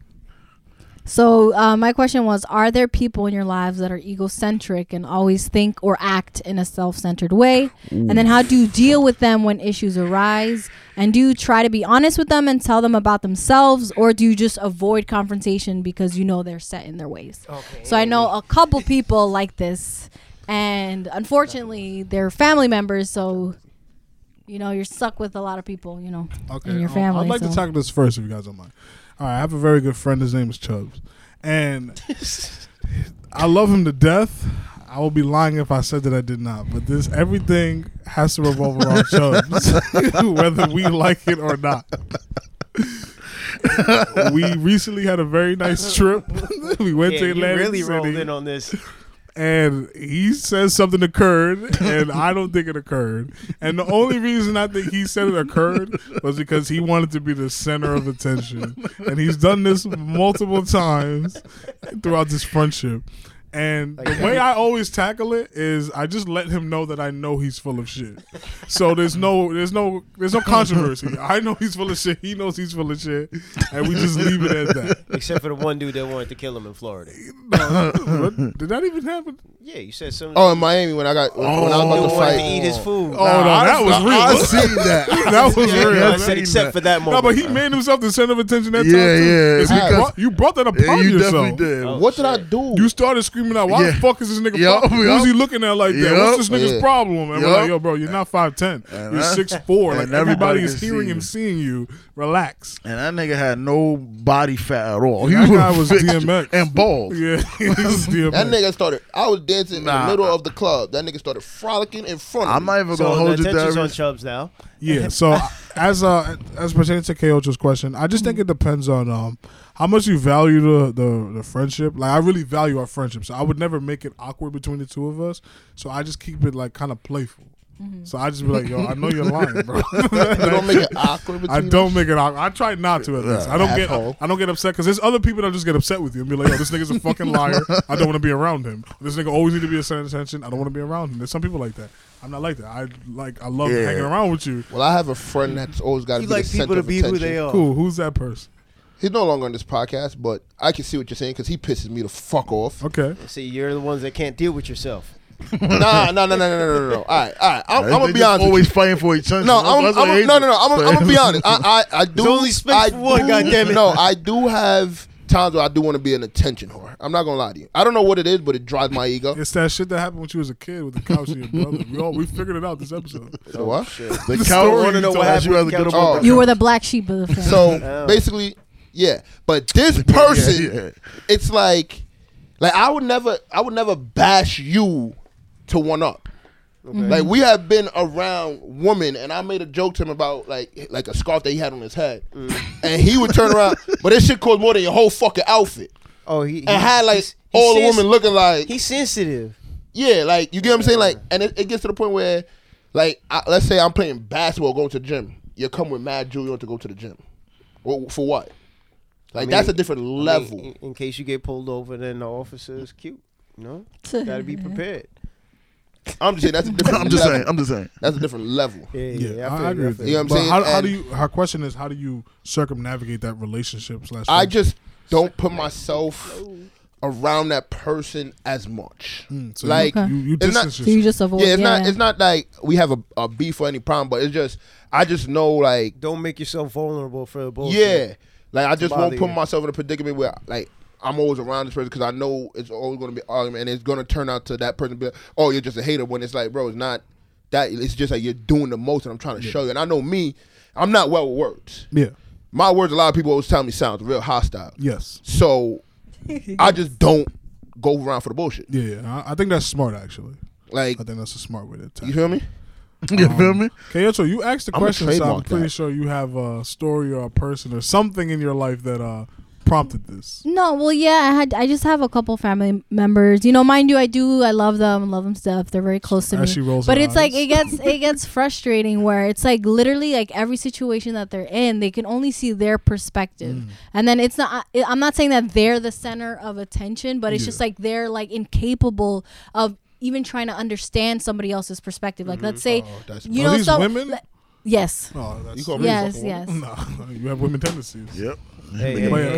[SPEAKER 4] So uh, my question was: Are there people in your lives that are egocentric and always think or act in a self-centered way? And then how do you deal with them when issues arise? And do you try to be honest with them and tell them about themselves, or do you just avoid confrontation because you know they're set in their ways?
[SPEAKER 5] [LAUGHS] Okay.
[SPEAKER 4] So I know a couple people like this, and unfortunately, they're family members. So you know you're stuck with a lot of people. You know,
[SPEAKER 1] Okay,
[SPEAKER 4] in your
[SPEAKER 1] um,
[SPEAKER 4] family.
[SPEAKER 1] I'd like
[SPEAKER 4] so.
[SPEAKER 1] to tackle this first, if you guys don't mind. All right, I have a very good friend. His name is Chubbs, and I love him to death. I would be lying if I said that I did not. But this everything has to revolve around Chubbs, [LAUGHS] whether we like it or not. [LAUGHS] we recently had a very
[SPEAKER 5] [LAUGHS]
[SPEAKER 1] nice trip. [LAUGHS] we went
[SPEAKER 5] Yeah,
[SPEAKER 1] to
[SPEAKER 5] you
[SPEAKER 1] Atlantic
[SPEAKER 5] really
[SPEAKER 1] City,
[SPEAKER 5] rolled in on this.
[SPEAKER 1] and he says something occurred, and I don't think it occurred. And the only reason I think he said it occurred was because he wanted to be the center of attention, and he's done this multiple times throughout this friendship. And the way I always tackle it is I just let him know that I know he's full of shit. So there's no there's no there's no controversy. I know he's full of shit. He knows he's full of shit, and we just leave it at that.
[SPEAKER 5] Except for the one dude that wanted to kill him in Florida.
[SPEAKER 1] [LAUGHS] No, what? Did that even happen?
[SPEAKER 5] Yeah, you said something.
[SPEAKER 3] Oh, in Miami when I got when I was
[SPEAKER 5] dude
[SPEAKER 3] about to
[SPEAKER 5] wanted
[SPEAKER 3] fight.
[SPEAKER 5] Oh, to eat his food.
[SPEAKER 1] Oh no, that was real.
[SPEAKER 2] I seen that.
[SPEAKER 1] [LAUGHS] That was
[SPEAKER 5] Yeah,
[SPEAKER 1] real.
[SPEAKER 5] I
[SPEAKER 1] That-
[SPEAKER 5] said except for that
[SPEAKER 1] No,
[SPEAKER 5] moment.
[SPEAKER 1] but he made himself the center of attention that
[SPEAKER 2] Yeah,
[SPEAKER 1] time. too.
[SPEAKER 2] yeah,
[SPEAKER 1] It's you
[SPEAKER 2] because-
[SPEAKER 1] brought- you brought that upon
[SPEAKER 2] Yeah, you
[SPEAKER 1] yourself.
[SPEAKER 2] definitely did.
[SPEAKER 5] Oh,
[SPEAKER 3] What did I
[SPEAKER 5] shit.
[SPEAKER 3] do?
[SPEAKER 1] You started screaming out, "Why the
[SPEAKER 2] Yeah.
[SPEAKER 1] fuck is this nigga?
[SPEAKER 2] Yup,
[SPEAKER 1] fuck? Who's
[SPEAKER 2] yup.
[SPEAKER 1] he looking at like that?
[SPEAKER 2] Yup.
[SPEAKER 1] What's this nigga's
[SPEAKER 3] Yeah.
[SPEAKER 1] problem?" And we're
[SPEAKER 2] Yup.
[SPEAKER 1] like, "Yo, bro, you're not five ten.
[SPEAKER 2] And
[SPEAKER 1] You're
[SPEAKER 2] I-
[SPEAKER 1] six
[SPEAKER 2] [LAUGHS]
[SPEAKER 1] four. Like
[SPEAKER 2] and
[SPEAKER 1] everybody,
[SPEAKER 2] everybody
[SPEAKER 1] is
[SPEAKER 2] can see
[SPEAKER 1] hearing and
[SPEAKER 2] you.
[SPEAKER 1] seeing you. Relax."
[SPEAKER 2] And that nigga had no body fat at all.
[SPEAKER 1] That guy was
[SPEAKER 2] fixed
[SPEAKER 1] DMX.
[SPEAKER 2] and [LAUGHS] bald.
[SPEAKER 1] Yeah, [LAUGHS] he was DMX.
[SPEAKER 3] that nigga started. I was dancing
[SPEAKER 2] Nah.
[SPEAKER 3] in the middle of the club. That nigga started frolicking in front of
[SPEAKER 2] I'm
[SPEAKER 3] me.
[SPEAKER 2] not even
[SPEAKER 5] so
[SPEAKER 2] gonna hold
[SPEAKER 5] the
[SPEAKER 2] you
[SPEAKER 5] attention's on
[SPEAKER 2] down.
[SPEAKER 5] Chubbs now.
[SPEAKER 1] Yeah. So [LAUGHS] as uh as pertaining to Kocho's question, I just think it depends on um how much you value the, the the friendship. Like I really value our friendship, so I would never make it awkward between the two of us. So I just keep it like kind of playful. So I just be like, yo, I know you're lying,
[SPEAKER 2] [LAUGHS]
[SPEAKER 1] bro. [LAUGHS]
[SPEAKER 3] You don't make it awkward between
[SPEAKER 1] I don't make it awkward. I try not to at least. I don't get
[SPEAKER 3] asshole.
[SPEAKER 1] I don't get upset because there's other people that just get upset with you and be like, yo, this nigga's a fucking liar. I don't want to be around him. This nigga always need to be a center of attention. I don't want to be around him. There's some people like that. I'm not like that. I like I love
[SPEAKER 2] Yeah.
[SPEAKER 1] hanging around with you.
[SPEAKER 3] Well, I have a friend that's always got to
[SPEAKER 5] You
[SPEAKER 3] be
[SPEAKER 5] like
[SPEAKER 3] the
[SPEAKER 5] people
[SPEAKER 3] center
[SPEAKER 5] to
[SPEAKER 3] of
[SPEAKER 5] be
[SPEAKER 3] attention.
[SPEAKER 5] who they are.
[SPEAKER 1] Cool. Who's that person?
[SPEAKER 3] He's no longer on this podcast, but I can see what you're saying because he pisses me the fuck off.
[SPEAKER 1] Okay.
[SPEAKER 5] See, you're the ones that can't deal with yourself.
[SPEAKER 3] nah, nah, nah, nah, nah, nah, nah, nah, nah. All right, all right. I'm, I'm
[SPEAKER 2] They
[SPEAKER 3] gonna
[SPEAKER 2] just
[SPEAKER 3] be honest.
[SPEAKER 2] Always
[SPEAKER 3] With you.
[SPEAKER 2] fighting for each other.
[SPEAKER 3] No,
[SPEAKER 2] That's-
[SPEAKER 3] I'm,
[SPEAKER 2] that's what
[SPEAKER 3] I'm,
[SPEAKER 2] hates
[SPEAKER 3] no,
[SPEAKER 2] me.
[SPEAKER 3] no, no. I'm, I'm gonna be honest. I, I, I do.
[SPEAKER 5] There's only space
[SPEAKER 3] I
[SPEAKER 5] for one,
[SPEAKER 3] do- [LAUGHS]
[SPEAKER 5] goddammit.
[SPEAKER 3] No, I do have times where I do want to be an attention whore. I'm not gonna lie to you. I don't know what it is, but it drives my ego.
[SPEAKER 1] It's that shit that happened when you was a kid with the couch and your brother. We all we figured it out this episode.
[SPEAKER 3] So what?
[SPEAKER 2] The
[SPEAKER 1] story
[SPEAKER 2] cow want
[SPEAKER 1] you
[SPEAKER 2] to know
[SPEAKER 1] told
[SPEAKER 2] what
[SPEAKER 1] us
[SPEAKER 2] happened.
[SPEAKER 5] you
[SPEAKER 2] You
[SPEAKER 5] had
[SPEAKER 2] rather
[SPEAKER 5] to
[SPEAKER 2] get
[SPEAKER 5] couch.
[SPEAKER 2] up on
[SPEAKER 3] Oh.
[SPEAKER 2] the
[SPEAKER 4] You were the black sheep of the family.
[SPEAKER 2] [LAUGHS]
[SPEAKER 3] So
[SPEAKER 5] Oh.
[SPEAKER 3] basically, yeah. But this person,
[SPEAKER 2] yeah.
[SPEAKER 3] it's like, like I would never, I would never bash you to one up.
[SPEAKER 5] Mm-hmm.
[SPEAKER 3] Like we have been around women, and I made a joke to him about like like a scarf that he had on his head,
[SPEAKER 5] Mm.
[SPEAKER 3] and he would turn
[SPEAKER 5] [LAUGHS]
[SPEAKER 3] around, but this shit cost more than your whole fucking outfit,
[SPEAKER 5] Oh, he, he
[SPEAKER 3] and had like
[SPEAKER 5] he's- he's
[SPEAKER 3] all the
[SPEAKER 5] sens-
[SPEAKER 3] women looking like
[SPEAKER 5] He's sensitive.
[SPEAKER 3] yeah, like you get what I'm saying. Like, and it, it gets to the point where, like, I, let's say I'm playing basketball, going to the gym. You come with mad jewelry on to go to the gym. Well, for what? Like that's a different level.
[SPEAKER 1] [LAUGHS]
[SPEAKER 5] In,
[SPEAKER 3] [LAUGHS]
[SPEAKER 5] in case you get pulled over, then the officer is cute. You know, gotta be prepared.
[SPEAKER 3] I'm just saying that's
[SPEAKER 1] [LAUGHS]
[SPEAKER 3] a different.
[SPEAKER 2] I'm just
[SPEAKER 3] level.
[SPEAKER 2] saying. I'm just saying.
[SPEAKER 3] That's a different level.
[SPEAKER 5] Yeah, yeah,
[SPEAKER 1] Yeah,
[SPEAKER 5] yeah,
[SPEAKER 1] I,
[SPEAKER 5] feel
[SPEAKER 1] I
[SPEAKER 5] you,
[SPEAKER 1] agree with
[SPEAKER 5] feel
[SPEAKER 1] that.
[SPEAKER 3] You know
[SPEAKER 5] you.
[SPEAKER 3] what I'm
[SPEAKER 1] but
[SPEAKER 3] saying?
[SPEAKER 1] how, how
[SPEAKER 3] And-
[SPEAKER 1] do you? Her question is, how do you circumnavigate that relationship? Slash,
[SPEAKER 3] I
[SPEAKER 1] friendship?
[SPEAKER 3] just don't put myself around that person as much.
[SPEAKER 1] Mm, so you-
[SPEAKER 3] like
[SPEAKER 1] you- you
[SPEAKER 3] it's not,
[SPEAKER 1] distance
[SPEAKER 4] So you just avoid.
[SPEAKER 3] yeah, it's not. It's not like we have a, a beef or any problem, but it's just I just know like
[SPEAKER 5] Don't make yourself vulnerable for the bullshit.
[SPEAKER 3] yeah, like I just
[SPEAKER 5] bother
[SPEAKER 3] won't put
[SPEAKER 5] you.
[SPEAKER 3] myself in a predicament where like. I'm always around this person because I know it's always going to be an argument, and it's going to turn out to that person be like, "Oh, you're just a hater." When it's like, bro, it's not that. It's just like you're doing the most, and I'm trying to show you. And I know me, I'm not well with words.
[SPEAKER 1] yeah,
[SPEAKER 3] My words, a lot of people always tell me, sounds real hostile.
[SPEAKER 1] yes,
[SPEAKER 3] So [LAUGHS] I just don't go around for the bullshit.
[SPEAKER 1] yeah. yeah. I, I think that's smart, actually.
[SPEAKER 3] Like
[SPEAKER 1] I think that's a smart way to attack.
[SPEAKER 3] you feel me?
[SPEAKER 2] You feel me?
[SPEAKER 1] Kayoto, you asked the
[SPEAKER 3] I'ma
[SPEAKER 1] question, so I'm
[SPEAKER 3] trademark
[SPEAKER 1] pretty
[SPEAKER 3] that.
[SPEAKER 1] sure you have a story or a person or something in your life that uh, prompted this.
[SPEAKER 4] No, well, yeah, I had. I just have a couple family members. You know, mind you, I do. I love them. Love them to death. They're very close to
[SPEAKER 1] As
[SPEAKER 4] me.
[SPEAKER 1] she rolls
[SPEAKER 4] but
[SPEAKER 1] her
[SPEAKER 4] it's like
[SPEAKER 1] eyes. [LAUGHS]
[SPEAKER 4] it gets it gets frustrating where it's like literally like every situation that they're in, they can only see their perspective,
[SPEAKER 1] Mm.
[SPEAKER 4] and then it's not. I, I'm not saying that they're the center of attention, but it's
[SPEAKER 1] Yeah.
[SPEAKER 4] just like they're like incapable of even trying to understand somebody else's perspective. Like, let's say
[SPEAKER 3] Oh, that's
[SPEAKER 4] you
[SPEAKER 1] Mm-hmm. Are
[SPEAKER 4] know,
[SPEAKER 1] these
[SPEAKER 4] so
[SPEAKER 1] women?
[SPEAKER 4] yes,
[SPEAKER 1] No, that's
[SPEAKER 3] You call me a
[SPEAKER 4] yes,
[SPEAKER 3] fucking
[SPEAKER 4] yes.
[SPEAKER 1] No, [LAUGHS] you have women tendencies.
[SPEAKER 2] Yep.
[SPEAKER 5] Hey,
[SPEAKER 1] Nigga, but yeah,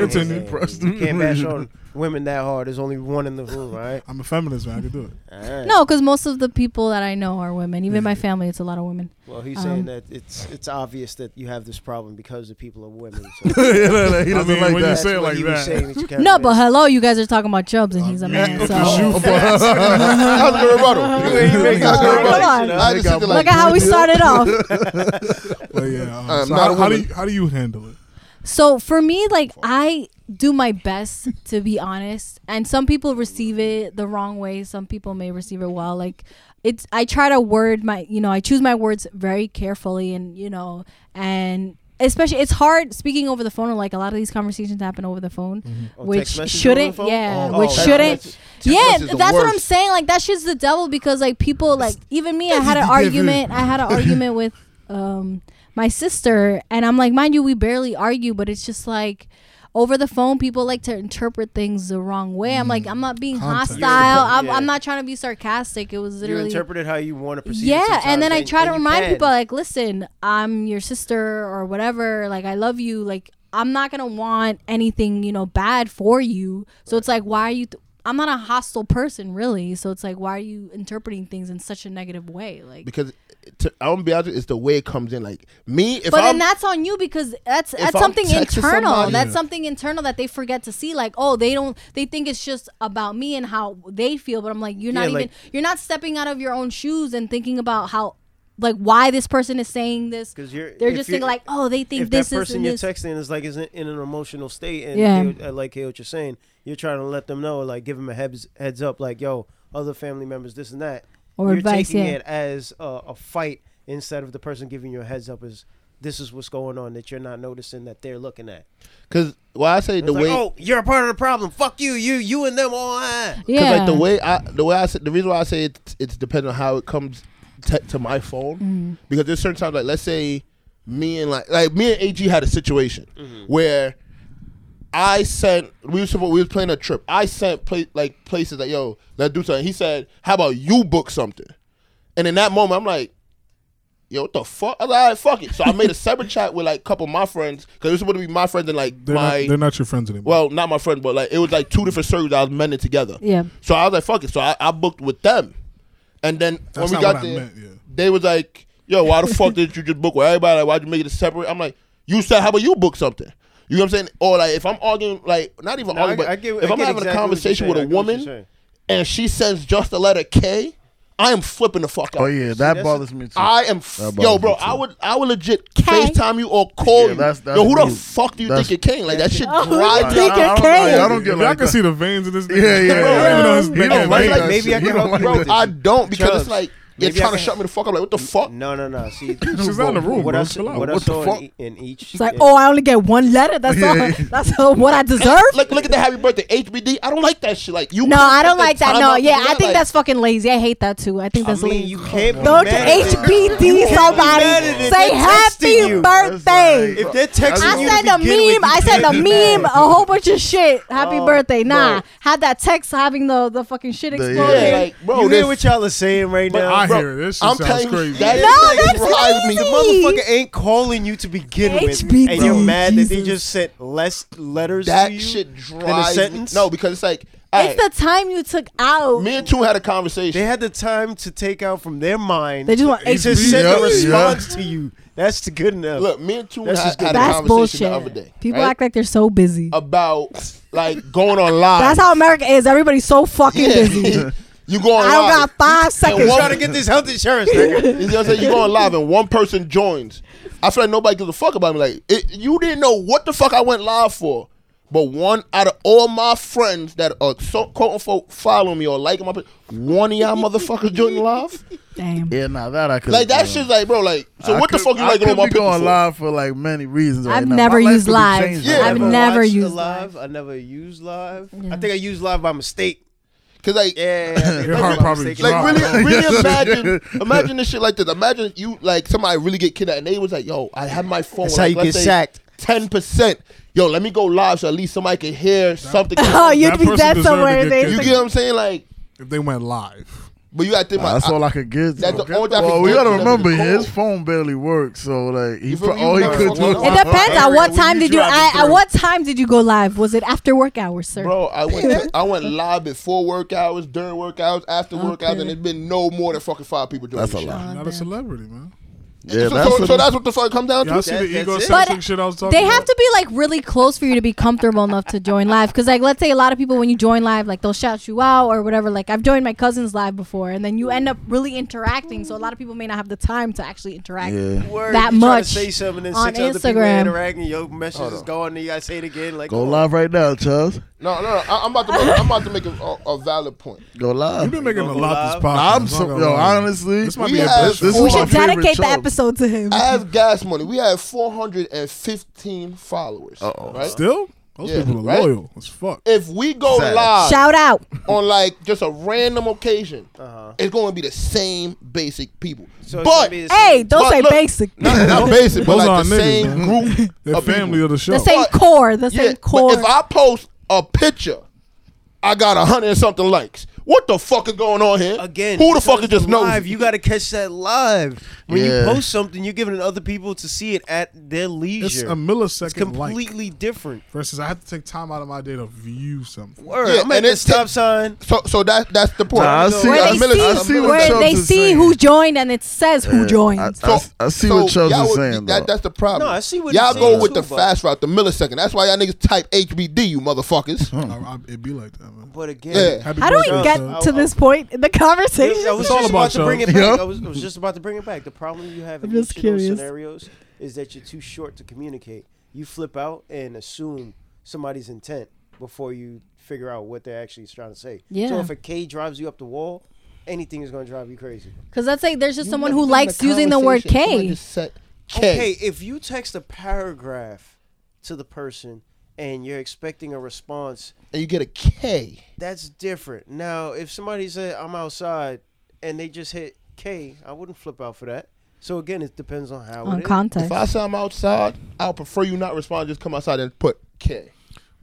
[SPEAKER 1] continue.
[SPEAKER 5] You can't bash on
[SPEAKER 1] [LAUGHS]
[SPEAKER 5] women that hard. There's only one in the room, all [LAUGHS] right?
[SPEAKER 1] I'm a feminist, man. I can do it.
[SPEAKER 5] All right.
[SPEAKER 4] No, because most of the people that I know are women. Even my family, it's a lot of women.
[SPEAKER 5] Well, he's
[SPEAKER 4] Um,
[SPEAKER 5] saying that it's it's obvious that you have this problem because the people are women.
[SPEAKER 1] [LAUGHS]
[SPEAKER 5] So
[SPEAKER 2] Yeah, no, no,
[SPEAKER 1] I
[SPEAKER 2] he doesn't
[SPEAKER 1] mean,
[SPEAKER 2] like
[SPEAKER 1] when you
[SPEAKER 2] that.
[SPEAKER 1] say it
[SPEAKER 5] what
[SPEAKER 1] like
[SPEAKER 5] you were
[SPEAKER 1] that.
[SPEAKER 5] saying that you can't
[SPEAKER 4] No,
[SPEAKER 5] bash.
[SPEAKER 4] but hello, you guys are talking about Chubbs and he's a man. So
[SPEAKER 1] Oh, Shoe flies.
[SPEAKER 5] [LAUGHS]
[SPEAKER 3] That was a
[SPEAKER 4] [LAUGHS]
[SPEAKER 3] rebuttal.
[SPEAKER 5] ain't making
[SPEAKER 3] That was a
[SPEAKER 5] no
[SPEAKER 3] rebuttal.
[SPEAKER 4] Come on.
[SPEAKER 3] I just sit there
[SPEAKER 4] look
[SPEAKER 3] like,
[SPEAKER 4] at how we started off.
[SPEAKER 1] But yeah, um,
[SPEAKER 3] I'm
[SPEAKER 1] so
[SPEAKER 3] not
[SPEAKER 1] how, how do
[SPEAKER 3] a woman.
[SPEAKER 1] you, how do you handle it?
[SPEAKER 4] So for me, like I do my best to be honest, and some people receive it the wrong way. Some people may receive it well. Like it's, I try to word my, you know, I choose my words very carefully, and you know, and especially it's hard speaking over the phone. Or like a lot of these conversations happen over the phone,
[SPEAKER 5] Oh, text
[SPEAKER 4] which
[SPEAKER 5] message over the
[SPEAKER 4] shouldn't,
[SPEAKER 5] phone?
[SPEAKER 4] yeah,
[SPEAKER 3] Oh,
[SPEAKER 4] which
[SPEAKER 3] text
[SPEAKER 4] shouldn't.
[SPEAKER 3] message- text
[SPEAKER 4] Yeah,
[SPEAKER 3] message is the
[SPEAKER 4] that's what I'm
[SPEAKER 3] worst.
[SPEAKER 4] saying. Like that shit's the devil because like people like even me. I had an
[SPEAKER 1] the devil.
[SPEAKER 4] argument.
[SPEAKER 3] [LAUGHS]
[SPEAKER 4] I had an argument with um my sister, and I'm like, mind you, we barely argue, but it's just like over the phone, people like to interpret things the wrong way.
[SPEAKER 3] Mm.
[SPEAKER 4] I'm like, I'm not being
[SPEAKER 1] Context.
[SPEAKER 4] hostile.
[SPEAKER 1] You're
[SPEAKER 5] interpret-
[SPEAKER 4] I'm,
[SPEAKER 5] yeah.
[SPEAKER 4] I'm not trying to be sarcastic. It was
[SPEAKER 5] You
[SPEAKER 4] literally
[SPEAKER 5] interpret it how you want to perceive it
[SPEAKER 4] yeah, and
[SPEAKER 5] sometimes,
[SPEAKER 4] then I try to
[SPEAKER 5] and you
[SPEAKER 4] remind
[SPEAKER 5] can.
[SPEAKER 4] people like, listen, I'm your sister or whatever. Like I love you. Like I'm not gonna want anything you know bad for you. So it's like, why are you? Th- I'm not a hostile person really. So it's like, why are you interpreting things in such a negative way? Like.
[SPEAKER 3] because to, I'm gonna be honest, it's the way it comes in. Like me, if
[SPEAKER 4] but
[SPEAKER 3] I'm
[SPEAKER 4] then that's on you because that's that's
[SPEAKER 3] I'm
[SPEAKER 4] something
[SPEAKER 3] texting
[SPEAKER 4] internal.
[SPEAKER 3] somebody-
[SPEAKER 4] That's
[SPEAKER 1] Yeah.
[SPEAKER 4] something internal that they forget to see. Like, oh, they don't. They think it's just about me and how they feel. But I'm like, you're not
[SPEAKER 5] Yeah,
[SPEAKER 4] even.
[SPEAKER 5] like-
[SPEAKER 4] you're not stepping out of your own shoes and thinking about how, like, why this person is saying this.
[SPEAKER 5] 'Cause you're-
[SPEAKER 4] They're
[SPEAKER 5] if
[SPEAKER 4] just
[SPEAKER 5] you're-
[SPEAKER 4] thinking like, oh, they think
[SPEAKER 5] if
[SPEAKER 4] this
[SPEAKER 5] that
[SPEAKER 4] is
[SPEAKER 5] person
[SPEAKER 4] and
[SPEAKER 5] you're
[SPEAKER 4] this.
[SPEAKER 5] texting is like is in, in an emotional state, and
[SPEAKER 4] Yeah.
[SPEAKER 5] they- uh, like hey, what you're saying, you're trying to let them know, like give them a heads heads up, like yo, other family members, this and that.
[SPEAKER 4] Or
[SPEAKER 5] you're
[SPEAKER 4] advice,
[SPEAKER 5] taking
[SPEAKER 4] yeah.
[SPEAKER 5] it as a, a fight instead of the person giving you a heads up is this is what's going on that you're not noticing that they're looking at.
[SPEAKER 3] because well, I say the
[SPEAKER 5] It's like,
[SPEAKER 3] way
[SPEAKER 5] oh, you're a part of the problem. Fuck you, you, you and them all. ah."
[SPEAKER 3] because
[SPEAKER 4] yeah.
[SPEAKER 3] like the way I the way I say the reason why I say it, it's depending on how it comes t- to my phone because there's certain times like let's say me and like like me and Ag had a situation where I sent we were supposed, we was playing a trip I sent pla- like places like yo let's do something he said how about you book something and in that moment I'm like yo, what the fuck? I was like, all right, fuck it. So I made a separate chat with like a couple of my friends because it was supposed to be my friends and like
[SPEAKER 1] They're,
[SPEAKER 3] my
[SPEAKER 1] not, they're not your friends anymore.
[SPEAKER 3] well, not my friend, but like it was like two different circles I was mending together.
[SPEAKER 4] Yeah.
[SPEAKER 3] So I was like, fuck it. So I, I booked with them, and then
[SPEAKER 1] That's
[SPEAKER 3] when we
[SPEAKER 1] not
[SPEAKER 3] got
[SPEAKER 1] what I
[SPEAKER 3] there,
[SPEAKER 1] meant, yeah.
[SPEAKER 3] they was like, yo, why the fuck did you just book with everybody? Like, why'd you make it separate? I'm like, you said, how about you book something? You know what I'm saying? Or like if I'm arguing, like not even
[SPEAKER 5] No, I-
[SPEAKER 3] arguing, but
[SPEAKER 5] I get- I
[SPEAKER 3] if I'm
[SPEAKER 5] get
[SPEAKER 3] having
[SPEAKER 5] exactly
[SPEAKER 3] a
[SPEAKER 5] what you're
[SPEAKER 3] conversation
[SPEAKER 5] saying.
[SPEAKER 3] with
[SPEAKER 5] I
[SPEAKER 3] a
[SPEAKER 5] get what you're
[SPEAKER 3] woman
[SPEAKER 5] saying.
[SPEAKER 3] and she sends just the letter K, I am flipping the fuck out.
[SPEAKER 2] Oh yeah, that
[SPEAKER 5] that's-
[SPEAKER 2] bothers me too.
[SPEAKER 3] I am, f-
[SPEAKER 2] That
[SPEAKER 3] yo,
[SPEAKER 2] bothers
[SPEAKER 3] bro.
[SPEAKER 2] me, too.
[SPEAKER 3] I would, I would legit
[SPEAKER 4] K.
[SPEAKER 3] FaceTime you or call
[SPEAKER 2] Yeah,
[SPEAKER 3] you.
[SPEAKER 2] that's- that's
[SPEAKER 3] yo, who the
[SPEAKER 2] rude.
[SPEAKER 3] fuck do you
[SPEAKER 2] That's-
[SPEAKER 3] think you're king? Like that shit
[SPEAKER 4] Oh, who you
[SPEAKER 3] drives me
[SPEAKER 4] think
[SPEAKER 3] out.
[SPEAKER 4] you're
[SPEAKER 2] I don't,
[SPEAKER 4] king?
[SPEAKER 2] I don't get
[SPEAKER 1] Y'all
[SPEAKER 2] like
[SPEAKER 1] can
[SPEAKER 2] that.
[SPEAKER 1] see the veins in this.
[SPEAKER 2] Yeah, yeah,
[SPEAKER 1] I don't even know his
[SPEAKER 2] yeah.
[SPEAKER 1] nigga.
[SPEAKER 2] He don't like
[SPEAKER 3] Like,
[SPEAKER 2] that
[SPEAKER 5] maybe
[SPEAKER 2] shit.
[SPEAKER 5] I
[SPEAKER 2] He
[SPEAKER 5] can
[SPEAKER 2] don't
[SPEAKER 5] help
[SPEAKER 2] like
[SPEAKER 5] you.
[SPEAKER 2] that
[SPEAKER 5] Bro,
[SPEAKER 2] shit.
[SPEAKER 3] I don't because it's
[SPEAKER 5] Chubbs.
[SPEAKER 3] like They're
[SPEAKER 5] Maybe I
[SPEAKER 3] trying to
[SPEAKER 5] can-
[SPEAKER 3] shut me the fuck up. Like, what the fuck?
[SPEAKER 5] No, no, no. See,
[SPEAKER 1] She's not in the room.
[SPEAKER 5] what
[SPEAKER 1] bro.
[SPEAKER 5] I,
[SPEAKER 1] Chill out.
[SPEAKER 5] what I
[SPEAKER 3] What the
[SPEAKER 5] saw
[SPEAKER 3] fuck?
[SPEAKER 5] in, e, in each.
[SPEAKER 4] It's like,
[SPEAKER 5] in-
[SPEAKER 4] oh, I only get one letter. That's all. That's all what I deserve.
[SPEAKER 3] Like, look at the happy birthday HBD. I don't like that shit. Like, you.
[SPEAKER 4] no,
[SPEAKER 3] couldn't [LAUGHS]
[SPEAKER 4] I
[SPEAKER 3] take
[SPEAKER 4] don't like that.
[SPEAKER 3] time
[SPEAKER 4] No,
[SPEAKER 3] out to
[SPEAKER 4] yeah,
[SPEAKER 3] do
[SPEAKER 4] I
[SPEAKER 3] that,
[SPEAKER 4] think
[SPEAKER 3] like-
[SPEAKER 4] that's fucking lazy. I hate that too. I think
[SPEAKER 5] I
[SPEAKER 4] that's
[SPEAKER 5] mean,
[SPEAKER 4] lazy.
[SPEAKER 5] you can't be
[SPEAKER 4] Go to
[SPEAKER 5] mad at it.
[SPEAKER 4] HBD
[SPEAKER 5] mad at
[SPEAKER 4] somebody.
[SPEAKER 5] it.
[SPEAKER 4] Say
[SPEAKER 5] They're
[SPEAKER 4] happy
[SPEAKER 5] texting you.
[SPEAKER 4] birthday.
[SPEAKER 5] If they're texting
[SPEAKER 4] I
[SPEAKER 5] you, to
[SPEAKER 4] send a
[SPEAKER 5] begin
[SPEAKER 4] meme.
[SPEAKER 5] with, you
[SPEAKER 4] I send
[SPEAKER 3] [LAUGHS]
[SPEAKER 4] a
[SPEAKER 5] can't be
[SPEAKER 4] meme,
[SPEAKER 5] mad.
[SPEAKER 4] a whole bunch of shit. Happy
[SPEAKER 5] Oh,
[SPEAKER 4] birthday. Nah,
[SPEAKER 5] bro.
[SPEAKER 4] had that text having the the fucking shit
[SPEAKER 2] The-
[SPEAKER 4] exploding.
[SPEAKER 3] Yeah, like, bro,
[SPEAKER 5] you
[SPEAKER 3] this,
[SPEAKER 5] hear what y'all are saying right
[SPEAKER 1] But
[SPEAKER 5] now?
[SPEAKER 1] I
[SPEAKER 5] Bro,
[SPEAKER 1] hear it. This shit
[SPEAKER 3] I'm
[SPEAKER 1] sounds
[SPEAKER 3] telling you,
[SPEAKER 1] crazy.
[SPEAKER 3] that
[SPEAKER 4] No,
[SPEAKER 3] shit
[SPEAKER 4] that's
[SPEAKER 3] drives me.
[SPEAKER 5] The motherfucker ain't calling you to begin with,
[SPEAKER 4] HBD,
[SPEAKER 5] and you're mad that they
[SPEAKER 4] Jesus.
[SPEAKER 5] just sent less letters
[SPEAKER 3] That
[SPEAKER 5] to you
[SPEAKER 3] shit
[SPEAKER 5] than a
[SPEAKER 3] drives me.
[SPEAKER 5] sentence.
[SPEAKER 3] No, because it's like,
[SPEAKER 4] It's
[SPEAKER 3] alright,
[SPEAKER 4] the time you took out.
[SPEAKER 3] me and Tune had a
[SPEAKER 5] they
[SPEAKER 3] conversation.
[SPEAKER 5] had the time to take out from their mind.
[SPEAKER 4] They just want
[SPEAKER 5] They just
[SPEAKER 1] HBD.
[SPEAKER 5] sent
[SPEAKER 2] Yeah,
[SPEAKER 5] a
[SPEAKER 2] yeah.
[SPEAKER 5] response to you. That's the good enough.
[SPEAKER 3] Look, me and Tune had,
[SPEAKER 5] That's
[SPEAKER 3] had
[SPEAKER 5] just
[SPEAKER 3] a
[SPEAKER 5] good.
[SPEAKER 4] That's
[SPEAKER 3] conversation
[SPEAKER 4] bullshit.
[SPEAKER 3] the other day.
[SPEAKER 4] People
[SPEAKER 3] right?
[SPEAKER 4] act like they're so busy.
[SPEAKER 3] about like going
[SPEAKER 4] [LAUGHS]
[SPEAKER 3] online.
[SPEAKER 4] That's how America is. Everybody's so fucking busy.
[SPEAKER 3] [LAUGHS] yeah. you go
[SPEAKER 4] I
[SPEAKER 3] online.
[SPEAKER 4] don't got five
[SPEAKER 3] And
[SPEAKER 4] seconds.
[SPEAKER 3] one-
[SPEAKER 5] trying to get this health insurance. nigga.
[SPEAKER 3] [LAUGHS] You know what I'm saying? You going live and one person joins. I feel like nobody gives a fuck about me. Like it, you didn't know what the fuck I went live for. But one out of all my friends that are so quote unquote following me or liking my, page, one of y'all motherfuckers joined
[SPEAKER 2] [LAUGHS]
[SPEAKER 3] live.
[SPEAKER 4] Damn.
[SPEAKER 2] Yeah, nah, that I could.
[SPEAKER 3] Like that shit's like, bro. Like, so what the fuck you
[SPEAKER 2] I
[SPEAKER 3] liking
[SPEAKER 2] could
[SPEAKER 3] on my
[SPEAKER 2] be going
[SPEAKER 3] picture for?
[SPEAKER 2] live for like many reasons. Right
[SPEAKER 4] I've
[SPEAKER 2] now.
[SPEAKER 4] never
[SPEAKER 2] My life
[SPEAKER 4] used
[SPEAKER 2] could be
[SPEAKER 4] live.
[SPEAKER 2] changed
[SPEAKER 3] Yeah.
[SPEAKER 2] right
[SPEAKER 3] I've
[SPEAKER 2] now.
[SPEAKER 4] never
[SPEAKER 5] watched
[SPEAKER 4] used
[SPEAKER 5] a live. I never used live.
[SPEAKER 4] Yeah.
[SPEAKER 5] I think I used live by mistake.
[SPEAKER 3] Cause like,
[SPEAKER 5] Yeah,
[SPEAKER 1] [LAUGHS]
[SPEAKER 5] I think
[SPEAKER 1] Your
[SPEAKER 5] I
[SPEAKER 1] heart
[SPEAKER 5] was by
[SPEAKER 1] probably
[SPEAKER 5] mistake.
[SPEAKER 1] dropped.
[SPEAKER 3] Like
[SPEAKER 1] Right.
[SPEAKER 2] [LAUGHS]
[SPEAKER 3] really, really imagine, imagine this shit like this. Imagine you like somebody really get kidnapped, and they was like, "Yo, I have my phone."
[SPEAKER 5] That's
[SPEAKER 3] like,
[SPEAKER 5] how you get sacked.
[SPEAKER 3] Ten percent. Yo, let me go live so at least somebody can hear
[SPEAKER 5] [LAUGHS]
[SPEAKER 3] something.
[SPEAKER 4] [LAUGHS] Oh,
[SPEAKER 3] you
[SPEAKER 1] yeah.
[SPEAKER 4] you'd be
[SPEAKER 1] person
[SPEAKER 4] dead
[SPEAKER 1] deserved to
[SPEAKER 4] somewhere.
[SPEAKER 1] get
[SPEAKER 4] They-
[SPEAKER 1] killed.
[SPEAKER 3] get what I'm saying? Like,
[SPEAKER 1] if they went live.
[SPEAKER 3] but you got to think
[SPEAKER 2] Nah,
[SPEAKER 3] about.
[SPEAKER 2] that's all I could get.
[SPEAKER 3] That's
[SPEAKER 2] though.
[SPEAKER 3] the only thing I
[SPEAKER 2] well,
[SPEAKER 3] could
[SPEAKER 2] we
[SPEAKER 3] get
[SPEAKER 2] gotta
[SPEAKER 3] to them is
[SPEAKER 2] remember
[SPEAKER 3] the
[SPEAKER 2] his
[SPEAKER 3] call.
[SPEAKER 2] phone barely works, so like he
[SPEAKER 3] You feel
[SPEAKER 2] pro-
[SPEAKER 3] me?
[SPEAKER 2] all he
[SPEAKER 3] Never
[SPEAKER 2] could
[SPEAKER 3] fucked
[SPEAKER 2] do.
[SPEAKER 3] up.
[SPEAKER 4] It
[SPEAKER 3] Alright,
[SPEAKER 4] depends
[SPEAKER 3] alright,
[SPEAKER 4] on what
[SPEAKER 1] when you
[SPEAKER 4] time did you.
[SPEAKER 1] driving
[SPEAKER 4] I, at
[SPEAKER 1] through.
[SPEAKER 4] what time did you go live? Was it after work hours,
[SPEAKER 3] [LAUGHS]
[SPEAKER 4] sir?
[SPEAKER 3] Bro, I went.
[SPEAKER 2] [LAUGHS]
[SPEAKER 3] To, I went live before work hours, during work hours, after work hours,
[SPEAKER 4] Okay.
[SPEAKER 3] and there's been no more than fucking five people doing
[SPEAKER 2] That's
[SPEAKER 3] this
[SPEAKER 2] a
[SPEAKER 3] shit.
[SPEAKER 4] Oh,
[SPEAKER 2] lot.
[SPEAKER 1] Not a celebrity, man.
[SPEAKER 2] Yeah,
[SPEAKER 3] so,
[SPEAKER 2] that's
[SPEAKER 3] so,
[SPEAKER 2] what
[SPEAKER 3] so
[SPEAKER 2] it-
[SPEAKER 3] that's what the fuck it comes down to.
[SPEAKER 1] Y'all see the
[SPEAKER 5] That- that's it.
[SPEAKER 1] egocentric shit I was talking
[SPEAKER 4] They have
[SPEAKER 1] about?
[SPEAKER 4] to be like really close for you to be comfortable enough to join live. Because like, let's say a lot of people when you join live, like they'll shout you out or whatever. Like I've joined my cousins live before, and then you end up really interacting. So a lot of people may not have the time to actually interact.
[SPEAKER 2] Yeah.
[SPEAKER 5] Word,
[SPEAKER 4] that
[SPEAKER 5] you tryna
[SPEAKER 4] much
[SPEAKER 5] say something and
[SPEAKER 4] on
[SPEAKER 5] six other people
[SPEAKER 4] Instagram.
[SPEAKER 5] interacting, your message is going, and you gotta say it again. Like, oh,
[SPEAKER 2] Go
[SPEAKER 5] come on.
[SPEAKER 2] live right now, Charles.
[SPEAKER 3] No, no, no. I, am about to. Make, I'm about to make a, a, a
[SPEAKER 2] [LAUGHS]
[SPEAKER 3] valid point.
[SPEAKER 2] Go
[SPEAKER 1] You've
[SPEAKER 2] live.
[SPEAKER 1] been making a
[SPEAKER 5] Go
[SPEAKER 1] lot
[SPEAKER 5] live.
[SPEAKER 1] this podcast.
[SPEAKER 2] I'm
[SPEAKER 1] not
[SPEAKER 2] so
[SPEAKER 1] gonna
[SPEAKER 3] um,
[SPEAKER 2] yo.
[SPEAKER 1] lie.
[SPEAKER 2] Honestly,
[SPEAKER 1] This might
[SPEAKER 3] We
[SPEAKER 1] be a
[SPEAKER 3] have-
[SPEAKER 1] best.
[SPEAKER 2] this
[SPEAKER 4] we
[SPEAKER 2] is my
[SPEAKER 4] should dedicate the
[SPEAKER 2] favorite Charles.
[SPEAKER 4] episode to him.
[SPEAKER 3] I have gas money. We have 415 followers.
[SPEAKER 2] Uh-oh.
[SPEAKER 3] Right.
[SPEAKER 1] Still, those
[SPEAKER 3] Yeah,
[SPEAKER 1] people are
[SPEAKER 3] right?
[SPEAKER 1] loyal as fuck.
[SPEAKER 3] if we go
[SPEAKER 2] Sad.
[SPEAKER 3] live
[SPEAKER 4] Shout out.
[SPEAKER 3] on like just a random occasion,
[SPEAKER 5] Uh-huh.
[SPEAKER 3] it's going to be the same basic
[SPEAKER 1] [LAUGHS]
[SPEAKER 3] people.
[SPEAKER 5] So it's
[SPEAKER 3] but
[SPEAKER 5] gonna be the
[SPEAKER 4] Hey,
[SPEAKER 5] same-
[SPEAKER 4] don't
[SPEAKER 3] But
[SPEAKER 4] say
[SPEAKER 3] look-
[SPEAKER 4] basic.
[SPEAKER 3] not, not basic, but
[SPEAKER 1] Those
[SPEAKER 3] like
[SPEAKER 1] are
[SPEAKER 3] the
[SPEAKER 1] niggas,
[SPEAKER 3] same
[SPEAKER 1] man. [LAUGHS]
[SPEAKER 3] group.
[SPEAKER 1] They're
[SPEAKER 3] of
[SPEAKER 1] family
[SPEAKER 3] people.
[SPEAKER 1] of the show.
[SPEAKER 4] The same
[SPEAKER 3] But-
[SPEAKER 4] core. The
[SPEAKER 3] Yeah,
[SPEAKER 4] same core.
[SPEAKER 3] But if I post a picture, I got a hundred and something likes. What the fuck is going on here?
[SPEAKER 5] again.
[SPEAKER 3] who the
[SPEAKER 5] so
[SPEAKER 3] fuck is
[SPEAKER 5] it's
[SPEAKER 3] just
[SPEAKER 5] live?
[SPEAKER 3] knows?
[SPEAKER 5] You gotta catch that live. When
[SPEAKER 2] Yeah.
[SPEAKER 5] you post something, you're giving other people to see it at their leisure.
[SPEAKER 1] It's a
[SPEAKER 5] It's
[SPEAKER 1] millisecond like.
[SPEAKER 5] completely different.
[SPEAKER 1] Versus, I have to take time out of my day to view something.
[SPEAKER 5] Word.
[SPEAKER 3] Yeah,
[SPEAKER 5] I'm at
[SPEAKER 3] and
[SPEAKER 5] the
[SPEAKER 3] it's ta-
[SPEAKER 5] stop sign.
[SPEAKER 3] So, so that that's the point.
[SPEAKER 2] Nah, I see-
[SPEAKER 4] where
[SPEAKER 2] I
[SPEAKER 4] they
[SPEAKER 2] see-
[SPEAKER 4] see,
[SPEAKER 2] I see what
[SPEAKER 4] where
[SPEAKER 2] Chubbs
[SPEAKER 4] they
[SPEAKER 2] is
[SPEAKER 4] see
[SPEAKER 2] saying.
[SPEAKER 4] who joined and it says who joined.
[SPEAKER 2] I- I see what Chubbs
[SPEAKER 3] y'all
[SPEAKER 2] is
[SPEAKER 3] would-
[SPEAKER 2] saying,
[SPEAKER 3] That,
[SPEAKER 2] though.
[SPEAKER 3] that's the problem.
[SPEAKER 5] No, I see what
[SPEAKER 3] y'all
[SPEAKER 5] he's
[SPEAKER 3] go
[SPEAKER 5] saying,
[SPEAKER 3] with
[SPEAKER 5] too,
[SPEAKER 3] the
[SPEAKER 5] but-
[SPEAKER 3] fast route, the millisecond. That's why y'all niggas type HBD, you motherfuckers.
[SPEAKER 1] I, I, it'd be like that, man.
[SPEAKER 5] But again,
[SPEAKER 3] Yeah.
[SPEAKER 1] Happy
[SPEAKER 4] How do we
[SPEAKER 1] birthday,
[SPEAKER 4] get
[SPEAKER 1] son.
[SPEAKER 4] to this point in the conversation?
[SPEAKER 5] I was
[SPEAKER 1] all
[SPEAKER 5] just
[SPEAKER 1] about
[SPEAKER 5] about to bring it
[SPEAKER 2] shows.
[SPEAKER 5] back.
[SPEAKER 2] Yeah.
[SPEAKER 5] I, was, I was just about to bring it back. The problem you have
[SPEAKER 4] I'm
[SPEAKER 5] in
[SPEAKER 4] just
[SPEAKER 5] each of those
[SPEAKER 4] curious.
[SPEAKER 5] scenarios is that you're too short to communicate. You flip out and assume somebody's intent before you figure out what they're actually trying to say.
[SPEAKER 4] Yeah.
[SPEAKER 5] So if a K drives you up the wall, anything is going to drive you crazy.
[SPEAKER 4] Because let's say there's just
[SPEAKER 3] You
[SPEAKER 4] someone
[SPEAKER 3] never
[SPEAKER 4] who
[SPEAKER 3] been in
[SPEAKER 4] likes
[SPEAKER 3] a
[SPEAKER 4] using the word
[SPEAKER 3] conversation. Someone
[SPEAKER 4] K.
[SPEAKER 3] just said K.
[SPEAKER 5] Okay, if you text a paragraph to the person and you're expecting a response,
[SPEAKER 3] and you get a K.
[SPEAKER 5] that's different. Now, if somebody said I'm outside and they just hit K, I wouldn't flip out for that. So again, it depends on how
[SPEAKER 4] On
[SPEAKER 5] it is.
[SPEAKER 4] context.
[SPEAKER 3] If I say I'm outside, I'll prefer you not respond. Just come outside and put K.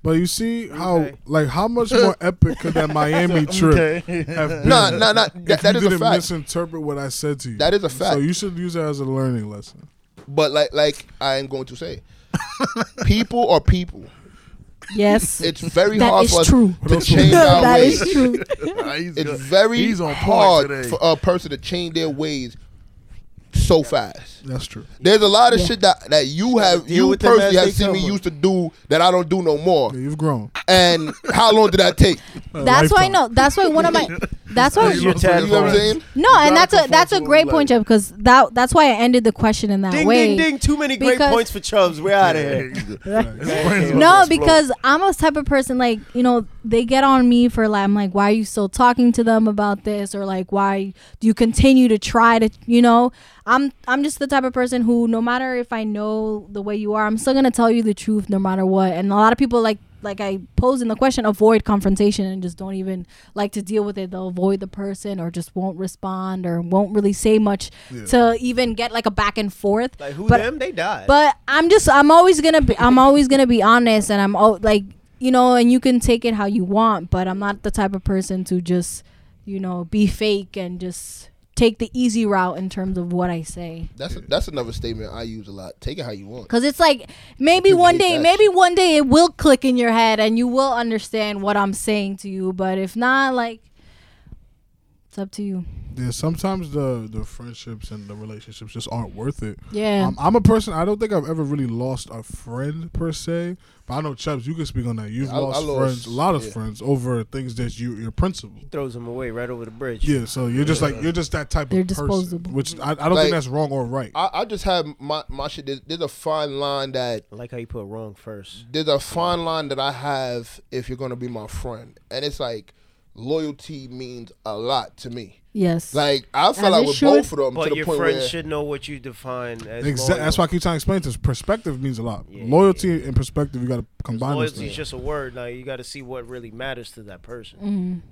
[SPEAKER 1] But you see how,
[SPEAKER 5] Okay.
[SPEAKER 1] like, how much
[SPEAKER 3] [LAUGHS]
[SPEAKER 1] more epic could that Miami trip have been?
[SPEAKER 3] No, no, no.
[SPEAKER 1] if
[SPEAKER 3] That, that
[SPEAKER 1] you
[SPEAKER 3] is a
[SPEAKER 1] didn't
[SPEAKER 3] fact.
[SPEAKER 1] misinterpret what I said to you.
[SPEAKER 3] That is a
[SPEAKER 1] So
[SPEAKER 3] fact.
[SPEAKER 1] you should use that as a learning lesson.
[SPEAKER 3] but like, like I am going to say, [LAUGHS] people are people.
[SPEAKER 4] [LAUGHS] yes.
[SPEAKER 3] It's very
[SPEAKER 4] That
[SPEAKER 3] hard
[SPEAKER 4] is
[SPEAKER 3] for us
[SPEAKER 4] true.
[SPEAKER 3] to change our
[SPEAKER 4] that
[SPEAKER 3] ways.
[SPEAKER 4] is
[SPEAKER 3] [LAUGHS]
[SPEAKER 4] true.
[SPEAKER 2] He's
[SPEAKER 3] It's
[SPEAKER 2] good.
[SPEAKER 3] very
[SPEAKER 2] He's on point
[SPEAKER 3] hard
[SPEAKER 2] today.
[SPEAKER 3] for
[SPEAKER 2] [LAUGHS]
[SPEAKER 3] a person to change their ways so fast.
[SPEAKER 1] That's true.
[SPEAKER 3] There's a lot of
[SPEAKER 4] Yeah.
[SPEAKER 3] shit that, that you have
[SPEAKER 5] deal
[SPEAKER 3] you
[SPEAKER 5] with them as
[SPEAKER 3] personally have
[SPEAKER 5] they
[SPEAKER 3] seen me
[SPEAKER 5] come.
[SPEAKER 3] used to do that I don't do no more.
[SPEAKER 1] Yeah, you've grown.
[SPEAKER 3] And how long did
[SPEAKER 2] [LAUGHS]
[SPEAKER 3] that take?
[SPEAKER 1] A
[SPEAKER 4] That's why
[SPEAKER 1] lifetime.
[SPEAKER 4] no. That's why one of [LAUGHS] my. That's why.
[SPEAKER 5] That's your
[SPEAKER 3] You
[SPEAKER 5] tagline.
[SPEAKER 3] know what I'm saying?
[SPEAKER 4] No, and that's a
[SPEAKER 2] conform
[SPEAKER 4] that's
[SPEAKER 2] to
[SPEAKER 4] a
[SPEAKER 2] what
[SPEAKER 4] great
[SPEAKER 2] we
[SPEAKER 4] point,
[SPEAKER 2] like.
[SPEAKER 4] Jeff. Because that that's why I ended the question in that
[SPEAKER 5] Ding
[SPEAKER 4] way.
[SPEAKER 5] ding ding! Too many great
[SPEAKER 4] Because-
[SPEAKER 5] points for Chubbs. We're out of here.
[SPEAKER 4] [LAUGHS]
[SPEAKER 1] His brain's
[SPEAKER 5] Yeah.
[SPEAKER 1] about
[SPEAKER 4] No,
[SPEAKER 5] Explode.
[SPEAKER 4] because I'm a type of person like you know they get on me for like I'm like why are you still talking to them about this or like why do you continue to try to you know I'm I'm just the type of person who no matter if I know the way you are I'm still gonna tell you the truth no matter what and a lot of people like like I pose in the question avoid confrontation and just don't even like to deal with it they'll avoid the person or just won't respond or won't really say much to even get like a back and forth
[SPEAKER 5] Like who
[SPEAKER 4] But-
[SPEAKER 5] them? They died.
[SPEAKER 4] but I'm just I'm always gonna be I'm always gonna be honest and I'm all like you know and you can take it how you want but I'm not the type of person to just you know be fake and just take the easy route in terms of what I say
[SPEAKER 3] That's that's another statement I use a lot. Take it how you want.
[SPEAKER 4] because it's like maybe
[SPEAKER 3] People
[SPEAKER 4] one
[SPEAKER 3] hate
[SPEAKER 4] day
[SPEAKER 3] that
[SPEAKER 4] maybe one day it will click in your head and you will understand what I'm saying to you but if not like it's up to you
[SPEAKER 1] Yeah, sometimes the the friendships and the relationships just aren't worth it.
[SPEAKER 4] Yeah.
[SPEAKER 1] um, I'm a person. I don't think I've ever really lost a friend per se, but I know Chubbs. You can speak on that. You've
[SPEAKER 3] I- I
[SPEAKER 1] lost,
[SPEAKER 3] lost-
[SPEAKER 1] friends, a lot of
[SPEAKER 3] yeah.
[SPEAKER 1] friends over things that you your principle.
[SPEAKER 5] throws them away right over the bridge.
[SPEAKER 1] Yeah, so you're just like you're just that type
[SPEAKER 4] They're
[SPEAKER 1] of person,
[SPEAKER 4] disposable.
[SPEAKER 1] which I, I don't
[SPEAKER 3] Like-
[SPEAKER 1] think that's wrong or right.
[SPEAKER 3] I, I just have my my shit. There's, there's a fine line that
[SPEAKER 5] I like how you put wrong first.
[SPEAKER 3] there's a fine line that I have if you're gonna be my friend, and it's like loyalty means a lot to me.
[SPEAKER 4] yes
[SPEAKER 3] Like I fell
[SPEAKER 4] As
[SPEAKER 3] out
[SPEAKER 4] it
[SPEAKER 3] with
[SPEAKER 4] should.
[SPEAKER 3] both of them
[SPEAKER 5] But
[SPEAKER 3] to the
[SPEAKER 5] your
[SPEAKER 3] point
[SPEAKER 5] friends
[SPEAKER 3] where
[SPEAKER 5] should know what you define as
[SPEAKER 1] Exactly. That's why I keep trying to explain this. Perspective means a lot. Loyalty and perspective, you got to combine those
[SPEAKER 5] Loyalty is
[SPEAKER 1] things.
[SPEAKER 5] just a word. Now you got to see what really matters to that person,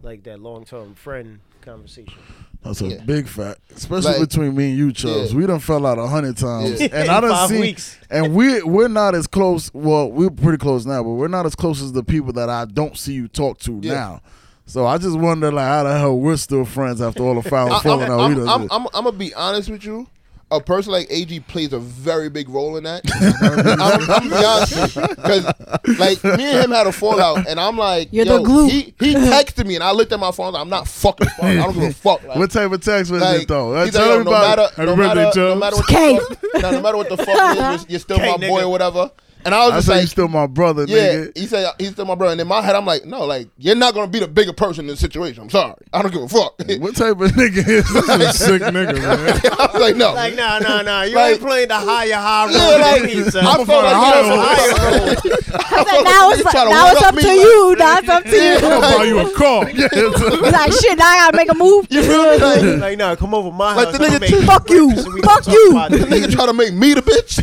[SPEAKER 4] Mm-hmm.
[SPEAKER 5] like that long-term friend conversation.
[SPEAKER 2] That's a
[SPEAKER 3] Yeah.
[SPEAKER 2] big fact, especially
[SPEAKER 3] Like-
[SPEAKER 2] between me and you, Chubbs.
[SPEAKER 3] Yeah.
[SPEAKER 2] We done fell out a hundred times,
[SPEAKER 3] Yeah.
[SPEAKER 4] [LAUGHS]
[SPEAKER 2] and I done
[SPEAKER 5] Five
[SPEAKER 2] seen,
[SPEAKER 5] weeks.
[SPEAKER 2] and we we're not as close. Well, we're pretty close now, but we're not as close as the people that I don't see you talk to
[SPEAKER 3] Yeah.
[SPEAKER 2] now. So I just wonder, like, how the hell we're still friends after all the foul
[SPEAKER 3] I- I'm,
[SPEAKER 2] falling out we
[SPEAKER 3] I'm,
[SPEAKER 2] done
[SPEAKER 3] I'm,
[SPEAKER 2] did.
[SPEAKER 3] I'm- I'm gonna be honest with you. A person like AG plays a very big role in that. I'm, I'm be honest because like me and him had a fallout, and I'm like,
[SPEAKER 4] You're
[SPEAKER 3] yo,
[SPEAKER 4] the glue.
[SPEAKER 3] He, he texted me, and I looked at my phone. I'm not fucking. Fuck, I don't give a fuck. Like,
[SPEAKER 2] What type of text was
[SPEAKER 3] like,
[SPEAKER 2] it though? Uh,
[SPEAKER 3] he's
[SPEAKER 2] tell
[SPEAKER 3] like, yo,
[SPEAKER 2] everybody.
[SPEAKER 3] no matter, no matter, no matter what
[SPEAKER 4] Kate.
[SPEAKER 3] the fuck, [LAUGHS] no, no matter what the
[SPEAKER 2] [LAUGHS]
[SPEAKER 3] fuck, it is, you're, you're still
[SPEAKER 5] Kate,
[SPEAKER 3] my boy
[SPEAKER 5] nigga.
[SPEAKER 3] or whatever. And I was
[SPEAKER 2] I
[SPEAKER 3] just
[SPEAKER 2] say you
[SPEAKER 3] like,
[SPEAKER 2] still my brother,
[SPEAKER 3] yeah,
[SPEAKER 2] nigga.
[SPEAKER 3] he said he's still my brother. And in my head, I'm like, no, like you're not gonna be the bigger person in the situation. I'm sorry, I don't give a fuck. [LAUGHS]
[SPEAKER 2] [LAUGHS] What type of nigga is
[SPEAKER 1] That's
[SPEAKER 2] this?
[SPEAKER 1] a sick nigga, man.
[SPEAKER 3] I was like, no,
[SPEAKER 5] Like, nah, nah, nah. You
[SPEAKER 3] Oh, Like-
[SPEAKER 5] ain't playing the higher high road.
[SPEAKER 3] Yeah, like,
[SPEAKER 5] with me, son.
[SPEAKER 3] I felt like
[SPEAKER 5] higher
[SPEAKER 3] I [LAUGHS]
[SPEAKER 5] road.
[SPEAKER 4] But now it's like, now it's up to you now it's up to you
[SPEAKER 1] I'm gonna buy you a
[SPEAKER 3] [LAUGHS]
[SPEAKER 1] car.
[SPEAKER 4] [LAUGHS]
[SPEAKER 2] [LAUGHS]
[SPEAKER 4] It's like shit now I gotta make a move
[SPEAKER 3] [LAUGHS] You feel me? Like,
[SPEAKER 5] like, nah, come over my
[SPEAKER 3] Like
[SPEAKER 5] house.
[SPEAKER 3] the nigga
[SPEAKER 5] I'ma
[SPEAKER 3] too-
[SPEAKER 5] make
[SPEAKER 4] fuck you
[SPEAKER 5] breakfast and we can
[SPEAKER 4] fuck
[SPEAKER 5] talk
[SPEAKER 4] you
[SPEAKER 5] about it.
[SPEAKER 3] [LAUGHS] nigga try to make me the bitch.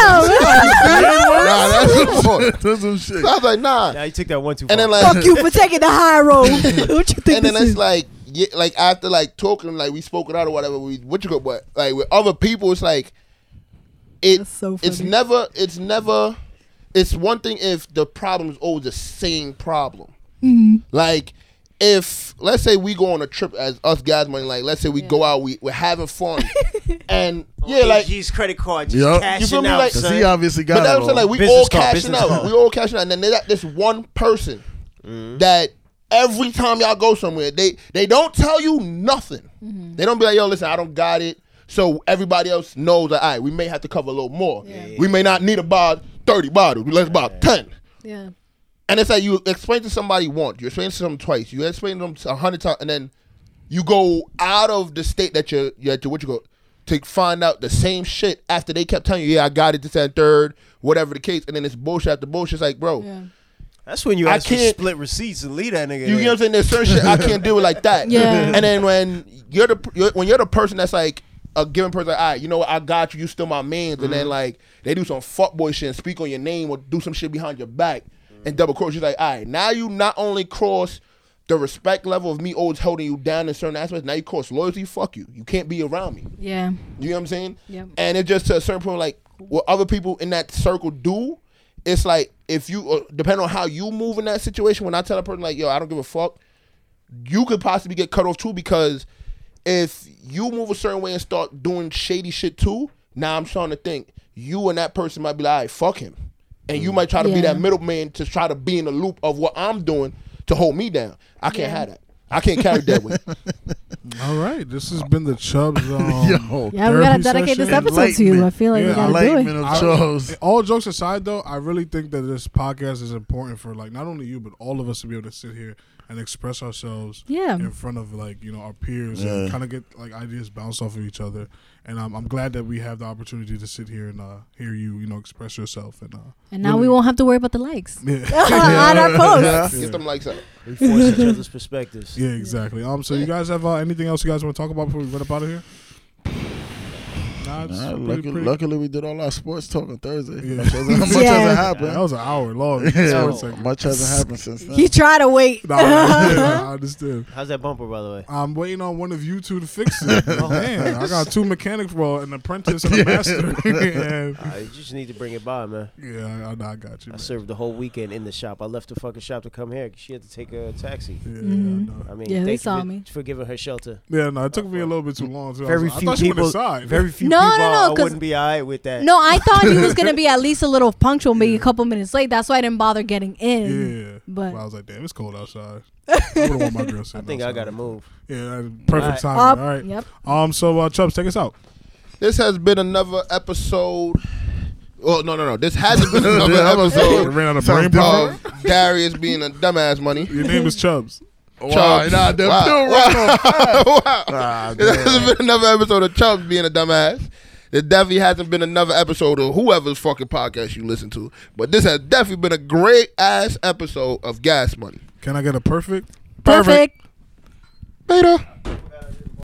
[SPEAKER 2] [LAUGHS]
[SPEAKER 3] Like,
[SPEAKER 4] Damn.
[SPEAKER 3] nah, that's [LAUGHS] the
[SPEAKER 2] [LAUGHS]
[SPEAKER 3] point.
[SPEAKER 2] That's some shit.
[SPEAKER 3] So I was like, nah.
[SPEAKER 5] Now you took that one too far.
[SPEAKER 3] And then like,
[SPEAKER 4] [LAUGHS] Fuck you for taking the high
[SPEAKER 1] [LAUGHS]
[SPEAKER 4] road. what you think
[SPEAKER 3] and then
[SPEAKER 4] this
[SPEAKER 3] it's
[SPEAKER 4] is?
[SPEAKER 3] like, yeah, like after like talking, like we spoke it out or whatever. We what you go, but like with other people, it's like, it.
[SPEAKER 4] That's so
[SPEAKER 3] It's
[SPEAKER 4] funny.
[SPEAKER 3] never. It's never. It's one thing if the problem is always the same problem.
[SPEAKER 4] Mm-hmm.
[SPEAKER 3] Like if let's say we go on a trip as us guys, money. Like let's say we go out, we we're having
[SPEAKER 4] [LAUGHS]
[SPEAKER 3] fun, and yeah, like
[SPEAKER 5] AG's credit card just
[SPEAKER 2] Yup.
[SPEAKER 5] cashing
[SPEAKER 3] You feel me?
[SPEAKER 5] out,
[SPEAKER 3] Like-
[SPEAKER 2] Cause
[SPEAKER 5] son.
[SPEAKER 2] he obviously got
[SPEAKER 3] But that's
[SPEAKER 2] it.
[SPEAKER 3] what I'm
[SPEAKER 2] all.
[SPEAKER 3] saying. Like we
[SPEAKER 5] Business
[SPEAKER 3] all
[SPEAKER 5] card,
[SPEAKER 3] cashing
[SPEAKER 5] business
[SPEAKER 3] out.
[SPEAKER 5] card.
[SPEAKER 3] We all cashing out. And then they got this one person
[SPEAKER 2] Mm-hmm.
[SPEAKER 3] that every time y'all go somewhere, they they don't tell you nothing. They don't be like, yo, listen, I don't got it. So everybody else knows that all right, we may have to cover a little more. We may not need about thirty bottles. Let's buy ten.
[SPEAKER 4] yeah.
[SPEAKER 3] And it's like you explain to somebody once, you explain to them twice, you explain to them a hundred times, and then you go out of the state that you're, you're at, what you go to find out the same shit after they kept telling you, yeah, I got it, this, that, third, whatever the case, and then it's bullshit after bullshit. It's like, bro,
[SPEAKER 4] Yeah.
[SPEAKER 5] That's when you
[SPEAKER 3] I
[SPEAKER 5] ask for
[SPEAKER 3] can't-
[SPEAKER 5] split receipts and leave that nigga.
[SPEAKER 3] you know
[SPEAKER 5] there.
[SPEAKER 3] what I'm saying? There's certain shit I can't deal with like that.
[SPEAKER 4] Yeah.
[SPEAKER 3] And then when you're the you're, when you're the person that's like a given person, like, all right, you know what, I got you, you still my man. And then like they do some fuckboy shit and speak on your name or do some shit behind your back and double cross. You're like, all right, now you not only cross the respect level of me always holding you down in certain aspects, now you cross loyalty. Fuck you. You can't be around me.
[SPEAKER 4] Yeah.
[SPEAKER 3] You know what I'm saying?
[SPEAKER 4] Yep.
[SPEAKER 3] And it just to a certain point, like what other people in that circle do, it's like if you uh, depend on how you move in that situation. When I tell a person like, "Yo, I don't give a fuck," you could possibly get cut off too because if you move a certain way and start doing shady shit too, now I'm starting to think you and that person might be like, "All right, fuck him," and you might try to be
[SPEAKER 4] Yeah.
[SPEAKER 3] that middleman to try to be in the
[SPEAKER 4] [LAUGHS]
[SPEAKER 3] loop of what I'm doing to hold me down. I can't have that. I can't carry that weight.
[SPEAKER 1] All right, this has been the Chubbs. Um,
[SPEAKER 2] Yo.
[SPEAKER 4] Yeah, we gotta
[SPEAKER 1] therapy
[SPEAKER 4] dedicate this
[SPEAKER 1] session.
[SPEAKER 4] episode to you. I feel like
[SPEAKER 1] Yeah,
[SPEAKER 4] we gotta do
[SPEAKER 2] Enlightenment
[SPEAKER 4] it.
[SPEAKER 2] of
[SPEAKER 1] I-
[SPEAKER 2] shows.
[SPEAKER 1] All jokes aside, though, I really think that this podcast is important for like not only you but all of us to be able to sit here and express ourselves.
[SPEAKER 4] Yeah.
[SPEAKER 1] In front of like you know our peers
[SPEAKER 2] Yeah.
[SPEAKER 1] and kind of get like ideas bounced off of each other. And um, I'm glad that we have the opportunity to sit here and uh, hear you you know express yourself and uh,
[SPEAKER 4] And now we won't have to worry about the [LAUGHS] likes
[SPEAKER 1] yeah.
[SPEAKER 4] on our posts.
[SPEAKER 3] Get them likes up.
[SPEAKER 5] We force each
[SPEAKER 3] [LAUGHS]
[SPEAKER 5] other's perspectives.
[SPEAKER 1] [LAUGHS] Yeah, exactly. Um, so you guys have uh, anything else you guys want to talk about before we run up out of here? Nah, it's
[SPEAKER 2] Nah,
[SPEAKER 1] pretty-
[SPEAKER 2] luckily,
[SPEAKER 1] pretty-
[SPEAKER 2] luckily, we did all our sports talk on Thursday.
[SPEAKER 1] Yeah.
[SPEAKER 2] Much
[SPEAKER 3] [LAUGHS]
[SPEAKER 2] hasn't, much
[SPEAKER 4] Yeah.
[SPEAKER 2] hasn't
[SPEAKER 1] That
[SPEAKER 2] happened.
[SPEAKER 1] was an hour
[SPEAKER 2] [LAUGHS]
[SPEAKER 1] long.
[SPEAKER 2] Yeah,
[SPEAKER 1] Sports segment.
[SPEAKER 2] much hasn't happened since then. [LAUGHS]
[SPEAKER 3] [LAUGHS]
[SPEAKER 4] He tried to
[SPEAKER 1] [LAUGHS]
[SPEAKER 4] wait.
[SPEAKER 1] Nah, I
[SPEAKER 4] [LAUGHS]
[SPEAKER 1] understand. I understand.
[SPEAKER 5] How's that bumper, by the way?
[SPEAKER 1] I'm waiting on one of you two to fix it. Oh, Man, I got two mechanics, well, an apprentice and a master. [LAUGHS] and,
[SPEAKER 5] I just need to bring it by, man.
[SPEAKER 1] yeah, I, I got you.
[SPEAKER 5] I
[SPEAKER 1] man.
[SPEAKER 5] served the whole weekend in the shop. I left the fucking shop to come here. She had to take a taxi.
[SPEAKER 1] Yeah, yeah, I know.
[SPEAKER 5] I mean,
[SPEAKER 4] Yeah, they
[SPEAKER 5] thank you
[SPEAKER 4] saw
[SPEAKER 5] for,
[SPEAKER 4] me.
[SPEAKER 5] for giving her shelter.
[SPEAKER 1] Yeah, no, it took me a little bit too long. Too. I was
[SPEAKER 5] Very
[SPEAKER 1] like, I
[SPEAKER 5] few
[SPEAKER 1] thought you went
[SPEAKER 5] people.
[SPEAKER 1] inside.
[SPEAKER 5] Very few
[SPEAKER 4] No, no,
[SPEAKER 5] people.
[SPEAKER 4] no,
[SPEAKER 5] I
[SPEAKER 4] 'cause-
[SPEAKER 5] wouldn't be alright with that.
[SPEAKER 4] No, I thought he
[SPEAKER 1] [LAUGHS]
[SPEAKER 4] was gonna be at least a little punctual, maybe a couple minutes late. That's why I didn't bother getting
[SPEAKER 1] [LAUGHS]
[SPEAKER 4] in.
[SPEAKER 1] yeah.
[SPEAKER 4] But-
[SPEAKER 1] I was like, damn, it's cold
[SPEAKER 5] [LAUGHS]
[SPEAKER 1] outside. I wouldn't want my girl
[SPEAKER 5] I
[SPEAKER 1] sitting
[SPEAKER 5] think I
[SPEAKER 1] outside.
[SPEAKER 5] gotta move.
[SPEAKER 1] Yeah, that's perfect
[SPEAKER 5] All
[SPEAKER 1] timing.
[SPEAKER 4] Up.
[SPEAKER 1] All right.
[SPEAKER 4] Yep.
[SPEAKER 1] Um, so uh, Chubbs, take us out.
[SPEAKER 3] This has been another episode. Oh no no no! This hasn't [LAUGHS] been another
[SPEAKER 2] Yeah, I'm about to say,
[SPEAKER 3] [LAUGHS] episode
[SPEAKER 1] Ran out of
[SPEAKER 2] Sounds
[SPEAKER 1] brain power.
[SPEAKER 3] of Darius being a dumbass money.
[SPEAKER 1] Your name
[SPEAKER 5] [LAUGHS]
[SPEAKER 1] is Chubbs.
[SPEAKER 2] Wow,
[SPEAKER 3] Chubbs.
[SPEAKER 2] nah, that
[SPEAKER 3] Wow.
[SPEAKER 2] feel
[SPEAKER 3] [LAUGHS] wow.
[SPEAKER 2] Ah,
[SPEAKER 3] This
[SPEAKER 2] damn.
[SPEAKER 3] hasn't been another episode of Chubbs being a dumbass. There definitely hasn't been another episode of whoever's fucking podcast you listen to. But this has definitely been a great ass episode of Gas Money.
[SPEAKER 1] Can I get a perfect?
[SPEAKER 4] Perfect.
[SPEAKER 3] Beta.